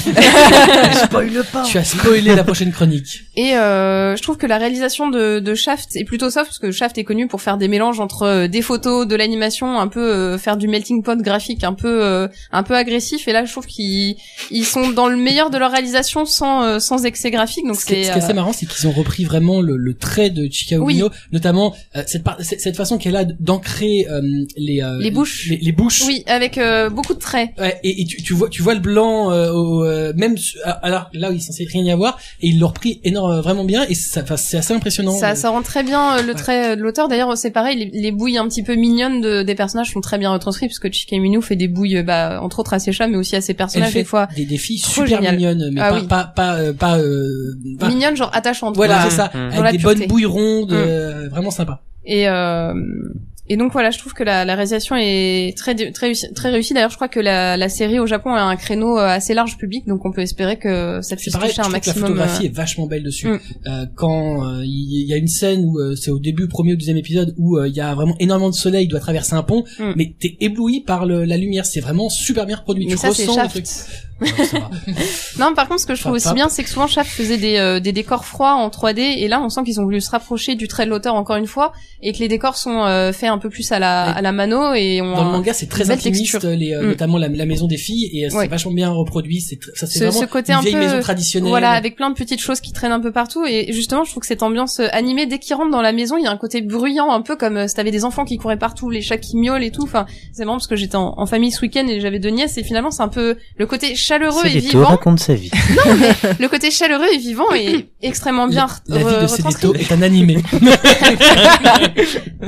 Speaker 1: Tu as spoilé la prochaine chronique.
Speaker 2: Et euh, je trouve que la réalisation de, de Shaft est plutôt soft, parce que Shaft est connu pour faire des mélanges entre euh, des photos, de l'animation, un peu euh, faire du melting pot graphique, un peu euh, un peu agressif. Et là, je trouve qu'ils ils sont dans le meilleur de leur réalisation sans euh, sans excès graphique. Donc
Speaker 1: ce qui est,
Speaker 2: c'est
Speaker 1: ce qui est assez
Speaker 2: euh,
Speaker 1: marrant, c'est qu'ils ont repris vraiment le, le trait de Chikao
Speaker 2: Oui.
Speaker 1: Ino, notamment euh, cette, par- cette cette façon qu'elle a d'ancrer euh, les, euh,
Speaker 2: Les bouches.
Speaker 1: les, les bouches.
Speaker 2: oui, avec euh, beaucoup de traits.
Speaker 1: Ouais, et, et tu, tu vois, tu vois le blanc, euh, au, euh, même su- ah, alors là où il est censé rien y avoir, et ils l'ont repris énorme, vraiment bien, et ça, enfin, c'est assez impressionnant.
Speaker 2: Ça, ça rend très bien euh, le
Speaker 1: Ouais.
Speaker 2: trait euh, de l'auteur. D'ailleurs, c'est pareil, les, les bouilles un petit peu mignonnes de, des personnages sont très bien retranscrites, parce que Chikaminou fait des bouilles, euh, bah, entre autres à ses chats, mais aussi à ses
Speaker 1: Elle
Speaker 2: personnages,
Speaker 1: fait
Speaker 2: des fois
Speaker 1: Euh, des, des filles
Speaker 2: Trop
Speaker 1: super
Speaker 2: génial.
Speaker 1: mignonnes, mais
Speaker 2: Ah
Speaker 1: pas,
Speaker 2: oui.
Speaker 1: pas, pas, euh, pas, euh, pas-
Speaker 2: mignonnes, genre attachantes.
Speaker 1: voilà,
Speaker 2: quoi.
Speaker 1: c'est ça,
Speaker 2: Dans la
Speaker 1: avec des
Speaker 2: pureté.
Speaker 1: bonnes bouilles rondes,
Speaker 2: Mm.
Speaker 1: euh, vraiment sympa.
Speaker 2: Et, euh, et donc voilà, je trouve que la, la réalisation est très dé- très réussi- très réussie. D'ailleurs, je crois que la, la série au Japon a un créneau euh, assez large public, donc on peut espérer que ça
Speaker 1: C'est
Speaker 2: puisse
Speaker 1: pareil, je
Speaker 2: toucher un
Speaker 1: trouve que la
Speaker 2: maximum.
Speaker 1: photographie
Speaker 2: euh,
Speaker 1: est vachement belle dessus.
Speaker 2: Mm.
Speaker 1: Euh, quand euh, il y a une scène où euh, c'est au début, premier ou deuxième épisode, où euh, il y a vraiment énormément de soleil, il doit traverser un pont,
Speaker 2: Mm.
Speaker 1: mais t'es ébloui par le- la lumière, c'est vraiment super bien reproduit.
Speaker 2: euh, Mais
Speaker 1: tu
Speaker 2: ça, c'est
Speaker 1: ressens le
Speaker 2: Shaft.
Speaker 1: truc. Ouais, ça va.
Speaker 2: Non, par contre, ce que je trouve
Speaker 1: Pas-
Speaker 2: aussi
Speaker 1: pas-
Speaker 2: bien, c'est que souvent Shaft faisait des, euh, des décors froids en 3D, et là, on sent qu'ils ont voulu se rapprocher du trait de l'auteur encore une fois, et que les décors sont euh, faits un peu plus à la,
Speaker 1: Ouais.
Speaker 2: à la mano, et on
Speaker 1: Dans le manga, c'est très
Speaker 2: belle
Speaker 1: intimiste,
Speaker 2: texture.
Speaker 1: les, euh,
Speaker 2: Mm.
Speaker 1: notamment la, la maison des filles, et euh, c'est
Speaker 2: Ouais.
Speaker 1: vachement bien reproduit. C'est tr- ça, c'est
Speaker 2: Ce-
Speaker 1: vraiment
Speaker 2: ce côté
Speaker 1: une
Speaker 2: un
Speaker 1: vieille
Speaker 2: peu-
Speaker 1: maison traditionnelle.
Speaker 2: Voilà, avec plein de petites choses qui traînent un peu partout. Et justement, je trouve que cette ambiance euh, animée, dès qu'ils rentrent dans la maison, il y a un côté bruyant, un peu comme euh, si t'avais des enfants qui couraient partout, les chats qui miaulent et tout. Enfin, c'est marrant parce que j'étais en, en famille ce week-end et j'avais deux nièces. Et finalement, c'est un peu le côté chaleureux et
Speaker 8: Cédéto
Speaker 2: vivant.
Speaker 8: raconte sa vie.
Speaker 2: Le côté chaleureux et vivant est extrêmement bien re-
Speaker 1: La vie
Speaker 2: re-
Speaker 1: de
Speaker 2: retranscrit.
Speaker 1: Cédéto est un animé.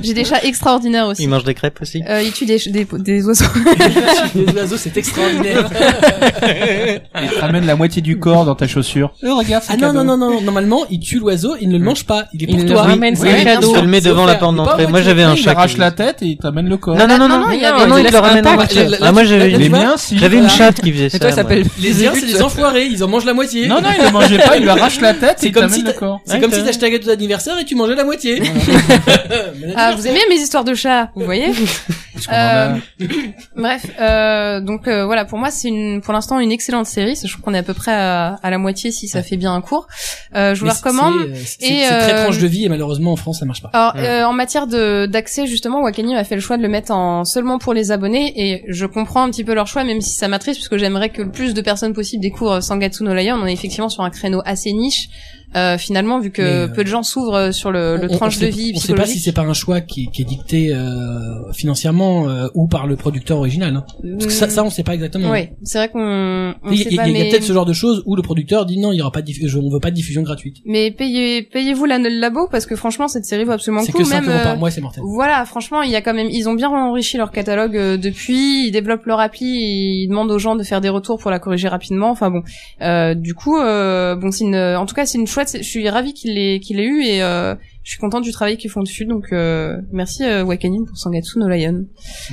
Speaker 2: J'ai des chats extraordinaires aussi.
Speaker 8: Il mange des crêpes aussi.
Speaker 2: Euh, il tue des, des, des oiseaux.
Speaker 1: Les oiseaux, c'est extraordinaire.
Speaker 4: Et ramène la moitié du corps dans ta chaussure.
Speaker 1: ah non, non, non, non, normalement, il tue l'oiseau, il ne le mange pas, il est
Speaker 6: Il
Speaker 1: pour
Speaker 6: le
Speaker 1: toi.
Speaker 6: ramène, c'est un cadeau.
Speaker 8: Je te le mets
Speaker 1: C'est
Speaker 8: devant la
Speaker 1: offert.
Speaker 8: porte
Speaker 1: Et pas
Speaker 8: d'entrée.
Speaker 1: moi
Speaker 8: Moi
Speaker 1: qui-
Speaker 8: j'avais un
Speaker 4: il
Speaker 8: chat.
Speaker 4: arrache
Speaker 8: qui-
Speaker 4: la tête et il t'amène le corps.
Speaker 8: Non, non, non,
Speaker 2: non,
Speaker 8: non,
Speaker 2: il y a
Speaker 8: non,
Speaker 2: des-
Speaker 8: non,
Speaker 2: il
Speaker 8: il
Speaker 6: laisse
Speaker 8: le
Speaker 6: un
Speaker 8: ramène
Speaker 6: pack.
Speaker 8: en voiture.
Speaker 1: Là, là,
Speaker 8: Ah, moi j'avais
Speaker 1: là,
Speaker 4: Les
Speaker 1: tu vois,
Speaker 4: miens, si.
Speaker 8: j'avais une
Speaker 1: voilà.
Speaker 8: chatte qui faisait ça.
Speaker 6: Et toi, ça
Speaker 8: moi.
Speaker 6: s'appelle
Speaker 1: Les uns, c'est des enfoirés, ils en mangent la moitié.
Speaker 4: Non, non, il ne mangeait pas, il lui arrache la tête
Speaker 1: C'est
Speaker 4: et il
Speaker 1: comme
Speaker 4: t'amène
Speaker 1: si
Speaker 4: le
Speaker 1: t'as-
Speaker 4: corps.
Speaker 1: C'est comme si t'achetais un gâteau d'anniversaire et tu mangeais la moitié. Mais
Speaker 2: Ah,
Speaker 1: là,
Speaker 2: vous aimez mes histoires de chats, vous voyez
Speaker 4: qu'on en a-
Speaker 2: Euh, Bref, euh, donc euh, voilà, pour moi c'est une, pour l'instant une excellente série. Je trouve qu'on est à peu près à, à la moitié si ça fait bien un cours. Euh, je vous
Speaker 1: mais
Speaker 2: la recommande.
Speaker 1: c'est- C'est c'est-
Speaker 2: Et,
Speaker 1: c'est très
Speaker 2: euh,
Speaker 1: tranche de vie et malheureusement en France ça marche pas.
Speaker 2: Alors euh, en matière de d'accès justement, Wakanim a fait le choix de le mettre en seulement pour les abonnés et je comprends un petit peu leur choix même si ça m'attriste puisque j'aimerais que le plus de personnes possible découvrent Sangatsu no Lion. On est effectivement sur un créneau assez niche euh, finalement vu que
Speaker 1: Mais, euh,
Speaker 2: peu de gens s'ouvrent sur le, Euh, le
Speaker 1: On- on-
Speaker 2: tranche
Speaker 1: on
Speaker 2: de
Speaker 1: sait-
Speaker 2: vie
Speaker 1: On sait pas si
Speaker 2: psychologique.
Speaker 1: c'est pas un choix qui, qui est dicté euh, financièrement euh, ou par le producteur original. hein. Parce que ça, ça, on sait pas exactement.
Speaker 2: Oui, c'est vrai qu'on Mm. on
Speaker 1: Il y,
Speaker 2: sait
Speaker 1: il y
Speaker 2: pas
Speaker 1: a- il y a
Speaker 2: mais-
Speaker 1: peut-être ce genre de choses où le producteur dit non, il y aura pas, de diff- je- on veut pas de diffusion gratuite.
Speaker 2: Mais payez, payez-vous la, le labo parce que franchement cette série vaut absolument
Speaker 1: C'est
Speaker 2: le coup.
Speaker 1: que 5
Speaker 2: même,
Speaker 1: euros
Speaker 2: euh,
Speaker 1: par mois, c'est mortel.
Speaker 2: Voilà, franchement, il y a quand même, ils ont bien enrichi leur catalogue euh, depuis. Ils développent leur appli, et ils demandent aux gens de faire des retours pour la corriger rapidement. Enfin bon, euh, du coup, euh, bon, c'est une, en tout cas, c'est une chouette. Je suis ravie qu'il l'ait, qu'il l'ait eu et euh, je suis contente du travail qu'ils font dessus. Donc euh, merci euh, Wakanim pour Sangatsu no Lion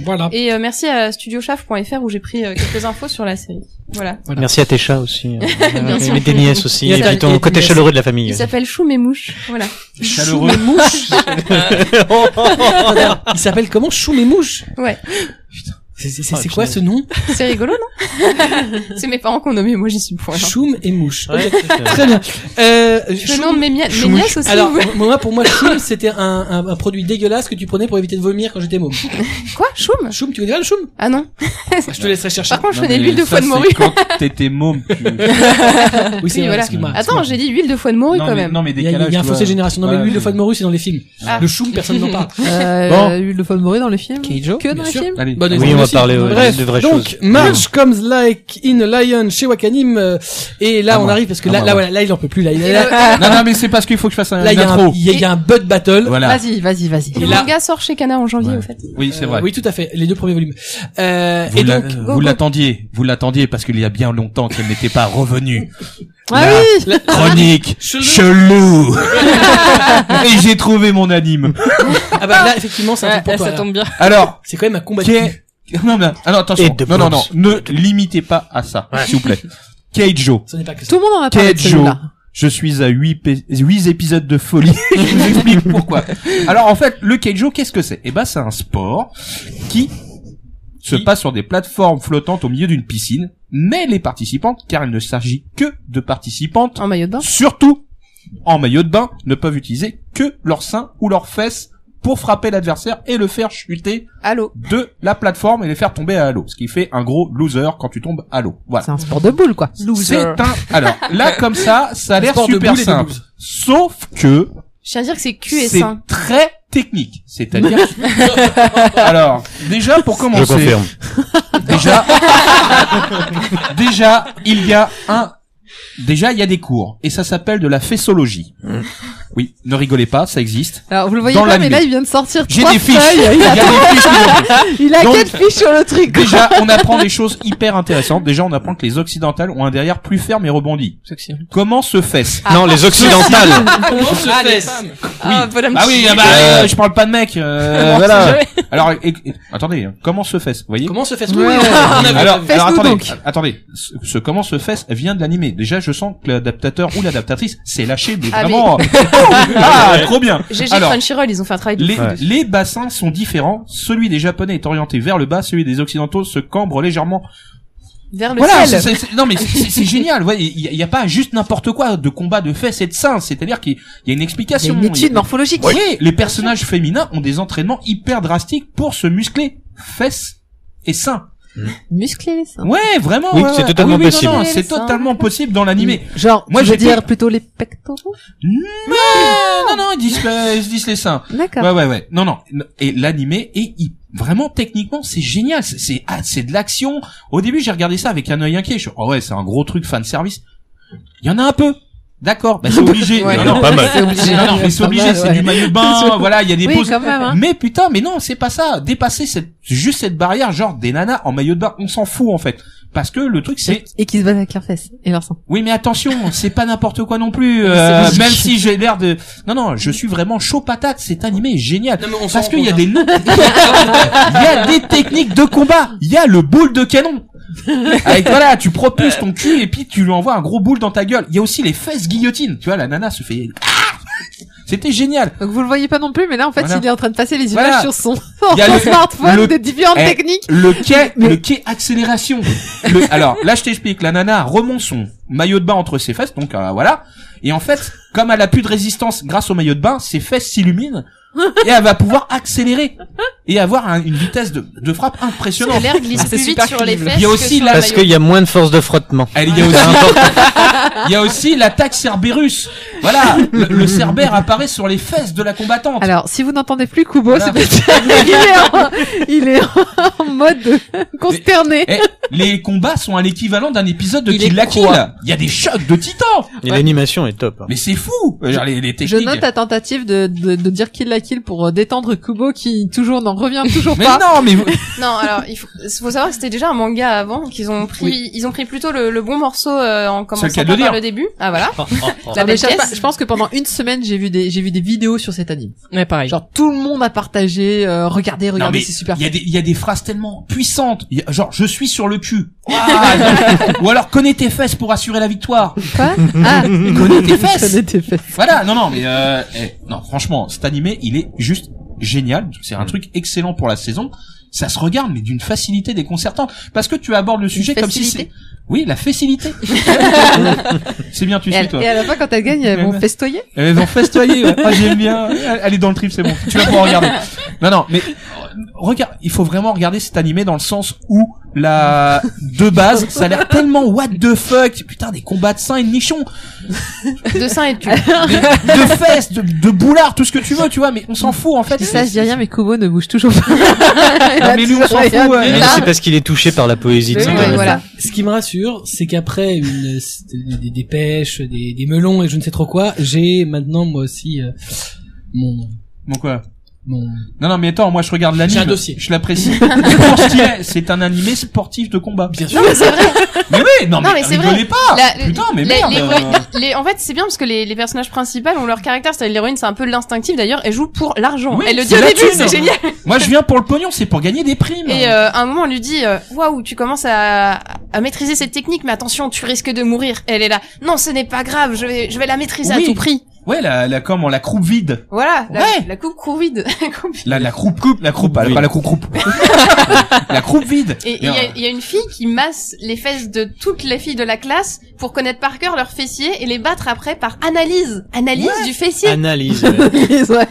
Speaker 1: Voilà.
Speaker 2: et euh, merci à studiochaf.fr où j'ai pris euh, quelques infos sur la série. Voilà.
Speaker 1: Voilà.
Speaker 8: Merci à tes chats aussi.
Speaker 2: Bien sûr.
Speaker 8: Et tes nièces aussi.
Speaker 1: Et à ta-
Speaker 8: Et
Speaker 1: et à
Speaker 8: ton
Speaker 1: tes
Speaker 8: côté
Speaker 1: nièces.
Speaker 8: chaleureux de la famille.
Speaker 2: Il s'appelle Choum et Mouche. Voilà.
Speaker 4: Chaleureux.
Speaker 1: Il s'appelle comment Choum et Mouche
Speaker 2: Ouais.
Speaker 1: C'est c'est- c'est- c'est quoi ce nom
Speaker 2: C'est rigolo, non C'est mes parents qui ont nommé, moi j'y suis pour rien.
Speaker 1: Choum et Mouche.
Speaker 8: Ouais,
Speaker 1: Très bien. Euh,
Speaker 2: Le
Speaker 1: Choum-
Speaker 2: nom de mes, mia- mes
Speaker 1: Choum-
Speaker 2: nièces aussi.
Speaker 1: Alors
Speaker 2: ouais.
Speaker 1: moi pour moi choum c'était un, un, un produit dégueulasse que tu prenais pour éviter de vomir quand j'étais môme.
Speaker 2: Quoi Choum
Speaker 1: Choum, tu connais pas le choum
Speaker 2: Ah non.
Speaker 1: Ah, Je te laisserai chercher.
Speaker 2: Par contre, je
Speaker 4: Non,
Speaker 2: connais
Speaker 4: mais
Speaker 2: l'huile de
Speaker 4: ça,
Speaker 2: foie de
Speaker 4: c'est
Speaker 2: morue.
Speaker 4: Quand t'étais môme, tu.
Speaker 1: Ah Oui, c'est
Speaker 2: Oui,
Speaker 1: vrai,
Speaker 2: voilà.
Speaker 1: excuse-moi.
Speaker 2: Attends, j'ai dit huile de foie de morue
Speaker 4: non,
Speaker 2: quand
Speaker 4: mais,
Speaker 2: même.
Speaker 4: non, mais
Speaker 1: Il y a,
Speaker 4: décalage.
Speaker 1: il y a un
Speaker 4: tu
Speaker 1: fossé
Speaker 4: vois.
Speaker 1: génération. Non, mais
Speaker 4: Ouais,
Speaker 1: l'huile de
Speaker 4: mais-
Speaker 1: foie de morue, c'est dans les films.
Speaker 2: Ah.
Speaker 1: Le choum, personne n'en parle.
Speaker 3: Euh,
Speaker 4: Bon.
Speaker 3: Huile de foie de morue dans les films.
Speaker 1: Keijo,
Speaker 3: que dans
Speaker 1: bien
Speaker 3: les
Speaker 1: sûr.
Speaker 3: films.
Speaker 4: Allez.
Speaker 1: Bonne
Speaker 8: Oui, on va
Speaker 1: aussi.
Speaker 8: parler ouais,
Speaker 1: Bref,
Speaker 8: des vraies
Speaker 1: donc
Speaker 8: choses.
Speaker 1: March Comes Like in a Lion chez Wakanim euh, et là
Speaker 4: Ah,
Speaker 1: on
Speaker 4: moi.
Speaker 1: arrive parce que
Speaker 4: Ah,
Speaker 1: là,
Speaker 4: moi,
Speaker 1: là
Speaker 4: moi.
Speaker 1: voilà là il en peut plus là il
Speaker 2: Et
Speaker 1: là,
Speaker 2: le-
Speaker 4: Non, non, mais c'est parce qu'il faut que je fasse un,
Speaker 1: là, il
Speaker 4: une
Speaker 1: y a un
Speaker 4: intro.
Speaker 1: il y a- il y a un Bud Battle
Speaker 4: Voilà.
Speaker 3: Vas-y, vas-y, vas-y.
Speaker 1: Et
Speaker 2: Le
Speaker 1: là-
Speaker 2: manga sort chez Kana en janvier,
Speaker 4: Ouais.
Speaker 2: au fait.
Speaker 4: Oui, c'est vrai.
Speaker 1: Euh, oui tout à fait les deux premiers volumes euh,
Speaker 4: Vous
Speaker 1: et
Speaker 4: l'a-
Speaker 1: donc
Speaker 4: vous
Speaker 2: go, go.
Speaker 4: l'attendiez, vous l'attendiez parce qu'il y a bien longtemps qu'elle n'était pas revenue.
Speaker 3: Ah oui
Speaker 4: Là. Chronique chelou. Et j'ai trouvé mon anime.
Speaker 1: ah bah là effectivement c'est un
Speaker 6: Ouais,
Speaker 1: truc pour
Speaker 6: là,
Speaker 1: toi
Speaker 6: ça
Speaker 1: là.
Speaker 6: tombe bien.
Speaker 4: Alors,
Speaker 1: c'est quand même un combat de cul.
Speaker 4: Kei... Non, non, ah non,
Speaker 5: Bah, Et
Speaker 4: attention.
Speaker 5: de
Speaker 4: Non, non, non.
Speaker 5: boxe.
Speaker 4: Ne limitez pas à ça, s'il vous plaît. Keijo.
Speaker 1: ce n'est pas que ça
Speaker 3: Tout le monde en a parlé de
Speaker 4: Keijo.
Speaker 3: celui-là.
Speaker 4: Je suis à 8, épisodes de folie. je vous explique pourquoi. Alors en fait, le keijo, qu'est-ce que c'est Eh ben, c'est un sport qui se passe sur des plateformes flottantes au milieu d'une piscine, mais les participantes, car il ne s'agit que de participantes,
Speaker 2: En maillot de bain.
Speaker 4: surtout en maillot de bain, ne peuvent utiliser que leurs seins ou leurs fesses pour frapper l'adversaire et le faire chuter
Speaker 2: Allô.
Speaker 4: de la plateforme et les faire tomber à l'eau, ce qui fait un gros loser quand tu tombes à l'eau. Voilà.
Speaker 3: C'est un sport de boule, quoi.
Speaker 4: C'est un. Alors là, comme ça, ça a l'air
Speaker 1: Sport de
Speaker 4: super
Speaker 1: boule et de
Speaker 4: simple.
Speaker 1: bouse.
Speaker 4: Sauf que
Speaker 2: Je tiens à dire que c'est cul et
Speaker 4: c'est
Speaker 2: sein.
Speaker 4: très technique. C'est-à-dire. Alors déjà pour
Speaker 8: Je
Speaker 4: commencer,
Speaker 8: confirme.
Speaker 4: déjà, déjà il y a un. Déjà, il y a des cours et ça s'appelle de la fessologie. Oui, ne rigolez pas, ça existe.
Speaker 3: Alors, vous le voyez
Speaker 4: Dans
Speaker 3: pas, mais
Speaker 4: l'animé.
Speaker 3: là, il vient de sortir
Speaker 4: J'ai
Speaker 3: trois
Speaker 4: des fiches.
Speaker 3: feuilles.
Speaker 4: Il y a des fiches qui l'ont fait.
Speaker 3: Il a
Speaker 4: Donc-
Speaker 3: quatre fiches sur le truc.
Speaker 4: Déjà, on apprend des choses hyper intéressantes. Déjà, on apprend que les occidentales ont un derrière plus ferme et rebondi. Comment se fait-ce
Speaker 8: Non, les occidentales.
Speaker 1: Comment se
Speaker 6: Ah, les
Speaker 1: fait-ce
Speaker 6: femmes.
Speaker 4: Ah,
Speaker 6: voilà.
Speaker 4: Ah oui, ah bah,
Speaker 8: Euh,
Speaker 4: euh, je parle pas de mec. euh, voilà. Alors, et- et- attendez, hein, comment se fait-ce Vous voyez
Speaker 1: comment se fait-ce
Speaker 3: Ouais.
Speaker 4: alors,
Speaker 3: Faites-nous
Speaker 4: alors, attendez,
Speaker 3: donc.
Speaker 4: a- attendez, ce, ce comment se fait vient de l'animé. Déjà, je sens que l'adaptateur ou l'adaptatrice s'est lâché, mais
Speaker 2: Ah, mais-
Speaker 4: vraiment. euh, ah, trop bien.
Speaker 2: GG
Speaker 4: Alors,
Speaker 2: Crunchyroll, ils ont fait un travail de
Speaker 4: Les,
Speaker 2: fou.
Speaker 8: Ouais.
Speaker 4: les bassins sont différents. Celui des japonais est orienté vers le bas, celui des occidentaux se cambre légèrement
Speaker 2: Vers le
Speaker 4: voilà,
Speaker 2: ciel.
Speaker 4: c'est- c'est- non mais c'est- c'est c'est génial. ouais, Il n'y a, pas juste n'importe quoi de combat de fesses et de seins. C'est-à-dire qu'il y a une
Speaker 3: C'est
Speaker 4: explication.
Speaker 3: une étude
Speaker 4: Il-
Speaker 3: morphologique.
Speaker 4: Oui, les personnages féminins ont des entraînements hyper drastiques pour se muscler fesses et seins.
Speaker 3: Musclé, les seins.
Speaker 4: Ouais, vraiment.
Speaker 8: Oui,
Speaker 4: ouais,
Speaker 8: c'est
Speaker 4: ouais.
Speaker 8: totalement
Speaker 4: Ah oui, oui, non,
Speaker 8: possible.
Speaker 4: non, c'est
Speaker 2: Les seins.
Speaker 4: totalement possible dans l'animé.
Speaker 3: Genre,
Speaker 4: Moi,
Speaker 3: moi, je veux
Speaker 4: j'ai-
Speaker 3: dire plutôt les pectoraux.
Speaker 4: Mais non, non, ils disent, euh, ils disent les seins.
Speaker 3: D'accord.
Speaker 4: Ouais, ouais, ouais. Non, non. Et l'animé est hy- vraiment techniquement, c'est génial. C'est- C'est ah, c'est de l'action. Au début, j'ai regardé ça avec un œil inquiet. Je suis, oh ouais, c'est un gros truc fan service. Il y en a un peu. D'accord. Bah, c'est obligé.
Speaker 3: Ouais.
Speaker 4: Non,
Speaker 8: Non,
Speaker 4: non,
Speaker 8: pas mal.
Speaker 3: C'est obligé.
Speaker 4: non, non, mais c'est
Speaker 3: Pas
Speaker 4: obligé.
Speaker 3: mal,
Speaker 4: C'est
Speaker 3: ouais.
Speaker 4: du maillot de bain. voilà, il y a des
Speaker 3: Oui,
Speaker 4: pauses.
Speaker 3: quand même, hein.
Speaker 4: Mais putain, mais non, c'est pas ça. Dépasser cette, juste cette barrière, genre des nanas en maillot de bain, on s'en fout en fait. Parce que le truc c'est,
Speaker 3: Et qui se battent avec leurs fesses et leurs seins.
Speaker 4: oui mais attention, c'est pas n'importe quoi non plus. euh,
Speaker 3: logique.
Speaker 4: même si j'ai l'air de, non non, je suis vraiment chaud patate. Cet animé est génial.
Speaker 1: Non, mais on s'en
Speaker 4: Parce
Speaker 1: rend
Speaker 4: qu'il y a
Speaker 1: compte,
Speaker 4: des
Speaker 3: hein.
Speaker 4: noms. Il y a des techniques de combat. Il y a le boule de canon. Avec, voilà, tu propulses ton cul et puis tu lui envoies un gros boule dans ta gueule. Il y a aussi les fesses guillotines. Tu vois, la nana se fait. Ah C'était génial.
Speaker 3: Donc vous le voyez pas non plus, mais là en fait
Speaker 4: Voilà.
Speaker 3: il est en train de passer les images
Speaker 4: Voilà.
Speaker 3: sur son,
Speaker 4: Il y a
Speaker 3: son
Speaker 4: le-
Speaker 3: smartphone
Speaker 4: le-
Speaker 3: des différentes
Speaker 4: Eh,
Speaker 3: techniques.
Speaker 4: Le quai, le quai accélération. Le- alors là, je t'explique. La nana remonte son maillot de bain entre ses fesses, donc euh, voilà. Et en fait, comme elle a plus de résistance grâce au maillot de bain, ses fesses s'illuminent et elle va pouvoir accélérer et avoir un- une vitesse de, de frappe impressionnante.
Speaker 2: L'air glisse
Speaker 6: Ah, C'est
Speaker 2: plus vite
Speaker 6: super
Speaker 2: sur les
Speaker 6: crédible.
Speaker 2: fesses.
Speaker 4: Il y a
Speaker 2: que
Speaker 4: aussi
Speaker 2: sur
Speaker 4: la-
Speaker 2: le
Speaker 4: Parce
Speaker 2: maillot.
Speaker 8: y a moins de force de frottement.
Speaker 4: Elle- il y a aussi, il y a aussi l'attaque Cerberus. Voilà, le, le Cerbère apparaît sur les fesses de la combattante.
Speaker 3: Alors si vous n'entendez plus Kubo,
Speaker 4: Voilà.
Speaker 3: c'est parce qu'il est, en... il est en mode consterné.
Speaker 4: Eh, les combats sont à l'équivalent d'un épisode de
Speaker 6: Il
Speaker 4: Kill
Speaker 6: est
Speaker 4: la
Speaker 6: quoi
Speaker 4: Kill. Il y a des chocs de titans.
Speaker 8: Et l'animation est top. hein.
Speaker 4: Mais c'est fou. Euh, Genre, les, les
Speaker 3: Je
Speaker 4: techniques.
Speaker 3: note la tentative de, de, de dire kill la kill pour euh, détendre Kubo qui toujours n'en revient toujours
Speaker 4: mais
Speaker 3: pas.
Speaker 4: non, mais vous-
Speaker 2: Non, alors il faut, faut savoir que c'était déjà un manga avant qu'ils ont pris, ils ont pris plutôt le, le bon morceau euh, en
Speaker 4: le cas
Speaker 2: commençant
Speaker 4: de
Speaker 2: par
Speaker 4: dire.
Speaker 2: le début. Ah voilà. La
Speaker 3: Non, mais
Speaker 2: belle
Speaker 3: je, sais
Speaker 2: pièce.
Speaker 3: pas, je pense que pendant une semaine j'ai vu des j'ai vu des vidéos sur cet anime.
Speaker 6: Ouais, pareil.
Speaker 3: Genre tout le monde a partagé, euh, regardez, regardez,
Speaker 4: mais
Speaker 3: c'est super.
Speaker 4: il y a des il y a des phrases tellement puissantes. Il y a- genre je suis sur le cul. Ah, Ou alors connais tes fesses pour assurer la victoire.
Speaker 3: Quoi Ah,
Speaker 4: Connais tes
Speaker 3: je
Speaker 4: fesses.
Speaker 3: connais tes fesses.
Speaker 4: Voilà. Non non mais euh, eh, non franchement cet animé il est juste génial. C'est
Speaker 3: Mm.
Speaker 4: un truc excellent pour la saison. Ça se regarde mais d'une facilité déconcertante parce que tu abordes le sujet comme si c'est
Speaker 2: facilité
Speaker 4: oui la facilité. c'est bien tu
Speaker 3: Et,
Speaker 4: sais
Speaker 3: à-
Speaker 4: toi.
Speaker 3: et à la fin quand elle gagne, elles vont festoyer.
Speaker 4: Elles vont festoyer. ouais. Ah, j'aime bien. Elle est dans le trip, c'est bon. Tu vas pouvoir regarder. Non, non, mais regarde, il faut vraiment regarder cet animé dans le sens où la de base, ça a l'air tellement what the fuck, putain des combats de seins et de nichons,
Speaker 2: De seins et de cul.
Speaker 4: de fesses, de, de boulards, tout ce que tu veux, tu vois, mais on s'en fout en fait.
Speaker 3: Ça, je dis rien, mais Kubo ne bouge toujours pas.
Speaker 4: Non, mais lui, on s'en fout, hein. ouais.
Speaker 8: Mais C'est parce qu'il est touché par la poésie de
Speaker 2: Oui,
Speaker 8: son
Speaker 2: ouais, voilà.
Speaker 1: Ce qui me rassure, c'est qu'après une, des, des pêches, des, des melons et je ne sais trop quoi, j'ai maintenant moi aussi euh, mon
Speaker 4: Bon quoi
Speaker 1: mon
Speaker 4: Non non mais attends, moi je regarde l'anime.
Speaker 1: J'ai un dossier.
Speaker 4: Je l'apprécie. Pour ce qu'il est, c'est un animé sportif de combat. Bien sûr.
Speaker 2: Non, mais c'est vrai.
Speaker 4: Mais oui, non,
Speaker 2: Non,
Speaker 4: mais,
Speaker 2: mais c'est
Speaker 4: rigolez
Speaker 2: vrai.
Speaker 4: pas.
Speaker 2: La-
Speaker 4: Putain, mais
Speaker 2: les-
Speaker 4: merde.
Speaker 2: les-
Speaker 4: euh.
Speaker 2: les- en fait, c'est bien parce que les, les personnages principaux ont leur caractère. C'est-à-dire l'héroïne, c'est un peu l'instinctif d'ailleurs. Elle joue pour l'argent.
Speaker 4: Oui,
Speaker 2: elle le dit
Speaker 4: c'est
Speaker 2: au
Speaker 4: la
Speaker 2: début,
Speaker 4: thune.
Speaker 2: c'est génial.
Speaker 4: Moi je viens pour le pognon, c'est pour gagner des primes.
Speaker 2: Et euh, à un moment, on lui dit euh, Waouh, tu commences à, à maîtriser cette technique, mais attention, tu risques de mourir. Elle est là. Non, ce n'est pas grave. Je vais, je vais la maîtriser
Speaker 4: Oui.
Speaker 2: à tout prix.
Speaker 4: Ouais, la, la comme on la croupe vide.
Speaker 2: Voilà. La,
Speaker 4: Ouais.
Speaker 2: la coupe courvide. La coupe-
Speaker 4: La, la croupe coupe, la croupe, pas la croupe croupe. la croupe vide.
Speaker 2: Et il y,
Speaker 4: Mais,
Speaker 2: a-
Speaker 4: euh,
Speaker 2: il y a une fille qui masse les fesses de toutes les filles de la classe pour connaître par cœur leurs fessiers et les battre après par analyse. Analyse du fessier.
Speaker 8: Analyse.
Speaker 3: Ouais.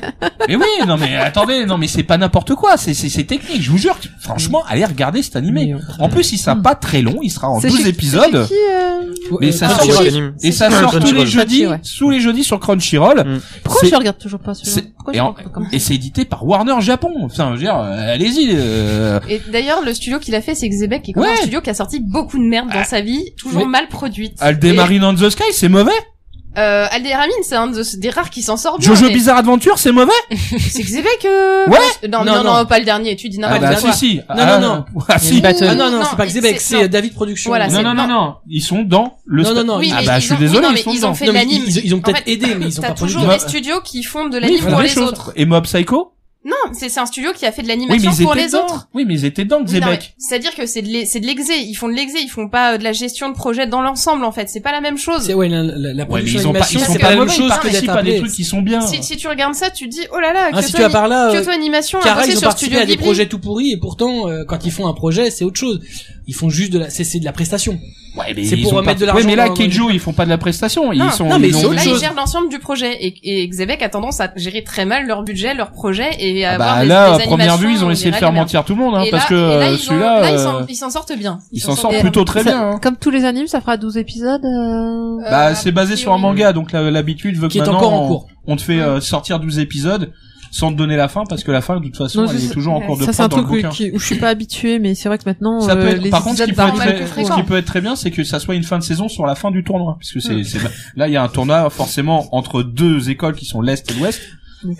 Speaker 4: Mais oui, non mais attendez, non mais c'est pas n'importe quoi, c'est c'est c'est technique, je vous jure. que- Franchement, allez regarder cet animé. En plus, il sera pas très long, il sera en
Speaker 3: C'est
Speaker 4: 12
Speaker 3: chez-
Speaker 4: épisodes.
Speaker 3: c'est chez qui, euh
Speaker 4: Mais ça
Speaker 1: ah,
Speaker 4: sort
Speaker 8: Crunchyroll.
Speaker 4: et ça
Speaker 8: sur
Speaker 4: sort tous les
Speaker 8: Crunchyroll.
Speaker 4: jeudis,
Speaker 3: Ouais.
Speaker 4: sous les jeudis sur Crunchyroll.
Speaker 8: Mm.
Speaker 3: Pourquoi
Speaker 4: C'est-
Speaker 3: je regarde toujours pas celui-là
Speaker 4: c'est-
Speaker 3: Pourquoi
Speaker 4: et,
Speaker 3: je
Speaker 4: en-
Speaker 3: regarde pas comme ça
Speaker 4: et c'est édité par Warner Japon. Enfin, je veux dire, euh, allez-y. euh,
Speaker 2: Et d'ailleurs, le studio qu'il a fait, c'est Xebec, qui est quand même
Speaker 4: Ouais. Ah,
Speaker 2: un studio qui a sorti beaucoup de merde dans sa vie, toujours
Speaker 4: mais-
Speaker 2: mal produite.
Speaker 4: Aldemarine on the Sky, c'est mauvais.
Speaker 2: Et, euh, Alderamin, c'est un de- des rares qui s'en sort bien.
Speaker 4: Jojo
Speaker 2: Oh, mais
Speaker 4: Bizarre Adventure, c'est mauvais.
Speaker 2: C'est Xebec, euh...
Speaker 4: Ouais.
Speaker 2: non,
Speaker 1: Non,
Speaker 2: non, non,
Speaker 1: non.
Speaker 2: pas le dernier, tu dis
Speaker 4: Ah
Speaker 2: n'importe
Speaker 4: bah
Speaker 2: quoi.
Speaker 4: si si.
Speaker 1: Non,
Speaker 4: Ah,
Speaker 1: non, non.
Speaker 4: Ah si.
Speaker 1: Ah non non,
Speaker 2: Non,
Speaker 1: c'est pas
Speaker 2: et
Speaker 1: Xebec,
Speaker 2: c'est- non.
Speaker 1: c'est euh, David Production.
Speaker 2: Voilà,
Speaker 4: Non
Speaker 2: c'est-
Speaker 4: non
Speaker 2: non.
Speaker 4: non non, ils sont dans le.
Speaker 1: Non,
Speaker 4: spa-
Speaker 1: non, non.
Speaker 2: Oui,
Speaker 4: Ah
Speaker 2: mais
Speaker 4: bah
Speaker 2: ils
Speaker 4: je suis
Speaker 2: ont-
Speaker 4: désolé,
Speaker 2: oui, non, mais
Speaker 4: ils sont
Speaker 2: ils
Speaker 4: dedans.
Speaker 2: ont fait
Speaker 1: Non,
Speaker 2: de
Speaker 1: mais
Speaker 2: l'anime.
Speaker 1: ils- ils ont
Speaker 2: En
Speaker 1: peut-être
Speaker 2: fait,
Speaker 1: aidé, mais ils ont
Speaker 2: T'as
Speaker 1: pas produit.
Speaker 2: toujours
Speaker 4: de-
Speaker 2: les studios qui font de
Speaker 4: Oui, ils
Speaker 2: l'anime
Speaker 4: font
Speaker 2: pour
Speaker 4: des
Speaker 2: les
Speaker 4: choses.
Speaker 2: autres.
Speaker 4: Et Mob Psycho.
Speaker 2: Non, c'est c'est un studio qui a fait de
Speaker 4: Oui, mais
Speaker 2: l'animation
Speaker 4: ils
Speaker 2: pour
Speaker 4: étaient
Speaker 2: les
Speaker 4: dedans.
Speaker 2: autres.
Speaker 4: Oui, mais ils étaient dedans,
Speaker 2: Oui, non, mais
Speaker 4: Xebec.
Speaker 2: C'est-à-dire que c'est de l'é- c'est de l'exé, ils font de l'exé, ils font pas euh, de la gestion de projet dans l'ensemble en fait, c'est pas la même chose.
Speaker 1: C'est ouais la, la, la
Speaker 4: Ouais, mais
Speaker 1: production
Speaker 4: ils ont pas, ils
Speaker 1: d'animation,
Speaker 4: sont
Speaker 1: c'est
Speaker 4: pas
Speaker 1: pas la même
Speaker 4: mauvais, ils
Speaker 1: chose que
Speaker 4: participent
Speaker 1: d'être
Speaker 4: à des
Speaker 1: appelé.
Speaker 4: trucs qui sont bien.
Speaker 2: Si, si tu regardes ça, tu dis oh là là,
Speaker 4: Ah,
Speaker 1: Hein,
Speaker 2: Kyoto,
Speaker 1: si tu vas
Speaker 2: Ani-
Speaker 1: par là, euh,
Speaker 2: Kyoto Animation a
Speaker 1: Cara,
Speaker 2: bossé
Speaker 1: ils ont
Speaker 2: sur Studio
Speaker 1: participé à des
Speaker 2: Ghibli.
Speaker 1: projets tout pourris et pourtant euh, quand ils font un projet, c'est autre chose. Ils font juste de la c'est c'est de la prestation.
Speaker 4: Ouais, mais
Speaker 1: C'est
Speaker 4: ils
Speaker 1: pour
Speaker 4: ont
Speaker 1: remettre
Speaker 4: pas-
Speaker 1: de l'argent
Speaker 4: Ouais, mais là,
Speaker 1: dans-
Speaker 4: Keijo, ils font pas de la prestation. Ils
Speaker 2: Non,
Speaker 4: sont.
Speaker 1: non, mais
Speaker 4: ils
Speaker 1: c'est
Speaker 4: ont-
Speaker 1: autre
Speaker 2: Là, ils
Speaker 1: chose.
Speaker 2: gèrent l'ensemble du projet et, et Xebec a tendance à gérer très mal leur budget, leur projet et à
Speaker 4: Ah
Speaker 2: avoir
Speaker 4: bah
Speaker 2: des,
Speaker 4: là,
Speaker 2: des
Speaker 4: première vue, ils
Speaker 2: animations,
Speaker 4: ont
Speaker 2: des
Speaker 4: essayé de faire
Speaker 2: règles.
Speaker 4: mentir tout le monde, hein,
Speaker 2: Et
Speaker 4: parce
Speaker 2: là-
Speaker 4: que
Speaker 2: et là,
Speaker 4: euh,
Speaker 2: ils ont- là, ils
Speaker 4: celui-là,
Speaker 2: s'en-
Speaker 4: euh,
Speaker 2: ils s'en sortent bien.
Speaker 4: il s'en sort
Speaker 2: sortent
Speaker 4: plutôt très
Speaker 3: Ça-
Speaker 4: bien. hein.
Speaker 3: Comme tous les animes, ça fera 12 épisodes. euh,
Speaker 2: Euh,
Speaker 4: Bah, c'est basé sur un
Speaker 2: priori.
Speaker 4: manga, donc la- l'habitude veut que
Speaker 1: Qui est
Speaker 4: maintenant,
Speaker 1: encore en
Speaker 4: on-
Speaker 1: cours.
Speaker 4: on te fait euh, sortir 12 épisodes sans te donner la fin, parce que la fin, de toute façon,
Speaker 3: Non,
Speaker 4: elle
Speaker 3: je-
Speaker 4: est toujours en cours de
Speaker 3: ça c'est un
Speaker 4: prod dans le
Speaker 3: truc
Speaker 4: bouquin.
Speaker 3: qui- où je suis pas habituée, mais c'est vrai que maintenant
Speaker 4: Ça peut
Speaker 3: euh,
Speaker 4: être,
Speaker 3: les
Speaker 4: par contre, ce qui,
Speaker 3: épisodes
Speaker 4: peut être
Speaker 2: normaux
Speaker 3: d'armes,
Speaker 4: très,
Speaker 2: plus
Speaker 3: elles
Speaker 4: ce
Speaker 2: fréquents.
Speaker 4: qui peut être très bien, c'est que ça soit une fin de saison sur la fin du tournoi, puisque c'est, c'est- là, il y a un tournoi forcément entre deux écoles qui sont l'est et l'ouest.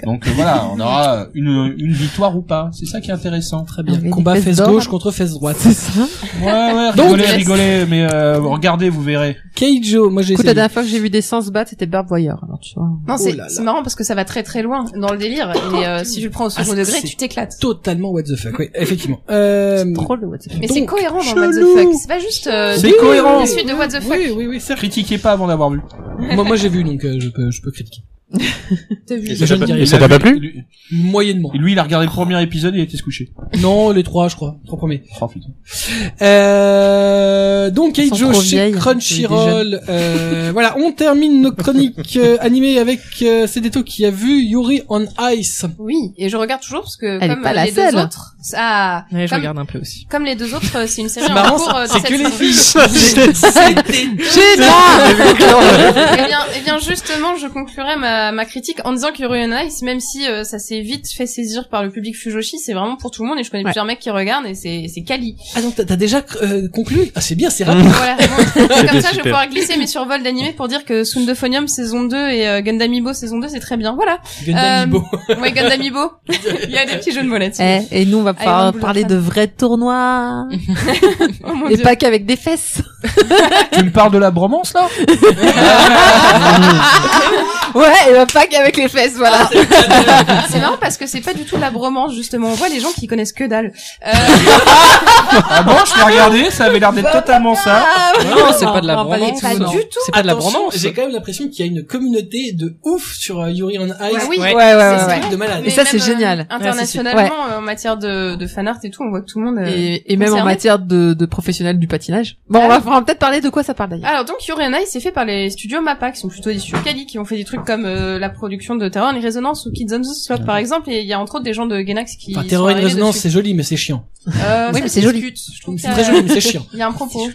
Speaker 4: Donc euh, voilà, on aura une, une victoire ou pas. C'est ça qui est intéressant.
Speaker 1: Très bien.
Speaker 3: Avec
Speaker 1: Combat
Speaker 3: des
Speaker 1: fesse
Speaker 3: fesses d'or.
Speaker 1: gauche contre fesse droite.
Speaker 3: C'est ça.
Speaker 4: Ouais, ouais,
Speaker 1: Donc,
Speaker 4: rigolez,
Speaker 1: yes.
Speaker 4: rigolez, mais euh, regardez, vous verrez.
Speaker 1: Keijo, moi j'ai
Speaker 3: Écoute, la
Speaker 1: essayé.
Speaker 3: dernière fois que j'ai vu des sens se battre, c'était Barb Voyeur. Alors tu vois.
Speaker 2: Non, c'est
Speaker 1: Oh là là.
Speaker 2: c'est marrant parce que ça va très très loin dans le délire. Et euh, si tu le prends au second
Speaker 1: Ah, c'est-
Speaker 2: degré,
Speaker 1: c'est-
Speaker 2: tu t'éclates.
Speaker 1: Totalement what the fuck. Oui, effectivement. Euh,
Speaker 3: Trop le what the fuck.
Speaker 2: Mais c'est
Speaker 1: Donc,
Speaker 2: cohérent dans What
Speaker 1: chelou.
Speaker 2: the Fuck. C'est pas juste euh,
Speaker 4: C'est cohérent.
Speaker 2: la suite de What the Fuck.
Speaker 1: Oui, oui, oui, c'est
Speaker 4: Critiquez pas avant d'avoir vu.
Speaker 1: moi, moi j'ai vu donc euh, je peux je peux critiquer.
Speaker 2: T'as vu.
Speaker 1: Je ne dis rien.
Speaker 8: ça t'a pas plu
Speaker 4: Lui-
Speaker 1: Moyennement.
Speaker 4: Lui, il a regardé le premier épisode et il était se coucher.
Speaker 1: Non, les trois, je crois. Trois premiers.
Speaker 4: Oh, putain.
Speaker 1: Euh, donc
Speaker 3: Ils sont
Speaker 1: Keijo
Speaker 3: trop
Speaker 1: chez
Speaker 3: vieilles, hein, c'est
Speaker 1: Crunchyroll. Euh, voilà, on termine nos chroniques euh, animées avec euh, Sedeto qui a vu Yuri on Ice.
Speaker 2: Oui, et je regarde toujours parce que
Speaker 3: Elle
Speaker 2: comme
Speaker 3: est pas la
Speaker 2: les
Speaker 3: seule.
Speaker 2: deux autres, ça,
Speaker 6: Ouais, je
Speaker 2: comme,
Speaker 6: regarde un peu aussi.
Speaker 2: comme les deux autres, euh, c'est une série
Speaker 1: C'est
Speaker 2: en
Speaker 1: marrant,
Speaker 2: cours. euh,
Speaker 3: Ah,
Speaker 2: dans
Speaker 1: c'est
Speaker 2: cette
Speaker 1: que les
Speaker 2: saison.
Speaker 1: filles.
Speaker 2: Eh bien, eh bien, justement, je conclurai ma, ma critique en disant que Yuri on Ice, même si euh, ça s'est vite fait saisir par le public Fujoshi, c'est vraiment pour tout le monde et je connais
Speaker 3: Ouais.
Speaker 2: plusieurs mecs qui regardent et c'est c'est quali.
Speaker 1: Ah donc t'as t'as déjà euh, conclu Ah c'est bien, c'est rapide.
Speaker 2: voilà. Bon, comme ça, je
Speaker 8: super.
Speaker 2: vais pouvoir glisser mes survols d'animé pour dire que Sundophonium saison 2 et euh, Gundamibo saison 2, c'est très bien. Voilà.
Speaker 1: Gundam
Speaker 2: Euh,
Speaker 1: Ibo.
Speaker 2: Ouais, Gundamibo. Il y a des petits jeux de mots là-dessus.
Speaker 3: Eh, et nous on va pouvoir
Speaker 2: Iron Bull
Speaker 3: parler
Speaker 2: Ultra.
Speaker 3: de vrais tournois
Speaker 2: Oh mon
Speaker 3: et
Speaker 2: Dieu.
Speaker 3: pas qu'avec des fesses.
Speaker 4: tu me parles de la bromance, là?
Speaker 3: Ouais, et bah, pas qu'avec les fesses, voilà.
Speaker 2: Ah, C'est marrant parce que c'est pas du tout la bromance justement. On voit les gens qui connaissent que dalle. Euh,
Speaker 4: Ah bon, je l'ai regardé, ça avait l'air d'être totalement ça.
Speaker 6: Non, c'est pas de la
Speaker 3: Ah, on va les-
Speaker 6: bromance.
Speaker 3: pas
Speaker 6: non.
Speaker 3: du
Speaker 6: C'est pas de la
Speaker 1: Attention,
Speaker 6: bromance.
Speaker 1: J'ai quand même l'impression qu'il y a une communauté de ouf sur euh, Yuri on Ice.
Speaker 2: bah oui.
Speaker 3: Ah Ouais, ouais,
Speaker 2: C'est
Speaker 3: ouais.
Speaker 2: ça.
Speaker 3: ouais.
Speaker 1: De malade.
Speaker 3: Mais ça, c'est
Speaker 2: même, euh,
Speaker 3: génial. Ouais,
Speaker 2: internationalement, euh, en matière de, de fan art et tout, on voit que tout le monde. euh,
Speaker 3: Et, et même en
Speaker 2: concerné.
Speaker 3: matière de, de professionnels du patinage. Bon, on va, on va peut-être parler de quoi ça parle d'ailleurs.
Speaker 2: Alors donc Yuri on Ice, c'est fait par les studios MAPPA qui sont plutôt des studios quali qui ont fait des trucs comme euh, la production de Terror and Resonance ou Kids on the Slope par exemple. Et il y a entre autres des gens de Genax qui.
Speaker 1: Enfin,
Speaker 2: sont
Speaker 1: Terror et
Speaker 2: arrivés
Speaker 1: Résonance,
Speaker 2: dessus.
Speaker 1: c'est joli, mais c'est chiant.
Speaker 2: Euh,
Speaker 3: Oui,
Speaker 2: ça
Speaker 3: mais
Speaker 2: se
Speaker 3: c'est joli.
Speaker 2: discute. Je trouve
Speaker 1: C'est
Speaker 2: qu'il y a-
Speaker 1: très joli, mais c'est chiant.
Speaker 2: Il y a un propos.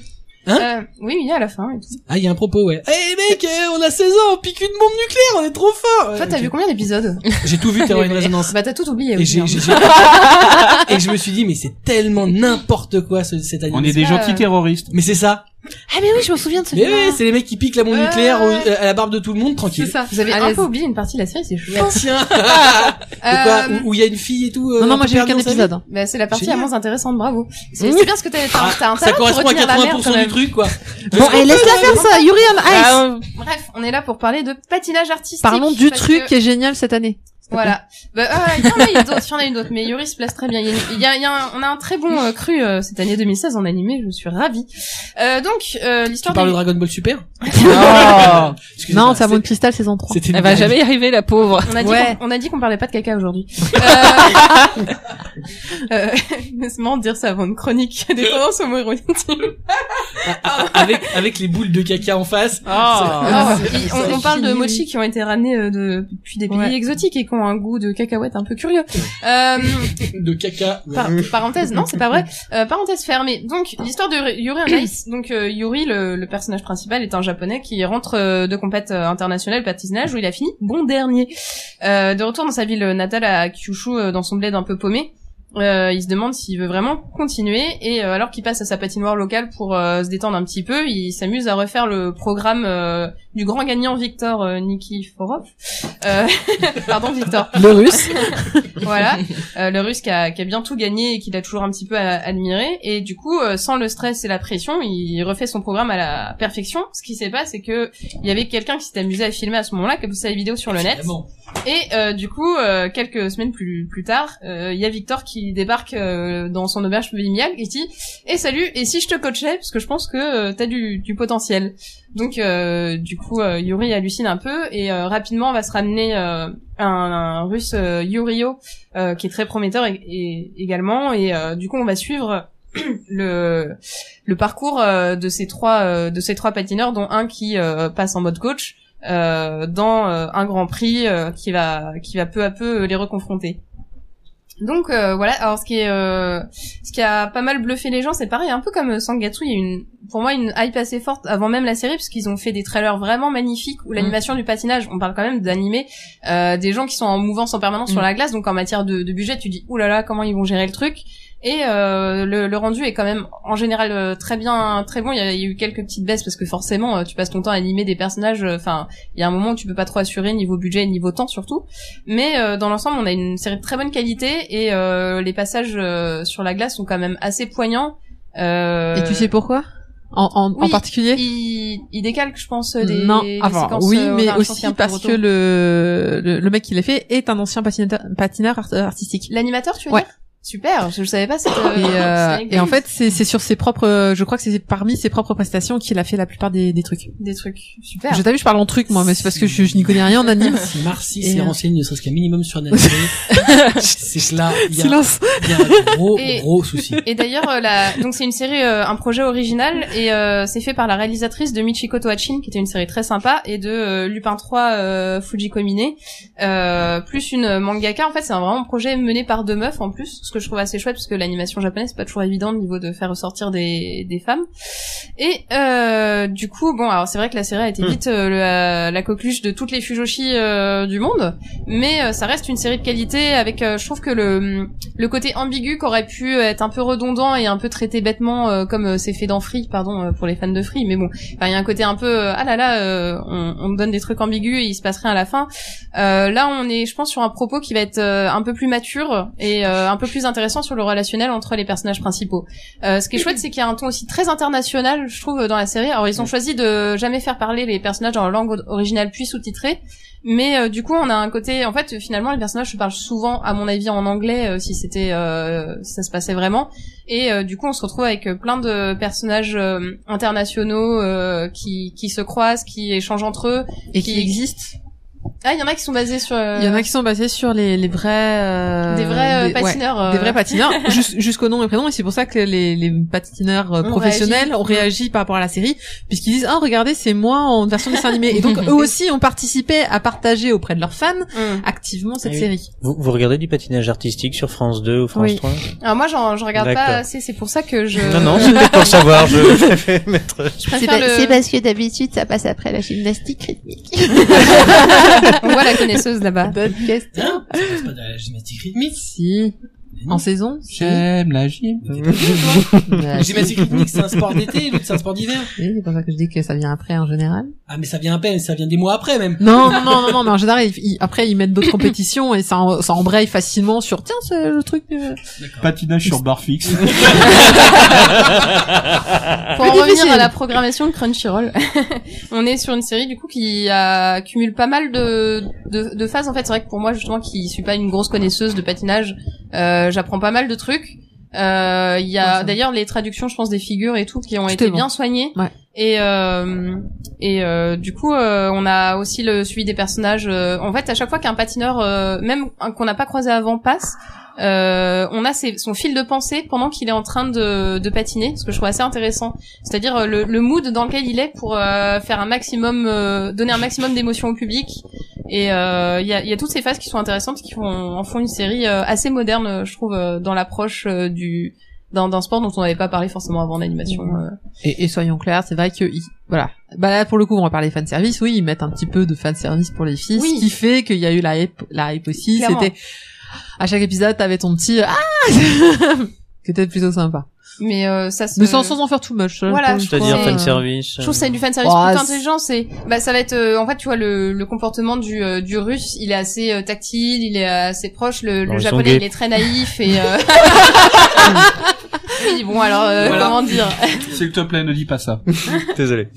Speaker 1: Hein
Speaker 2: euh, oui, il y a à la fin. Et tout.
Speaker 1: Ah, il y a un propos, ouais. Eh mec, eh, on a 16 ans, on pique une bombe nucléaire, on est trop fort.
Speaker 2: Toi, t'as vu combien d'épisodes
Speaker 1: J'ai tout vu Terror et Résonance.
Speaker 2: Bah, t'as tout oublié.
Speaker 1: Et
Speaker 2: oui,
Speaker 1: j'ai,
Speaker 2: hein.
Speaker 1: j'ai- j'ai- et je me suis dit, mais c'est tellement n'importe quoi ce, cet anime.
Speaker 4: On est des
Speaker 2: pas,
Speaker 4: gentils
Speaker 2: euh,
Speaker 4: terroristes.
Speaker 1: Mais c'est ça.
Speaker 3: Ah mais oui, je me souviens de
Speaker 1: Mais oui, c'est les mecs qui piquent la bombe
Speaker 2: Ouais.
Speaker 1: nucléaire au- euh, à la barbe de tout le monde,
Speaker 9: C'est
Speaker 1: tranquille.
Speaker 9: ça.
Speaker 2: Vous avez
Speaker 9: À
Speaker 2: un
Speaker 9: l'aise.
Speaker 2: peu oublié une partie de la série, c'est chouette.
Speaker 1: Tiens. De quoi
Speaker 2: Euh,
Speaker 1: Où- où il y a une fille et tout. euh,
Speaker 3: Non, non,
Speaker 1: un
Speaker 3: moi
Speaker 1: peu
Speaker 3: j'ai vu
Speaker 1: perdue
Speaker 3: qu'un
Speaker 1: dans sa vie
Speaker 3: épisode.
Speaker 2: bah, c'est la partie la
Speaker 1: Génial. Ah,
Speaker 2: moins intéressante, bravo. C'est
Speaker 3: Mmh.
Speaker 2: c'est bien ce que t'as, t'as, t'as un
Speaker 1: Ça
Speaker 2: talent pour
Speaker 1: correspond à
Speaker 2: retenir la merde quand
Speaker 1: 80% du
Speaker 2: même.
Speaker 1: truc, quoi.
Speaker 3: Bon, et laisse-la faire ça, Yuri Bah, on Ice.
Speaker 2: Bref, on est là pour parler de patinage artistique.
Speaker 3: Parlons du
Speaker 2: parce
Speaker 3: truc
Speaker 2: que-
Speaker 3: qui est génial cette année.
Speaker 2: Voilà. Bah, euh, il y en a une d'autre, il y en a une autre, mais Yuri se place très bien. Il y a une- il y a- il y a un- on a un très bon euh, cru euh, cette année 2016 en animé, je suis ravie. Euh, donc, euh,
Speaker 1: Tu
Speaker 2: l'histoire
Speaker 1: parles de
Speaker 2: du-
Speaker 1: Dragon Ball Super
Speaker 3: Ah,
Speaker 1: Excusez-moi,
Speaker 3: Non, ça
Speaker 1: c'est-
Speaker 3: monte cristal saison 3.
Speaker 1: C'était
Speaker 6: Elle
Speaker 1: une
Speaker 6: va
Speaker 1: blague.
Speaker 6: jamais y arriver, la pauvre.
Speaker 2: On a dit
Speaker 3: Ouais.
Speaker 2: qu'on- on a dit qu'on parlait pas de caca aujourd'hui. Euh... euh... c'est marrant de dire ça avant une chronique des tendances homo-érotiques.
Speaker 1: Avec, avec les boules de caca en
Speaker 6: Oh,
Speaker 1: face.
Speaker 2: Ah,
Speaker 1: c'est-
Speaker 2: il- on, on parle de mochi qui ont été ramenés euh, de, depuis des pays
Speaker 6: Ouais.
Speaker 2: exotiques et qui ont un goût de cacahuète un peu curieux. Euh,
Speaker 1: De caca.
Speaker 2: par- parenthèse, non, c'est pas vrai. Euh, parenthèse fermée. Donc, l'histoire de Yuri on Ice. Donc, euh, Yuri, le, le personnage principal, est un japonais qui rentre euh, de compète euh, internationale patinage où il a fini bon dernier. Euh, de retour dans sa ville natale à Kyushu, euh, dans son bled un peu paumé. Euh, il se demande s'il veut vraiment continuer et euh, alors qu'il passe à sa patinoire locale pour euh, se détendre un petit peu, il s'amuse à refaire le programme euh, du grand gagnant Victor euh, Nikiforov. Euh, pardon Victor.
Speaker 3: Le russe.
Speaker 2: voilà, Euh, le russe qui a, qui a bien tout gagné et qu'il a toujours un petit peu à- admiré. Et du coup, euh, sans le stress et la pression, il refait son programme à la perfection. Ce qui s'est passé, c'est que il y avait quelqu'un qui s'est amusé à filmer à ce moment-là, comme ça les vidéos sur le net. Et euh, du coup, euh, quelques semaines plus, plus tard, euh, il y a Victor qui débarque euh, dans son auberge familiale et dit "Et salut, et si je te coachais parce que je pense que euh, t'as du, du potentiel." Donc euh, du coup, euh, Yuri hallucine un peu et euh, rapidement on va se ramener euh, un, un russe euh, Yurio euh, qui est très prometteur et, et- également et euh, du coup, on va suivre le le parcours euh, de ces trois euh, de ces trois patineurs dont un qui euh, passe en mode coach euh, dans euh, un Grand Prix euh, qui va qui va peu à peu euh, les reconfronter. Donc euh, voilà, alors ce qui est euh, ce qui a pas mal bluffé les gens, c'est pareil, un peu comme euh, Sangatsu, il y a une pour moi une hype assez forte avant même la série parce qu'ils ont fait des trailers vraiment magnifiques
Speaker 3: Mm.
Speaker 2: où l'animation du patinage, on parle quand même d'animé euh, des gens qui sont en mouvance en permanence sur
Speaker 6: Mm.
Speaker 2: la glace, donc en matière de, de budget, tu dis oulala là là, comment ils vont gérer le truc. Et euh, le, le rendu est quand même en général euh, très bien, très bon. Il y a, il y a eu quelques petites baisses parce que forcément, euh, tu passes ton temps à animer des personnages. euh, Enfin, il y a un moment où tu peux pas trop assurer niveau budget et niveau temps surtout. Mais euh, dans l'ensemble, on a une série de très bonne qualité et euh, les passages euh, sur la glace sont quand même assez poignants. Euh,
Speaker 3: Et tu sais pourquoi en, en, en
Speaker 2: oui.
Speaker 3: particulier
Speaker 2: il, il décalque, je pense, des,
Speaker 3: Non,
Speaker 2: des
Speaker 3: avant.
Speaker 2: séquences,
Speaker 3: oui,
Speaker 2: euh, on
Speaker 3: mais
Speaker 2: a un
Speaker 3: aussi
Speaker 2: ancien
Speaker 3: parce
Speaker 2: Naruto.
Speaker 3: que le, le, le mec qui l'a fait est un ancien patinateur, patineur art- euh, artistique.
Speaker 2: l'animateur, tu veux
Speaker 3: Ouais.
Speaker 2: dire Super, je, je savais pas. cette,
Speaker 3: Et, euh,
Speaker 2: cette
Speaker 3: et en fait, c'est c'est sur ses propres, euh, je crois que c'est parmi ses propres prestations qu'il a fait la plupart des, des trucs.
Speaker 2: des trucs super.
Speaker 3: Je t'avoue, je parle en truc, moi, mais c'est parce que je, je n'y connais rien en anime.
Speaker 1: Si Marcy
Speaker 3: Et,
Speaker 1: s'est
Speaker 3: euh,
Speaker 1: renseignée ne serait-ce qu'un minimum sur Nathalie, c'est que là, il y, a-
Speaker 3: Silence.
Speaker 1: il y a un gros,
Speaker 2: Et-
Speaker 1: gros souci.
Speaker 2: Et d'ailleurs, euh, la... donc c'est une série, euh, un projet original, et euh, c'est fait par la réalisatrice de Michiko Tohachin, qui était une série très sympa, et de euh, Lupin 3 euh, Fujiko Mine, euh, plus une mangaka. En fait, c'est un vraiment projet mené par deux meufs en plus, ce que je trouve assez chouette parce que l'animation japonaise c'est pas toujours évident au niveau de faire ressortir des, des femmes. Et euh, du coup, bon, alors c'est vrai que la série a été vite euh, la, la coqueluche de toutes les fujoshi euh, du monde, mais euh, ça reste une série de qualité. Avec, euh, je trouve que le le côté ambigu qu'aurait pu être un peu redondant et un peu traité bêtement euh, comme euh, c'est fait dans Free, pardon euh, pour les fans de Free, mais bon, enfin, il y a un côté un peu euh, ah là là, euh, on, on donne des trucs ambigus et il se passe rien à la fin. Euh, là, on est, je pense, sur un propos qui va être euh, un peu plus mature et euh, un peu plus intéressant sur le relationnel entre les personnages principaux. Euh, ce qui est chouette, c'est qu'il y a un ton aussi très international, je trouve, dans la série. Alors, ils ont choisi de jamais faire parler les personnages en langue o- originale puis sous-titrée. Mais euh, du coup, on a un côté. En fait, finalement, les personnages se parlent souvent, à mon avis, en anglais, euh, si c'était, euh, si ça se passait vraiment. Et euh, du coup, on se retrouve avec euh, plein de personnages euh, internationaux euh, qui qui se croisent, qui échangent entre eux
Speaker 3: Et
Speaker 2: qui
Speaker 3: qui existe.
Speaker 2: Ah, il y en a qui sont basés sur. euh,
Speaker 3: Il y en a qui sont basés sur les, les vrais euh,
Speaker 2: des vrais euh,
Speaker 3: des- ouais,
Speaker 2: patineurs. euh,
Speaker 3: des vrais patineurs jus- jusqu'au nom et prénom et c'est pour ça que les, les patineurs euh,
Speaker 2: On
Speaker 3: professionnels ont réagi par rapport à la série puisqu'ils disent ah regardez c'est moi en version dessin animé et donc eux aussi ont participé à partager auprès de leurs fans
Speaker 2: hum.
Speaker 3: activement cette
Speaker 6: Ah oui.
Speaker 3: série
Speaker 8: Vous, vous regardez du patinage artistique sur France 2 ou France
Speaker 3: Oui.
Speaker 8: 3
Speaker 2: Alors moi, j'en- je regarde pas
Speaker 8: D'accord.
Speaker 2: assez. C'est pour ça que je.
Speaker 8: Non, non, c'était pour savoir. Je, je vais mettre. euh,
Speaker 2: je
Speaker 9: C'est
Speaker 2: préfère
Speaker 9: pas- c'est
Speaker 2: le.
Speaker 9: parce que d'habitude ça passe après la gymnastique rythmique.
Speaker 2: On voit la connaisseuse là-bas.
Speaker 3: bonne question
Speaker 1: Hein C'est pas de la gymnastique rythmique.
Speaker 3: si en saison si.
Speaker 4: J'aime la gym.
Speaker 1: La gymnastique rythmique, c'est un sport d'été, l'autre c'est un sport d'hiver.
Speaker 3: Oui, c'est pour ça que je dis que ça vient après en général
Speaker 1: Ah, mais ça vient à peine, ça vient des mois après même.
Speaker 3: Non, non, non, non, non, mais en général, ils- ils- après, ils mettent d'autres compétitions et ça, en- ça embraye facilement sur, tiens, c'est le truc, euh,
Speaker 4: Patinage sur barre fixe.
Speaker 2: Pour en
Speaker 3: Plus
Speaker 2: revenir
Speaker 3: difficile.
Speaker 2: à la programmation de Crunchyroll, on est sur une série du coup qui accumule pas mal de, de, de phases en fait. C'est vrai que pour moi justement qui suis pas une grosse connaisseuse de patinage, euh, j'apprends pas mal de trucs. Euh, Il y
Speaker 3: Ouais,
Speaker 2: a
Speaker 3: ça.
Speaker 2: d'ailleurs les traductions, je pense, des figures et tout qui ont
Speaker 3: Tout
Speaker 2: été
Speaker 3: est bon.
Speaker 2: bien soignées.
Speaker 3: Ouais.
Speaker 2: Et euh, et euh, du coup, euh, on a aussi le suivi des personnages. euh, en fait, à chaque fois qu'un patineur, euh, même un- qu'on n'a pas croisé avant, passe, euh, on a ses- son fil de pensée pendant qu'il est en train de, de patiner, ce que je trouve assez intéressant. C'est-à-dire euh, le, le mood dans lequel il est pour euh, faire un maximum, euh, donner un maximum d'émotion au public. Et euh, il y, a, il y a toutes ces phases qui sont intéressantes, qui font, en font une série euh, assez moderne, euh, je trouve, euh, dans l'approche euh, du d'un d'un sport dont on n'avait pas parlé forcément avant l'animation. euh.
Speaker 3: Et, et soyons clairs, c'est vrai que ils- voilà. Bah là, pour le coup, on va parler fan service. Oui, ils mettent un petit peu de fan service pour les filles,
Speaker 2: Oui.
Speaker 3: ce qui fait qu'il y a eu la hype, la hype aussi.
Speaker 2: Clairement.
Speaker 3: C'était à chaque épisode, t'avais ton petit euh, ah, qui était plutôt sympa.
Speaker 2: Mais euh, ça se...
Speaker 3: Mais sans, sans en faire too much. hein,
Speaker 2: Voilà, je
Speaker 8: C'est-à-dire
Speaker 2: trouve
Speaker 8: fan
Speaker 2: c'est-
Speaker 8: service. euh,
Speaker 2: Je trouve que c'est du fan service
Speaker 3: Ouah,
Speaker 2: plutôt
Speaker 3: c'est-
Speaker 2: intelligent. C'est, bah, ça va être, euh, en fait, tu vois, le, le comportement du, euh, du russe, il est assez euh, tactile, il est assez proche. Le,
Speaker 8: Non,
Speaker 2: le
Speaker 8: ils sont
Speaker 2: japonais,
Speaker 8: gays.
Speaker 2: il est très naïf et. Euh... oui, bon, alors, euh,
Speaker 4: Voilà.
Speaker 2: comment dire
Speaker 4: S'il te plaît, ne dis pas ça.
Speaker 8: Désolé.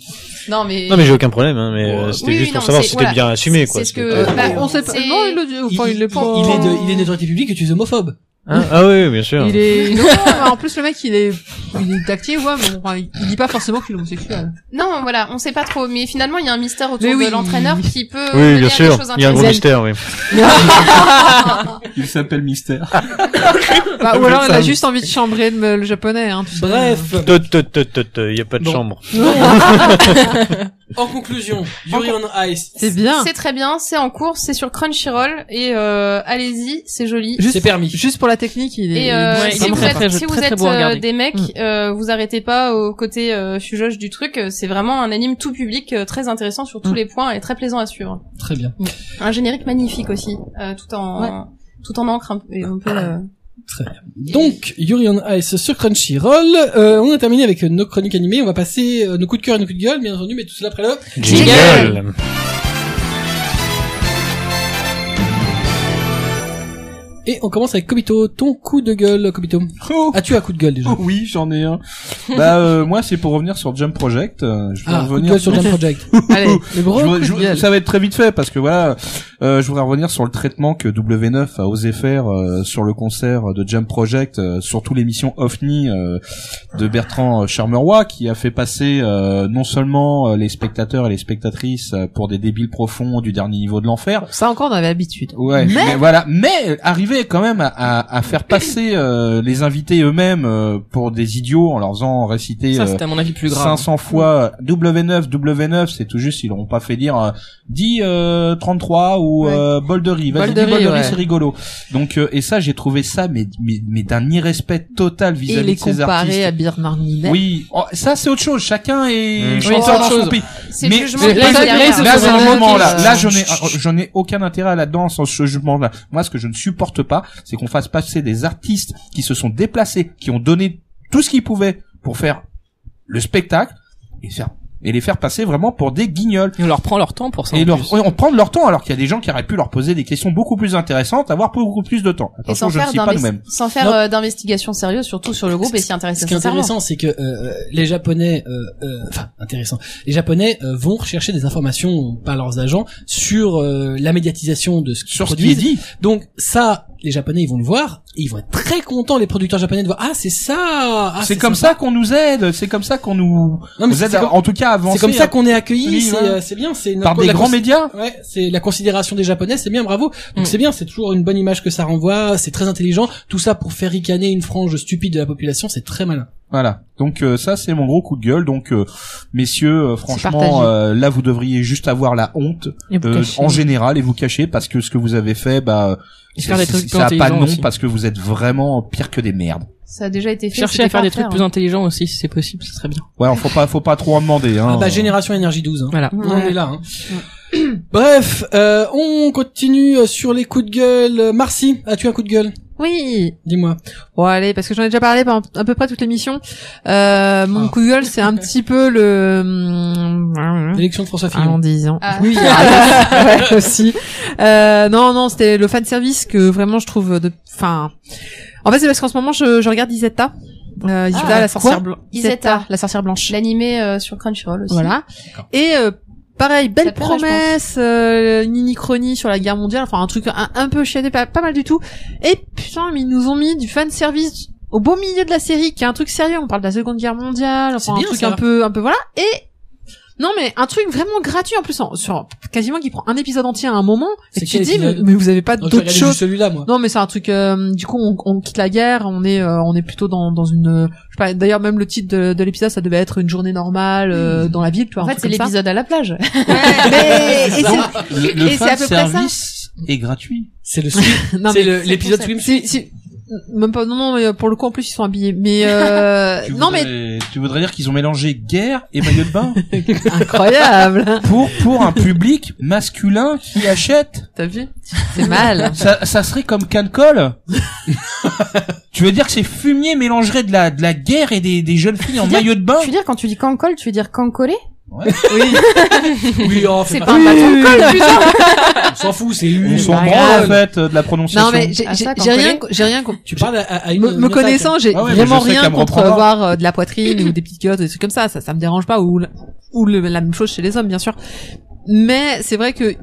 Speaker 2: Non, mais.
Speaker 8: Non, mais j'ai aucun problème, hein, mais euh,
Speaker 2: Oui,
Speaker 8: c'était
Speaker 2: Oh. oui,
Speaker 8: juste
Speaker 2: non,
Speaker 8: pour savoir
Speaker 2: c'est-
Speaker 8: si c'était
Speaker 2: voilà.
Speaker 8: bien assumé,
Speaker 2: C'est-
Speaker 8: quoi.
Speaker 2: c'est ce
Speaker 8: C'était
Speaker 2: que-
Speaker 8: pas-
Speaker 2: bah,
Speaker 3: on sait pas.
Speaker 2: C'est-
Speaker 3: Non, il le dit. Enfin, il,
Speaker 1: il,
Speaker 3: le prend.
Speaker 1: il est de, il est notoriété publique et tu es homophobe.
Speaker 8: Hein ah oui, oui, bien sûr.
Speaker 3: Il est. Non, mais en plus, le mec, il est, il est tactile, ouais. Mais bon, enfin, il il dit pas forcément qu'il est homosexuel.
Speaker 2: Non, voilà, on sait pas trop. Mais finalement, il y a un mystère autour
Speaker 3: Mais oui.
Speaker 2: de l'entraîneur qui peut. euh,
Speaker 8: Oui,
Speaker 2: mener à
Speaker 8: bien
Speaker 2: des
Speaker 8: sûr.
Speaker 2: choses
Speaker 8: Il y a un gros
Speaker 2: intéressantes.
Speaker 8: mystère, oui.
Speaker 4: Il s'appelle Mystère.
Speaker 3: Bah, ou alors, il a juste envie de chambrer le, le japonais. Hein, tu sais.
Speaker 1: Bref,
Speaker 8: Tot, tot, tot, tot, euh, Il y a pas de
Speaker 1: Bon.
Speaker 8: chambre.
Speaker 1: en conclusion, Yuri on Ice.
Speaker 3: C'est bien.
Speaker 2: C'est très bien, c'est en cours, c'est sur Crunchyroll et euh, allez-y, c'est joli.
Speaker 3: Juste-
Speaker 1: C'est permis.
Speaker 3: Juste pour la technique, il est.
Speaker 2: Et euh,
Speaker 6: Ouais, il
Speaker 2: si
Speaker 6: est
Speaker 2: vous
Speaker 6: très,
Speaker 2: êtes,
Speaker 6: très-
Speaker 2: si
Speaker 6: très,
Speaker 2: vous
Speaker 6: très
Speaker 2: êtes,
Speaker 6: beau à
Speaker 2: euh,
Speaker 6: regarder.
Speaker 2: des mecs,
Speaker 3: Mm.
Speaker 2: euh, vous arrêtez pas au côté euh, fujoche du truc. euh, C'est vraiment un anime tout public, euh, très intéressant sur tous
Speaker 3: Mm.
Speaker 2: les points et très plaisant à suivre.
Speaker 1: Très bien.
Speaker 2: Un générique magnifique aussi, euh, tout en tout en encre un peu. et un peu, euh,
Speaker 1: Donc, Yuri on Ice sur Crunchyroll. Euh, on a terminé avec euh, nos chroniques animées. On va passer euh, nos coups de cœur et nos coups de gueule, bien entendu, mais tout cela après le...
Speaker 8: Jingle
Speaker 1: Et on commence avec Kobito. Ton coup de gueule, Kobito.
Speaker 4: Oh.
Speaker 1: As-tu un coup de gueule déjà
Speaker 4: Oui, j'en ai un. Bah euh, moi, c'est pour revenir sur Jump Project. euh, Je vais
Speaker 1: Ah, coup de
Speaker 4: revenir
Speaker 1: gueule sur Jam Project.
Speaker 3: Allez, le gros
Speaker 4: Je
Speaker 3: coup
Speaker 4: voudrais-
Speaker 3: de
Speaker 4: je-
Speaker 3: gueule.
Speaker 4: ça va être très vite fait parce que voilà, euh, je voudrais revenir sur le traitement que W9 a osé faire euh, sur le concert de Jump Project, euh, surtout l'émission OFNI euh, de Bertrand Charmeroy qui a fait passer euh, non seulement euh, les spectateurs et les spectatrices euh, pour des débiles profonds du dernier niveau de l'enfer,
Speaker 3: Ça encore, on avait l'habitude.
Speaker 4: Ouais,
Speaker 3: Mais-
Speaker 4: mais, voilà, mais arriver quand même à, à, à faire passer euh, les invités eux-mêmes euh, pour des idiots en leur faisant réciter
Speaker 6: Ça,
Speaker 4: euh,
Speaker 6: c'est à mon avis plus grave.
Speaker 4: 500 fois euh, W9, W9, c'est tout juste ils l'ont pas fait dire euh, dis euh, 33 ou
Speaker 3: Ouais.
Speaker 4: euh, bol de riz, vas-y
Speaker 3: Bol
Speaker 4: dis
Speaker 3: de
Speaker 4: bol
Speaker 3: riz,
Speaker 4: de riz,
Speaker 3: ouais.
Speaker 4: c'est rigolo. Donc euh, et ça j'ai trouvé ça mais mais, mais d'un irrespect total
Speaker 3: Et
Speaker 4: vis-à-vis
Speaker 3: les
Speaker 4: de ces
Speaker 3: comparer à
Speaker 4: artistes.
Speaker 3: Bernard Minet.
Speaker 4: Oui, oh, ça c'est autre chose, chacun est
Speaker 8: Mm.
Speaker 4: chanteur
Speaker 6: Mmh. Oui, c'est autre
Speaker 4: dans son
Speaker 6: chose.
Speaker 4: pays.
Speaker 2: C'est
Speaker 4: Mais-
Speaker 2: le jugement
Speaker 6: mais
Speaker 2: qui
Speaker 6: là,
Speaker 2: passe
Speaker 6: ça-
Speaker 2: derrière.
Speaker 6: là,
Speaker 4: Là, c'est
Speaker 3: Voilà,
Speaker 4: le moment là.
Speaker 3: euh,
Speaker 4: Là, je n'ai, je n'ai aucun intérêt là-dedans, sans ce jugement-là. Moi, ce que je ne supporte pas, c'est qu'on fasse passer des artistes qui se sont déplacés, qui ont donné tout ce qu'ils pouvaient pour faire le spectacle et faire et les faire passer vraiment pour des guignols.
Speaker 6: Et on leur prend leur temps pour ça.
Speaker 4: Et
Speaker 6: en
Speaker 4: leur,
Speaker 6: plus.
Speaker 4: on prend de leur temps alors qu'il y a des gens qui auraient pu leur poser des questions beaucoup plus intéressantes, avoir beaucoup plus de temps.
Speaker 2: Et sans
Speaker 4: Attention, je ne
Speaker 2: faire,
Speaker 4: suis pas
Speaker 2: d'investi-
Speaker 4: nous-mêmes.
Speaker 2: sans faire
Speaker 1: Non.
Speaker 2: euh, d'investigation sérieuse, surtout sur le groupe et s'y intéresser
Speaker 1: Ce qui est
Speaker 2: sincèrement.
Speaker 1: intéressant, c'est que euh, euh, les Japonais, euh, euh, enfin intéressant, les Japonais euh, vont rechercher des informations par leurs agents sur euh, la médiatisation de ce qu'ils
Speaker 4: Sur ce qui est
Speaker 1: produisent.
Speaker 4: dit,
Speaker 1: Donc ça, les Japonais, ils vont le voir. Et ils vont être très contents, les producteurs japonais, de voir, ah, c'est ça! Ah,
Speaker 4: c'est comme
Speaker 1: sympa.
Speaker 4: ça qu'on nous aide, c'est comme ça qu'on nous,
Speaker 1: Non, mais
Speaker 4: nous
Speaker 1: c'est
Speaker 4: aide
Speaker 1: c'est
Speaker 4: à-
Speaker 1: comme,
Speaker 4: en tout cas à avancer
Speaker 1: c'est comme ça
Speaker 4: hein,
Speaker 1: qu'on est accueilli,
Speaker 4: Oui,
Speaker 1: c'est,
Speaker 4: voilà.
Speaker 1: euh, c'est bien, c'est une-
Speaker 4: par des
Speaker 1: la
Speaker 4: grands
Speaker 1: cons-
Speaker 4: médias.
Speaker 1: Ouais, c'est la considération des japonais, c'est bien, bravo. Donc
Speaker 6: Mm.
Speaker 1: c'est bien, c'est toujours une bonne image que ça renvoie, c'est très intelligent. Tout ça pour faire ricaner une frange stupide de la population, c'est très malin.
Speaker 4: Voilà. Donc euh, ça c'est mon gros coup de gueule. Donc euh, messieurs, euh, franchement,
Speaker 9: partagé.
Speaker 4: euh, là vous devriez juste avoir la honte
Speaker 3: Et vous
Speaker 4: euh,
Speaker 3: cachez.
Speaker 4: en général et vous cacher parce que ce que vous avez fait, bah,
Speaker 6: Et faire des
Speaker 4: c'est-
Speaker 6: trucs plus
Speaker 4: ça a pas de
Speaker 6: intelligents
Speaker 4: nom
Speaker 6: aussi.
Speaker 4: parce que vous êtes vraiment pire que des merdes.
Speaker 2: Ça a déjà été fait.
Speaker 6: Chercher
Speaker 2: c'était
Speaker 6: à
Speaker 2: pas
Speaker 6: faire
Speaker 2: hein.
Speaker 6: des trucs plus intelligents aussi, si c'est possible, ce serait bien.
Speaker 4: Ouais, alors, faut pas, faut pas trop en demander. Hein.
Speaker 1: Ah bah, génération énergie 12. Hein.
Speaker 6: Voilà.
Speaker 1: On est là. Hein. Bref, euh, on continue euh, sur les coups de gueule. Euh, Marcy, as-tu un coup de gueule
Speaker 3: Oui.
Speaker 1: Dis-moi.
Speaker 3: Bon allez, parce que j'en ai déjà parlé pendant à peu près toute l'émission. Euh,
Speaker 4: Ah.
Speaker 3: mon coup de gueule, c'est un petit peu le. hum,
Speaker 1: L'élection de François Fillon.
Speaker 3: Allons disons.
Speaker 2: Ah.
Speaker 3: Oui, arrête. Ouais, aussi. Euh, non, non, c'était le fan service que vraiment je trouve de. Enfin, en fait, c'est parce qu'en ce moment, je, je regarde Isetta. Euh, Isetta, la sorcière blanche.
Speaker 2: Isetta.
Speaker 3: la sorcière blanche.
Speaker 2: L'animé euh, sur Crunchyroll aussi.
Speaker 3: Voilà. Et euh, pareil, belle
Speaker 2: Ça te plairait, je
Speaker 3: promesse, euh, une mini-chronie sur la guerre mondiale, enfin un truc un, un peu chiadé, pas, pas mal du tout. Et putain, mais ils nous ont mis du fan service au beau milieu de la série, qui est un truc sérieux. On parle de la Seconde Guerre mondiale,
Speaker 1: C'est
Speaker 3: enfin un
Speaker 1: bien,
Speaker 3: truc
Speaker 1: ça.
Speaker 3: un peu, un peu voilà. Et non, mais un truc vraiment gratuit en plus, en- sur quasiment qui prend un épisode entier à un moment.
Speaker 1: C'est
Speaker 3: Et tu
Speaker 1: quel
Speaker 3: te dis, mais,
Speaker 1: épisode
Speaker 3: mais vous avez pas
Speaker 1: Donc, je vais
Speaker 3: d'autre
Speaker 1: regarder
Speaker 3: chose
Speaker 1: juste celui-là, moi.
Speaker 3: non, mais c'est un truc. euh, du coup, on, on quitte la guerre. On est, euh, on est plutôt dans, dans une. euh, je sais pas. D'ailleurs, même le titre de, de l'épisode, ça devait être une journée normale euh, dans la ville. Tu vois,
Speaker 2: En
Speaker 3: un
Speaker 2: fait,
Speaker 3: truc
Speaker 2: c'est
Speaker 3: comme ça.
Speaker 2: l'épisode à la plage.
Speaker 3: mais- et c'est-
Speaker 4: Le, le
Speaker 3: Et c'est à peu près ça.
Speaker 4: service est gratuit.
Speaker 1: C'est le swim.
Speaker 3: Non,
Speaker 1: c'est
Speaker 3: mais
Speaker 1: le- l'épisode swim.
Speaker 3: c'est- c'est- Même pas. Non, non. Mais euh, pour le coup, en plus, ils sont habillés. Mais euh,
Speaker 4: Tu
Speaker 3: non, mais
Speaker 4: voudrais- tu voudrais dire qu'ils ont mélangé guerre et maillot de bain
Speaker 3: incroyable.
Speaker 4: pour pour un public masculin qui achète.
Speaker 3: T'as vu C'est mal.
Speaker 4: Ça, ça serait comme Cancol. tu veux dire que ces fumiers mélangeraient de la de la guerre et des, des jeunes filles en
Speaker 2: veux dire-
Speaker 4: maillot de bain
Speaker 2: Tu veux dire, quand tu dis cancol, tu veux dire cancolé
Speaker 1: oui, oh,
Speaker 2: C'est
Speaker 1: c'est
Speaker 2: pas un bâton de colle, putain
Speaker 1: on s'en fout, c'est une.
Speaker 4: On s'en
Speaker 3: pas
Speaker 4: branle en
Speaker 3: grave.
Speaker 4: fait euh, de la prononciation.
Speaker 3: Non, mais j'ai
Speaker 2: Ah,
Speaker 3: j'ai-
Speaker 2: ça, quand
Speaker 3: j'ai
Speaker 2: on
Speaker 3: rien,
Speaker 2: connaît.
Speaker 3: j'ai rien. com-
Speaker 1: Tu parles à, à à une.
Speaker 3: Me, me
Speaker 1: une attaque.
Speaker 3: connaissant, j'ai
Speaker 4: Ah ouais, mais
Speaker 3: vraiment
Speaker 4: je sais
Speaker 3: rien
Speaker 4: qu'elle me
Speaker 3: contre
Speaker 4: reprendra.
Speaker 3: voir euh, de la poitrine ou des petites culottes, des trucs comme ça. Ça, ça me dérange pas. Ou, le- ou le- la même chose chez les hommes, bien sûr. Mais c'est vrai que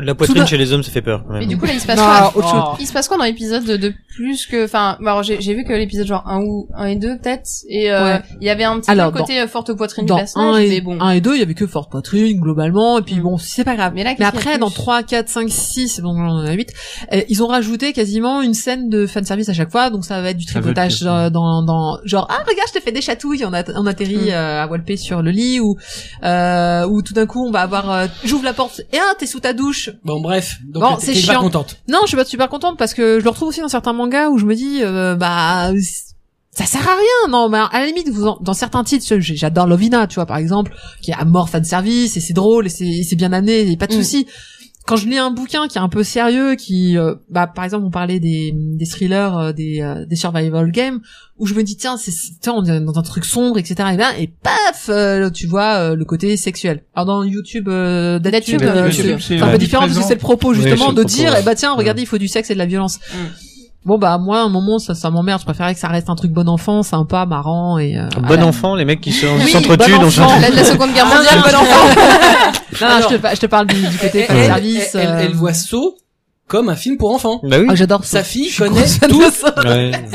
Speaker 8: De la poitrine
Speaker 3: Tout d'un-
Speaker 8: chez les hommes, ça fait peur. quand même.
Speaker 2: Mais du coup, là, il se passe
Speaker 3: Non,
Speaker 2: quoi
Speaker 3: autre chose.
Speaker 2: Il se passe quoi dans l'épisode de, de plus que, enfin, bah, alors j'ai j'ai vu que l'épisode genre 1 ou 1 et 2 peut-être, et euh,
Speaker 3: Ouais.
Speaker 2: il y avait un petit
Speaker 3: Alors,
Speaker 2: peu le côté euh, forte poitrine du
Speaker 3: dans
Speaker 2: personnage,
Speaker 3: 1 et,
Speaker 2: mais bon.
Speaker 3: 1 et 2, il y avait que forte poitrine, globalement, et puis
Speaker 2: Mm.
Speaker 3: bon, c'est pas grave.
Speaker 2: Mais là,
Speaker 3: Mais
Speaker 2: qu'est-ce qu'il y a
Speaker 3: après,
Speaker 2: de
Speaker 3: dans
Speaker 2: plus
Speaker 3: 3, 4, 5, 6, bon, on en a 8, euh, ils ont rajouté quasiment une scène de fanservice à chaque fois, donc ça va être du
Speaker 4: Ça veut
Speaker 3: tripotage
Speaker 4: dire-
Speaker 3: euh, dans, dans, genre, ah, regarde, je t'ai fait des chatouilles, on, a, on atterrit
Speaker 2: Mm.
Speaker 3: euh, à Walpé sur le lit, ou, euh, ou tout d'un coup, on va avoir, euh, j'ouvre la porte, et ah, t'es sous ta douche.
Speaker 1: Bon, bref. Donc,
Speaker 3: Bon,
Speaker 1: t'es-
Speaker 3: c'est
Speaker 1: t'es pas
Speaker 3: chiant.
Speaker 1: contente.
Speaker 3: Non, je suis pas super contente parce que je le retrouve aussi dans certains mangas où je me dis, euh, bah, ça sert à rien. Non, mais à la limite, vous en- dans certains titres, je- j'adore Lovina, tu vois, par exemple, qui est à mort fan service et c'est drôle et c'est et c'est bien amené, et pas de
Speaker 2: Mm.
Speaker 3: souci. Quand je lis un bouquin qui est un peu sérieux, qui, euh, bah, par exemple, on parlait des, des thrillers, euh, des, euh, des survival games, où je me dis tiens, c'est, c'est- tiens, on est dans un truc sombre, etc. Et, là, et paf, euh, tu vois euh, le côté sexuel. Alors dans YouTube, euh,
Speaker 2: Deadtube,
Speaker 3: Deadtube, euh,
Speaker 2: YouTube,
Speaker 3: c'est un peu différent parce que c'est le propos justement
Speaker 8: c'est
Speaker 3: de
Speaker 8: le
Speaker 3: dire
Speaker 8: propos,
Speaker 3: eh bah tiens regardez il faut du sexe et de la violence
Speaker 2: Mm.
Speaker 3: bon bah moi à un moment ça ça m'emmerde je préférais que ça reste un truc bon enfant sympa marrant et euh,
Speaker 8: Bon
Speaker 2: Ah,
Speaker 3: à la-
Speaker 8: enfant, les mecs qui se-
Speaker 3: Oui,
Speaker 8: s'entretuent
Speaker 3: bon
Speaker 8: dans
Speaker 3: enfant.
Speaker 2: La, la seconde guerre
Speaker 3: Ah,
Speaker 2: mondiale,
Speaker 3: non,
Speaker 2: bon
Speaker 3: non,
Speaker 2: enfant.
Speaker 3: non, non, je, te, par- je te parle du, du côté fan
Speaker 1: elle,
Speaker 3: service
Speaker 1: elle- elle-
Speaker 3: euh,
Speaker 1: elle voit So comme un film pour enfants.
Speaker 8: Bah oui.
Speaker 3: ah, j'adore
Speaker 1: Sa
Speaker 3: ça
Speaker 1: fille
Speaker 3: Ah, Je suis
Speaker 1: connaît
Speaker 3: grosse fan de
Speaker 1: tous
Speaker 3: ça.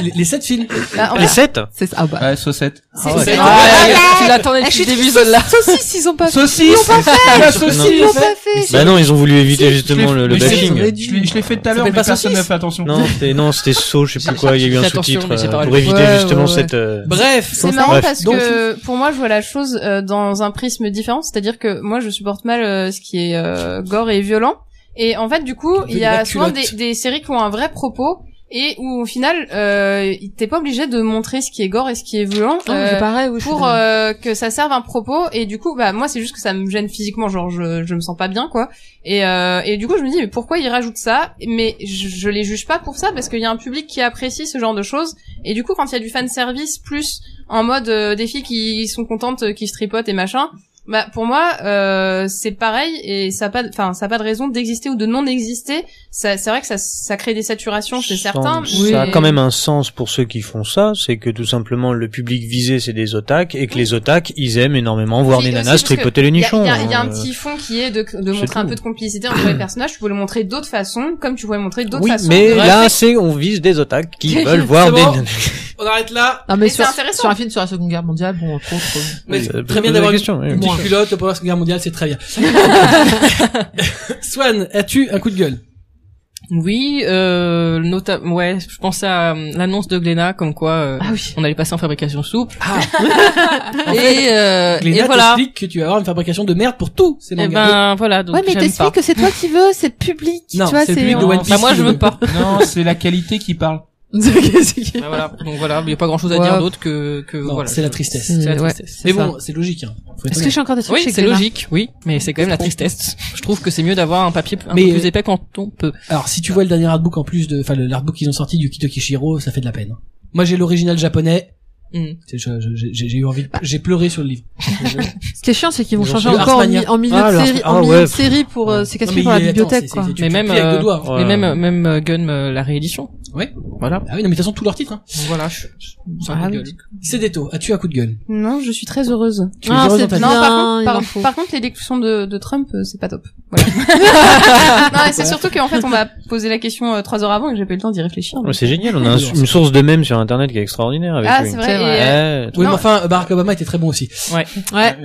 Speaker 1: les, les sept films.
Speaker 2: Bah, en
Speaker 8: Les
Speaker 2: fait,
Speaker 8: sept
Speaker 3: c'est ça ah, bah.
Speaker 4: Ouais, saucette.
Speaker 2: c'est-
Speaker 1: ouais.
Speaker 2: c'est-
Speaker 1: Ah,
Speaker 6: tu l'attendais depuis le début, celle-là.
Speaker 3: saucisse ils ont pas fait
Speaker 4: Saucisse. La saucisse.
Speaker 8: Non.
Speaker 3: ils l'ont pas fait
Speaker 8: Bah non, ils ont voulu éviter justement
Speaker 4: Je l'ai-
Speaker 8: le, le
Speaker 4: mais je l'ai-
Speaker 8: bashing.
Speaker 4: Je l'ai- je l'ai fait tout à l'heure,
Speaker 1: s'appelle
Speaker 4: mais
Speaker 1: pas
Speaker 4: personne
Speaker 1: saucisse.
Speaker 4: n'a fait attention.
Speaker 8: Non, c'était non, c'était saut, je sais plus quoi. Il y a eu un
Speaker 6: J'ai- j'ai-
Speaker 8: sous-titre
Speaker 6: j'ai- j'ai-
Speaker 8: euh,
Speaker 6: j'ai-
Speaker 8: pour éviter
Speaker 3: Ouais,
Speaker 8: justement
Speaker 3: ouais, ouais.
Speaker 8: cette. euh,
Speaker 1: Bref.
Speaker 2: C'est marrant
Speaker 8: Bref.
Speaker 2: parce
Speaker 1: Donc-
Speaker 2: que pour moi je vois la chose euh, dans un prisme différent, c'est-à-dire que moi je supporte mal euh, ce qui est euh, gore et violent, et en fait du coup
Speaker 1: veut
Speaker 2: il y
Speaker 1: de
Speaker 2: a
Speaker 1: la
Speaker 2: souvent des,
Speaker 1: culotte.
Speaker 2: des séries qui ont un vrai propos et où au final euh, t'es pas obligé de montrer ce qui est gore et ce qui est violent
Speaker 3: Non,
Speaker 2: euh,
Speaker 3: c'est pareil, oui, je suis
Speaker 2: pour
Speaker 3: d'accord.
Speaker 2: euh, que ça serve un propos et du coup bah moi c'est juste que ça me gêne physiquement genre je je me sens pas bien quoi et euh, et du coup je me dis mais pourquoi ils rajoutent ça mais je, je les juge pas pour ça parce qu'il y a un public qui apprécie ce genre de choses et du coup quand il y a du fan service plus en mode euh, des filles qui sont contentes euh, qui se tripotent et machin Bah pour moi euh, c'est pareil et ça a pas de- enfin ça a pas de raison d'exister ou de non exister. Ça c'est vrai que ça ça crée des saturations c'est certain.
Speaker 8: Ça
Speaker 2: mais-
Speaker 8: a quand même un sens pour ceux qui font ça, c'est que tout simplement le public visé c'est des otacs et que les otacs ils aiment énormément voir
Speaker 2: Puis,
Speaker 8: les
Speaker 2: euh,
Speaker 8: nanas
Speaker 2: c'est parce
Speaker 8: tripoter les
Speaker 2: Il y a-
Speaker 8: nichons.
Speaker 2: Il y a, il y a
Speaker 5: euh,
Speaker 2: un
Speaker 8: hein.
Speaker 2: petit fond qui est de, de
Speaker 8: c'est
Speaker 2: montrer un
Speaker 8: tout.
Speaker 2: peu de complicité entre les personnages. Tu pouvais le montrer d'autres façons, comme tu pouvais le montrer d'autres
Speaker 8: Oui,
Speaker 2: façons.
Speaker 8: mais
Speaker 2: de-
Speaker 8: là c'est on vise des otacs qui veulent voir
Speaker 1: C'est
Speaker 8: des
Speaker 1: bon.
Speaker 8: nanas.
Speaker 1: On arrête là.
Speaker 3: Non, mais
Speaker 2: Et
Speaker 3: sur,
Speaker 2: c'est intéressant.
Speaker 3: sur un film sur la Seconde Guerre mondiale, bon, euh, trop, trop.
Speaker 1: Mais
Speaker 5: euh,
Speaker 1: c'est
Speaker 8: Oui, ça peut
Speaker 1: très bien
Speaker 8: poser la
Speaker 1: d'avoir une
Speaker 8: question, oui.
Speaker 1: une petite culotte pour la Seconde Guerre mondiale, c'est très bien. Swan, as-tu un coup de gueule
Speaker 6: Oui, euh, nota- ouais, je pense à euh, l'annonce de Glénat comme quoi euh,
Speaker 3: Ah oui.
Speaker 6: on allait passer en fabrication souple.
Speaker 1: Ah.
Speaker 6: et, euh,
Speaker 1: Les
Speaker 6: et voilà.
Speaker 1: t'expliquent que tu vas avoir une fabrication de merde pour tous ces
Speaker 6: Et
Speaker 1: mangas.
Speaker 6: ben voilà, donc
Speaker 3: ouais, mais
Speaker 6: j'aime pas.
Speaker 3: t'expliques que c'est toi qui veux, c'est le public,
Speaker 1: Non,
Speaker 3: tu vois,
Speaker 1: c'est le public
Speaker 6: Non,
Speaker 1: de One
Speaker 6: enfin,
Speaker 1: Piece
Speaker 6: moi
Speaker 1: qui
Speaker 6: je
Speaker 1: le
Speaker 6: veux pas.
Speaker 4: Non, c'est la qualité qui parle.
Speaker 6: Ah, voilà. Donc voilà, il y a pas grand-chose à
Speaker 3: Ouais.
Speaker 6: dire d'autre que que
Speaker 1: Non,
Speaker 6: voilà.
Speaker 1: c'est la
Speaker 6: je-
Speaker 1: tristesse.
Speaker 6: C'est la
Speaker 3: Ouais,
Speaker 6: tristesse.
Speaker 1: Mais
Speaker 3: ça.
Speaker 1: bon, c'est logique. Hein. Faut être
Speaker 3: Est-ce que
Speaker 1: honnête.
Speaker 3: je suis encore déçue
Speaker 6: Oui,
Speaker 3: chez
Speaker 6: c'est
Speaker 3: Glénat
Speaker 6: logique, oui, mais c'est quand même la tristesse. Je trouve que c'est mieux d'avoir un papier un
Speaker 1: Mais,
Speaker 6: peu plus
Speaker 1: euh,
Speaker 6: épais quand on peut.
Speaker 1: Alors, si tu vois le dernier artbook en plus de, enfin, le- l'artbook qu'ils ont sorti du Kito Kishiro, ça fait de la peine. Moi, j'ai l'original japonais.
Speaker 6: Mm.
Speaker 1: C'est- je- je- J'ai j'ai eu envie, de- j'ai pleuré sur le livre.
Speaker 3: Ce qui est chiant, c'est qu'ils vont
Speaker 1: Ils ont
Speaker 3: changer
Speaker 1: fait le
Speaker 3: encore en, mi-
Speaker 1: Artmania.
Speaker 3: en milieu
Speaker 8: Ah,
Speaker 3: de
Speaker 8: le
Speaker 3: série,
Speaker 8: Art-
Speaker 3: en
Speaker 8: ah,
Speaker 3: milieu
Speaker 8: ouais.
Speaker 3: de série pour euh, c'est
Speaker 1: Non,
Speaker 3: cassé
Speaker 1: mais
Speaker 3: pour la
Speaker 1: attends,
Speaker 3: bibliothèque,
Speaker 1: c'est-
Speaker 3: quoi.
Speaker 1: c'est- tu
Speaker 6: Mais
Speaker 1: te
Speaker 6: même,
Speaker 1: plies avec
Speaker 6: euh,
Speaker 1: le doigt. hein.
Speaker 8: Ouais.
Speaker 6: Mais même même euh, Gun euh, la réédition.
Speaker 1: Ouais.
Speaker 6: Voilà.
Speaker 1: Ah oui, non, mais de toute façon, tout leur titre. Hein.
Speaker 6: Donc Voilà, je, je, c'est un
Speaker 3: Ah
Speaker 6: coup de
Speaker 3: oui.
Speaker 6: gueule.
Speaker 1: Cédéto, as-tu un coup de gueule
Speaker 2: Non, je suis très heureuse.
Speaker 1: Tu es
Speaker 3: Ah,
Speaker 1: heureuse
Speaker 3: c'est
Speaker 1: dans ta
Speaker 2: Non,
Speaker 1: vie
Speaker 2: par contre,
Speaker 3: bien, il
Speaker 2: par,
Speaker 3: en faut.
Speaker 2: par contre, l'élection de, de Trump, euh, c'est pas top. Voilà. non, mais c'est surtout qu'en fait, on m'a posé la question euh, trois heures avant et j'ai pas eu le temps d'y réfléchir.
Speaker 8: Ouais, C'est génial, on a un- une source de mèmes sur internet qui est extraordinaire avec
Speaker 2: Ah,
Speaker 8: lui.
Speaker 2: c'est
Speaker 3: C'est
Speaker 2: vrai. et,
Speaker 3: vrai.
Speaker 2: euh,
Speaker 8: Ouais,
Speaker 1: Oui, mais
Speaker 2: Non.
Speaker 1: enfin, euh, Barack Obama était très bon aussi.
Speaker 3: Ouais.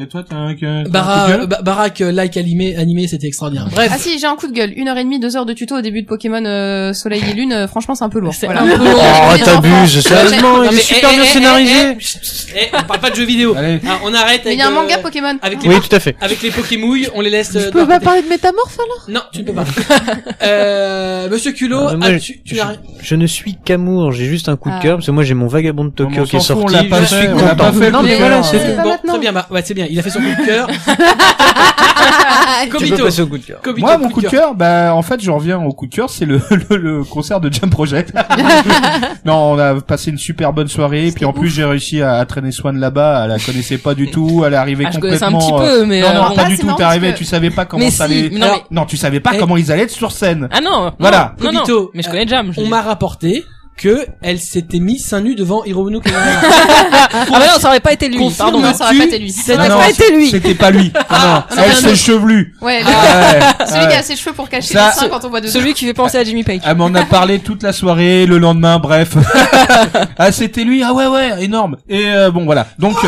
Speaker 4: Et toi, t'as un, que-
Speaker 1: Bara-
Speaker 4: t'as un coup de
Speaker 1: euh,
Speaker 4: gueule
Speaker 1: Ba- Barack, euh, like animé, animé, c'était extraordinaire. Bref.
Speaker 2: Ah si, j'ai un coup de gueule. Une heure et demie, deux heures de tuto au début de Pokémon euh, Soleil et Lune. euh, franchement, c'est un peu lourd.
Speaker 6: C'est
Speaker 2: Voilà.
Speaker 6: un peu long.
Speaker 8: Oh,
Speaker 2: les
Speaker 8: t'abuses,
Speaker 2: enfants.
Speaker 8: sérieusement,
Speaker 1: Non,
Speaker 8: il
Speaker 1: mais-
Speaker 8: est super
Speaker 1: eh,
Speaker 8: bien
Speaker 1: eh, eh,
Speaker 8: scénarisé.
Speaker 1: Eh, on parle pas de jeux vidéo.
Speaker 4: Allez.
Speaker 1: Ah, on arrête avec,
Speaker 2: Mais il y a un
Speaker 1: euh,
Speaker 2: manga Pokémon.
Speaker 1: avec les,
Speaker 8: Oui, tout à fait.
Speaker 1: avec les Pokémouilles, on les laisse. euh,
Speaker 3: Je
Speaker 1: de leur
Speaker 3: peux pas
Speaker 1: côté.
Speaker 3: parler de métamorphe alors
Speaker 1: Non, tu ne peux pas. euh, Monsieur Culot,
Speaker 8: Euh, moi,
Speaker 1: as-tu, tu
Speaker 8: je-
Speaker 1: as rien-
Speaker 8: Je ne suis qu'amour, j'ai juste un coup de
Speaker 2: Ah.
Speaker 8: cœur parce que moi j'ai mon vagabond de
Speaker 4: On
Speaker 8: Tokyo
Speaker 4: s'en
Speaker 8: qui est
Speaker 4: fout, on
Speaker 8: sorti.
Speaker 4: l'a pas
Speaker 8: je
Speaker 4: fait,
Speaker 8: suis
Speaker 4: on l'a
Speaker 8: content.
Speaker 4: pas fait, le hein.
Speaker 8: non
Speaker 4: coup
Speaker 8: mais
Speaker 4: de
Speaker 8: voilà,
Speaker 4: cœur.
Speaker 8: c'est tout.
Speaker 3: pas
Speaker 1: Bon,
Speaker 3: maintenant.
Speaker 1: très bien, bah, ouais, c'est bien, il a fait son coup de cœur.
Speaker 2: Ah,
Speaker 8: Tu
Speaker 1: Comito,
Speaker 8: peux passer au coup de cœur.
Speaker 1: Comito,
Speaker 4: Moi, mon coup de cœur, bah, en fait, je reviens au coup de cœur, c'est le, le, le concert de Jump Project. non, on a passé une super bonne soirée, puis en plus, j'ai réussi à, à traîner Swan là-bas, elle la connaissait pas du tout, elle est arrivée
Speaker 6: Ah, je connaissais
Speaker 4: complètement...
Speaker 6: un petit
Speaker 4: euh,
Speaker 6: peu, mais
Speaker 4: Non,
Speaker 6: euh,
Speaker 4: non,
Speaker 6: bon.
Speaker 4: pas
Speaker 2: Ah,
Speaker 4: du
Speaker 2: c'est
Speaker 4: tout,
Speaker 2: marrant
Speaker 4: t'es arrivée,
Speaker 2: parce que-
Speaker 4: tu savais pas comment
Speaker 6: Mais
Speaker 4: ça
Speaker 6: si,
Speaker 4: allait...
Speaker 6: mais non, mais-
Speaker 4: tu savais pas
Speaker 1: Eh.
Speaker 4: comment ils allaient être sur scène.
Speaker 6: Ah non,
Speaker 4: Voilà.
Speaker 6: non, non,
Speaker 1: Kobito,
Speaker 6: mais je connais Jam. je
Speaker 1: On
Speaker 6: l'ai-
Speaker 1: m'a rapporté que elle s'était mise seins nus devant Hiromu Kawamura.
Speaker 6: Ah bah non, ça aurait pas été lui. Pardon.
Speaker 2: non, ça aurait pas été lui.
Speaker 1: Confirmes-tu
Speaker 4: Ah
Speaker 1: cette-
Speaker 4: non,
Speaker 3: pas été lui.
Speaker 4: C'était pas lui. Ah, non,
Speaker 2: non,
Speaker 4: elle
Speaker 2: non,
Speaker 4: s'est
Speaker 2: non.
Speaker 4: chevelue.
Speaker 2: Ouais, le-
Speaker 4: Ah, ouais,
Speaker 2: celui
Speaker 4: ouais.
Speaker 2: qui a ses cheveux pour cacher
Speaker 4: Ça-
Speaker 2: les seins quand on voit deux
Speaker 6: Celui qui fait penser à Jimmy Page.
Speaker 4: Elle m'en a parlé toute la soirée, le lendemain, bref. ah, c'était lui. Ah ouais, ouais, énorme. Et euh, bon, voilà. Donc,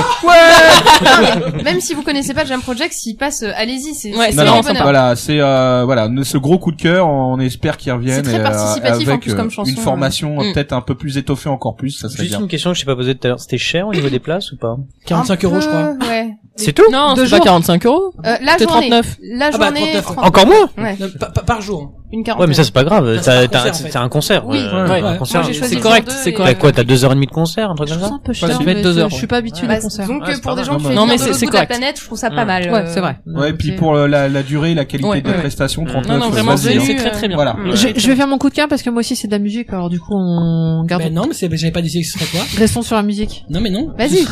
Speaker 2: Même si vous connaissez pas Jam Project, s'il passe, euh, allez-y. C'est c'est
Speaker 6: Ouais, c'est
Speaker 4: non,
Speaker 2: vraiment
Speaker 4: non,
Speaker 6: sympa.
Speaker 2: bonheur.
Speaker 4: voilà, c'est euh, voilà, ne- ce gros coup de cœur, on espère qu'il revienne
Speaker 2: C'est très
Speaker 4: et, euh,
Speaker 2: participatif, en
Speaker 4: avec
Speaker 2: plus,
Speaker 4: euh,
Speaker 2: comme chanson,
Speaker 4: une formation
Speaker 6: ouais.
Speaker 4: euh, peut-être un peu plus étoffée encore plus, ça serait
Speaker 8: Juste
Speaker 4: bien.
Speaker 8: une question que je t'ai pas posée tout à l'heure. C'était cher au niveau des places ou pas
Speaker 1: 45
Speaker 2: Un
Speaker 1: euros, je
Speaker 2: peu,
Speaker 1: crois.
Speaker 2: Ouais.
Speaker 8: C'est tout
Speaker 6: Non,
Speaker 3: Deux
Speaker 6: c'est pas
Speaker 3: jours.
Speaker 6: 45 euros.
Speaker 2: Euh, la
Speaker 6: C'était
Speaker 2: journée.
Speaker 6: 39.
Speaker 2: La
Speaker 1: Ah bah,
Speaker 2: journée.
Speaker 1: 39.
Speaker 8: Encore moins
Speaker 2: Ouais,
Speaker 1: Non, pa- pa- par jour.
Speaker 2: une
Speaker 8: Ouais,
Speaker 2: quarantaine.
Speaker 8: mais ça c'est pas grave.
Speaker 1: c'est un
Speaker 8: t'as-
Speaker 1: concert,
Speaker 8: t'as-
Speaker 1: en fait.
Speaker 8: C'est un concert.
Speaker 2: Oui.
Speaker 8: euh,
Speaker 4: Ouais.
Speaker 8: un concert.
Speaker 2: Moi, j'ai choisi
Speaker 6: C'est
Speaker 2: le
Speaker 6: correct,
Speaker 2: jour deux
Speaker 6: c'est
Speaker 2: et-
Speaker 8: T'as
Speaker 6: correct.
Speaker 8: quoi T'as deux heures et demie de concert, un truc comme ça
Speaker 3: un peu
Speaker 6: Ça cher, devait mais être deux je- heures, je
Speaker 3: Je
Speaker 6: suis
Speaker 3: suis pas habituée
Speaker 2: Bah,
Speaker 3: des concerts.
Speaker 2: Donc
Speaker 8: Ouais,
Speaker 2: euh,
Speaker 8: c'est
Speaker 2: pour
Speaker 8: pas
Speaker 2: des gens
Speaker 8: mal.
Speaker 2: qui
Speaker 4: Non,
Speaker 2: veulent
Speaker 4: mais
Speaker 2: venir de
Speaker 6: c'est-
Speaker 2: l'autre
Speaker 6: c'est
Speaker 2: bout de la
Speaker 6: correct.
Speaker 2: planète, je trouve ça
Speaker 8: Ouais.
Speaker 2: pas mal.
Speaker 3: Ouais,
Speaker 2: euh,
Speaker 3: c'est vrai.
Speaker 4: Ouais, et puis
Speaker 2: c'est-
Speaker 4: pour euh, la, la durée, la qualité
Speaker 6: Ouais,
Speaker 4: de la
Speaker 6: ouais.
Speaker 4: prestation, 39,
Speaker 6: Non, non,
Speaker 4: ça
Speaker 6: vraiment,
Speaker 4: passe
Speaker 6: c'est
Speaker 4: bien.
Speaker 6: c'est très très bien.
Speaker 4: euh, hein. Voilà.
Speaker 8: Ouais.
Speaker 3: Je, je vais faire mon coup de cœur parce que moi aussi c'est de la musique, alors du coup on garde.
Speaker 1: Mais Ben non, mais c'est- j'avais pas décidé que ce serait quoi.
Speaker 3: Restons sur la musique.
Speaker 1: Non, mais non.
Speaker 2: Vas-y.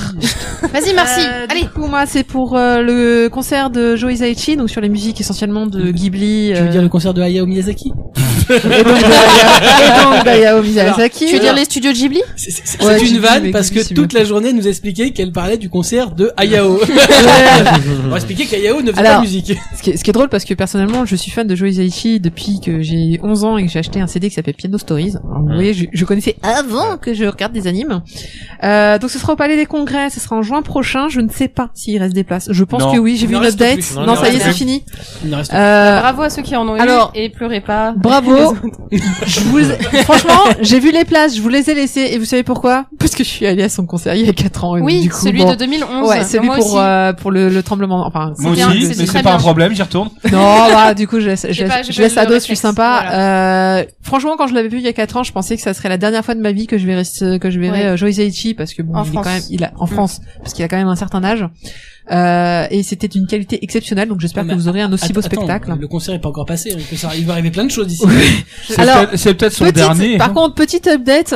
Speaker 2: Vas-y, merci.
Speaker 3: Euh,
Speaker 2: Allez.
Speaker 3: Du coup moi c'est pour euh, le concert de Joe Hisaichi, donc sur les musiques essentiellement de Ghibli.
Speaker 1: Tu
Speaker 3: euh,
Speaker 1: veux dire le concert de Hayao Miyazaki
Speaker 3: et donc d'Hayao- et donc d'Hayao Miyazaki.
Speaker 2: Tu veux dire les studios Ghibli
Speaker 1: C'est c'est- c'est
Speaker 3: Ouais,
Speaker 1: une
Speaker 3: j'ai dit,
Speaker 1: vanne
Speaker 3: mais
Speaker 1: parce que
Speaker 3: Ghibli, c'est
Speaker 1: toute
Speaker 3: bien.
Speaker 1: la journée elle nous expliquait qu'elle parlait du concert de Hayao. On va expliquer qu'Hayao ne faisait pas
Speaker 3: Alors, euh,
Speaker 1: de musique.
Speaker 3: Ce qui, est, ce qui est drôle parce que personnellement je suis fan de Joe Hisaichi depuis que j'ai 11 ans et que j'ai acheté un CD qui s'appelle Piano Stories. Alors, Vous voyez, je, je connaissais avant que je regarde des animes. Euh, donc ce sera au Palais des Congrès, ce sera en juin prochain. Je ne sais pas s'il reste des places. Je pense
Speaker 4: Non.
Speaker 3: que oui, j'ai
Speaker 1: Il
Speaker 3: vu
Speaker 1: en
Speaker 3: une
Speaker 1: reste
Speaker 3: update.
Speaker 1: plus.
Speaker 3: Non,
Speaker 8: Non, il en
Speaker 3: ça y est,
Speaker 8: reste
Speaker 3: c'est
Speaker 8: plus.
Speaker 3: fini.
Speaker 1: Il ne reste
Speaker 3: Euh,
Speaker 2: Bravo à ceux qui en ont eu
Speaker 3: alors-
Speaker 2: et pleurez pas.
Speaker 3: Bravo. je vous les- Franchement, j'ai vu les places, je vous les ai laissées et vous savez pourquoi Parce que je suis allée à son concert il y a 4 ans. et
Speaker 2: Oui,
Speaker 3: du coup,
Speaker 2: celui
Speaker 3: bon.
Speaker 2: de 2011.
Speaker 3: Ouais, celui
Speaker 2: moi
Speaker 3: pour
Speaker 2: aussi.
Speaker 3: euh, pour le, le tremblement. Enfin,
Speaker 4: Moi
Speaker 2: bien,
Speaker 4: aussi,
Speaker 2: c'est
Speaker 4: mais
Speaker 2: très
Speaker 4: c'est pas un
Speaker 2: bien.
Speaker 4: problème, j'y retourne.
Speaker 3: non, bah du coup, je laisse, je
Speaker 2: J'ai
Speaker 3: laisse,
Speaker 2: pas- j'ai
Speaker 3: je
Speaker 2: pas
Speaker 3: laisse
Speaker 2: eu
Speaker 3: la
Speaker 2: le
Speaker 3: dose, je suis
Speaker 2: réflexe,
Speaker 3: sympa. Euh, franchement, quand je l'avais vu il y a 4 ans, je pensais que ça serait la dernière fois de ma vie que je verrais ce- que je verrais
Speaker 2: Ouais.
Speaker 3: euh, Joe Hisaichi parce que bon,
Speaker 2: En
Speaker 3: il est
Speaker 2: France. Mm.
Speaker 3: quand même il a en France parce qu'il a quand même un certain âge. Euh, et c'était d'une qualité exceptionnelle, donc j'espère
Speaker 1: Mais
Speaker 3: que vous aurez un aussi
Speaker 1: Attends,
Speaker 3: beau
Speaker 1: attends,
Speaker 3: spectacle. hein.
Speaker 1: Le concert est pas encore hein, passé, il peut s'arri- il va arriver plein de choses ici.
Speaker 4: C'est
Speaker 3: Alors,
Speaker 4: peut-être- c'est peut-être son
Speaker 3: Petite-
Speaker 4: dernier. hein.
Speaker 3: Par contre, petite update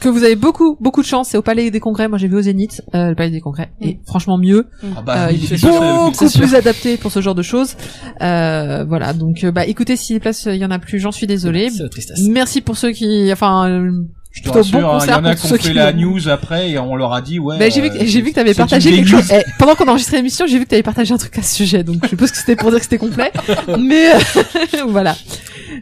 Speaker 3: que vous avez beaucoup beaucoup de chance, c'est au Palais des Congrès. Moi, j'ai vu au Zénith euh, le Palais des Congrès,
Speaker 2: Mm.
Speaker 3: et franchement mieux.
Speaker 4: Ah bah,
Speaker 3: Euh,
Speaker 4: oui,
Speaker 3: il
Speaker 4: c'est
Speaker 3: est
Speaker 4: sûr, c'est-
Speaker 3: beaucoup
Speaker 4: c'est sûr.
Speaker 3: plus adapté pour ce genre de choses. Euh, voilà, donc euh, bah écoutez, si les places euh, il y en a plus, j'en suis désolée.
Speaker 1: C'est la tristesse.
Speaker 3: Merci pour ceux qui, enfin, euh,
Speaker 4: Je te
Speaker 3: plutôt
Speaker 4: rassure,
Speaker 3: bon
Speaker 4: hein, il y
Speaker 3: concert
Speaker 4: en a
Speaker 3: pour
Speaker 4: qui ont
Speaker 3: ceux qui
Speaker 4: fait la
Speaker 3: l'ont.
Speaker 4: news après et on leur a dit ouais.
Speaker 3: bah, j'ai vu que,
Speaker 4: euh,
Speaker 3: j'ai vu que t'avais
Speaker 4: c'est une
Speaker 3: partagé quelque
Speaker 4: vieille
Speaker 3: chose. Eh, pendant qu'on enregistrait l'émission, j'ai vu que t'avais partagé un truc à ce sujet, donc je suppose que c'était pour dire que c'était complet. Mais euh, voilà.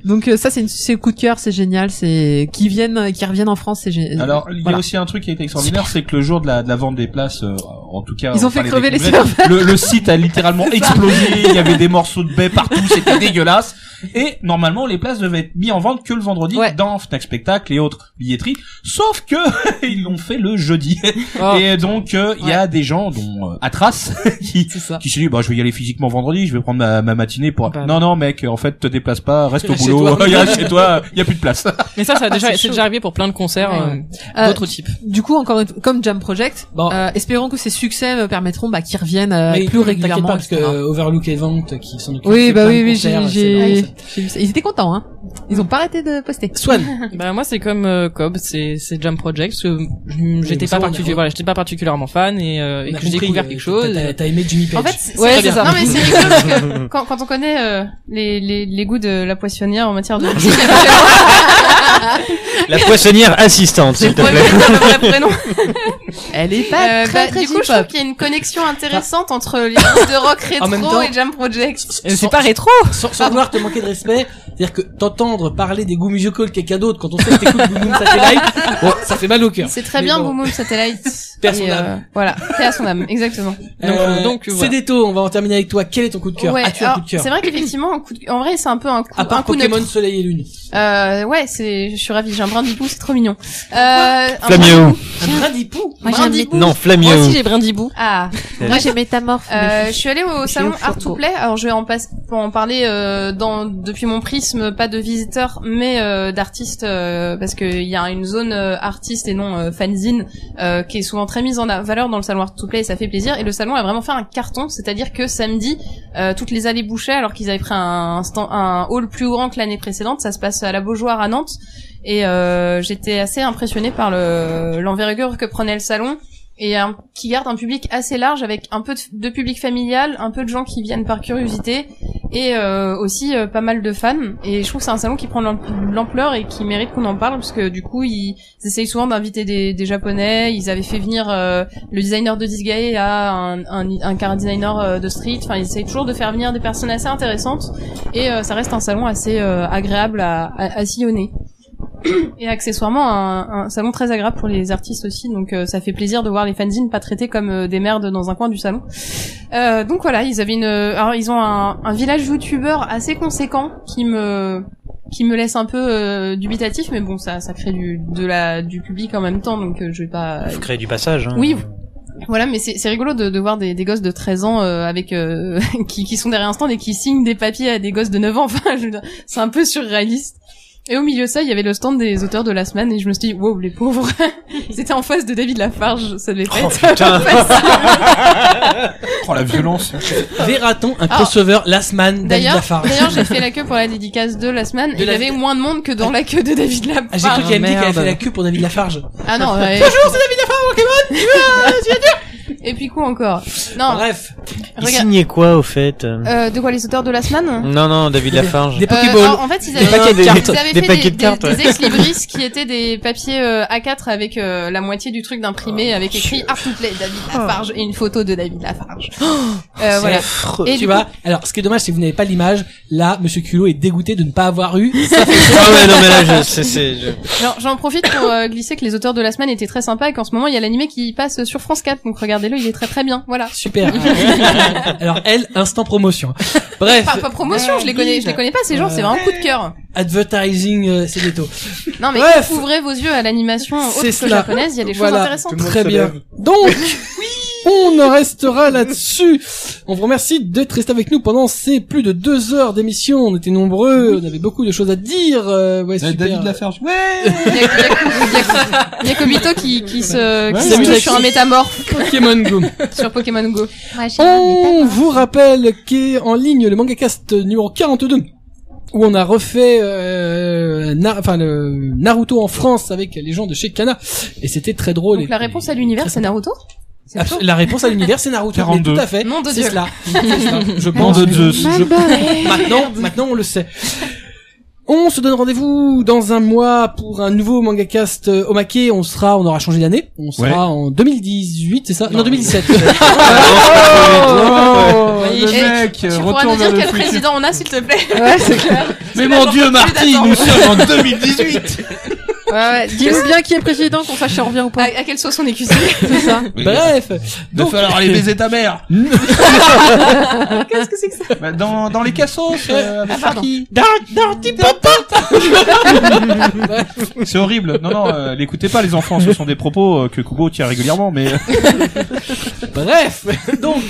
Speaker 3: Donc euh, ça, c'est une- c'est le coup de cœur, c'est génial, c'est qui viennent, qui reviennent en France, c'est génial.
Speaker 4: Alors, il y a
Speaker 3: Voilà.
Speaker 4: aussi un truc qui a été extraordinaire, c'est que le jour de la, de la vente des places, euh, en tout cas,
Speaker 3: Ils ont
Speaker 4: au
Speaker 3: fait
Speaker 4: Palais des
Speaker 3: crever les
Speaker 4: Congrès, Le, le site a littéralement explosé. Il y avait des morceaux de baie partout, c'était dégueulasse. Et normalement, les places devaient être mises en vente que le vendredi
Speaker 3: Ouais.
Speaker 4: dans Fnac Spectacle et autres billetteries. Sauf que ils l'ont fait le jeudi.
Speaker 6: Oh.
Speaker 4: Et donc, euh, il y a des gens dont euh, Atras qui
Speaker 6: C'est ça.
Speaker 4: qui s'est dit bah je vais y aller physiquement vendredi, je vais prendre ma, ma matinée pour
Speaker 6: Bah,
Speaker 4: non non mec en fait te déplace pas, reste au
Speaker 6: Reste chez
Speaker 4: boulot,
Speaker 6: toi.
Speaker 4: Reste chez toi, il y a plus de place.
Speaker 6: Mais ça, ça a déjà,
Speaker 3: c'est
Speaker 6: c'est
Speaker 3: chaud.
Speaker 6: déjà arrivé pour plein de concerts
Speaker 3: Ouais,
Speaker 6: euh,
Speaker 3: ouais. Euh,
Speaker 6: d'autres types.
Speaker 3: Du coup, encore une- comme Jam Project,
Speaker 1: Bon.
Speaker 3: euh, espérons que ces succès me permettront bah, qu'ils reviennent euh,
Speaker 1: Mais
Speaker 3: plus régulièrement.
Speaker 1: T'inquiète pas, parce que
Speaker 3: etc.
Speaker 1: euh, Overlook et Vente qui sont occupés
Speaker 3: Oui,
Speaker 1: de
Speaker 3: bah
Speaker 1: plein de
Speaker 3: oui, oui, j'ai,
Speaker 1: concerts, c'est
Speaker 3: j'ai,
Speaker 1: marrant, ça.
Speaker 3: j'ai vu ça. Ils étaient contents, hein. Ils ont pas arrêté de poster.
Speaker 1: Swan,
Speaker 6: Bah moi c'est comme euh, Cobb, c'est c'est Jam Project parce que je- j'étais
Speaker 1: mais ça, on
Speaker 6: pas
Speaker 1: y
Speaker 6: particulier,
Speaker 1: revient.
Speaker 6: voilà, j'étais pas particulièrement fan et, euh, et
Speaker 1: on a
Speaker 6: que j'ai
Speaker 1: compris,
Speaker 6: découvert
Speaker 1: euh,
Speaker 6: quelque chose.
Speaker 1: t'as- T'as aimé Jimmy Page.
Speaker 2: En fait, c'est-
Speaker 6: Ouais,
Speaker 2: c'est-
Speaker 6: c'est ça.
Speaker 2: Non mais c'est rigolo parce que quand, quand on connaît euh, les, les, les goûts de la poissonnière en matière de musique,
Speaker 8: La poissonnière assistante, s'il te
Speaker 2: Ouais,
Speaker 8: plaît.
Speaker 2: c'est le vrai prénom.
Speaker 3: Elle est pas
Speaker 2: Euh,
Speaker 3: très,
Speaker 2: bah,
Speaker 3: très
Speaker 2: du coup, je trouve
Speaker 3: hip-hop.
Speaker 2: qu'il y a une connexion intéressante entre les groupes de rock rétro
Speaker 1: En même temps-
Speaker 2: et Jam Project.
Speaker 6: Euh, C'est pas rétro.
Speaker 1: Sans, sans vouloir te manquer de respect, c'est-à-dire que t'entendre parler des goûts musicaux de quelqu'un d'autre quand on sait que t'écoutes Boom Boom Satellite, bon, ça fait mal au cœur.
Speaker 2: C'est très
Speaker 1: Mais
Speaker 2: bien,
Speaker 1: bon.
Speaker 2: Boom Boom Satellite.
Speaker 1: Paix à son
Speaker 2: Et, euh, Voilà, paix à son âme, exactement.
Speaker 6: Donc,
Speaker 1: Euh,
Speaker 6: donc, voilà.
Speaker 1: Cédéto, on va en terminer avec toi. Quel est ton coup de cœur
Speaker 2: Ouais,
Speaker 1: As-tu un
Speaker 2: alors,
Speaker 1: coup de cœur
Speaker 2: C'est vrai qu'effectivement, un coup de- en vrai, c'est un peu un coup,
Speaker 1: À
Speaker 2: un
Speaker 1: part
Speaker 2: coup
Speaker 1: Pokémon
Speaker 2: neutre.
Speaker 1: Soleil et Lune.
Speaker 2: Euh, ouais, c'est, je suis ravie, j'ai un brin d'hibou, c'est trop mignon. Euh, un brin-
Speaker 8: Flamio.
Speaker 1: Un radipou
Speaker 2: un brin d'hibou.
Speaker 8: Non,
Speaker 6: Moi aussi
Speaker 8: Flamio.
Speaker 6: j'ai Brindibou.
Speaker 2: Ah,
Speaker 3: Moi, j'ai métamorphe.
Speaker 2: euh, je suis allée au
Speaker 3: J'ai
Speaker 2: salon
Speaker 3: au
Speaker 2: Art to
Speaker 3: fourreau.
Speaker 2: Play. Alors je vais en passe pour en parler euh, dans depuis mon prisme, pas de visiteurs, mais euh, d'artistes, euh, parce qu'il y a une zone euh, artiste et non euh, fanzine euh, qui est souvent très mise en valeur dans le salon Art to Play et ça fait plaisir. Et le salon a vraiment fait un carton, c'est-à-dire que samedi, euh, toutes les allées bouchaient alors qu'ils avaient pris un, stand- un hall plus grand que l'année précédente. Ça se passe à la Beaujoire à Nantes et euh, j'étais assez impressionnée par le l'envergure que prenait le salon et un- qui garde un public assez large avec un peu de, de public familial, un peu de gens qui viennent par curiosité et euh, aussi euh, pas mal de fans. Et je trouve que c'est un salon qui prend l'am- l'ampleur et qui mérite qu'on en parle parce que du coup ils, ils essayent souvent d'inviter des, des japonais. Ils avaient fait venir euh, le designer de Disgaea, un, un, un car designer euh, de street. Enfin ils essayent toujours de faire venir des personnes assez intéressantes et euh, ça reste un salon assez euh, agréable à, à, à sillonner. Et accessoirement, un, un salon très agréable pour les artistes aussi, donc euh, ça fait plaisir de voir les fanzines pas traités comme euh, des merdes dans un coin du salon. Euh, donc voilà, ils avaient une, euh, alors ils ont un, un village youtubeur assez conséquent qui me qui me laisse un peu euh, dubitatif, mais bon, ça ça crée du de la du public en même temps, donc euh, je vais pas
Speaker 8: Faut créer du passage. Hein.
Speaker 2: oui. Voilà, mais c'est c'est rigolo de, de voir des, des gosses de 13 ans euh, avec euh, qui, qui sont derrière un stand et qui signent des papiers à des gosses de 9 ans. Enfin, je veux dire, c'est un peu surréaliste. Et au milieu de ça, il y avait le stand des auteurs de la semaine et je me suis dit, wow, les pauvres. Ils étaient en face de David Lafarge, ça devait pas être
Speaker 8: putain.
Speaker 4: Oh la violence.
Speaker 1: Verra-t-on un
Speaker 2: Ah.
Speaker 1: crossover Last Man David
Speaker 2: D'ailleurs,
Speaker 1: Lafarge
Speaker 2: d'ailleurs, j'ai fait la queue pour la dédicace de la semaine
Speaker 1: De
Speaker 2: et il y
Speaker 1: la-
Speaker 2: avait moins de monde que dans la queue de David
Speaker 1: Ah, j'ai cru
Speaker 2: Lafarge.
Speaker 1: qu'elle me dit qu'elle avait
Speaker 6: merde.
Speaker 1: fait la queue pour David Lafarge.
Speaker 2: Ah non, ouais. Bonjour, c'est David
Speaker 1: Ah,
Speaker 2: Lafarge, Pokémon! Et puis quoi encore? Non,
Speaker 1: Bref,
Speaker 8: Il
Speaker 2: regarde.
Speaker 8: signait quoi, au fait euh
Speaker 2: Euh, de quoi les auteurs de la semaine?
Speaker 8: Non, non, David Lafarge.
Speaker 1: des
Speaker 2: Euh,
Speaker 1: Pokéballs.
Speaker 2: non, en fait, ils
Speaker 8: Des
Speaker 2: avaient,
Speaker 8: paquets de
Speaker 2: ils
Speaker 8: cartes.
Speaker 2: avaient
Speaker 8: Des
Speaker 2: fait
Speaker 8: paquets
Speaker 2: des,
Speaker 8: de cartes,
Speaker 2: des-
Speaker 8: ouais.
Speaker 2: des ex-libris qui étaient des papiers euh, A4 avec euh, la moitié du truc
Speaker 8: Oh,
Speaker 2: d'imprimé avec écrit Art to Play David Lafarge et une photo de David Lafarge.
Speaker 8: Oh,
Speaker 2: Euh, voilà. Et
Speaker 1: tu
Speaker 2: du
Speaker 1: vois, alors ce qui est dommage, c'est que vous n'avez pas l'image. Là, Monsieur Culot est dégoûté de ne pas avoir eu.
Speaker 8: Ah ouais, non, mais là, je, c'est, c'est, je-
Speaker 2: Alors, j'en profite pour euh, glisser que les auteurs de la semaine étaient très sympas et qu'en ce moment il y a l'animé qui passe sur France 4 donc regardez-le, il est très très bien. Voilà.
Speaker 1: Super. alors elle, instant promotion. Bref,
Speaker 2: Pas, pas promotion, je les connais, je les connais pas ces gens, c'est vraiment coup de cœur.
Speaker 1: advertising, euh, c'est des taux.
Speaker 2: Non mais
Speaker 1: Bref.
Speaker 2: ouvrez vos yeux à l'animation autre
Speaker 1: C'est
Speaker 2: que
Speaker 1: cela.
Speaker 2: japonaise, il y a des choses
Speaker 1: Voilà.
Speaker 2: intéressantes.
Speaker 1: Très bien. Donc, on en restera là-dessus. On vous remercie d'être resté avec nous pendant ces plus de deux heures d'émission. On était nombreux, on avait beaucoup de choses à dire. euh, ouais, super.
Speaker 4: David Lafarge. Ouais.
Speaker 2: Il y a- il y a- il y a Kobito qui, qui se, qui
Speaker 4: Ouais,
Speaker 2: se
Speaker 1: ouais.
Speaker 2: touche sur un métamorphe.
Speaker 1: Pokémon Go.
Speaker 2: sur Pokémon Go.
Speaker 9: Moi, j'ai un
Speaker 1: On
Speaker 9: métamorphe.
Speaker 1: vous rappelle qu'est en ligne le mangacast numéro 42 où on a refait euh, Na- enfin le Naruto en France avec les gens de chez Kana et c'était très drôle.
Speaker 2: Donc
Speaker 1: et-
Speaker 2: la réponse à l'univers, c'est Naruto C'est
Speaker 4: Ah,
Speaker 1: Absol-
Speaker 2: faux
Speaker 1: La réponse à l'univers, c'est Naruto. mais
Speaker 4: 42.
Speaker 1: Tout à fait.
Speaker 2: Nom de
Speaker 1: C'est
Speaker 2: Dieu.
Speaker 1: cela. C'est cela. Je pense.
Speaker 4: Bande de Zeus.
Speaker 1: Je- Maintenant, maintenant, on le sait. On se donne rendez-vous dans un mois pour un nouveau mangacast euh, Omake. On sera, on aura changé d'année. On sera
Speaker 4: Ouais.
Speaker 1: en 2018, c'est ça Non, 2017.
Speaker 4: Oh,
Speaker 6: Oui,
Speaker 4: le
Speaker 2: et
Speaker 4: mec,
Speaker 2: Tu pourras
Speaker 4: retourne
Speaker 2: nous dire
Speaker 4: vers le
Speaker 2: quel
Speaker 4: futur.
Speaker 2: président on a, s'il te plaît
Speaker 3: Ouais, c'est clair.
Speaker 4: Mais mon dieu,
Speaker 2: d'attendre.
Speaker 4: Marty, nous sommes en 2018!
Speaker 3: Ouais, ouais. Dis-nous bien qui est président, qu'on sache si on revient ou
Speaker 2: à,
Speaker 3: pas.
Speaker 2: à quelle sauce on est cuisiné
Speaker 3: C'est ça.
Speaker 4: Bah,
Speaker 1: Bref.
Speaker 4: Il va falloir aller baiser ta mère!
Speaker 2: Qu'est-ce que c'est que ça
Speaker 4: Bah, Dans, dans les cassos, euh, avec Sharky. C'est horrible. Non, non, euh, l'écoutez pas, les enfants. Ce sont des propos euh, que Kubo tient régulièrement, mais euh,
Speaker 1: Bref, donc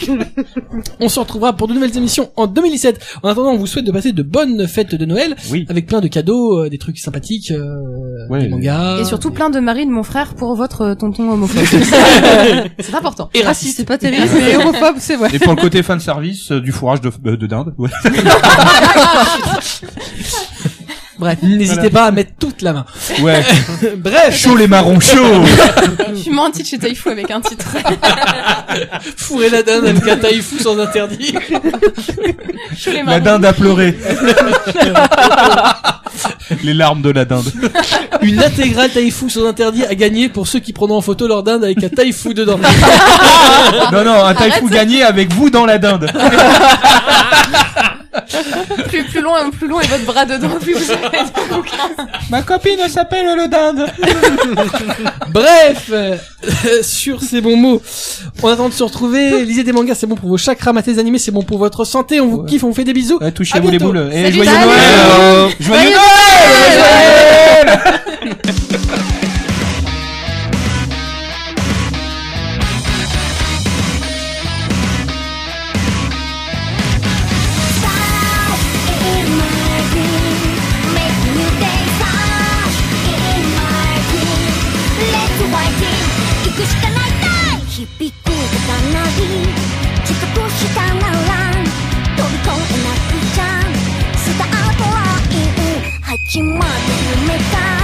Speaker 1: on se retrouvera pour de nouvelles émissions en 2017. En attendant, on vous souhaite de passer de bonnes fêtes de Noël
Speaker 4: oui.
Speaker 1: avec plein de cadeaux, euh, des trucs sympathiques, euh,
Speaker 4: Ouais.
Speaker 1: des mangas.
Speaker 2: Et surtout plein de Marie de mon frère pour votre euh, tonton homophobe. c'est important.
Speaker 1: Et
Speaker 3: Ah si, c'est pas terrible, mais homophobe, c'est vrai.
Speaker 4: Et pour le côté fan service, euh, du fourrage de, euh, de dinde. Ouais.
Speaker 1: Bref, n'hésitez pas à mettre toute la main.
Speaker 4: ouais.
Speaker 1: Bref,
Speaker 4: Chaud les marrons, chaud!
Speaker 2: Je suis moins un titre chez Taïfou avec un titre.
Speaker 1: fourrez la dinde avec un taïfou sans interdit.
Speaker 2: Chaud les
Speaker 4: La
Speaker 2: marrons.
Speaker 4: dinde a pleuré. les larmes de la dinde.
Speaker 1: Une intégrale taïfou sans interdit à gagner pour ceux qui prendront en photo leur dinde avec un taïfou dedans.
Speaker 4: Non, non, un taïfou gagné avec vous dans la dinde.
Speaker 2: Plus, plus loin, plus loin et votre bras dedans, plus vous avez de bouquins.
Speaker 4: Ma copine s'appelle le dinde.
Speaker 1: Bref, euh, sur ces bons mots, on attend de se retrouver. Lisez des mangas, c'est bon pour vos chakras, matez des animés, c'est bon pour votre santé. On vous
Speaker 4: Ouais.
Speaker 1: kiffe, on vous fait des bisous.
Speaker 4: Ouais,
Speaker 1: À
Speaker 4: Touchez-vous les
Speaker 1: bientôt.
Speaker 4: boules. Et
Speaker 2: Salut,
Speaker 4: joyeux
Speaker 2: salut.
Speaker 4: Noël. Joyeux Noël.
Speaker 10: 始まる夢か